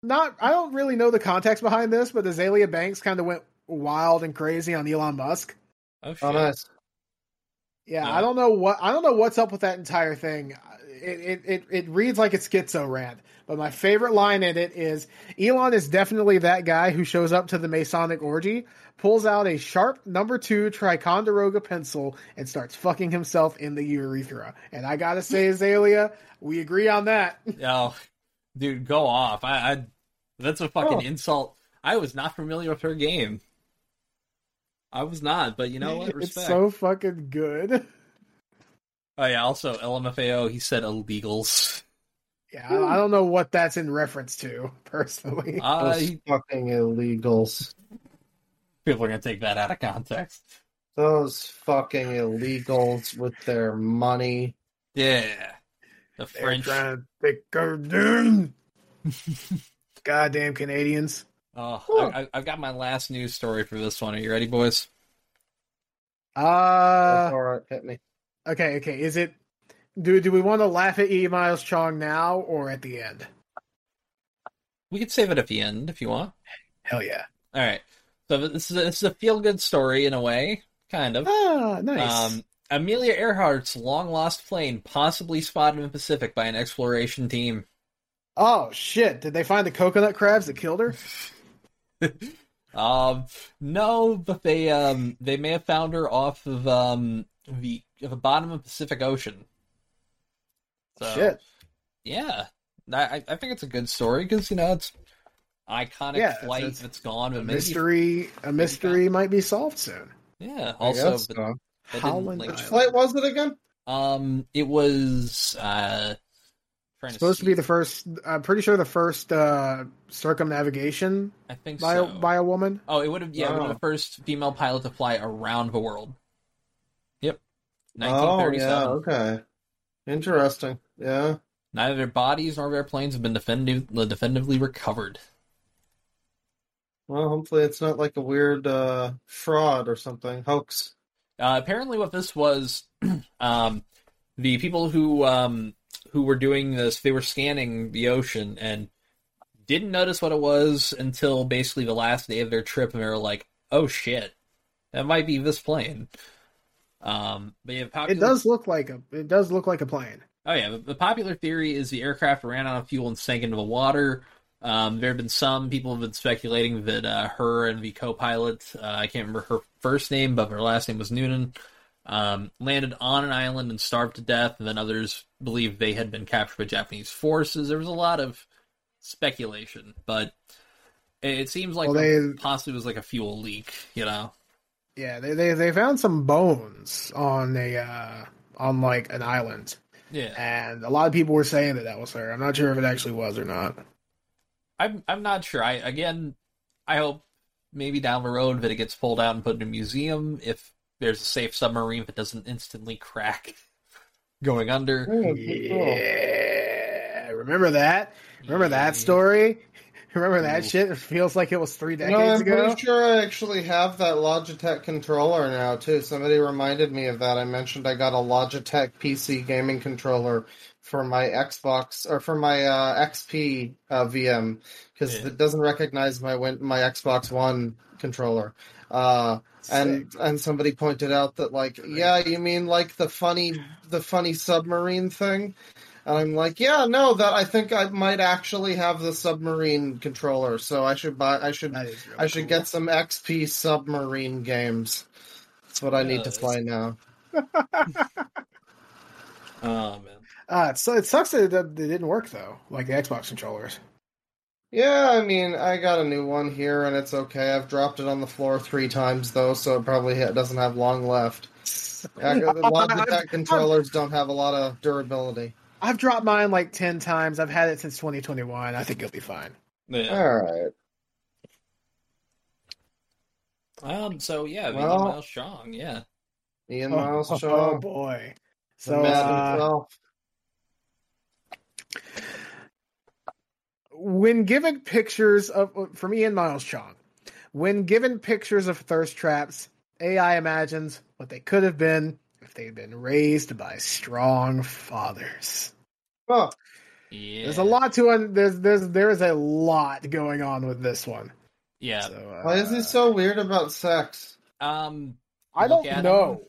Speaker 1: not. I don't really know the context behind this, but Azalea Banks kind of went wild and crazy on Elon Musk.
Speaker 2: Oh, shit.
Speaker 3: Oh, nice.
Speaker 1: Yeah,
Speaker 2: Uh-huh.
Speaker 1: I don't know what I don't know what's up with that entire thing. It it it, it reads like a schizo rant, but my favorite line in it is Elon is definitely that guy who shows up to the Masonic orgy, pulls out a sharp number two Ticonderoga pencil, and starts fucking himself in the urethra. And I gotta say, Azalea, we agree on that.
Speaker 2: Oh, dude, go off. I, I that's a fucking
Speaker 1: Oh.
Speaker 2: insult. I was not familiar with her game. Oh, I was not, but you know what?
Speaker 1: it's
Speaker 2: Respect.
Speaker 1: so fucking good.
Speaker 2: Oh yeah. Also, LMFAO. He said illegals.
Speaker 1: Yeah, I, I don't know what that's in reference to personally.
Speaker 2: Uh,
Speaker 3: Those
Speaker 2: he-
Speaker 3: fucking illegals.
Speaker 2: people are gonna take that out of context.
Speaker 3: Those fucking illegals with their money.
Speaker 2: Yeah.
Speaker 1: They're
Speaker 2: The French.
Speaker 1: trying to pick her down. Goddamn Canadians.
Speaker 2: Oh, I, I, I've got my last news story for this one. Are you ready, boys?
Speaker 1: Uh,
Speaker 3: All right, hit me.
Speaker 1: okay, okay. Is it? Do do we want to laugh at E. Miles Chong now or at the end?
Speaker 2: We could save it at the end if you want.
Speaker 1: Hell yeah!
Speaker 2: All right. So this is a, this is a feel good story in a way, kind of.
Speaker 1: Ah, nice.
Speaker 2: Um, Amelia Earhart's long lost plane possibly spotted in the Pacific by an exploration team.
Speaker 1: oh shit! Did they find the coconut crabs that killed her?
Speaker 2: Um, no, but they um they may have found her off of um the the bottom of the Pacific Ocean. So,
Speaker 1: Shit.
Speaker 2: Yeah, I I- I think it's a good story because you know it's iconic
Speaker 1: Yeah, it's-
Speaker 2: flight
Speaker 1: it's
Speaker 2: that's gone,
Speaker 1: A
Speaker 2: but maybe
Speaker 1: mystery. A mystery might be solved soon.
Speaker 2: yeah.
Speaker 3: I
Speaker 2: Also,
Speaker 3: guess
Speaker 2: but
Speaker 3: so.
Speaker 2: they didn't
Speaker 1: Howland
Speaker 2: link-
Speaker 3: which
Speaker 1: Island.
Speaker 3: flight was it again?
Speaker 2: um, it was uh trying
Speaker 1: Supposed to
Speaker 2: see.
Speaker 1: be the first. I'm pretty sure the first uh, circumnavigation
Speaker 2: I think
Speaker 1: by
Speaker 2: so.
Speaker 1: a, by a woman.
Speaker 2: Oh, it would have yeah, it would have
Speaker 3: Wow.
Speaker 2: been the first female pilot to fly around the world. Yep.
Speaker 3: Oh yeah,
Speaker 2: 1937.
Speaker 3: okay. Interesting. Yeah.
Speaker 2: Neither their bodies nor their planes have been definitive, definitively recovered.
Speaker 3: Well, hopefully it's not like a weird uh, fraud or something hoax.
Speaker 2: Uh, apparently, what this was, um, the people who um, who were doing this, they were scanning the ocean and didn't notice what it was until basically the last day of their trip, and they were like, "Oh shit, that might be this plane." Um, but yeah,
Speaker 1: It
Speaker 2: popular-
Speaker 1: does look like a it does look like a plane.
Speaker 2: Oh yeah, the- the popular theory is the aircraft ran out of fuel and sank into the water. Um, there have been some people have been speculating that uh, her and the co-pilot, uh, I can't remember her first name, but her last name was Noonan, um, landed on an island and starved to death. And then others believe they had been captured by Japanese forces. There was a lot of speculation, but it, it seems like
Speaker 1: Well, they-
Speaker 2: possibly was like a fuel leak. You know,
Speaker 1: Yeah, they they, they found some bones on a uh, on like an island,
Speaker 2: yeah.
Speaker 1: and a lot of people were saying that that was her. I'm not sure if it actually was or not.
Speaker 2: I'm I'm not sure. I again, I hope maybe down the road that it gets pulled out and put in a museum if there's a safe submarine that doesn't instantly crack going under.
Speaker 3: Oh,
Speaker 1: Yeah, remember that? Remember that story? Remember that shit? It feels like it was three
Speaker 3: No, I'm
Speaker 1: decades ago.
Speaker 3: pretty sure I actually have that Logitech controller now too. Somebody reminded me of that. I mentioned I got a Logitech PC gaming controller for my Xbox or for my uh, XP uh, VM because
Speaker 2: Yeah.
Speaker 3: it doesn't recognize my win- my Xbox One controller. Uh, and and somebody pointed out that like yeah, you mean like the funny the funny submarine thing. And I'm like, yeah, no, that I think I might actually have the submarine controller, so I should buy, I should
Speaker 1: That is real
Speaker 3: I should
Speaker 1: cool.
Speaker 3: get some XP submarine games. That's what I need to
Speaker 2: Yes.
Speaker 3: play now.
Speaker 2: Oh man.
Speaker 1: Uh, so it sucks that it, that it didn't work though, like the Xbox controllers.
Speaker 3: Yeah, I mean, I got a new one here, and it's okay. I've dropped it on the floor three times though, so it probably ha- doesn't have long left. Yeah, I got- a lot of
Speaker 1: I've-
Speaker 3: tech controllers don't have a lot of durability.
Speaker 1: I've dropped mine like ten times. I've had it since 2021. I think you'll be fine.
Speaker 2: Yeah.
Speaker 3: All right.
Speaker 2: Um. So yeah, the
Speaker 3: Well-
Speaker 2: Miles Strong. Yeah.
Speaker 3: Ian Miles
Speaker 1: oh,
Speaker 3: Shaw, the
Speaker 1: boy. So
Speaker 3: man
Speaker 1: uh,
Speaker 3: himself.
Speaker 1: when given pictures of from Ian Miles Chong, when given pictures of thirst traps, AI imagines what they could have been if they'd been raised by strong fathers.
Speaker 3: Oh,
Speaker 2: Yeah.
Speaker 1: There's a lot to un- there's there's there is a lot going on with this one.
Speaker 2: Yeah.
Speaker 1: So, uh,
Speaker 3: why is he so weird about sex?
Speaker 2: Um.
Speaker 1: I don't
Speaker 2: look at
Speaker 1: know.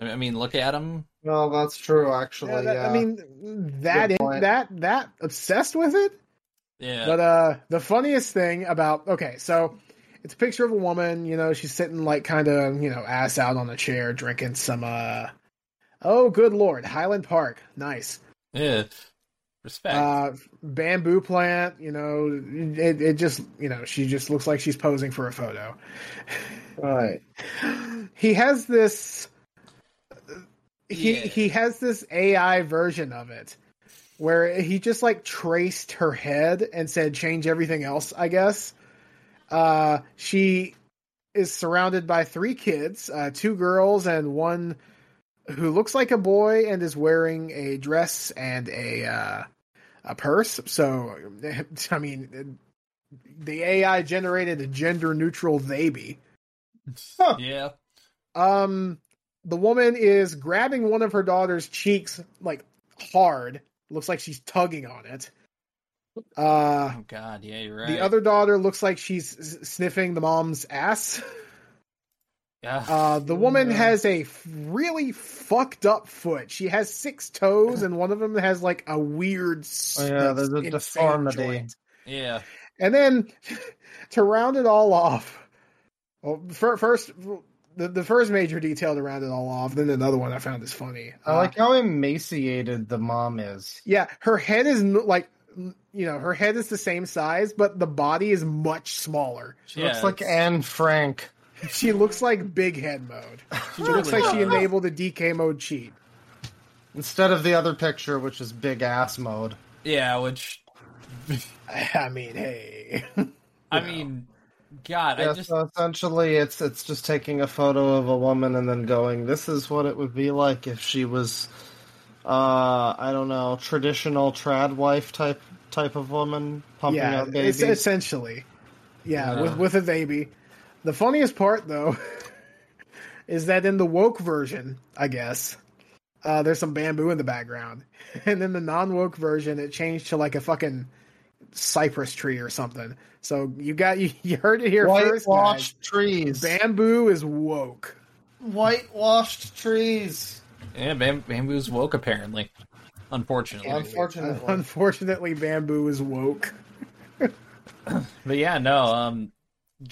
Speaker 2: him. I mean, look at him.
Speaker 3: No, that's true. Actually,
Speaker 1: Yeah, that-
Speaker 3: yeah.
Speaker 1: I mean that
Speaker 3: uh, Good
Speaker 1: in,
Speaker 3: point.
Speaker 1: that that obsessed with it.
Speaker 2: Yeah.
Speaker 1: But uh, the funniest thing about okay, so it's a picture of a woman. You know, she's sitting like kind of you know ass out on a chair, drinking some. uh Oh, good lord, Highland Park, nice.
Speaker 2: yeah. Respect.
Speaker 1: Uh, bamboo plant. You know, it, it just you know she just looks like she's posing for a photo.
Speaker 3: right.
Speaker 1: He has this. He
Speaker 2: Yeah.
Speaker 1: he has this AI version of it, where he just like traced her head and said, "Change everything else." I guess. Uh, she is surrounded by three kids, uh, two girls and one who looks like a boy and is wearing a dress and a uh, a purse. So, I mean, the AI generated a gender neutral they be.
Speaker 2: yeah.
Speaker 1: Um, the woman is grabbing one of her daughter's cheeks like hard. Looks like she's tugging on it. Uh,
Speaker 2: Oh God. Yeah. You're right.
Speaker 1: the other daughter looks like she's s- sniffing the mom's ass.
Speaker 2: Yeah.
Speaker 1: Uh, the woman
Speaker 3: Yeah.
Speaker 1: has a f- really fucked up foot. She has six toes, and one of them has like a weird.
Speaker 3: Oh, yeah, there's a
Speaker 1: insane
Speaker 3: deformity.
Speaker 1: joint.
Speaker 2: yeah.
Speaker 1: And then to round it all off, well, fir- first the, the first major detail to round it all off. Then another one I found is funny.
Speaker 3: I
Speaker 1: Uh,
Speaker 3: like how emaciated the mom is.
Speaker 1: yeah, her head is n- like n- you know her head is the same size, but the body is much smaller.
Speaker 3: She
Speaker 2: Yeah,
Speaker 3: looks like
Speaker 2: it's-
Speaker 3: Anne Frank.
Speaker 1: She looks like big head mode. She
Speaker 2: She
Speaker 1: looks
Speaker 2: really
Speaker 1: like she
Speaker 2: does.
Speaker 1: enabled a DK mode cheat.
Speaker 3: Instead of the other picture, which is big ass mode.
Speaker 2: Yeah. Which
Speaker 1: I mean, hey.
Speaker 2: I mean, God.
Speaker 3: yeah,
Speaker 2: I just.
Speaker 3: so essentially, it's it's just taking a photo of a woman and then going, "This is what it would be like if she was, uh, I don't know, traditional trad wife type type of woman pumping
Speaker 1: yeah,
Speaker 3: out
Speaker 1: it's
Speaker 3: babies."
Speaker 1: essentially, yeah,
Speaker 2: Yeah.
Speaker 1: with with a baby. The funniest part though is that in the woke version, I guess, uh, there's some bamboo in the background. And then the non woke version, it changed to like a fucking cypress tree or something. So you got you, you heard it here first. Guys.
Speaker 3: Whitewashed trees.
Speaker 1: Bamboo is woke.
Speaker 3: Whitewashed trees.
Speaker 2: Yeah, Bam- Bamboo's woke apparently. Unfortunately,
Speaker 3: Unfortunately.
Speaker 1: Unfortunately, bamboo is woke.
Speaker 2: but yeah, no. Um,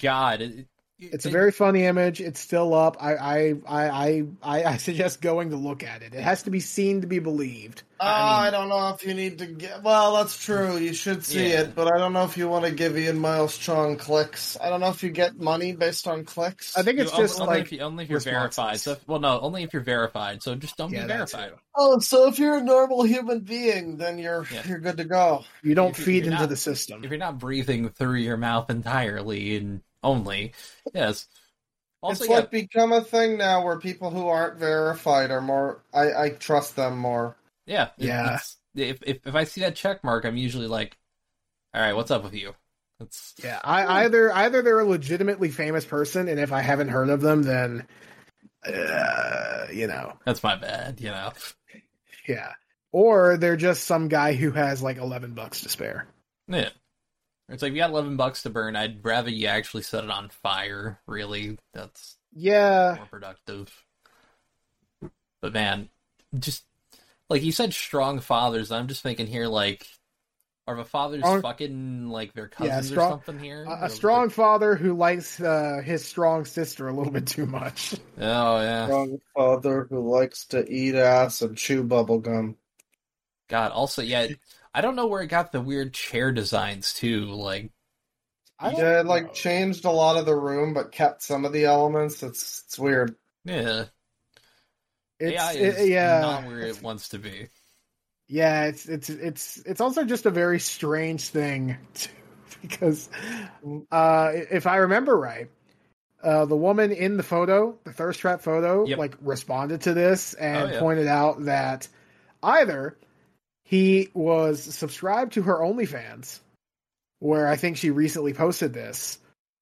Speaker 2: God, it,
Speaker 1: It's a very funny image. It's still up. I I I I, I- I suggest going to look at it. It has to be seen to be believed.
Speaker 3: Oh, I don't know if you need to get. Well, that's true. You should see
Speaker 2: Yeah.
Speaker 3: it, but I don't know if you want to give Ian Miles Chong clicks. I don't know if you get money based on clicks.
Speaker 1: I think it's
Speaker 2: only,
Speaker 1: just
Speaker 2: only
Speaker 1: like
Speaker 2: if you, only if you're
Speaker 1: responses.
Speaker 2: verified. So, well, no, only if you're verified. So just don't
Speaker 1: Yeah,
Speaker 2: be
Speaker 1: that
Speaker 2: verified.
Speaker 3: Oh, so if you're a normal human being, then you're
Speaker 2: Yeah.
Speaker 3: you're good to go.
Speaker 1: you don't
Speaker 2: if you-
Speaker 1: feed
Speaker 2: you're
Speaker 1: into
Speaker 2: not-
Speaker 1: the system.
Speaker 2: If you're not breathing through your mouth entirely and only, yes. Also,
Speaker 3: it's
Speaker 2: yeah,
Speaker 3: like become a thing now where people who aren't verified are more. I, I trust them more.
Speaker 2: yeah, it-
Speaker 1: Yeah.
Speaker 2: it's- If, if if I see that check mark, I'm usually like, all right, what's up with you? That's
Speaker 1: Yeah, I, either either they're a legitimately famous person, and if I haven't heard of them, then uh, you know,
Speaker 2: that's my bad. You know.
Speaker 1: yeah, or they're just some guy who has like eleven bucks to spare.
Speaker 2: Yeah. It's like, if you got 11 bucks to burn, I'd rather you actually set it on fire, really. That's
Speaker 1: Yeah,
Speaker 2: more productive. But man, just like you said, strong fathers. I'm just thinking here, like, are the fathers
Speaker 1: Strong-
Speaker 2: fucking like their cousins
Speaker 1: strong-
Speaker 2: or something here?
Speaker 1: a, a strong father who likes uh, his strong sister a little bit too much.
Speaker 2: Oh, yeah.
Speaker 3: Strong father who likes to eat ass and chew bubblegum.
Speaker 2: God, also, yeah, I don't know where it got the weird chair designs, too. Like,
Speaker 1: I don't
Speaker 3: Yeah, it, like
Speaker 1: know.
Speaker 3: changed a lot of the room, but kept some of the elements. It's it's weird.
Speaker 2: yeah.
Speaker 1: It's,
Speaker 2: AI
Speaker 1: it-
Speaker 2: is
Speaker 1: yeah,
Speaker 2: not where it wants to be.
Speaker 1: yeah. It's it's it's it's also just a very strange thing too, because uh, if I remember right, uh, the woman in the photo, the thirst trap photo,
Speaker 2: Yep.
Speaker 1: like responded to this and
Speaker 2: Oh, yeah.
Speaker 1: pointed out that either he was subscribed to her OnlyFans, where I think she recently posted this,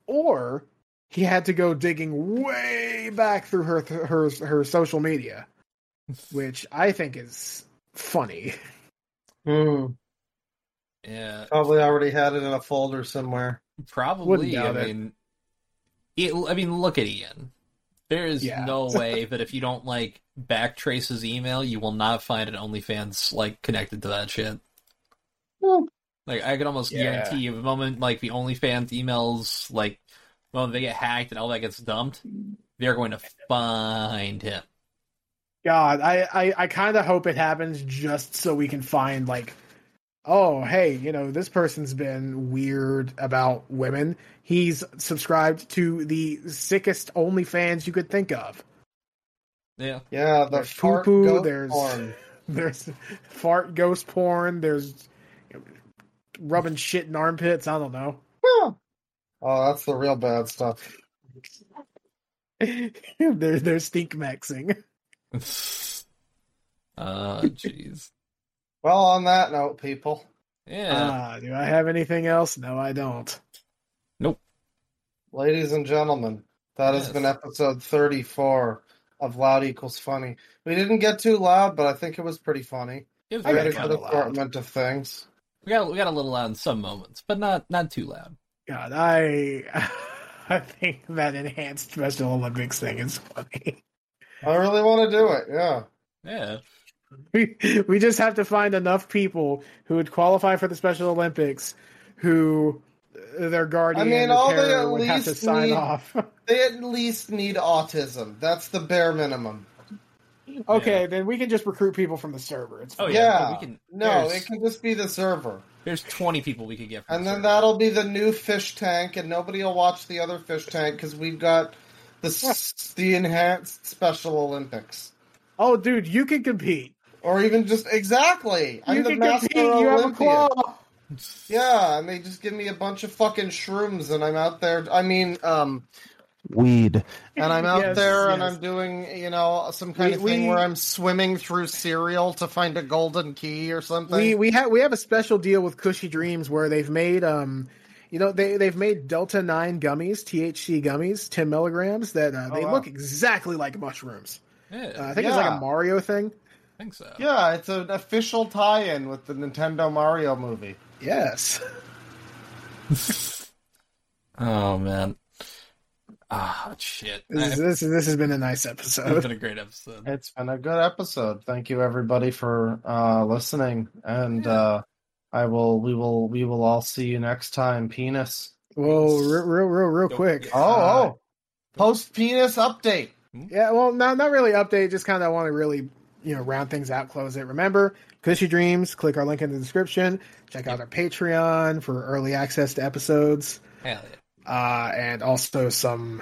Speaker 1: or he had to go digging way back through her her her social media, which I think is funny.
Speaker 3: Hmm.
Speaker 2: Yeah.
Speaker 3: Probably already had it in a folder somewhere.
Speaker 2: Probably. I
Speaker 1: doubt it.
Speaker 2: mean, it, I mean, look at Ian. There is
Speaker 1: Yeah.
Speaker 2: no way that if you don't like backtrace his email, you will not find an OnlyFans like connected to that shit.
Speaker 3: Well-
Speaker 2: Like I could almost
Speaker 1: Yeah.
Speaker 2: guarantee you, the moment like the OnlyFans emails, like the moment they get hacked and all that gets dumped, they're going to find him.
Speaker 1: God, I I, I kind of hope it happens just so we can find like, oh hey, you know this person's been weird about women. He's subscribed to the sickest OnlyFans you could think of.
Speaker 2: Yeah,
Speaker 3: Yeah, Uh, the
Speaker 1: There's
Speaker 3: fart
Speaker 1: poo-poo,
Speaker 3: goat
Speaker 1: there's-
Speaker 3: horn.
Speaker 1: There's fart ghost porn. There's you know, rubbing shit in armpits. I don't know.
Speaker 3: Huh. Oh, that's the real bad stuff.
Speaker 1: there, there's stink maxing.
Speaker 2: uh, jeez,
Speaker 3: Well, on that note, people,
Speaker 2: yeah.
Speaker 1: Ah, do I have anything else? No, I don't.
Speaker 3: ladies and gentlemen, that has
Speaker 2: Yes.
Speaker 3: been episode 34 of Loud Equals Funny. We didn't get too loud, but I think it was pretty funny.
Speaker 2: It was
Speaker 1: I
Speaker 3: We
Speaker 2: very
Speaker 3: had a
Speaker 1: got
Speaker 2: fun.
Speaker 3: good
Speaker 1: kinda loud.
Speaker 3: assortment of things.
Speaker 2: We got we got a little loud in some moments, but not not too loud.
Speaker 1: God, I I think that enhanced Special Olympics thing is funny.
Speaker 3: I really want to do it. Yeah.
Speaker 2: Yeah,
Speaker 1: We, we just have to find enough people who would qualify for the Special Olympics who uh, their guardian
Speaker 3: I mean,
Speaker 1: or
Speaker 3: all they
Speaker 1: parent
Speaker 3: at
Speaker 1: would have to
Speaker 3: least
Speaker 1: sign
Speaker 3: need-
Speaker 1: off.
Speaker 3: They at least need autism. That's the bare minimum.
Speaker 1: okay, then we can just recruit people from the server. It's
Speaker 2: Oh
Speaker 1: fine.
Speaker 2: yeah,
Speaker 3: Yeah.
Speaker 2: we can.
Speaker 3: No,
Speaker 2: there's,
Speaker 3: it can just be the server.
Speaker 2: there's 20 people we could get, from
Speaker 3: And
Speaker 2: the
Speaker 3: then
Speaker 2: server.
Speaker 3: that'll be the new fish tank, and nobody will watch the other fish tank because we've got the s- the enhanced Special Olympics,
Speaker 1: Oh, dude, you can compete.
Speaker 3: or even just exactly. I'm
Speaker 1: you
Speaker 3: the
Speaker 1: can
Speaker 3: master
Speaker 1: compete. You have a
Speaker 3: Olympian.
Speaker 1: claw.
Speaker 3: Yeah, and they just give me a bunch of fucking shrooms, and I'm out there. I mean, um, weed, and I'm out
Speaker 1: Yes,
Speaker 3: there, and
Speaker 1: yes.
Speaker 3: I'm doing you know some kind
Speaker 1: We-
Speaker 3: of thing
Speaker 1: we-
Speaker 3: where I'm swimming through cereal to find a golden key or something.
Speaker 1: We we have we have a special deal with Cushy Dreams where they've made um you know they they've made Delta Nine gummies, THC gummies, ten milligrams that uh,
Speaker 3: Oh,
Speaker 1: they
Speaker 3: wow.
Speaker 1: look exactly like mushrooms.
Speaker 2: Yeah.
Speaker 1: Uh, I think it's like
Speaker 3: Yeah.
Speaker 1: a Mario thing.
Speaker 2: think so.
Speaker 3: Yeah, it's an official tie-in with the Nintendo Mario movie.
Speaker 1: Yes.
Speaker 2: Oh man. Ah shit.
Speaker 1: This, is, this, is- this has been a nice
Speaker 2: It's
Speaker 1: episode.
Speaker 2: been a great episode.
Speaker 3: It's been a good episode. Thank you everybody for uh, listening, and uh, I will. We will. We will all see you next time. Penis.
Speaker 1: Whoa, real, real, real, real quick.
Speaker 3: Oh,
Speaker 1: Uh,
Speaker 3: oh. Post penis update.
Speaker 1: Yeah, well, not not really update. Just kind of want to really you know round things out, close it. Remember, Cushy Dreams. Click our link in the description. Check out our Patreon for early access to episodes,
Speaker 2: Hell yeah.
Speaker 1: uh, and also some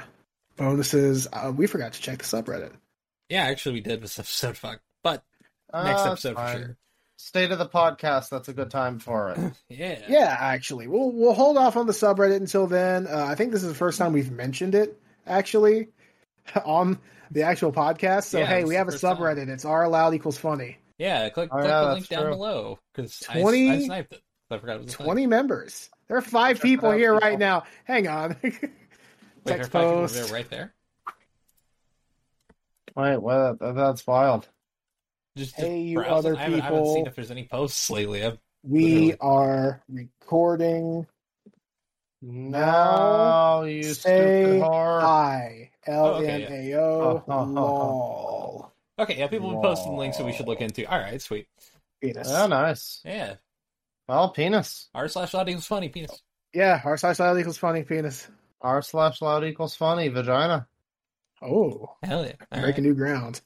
Speaker 1: bonuses. Uh, we forgot to check the subreddit.
Speaker 2: Yeah, actually we did this episode fuck. But
Speaker 4: Ah,
Speaker 2: next
Speaker 3: Uh,
Speaker 2: episode for
Speaker 3: fine.
Speaker 2: sure.
Speaker 3: State of the podcast. That's a good time for it.
Speaker 2: Yeah.
Speaker 1: Yeah, actually, we'll we'll hold off on the subreddit until then. Uh, I think this is the first time we've mentioned it actually on the actual podcast. So
Speaker 2: Yeah,
Speaker 1: hey,
Speaker 2: it's
Speaker 1: we
Speaker 2: the
Speaker 1: have a
Speaker 2: first time.
Speaker 1: subreddit. It's r loud equals funny.
Speaker 2: Yeah, click,
Speaker 3: Oh,
Speaker 2: click
Speaker 3: yeah,
Speaker 2: the
Speaker 3: that's
Speaker 2: link down
Speaker 3: true.
Speaker 2: below because I,
Speaker 1: 20?
Speaker 2: I sniped it. I forgot it was a thing.
Speaker 1: 20 members. There are five
Speaker 3: Check it
Speaker 1: people
Speaker 3: out,
Speaker 1: here
Speaker 3: people.
Speaker 1: right now. Hang on.
Speaker 2: Wait, there are
Speaker 1: Text
Speaker 2: five people
Speaker 1: post.
Speaker 2: there, right there.
Speaker 3: Wait, well, that- that's wild.
Speaker 2: Just
Speaker 1: Hey,
Speaker 2: just
Speaker 1: you
Speaker 2: browse it.
Speaker 1: other
Speaker 2: I haven't, I haven't seen
Speaker 1: people.
Speaker 2: if there's any posts lately. I've,
Speaker 1: We
Speaker 2: Literally.
Speaker 1: are recording
Speaker 3: No, you
Speaker 1: Say
Speaker 3: stupid whore.
Speaker 1: I L N A O
Speaker 3: Oh, oh, oh, oh.
Speaker 1: lol.
Speaker 2: okay, yeah, people have been posting links that we should look into. All right, sweet.
Speaker 1: Penis.
Speaker 3: Oh, nice.
Speaker 2: Yeah,
Speaker 3: Well, penis.
Speaker 2: r slash audience funny penis.
Speaker 1: Yeah, r slash loud equals funny penis.
Speaker 3: R slash loud equals funny vagina.
Speaker 1: Oh,
Speaker 2: Hell yeah. All right.
Speaker 1: breaking new ground.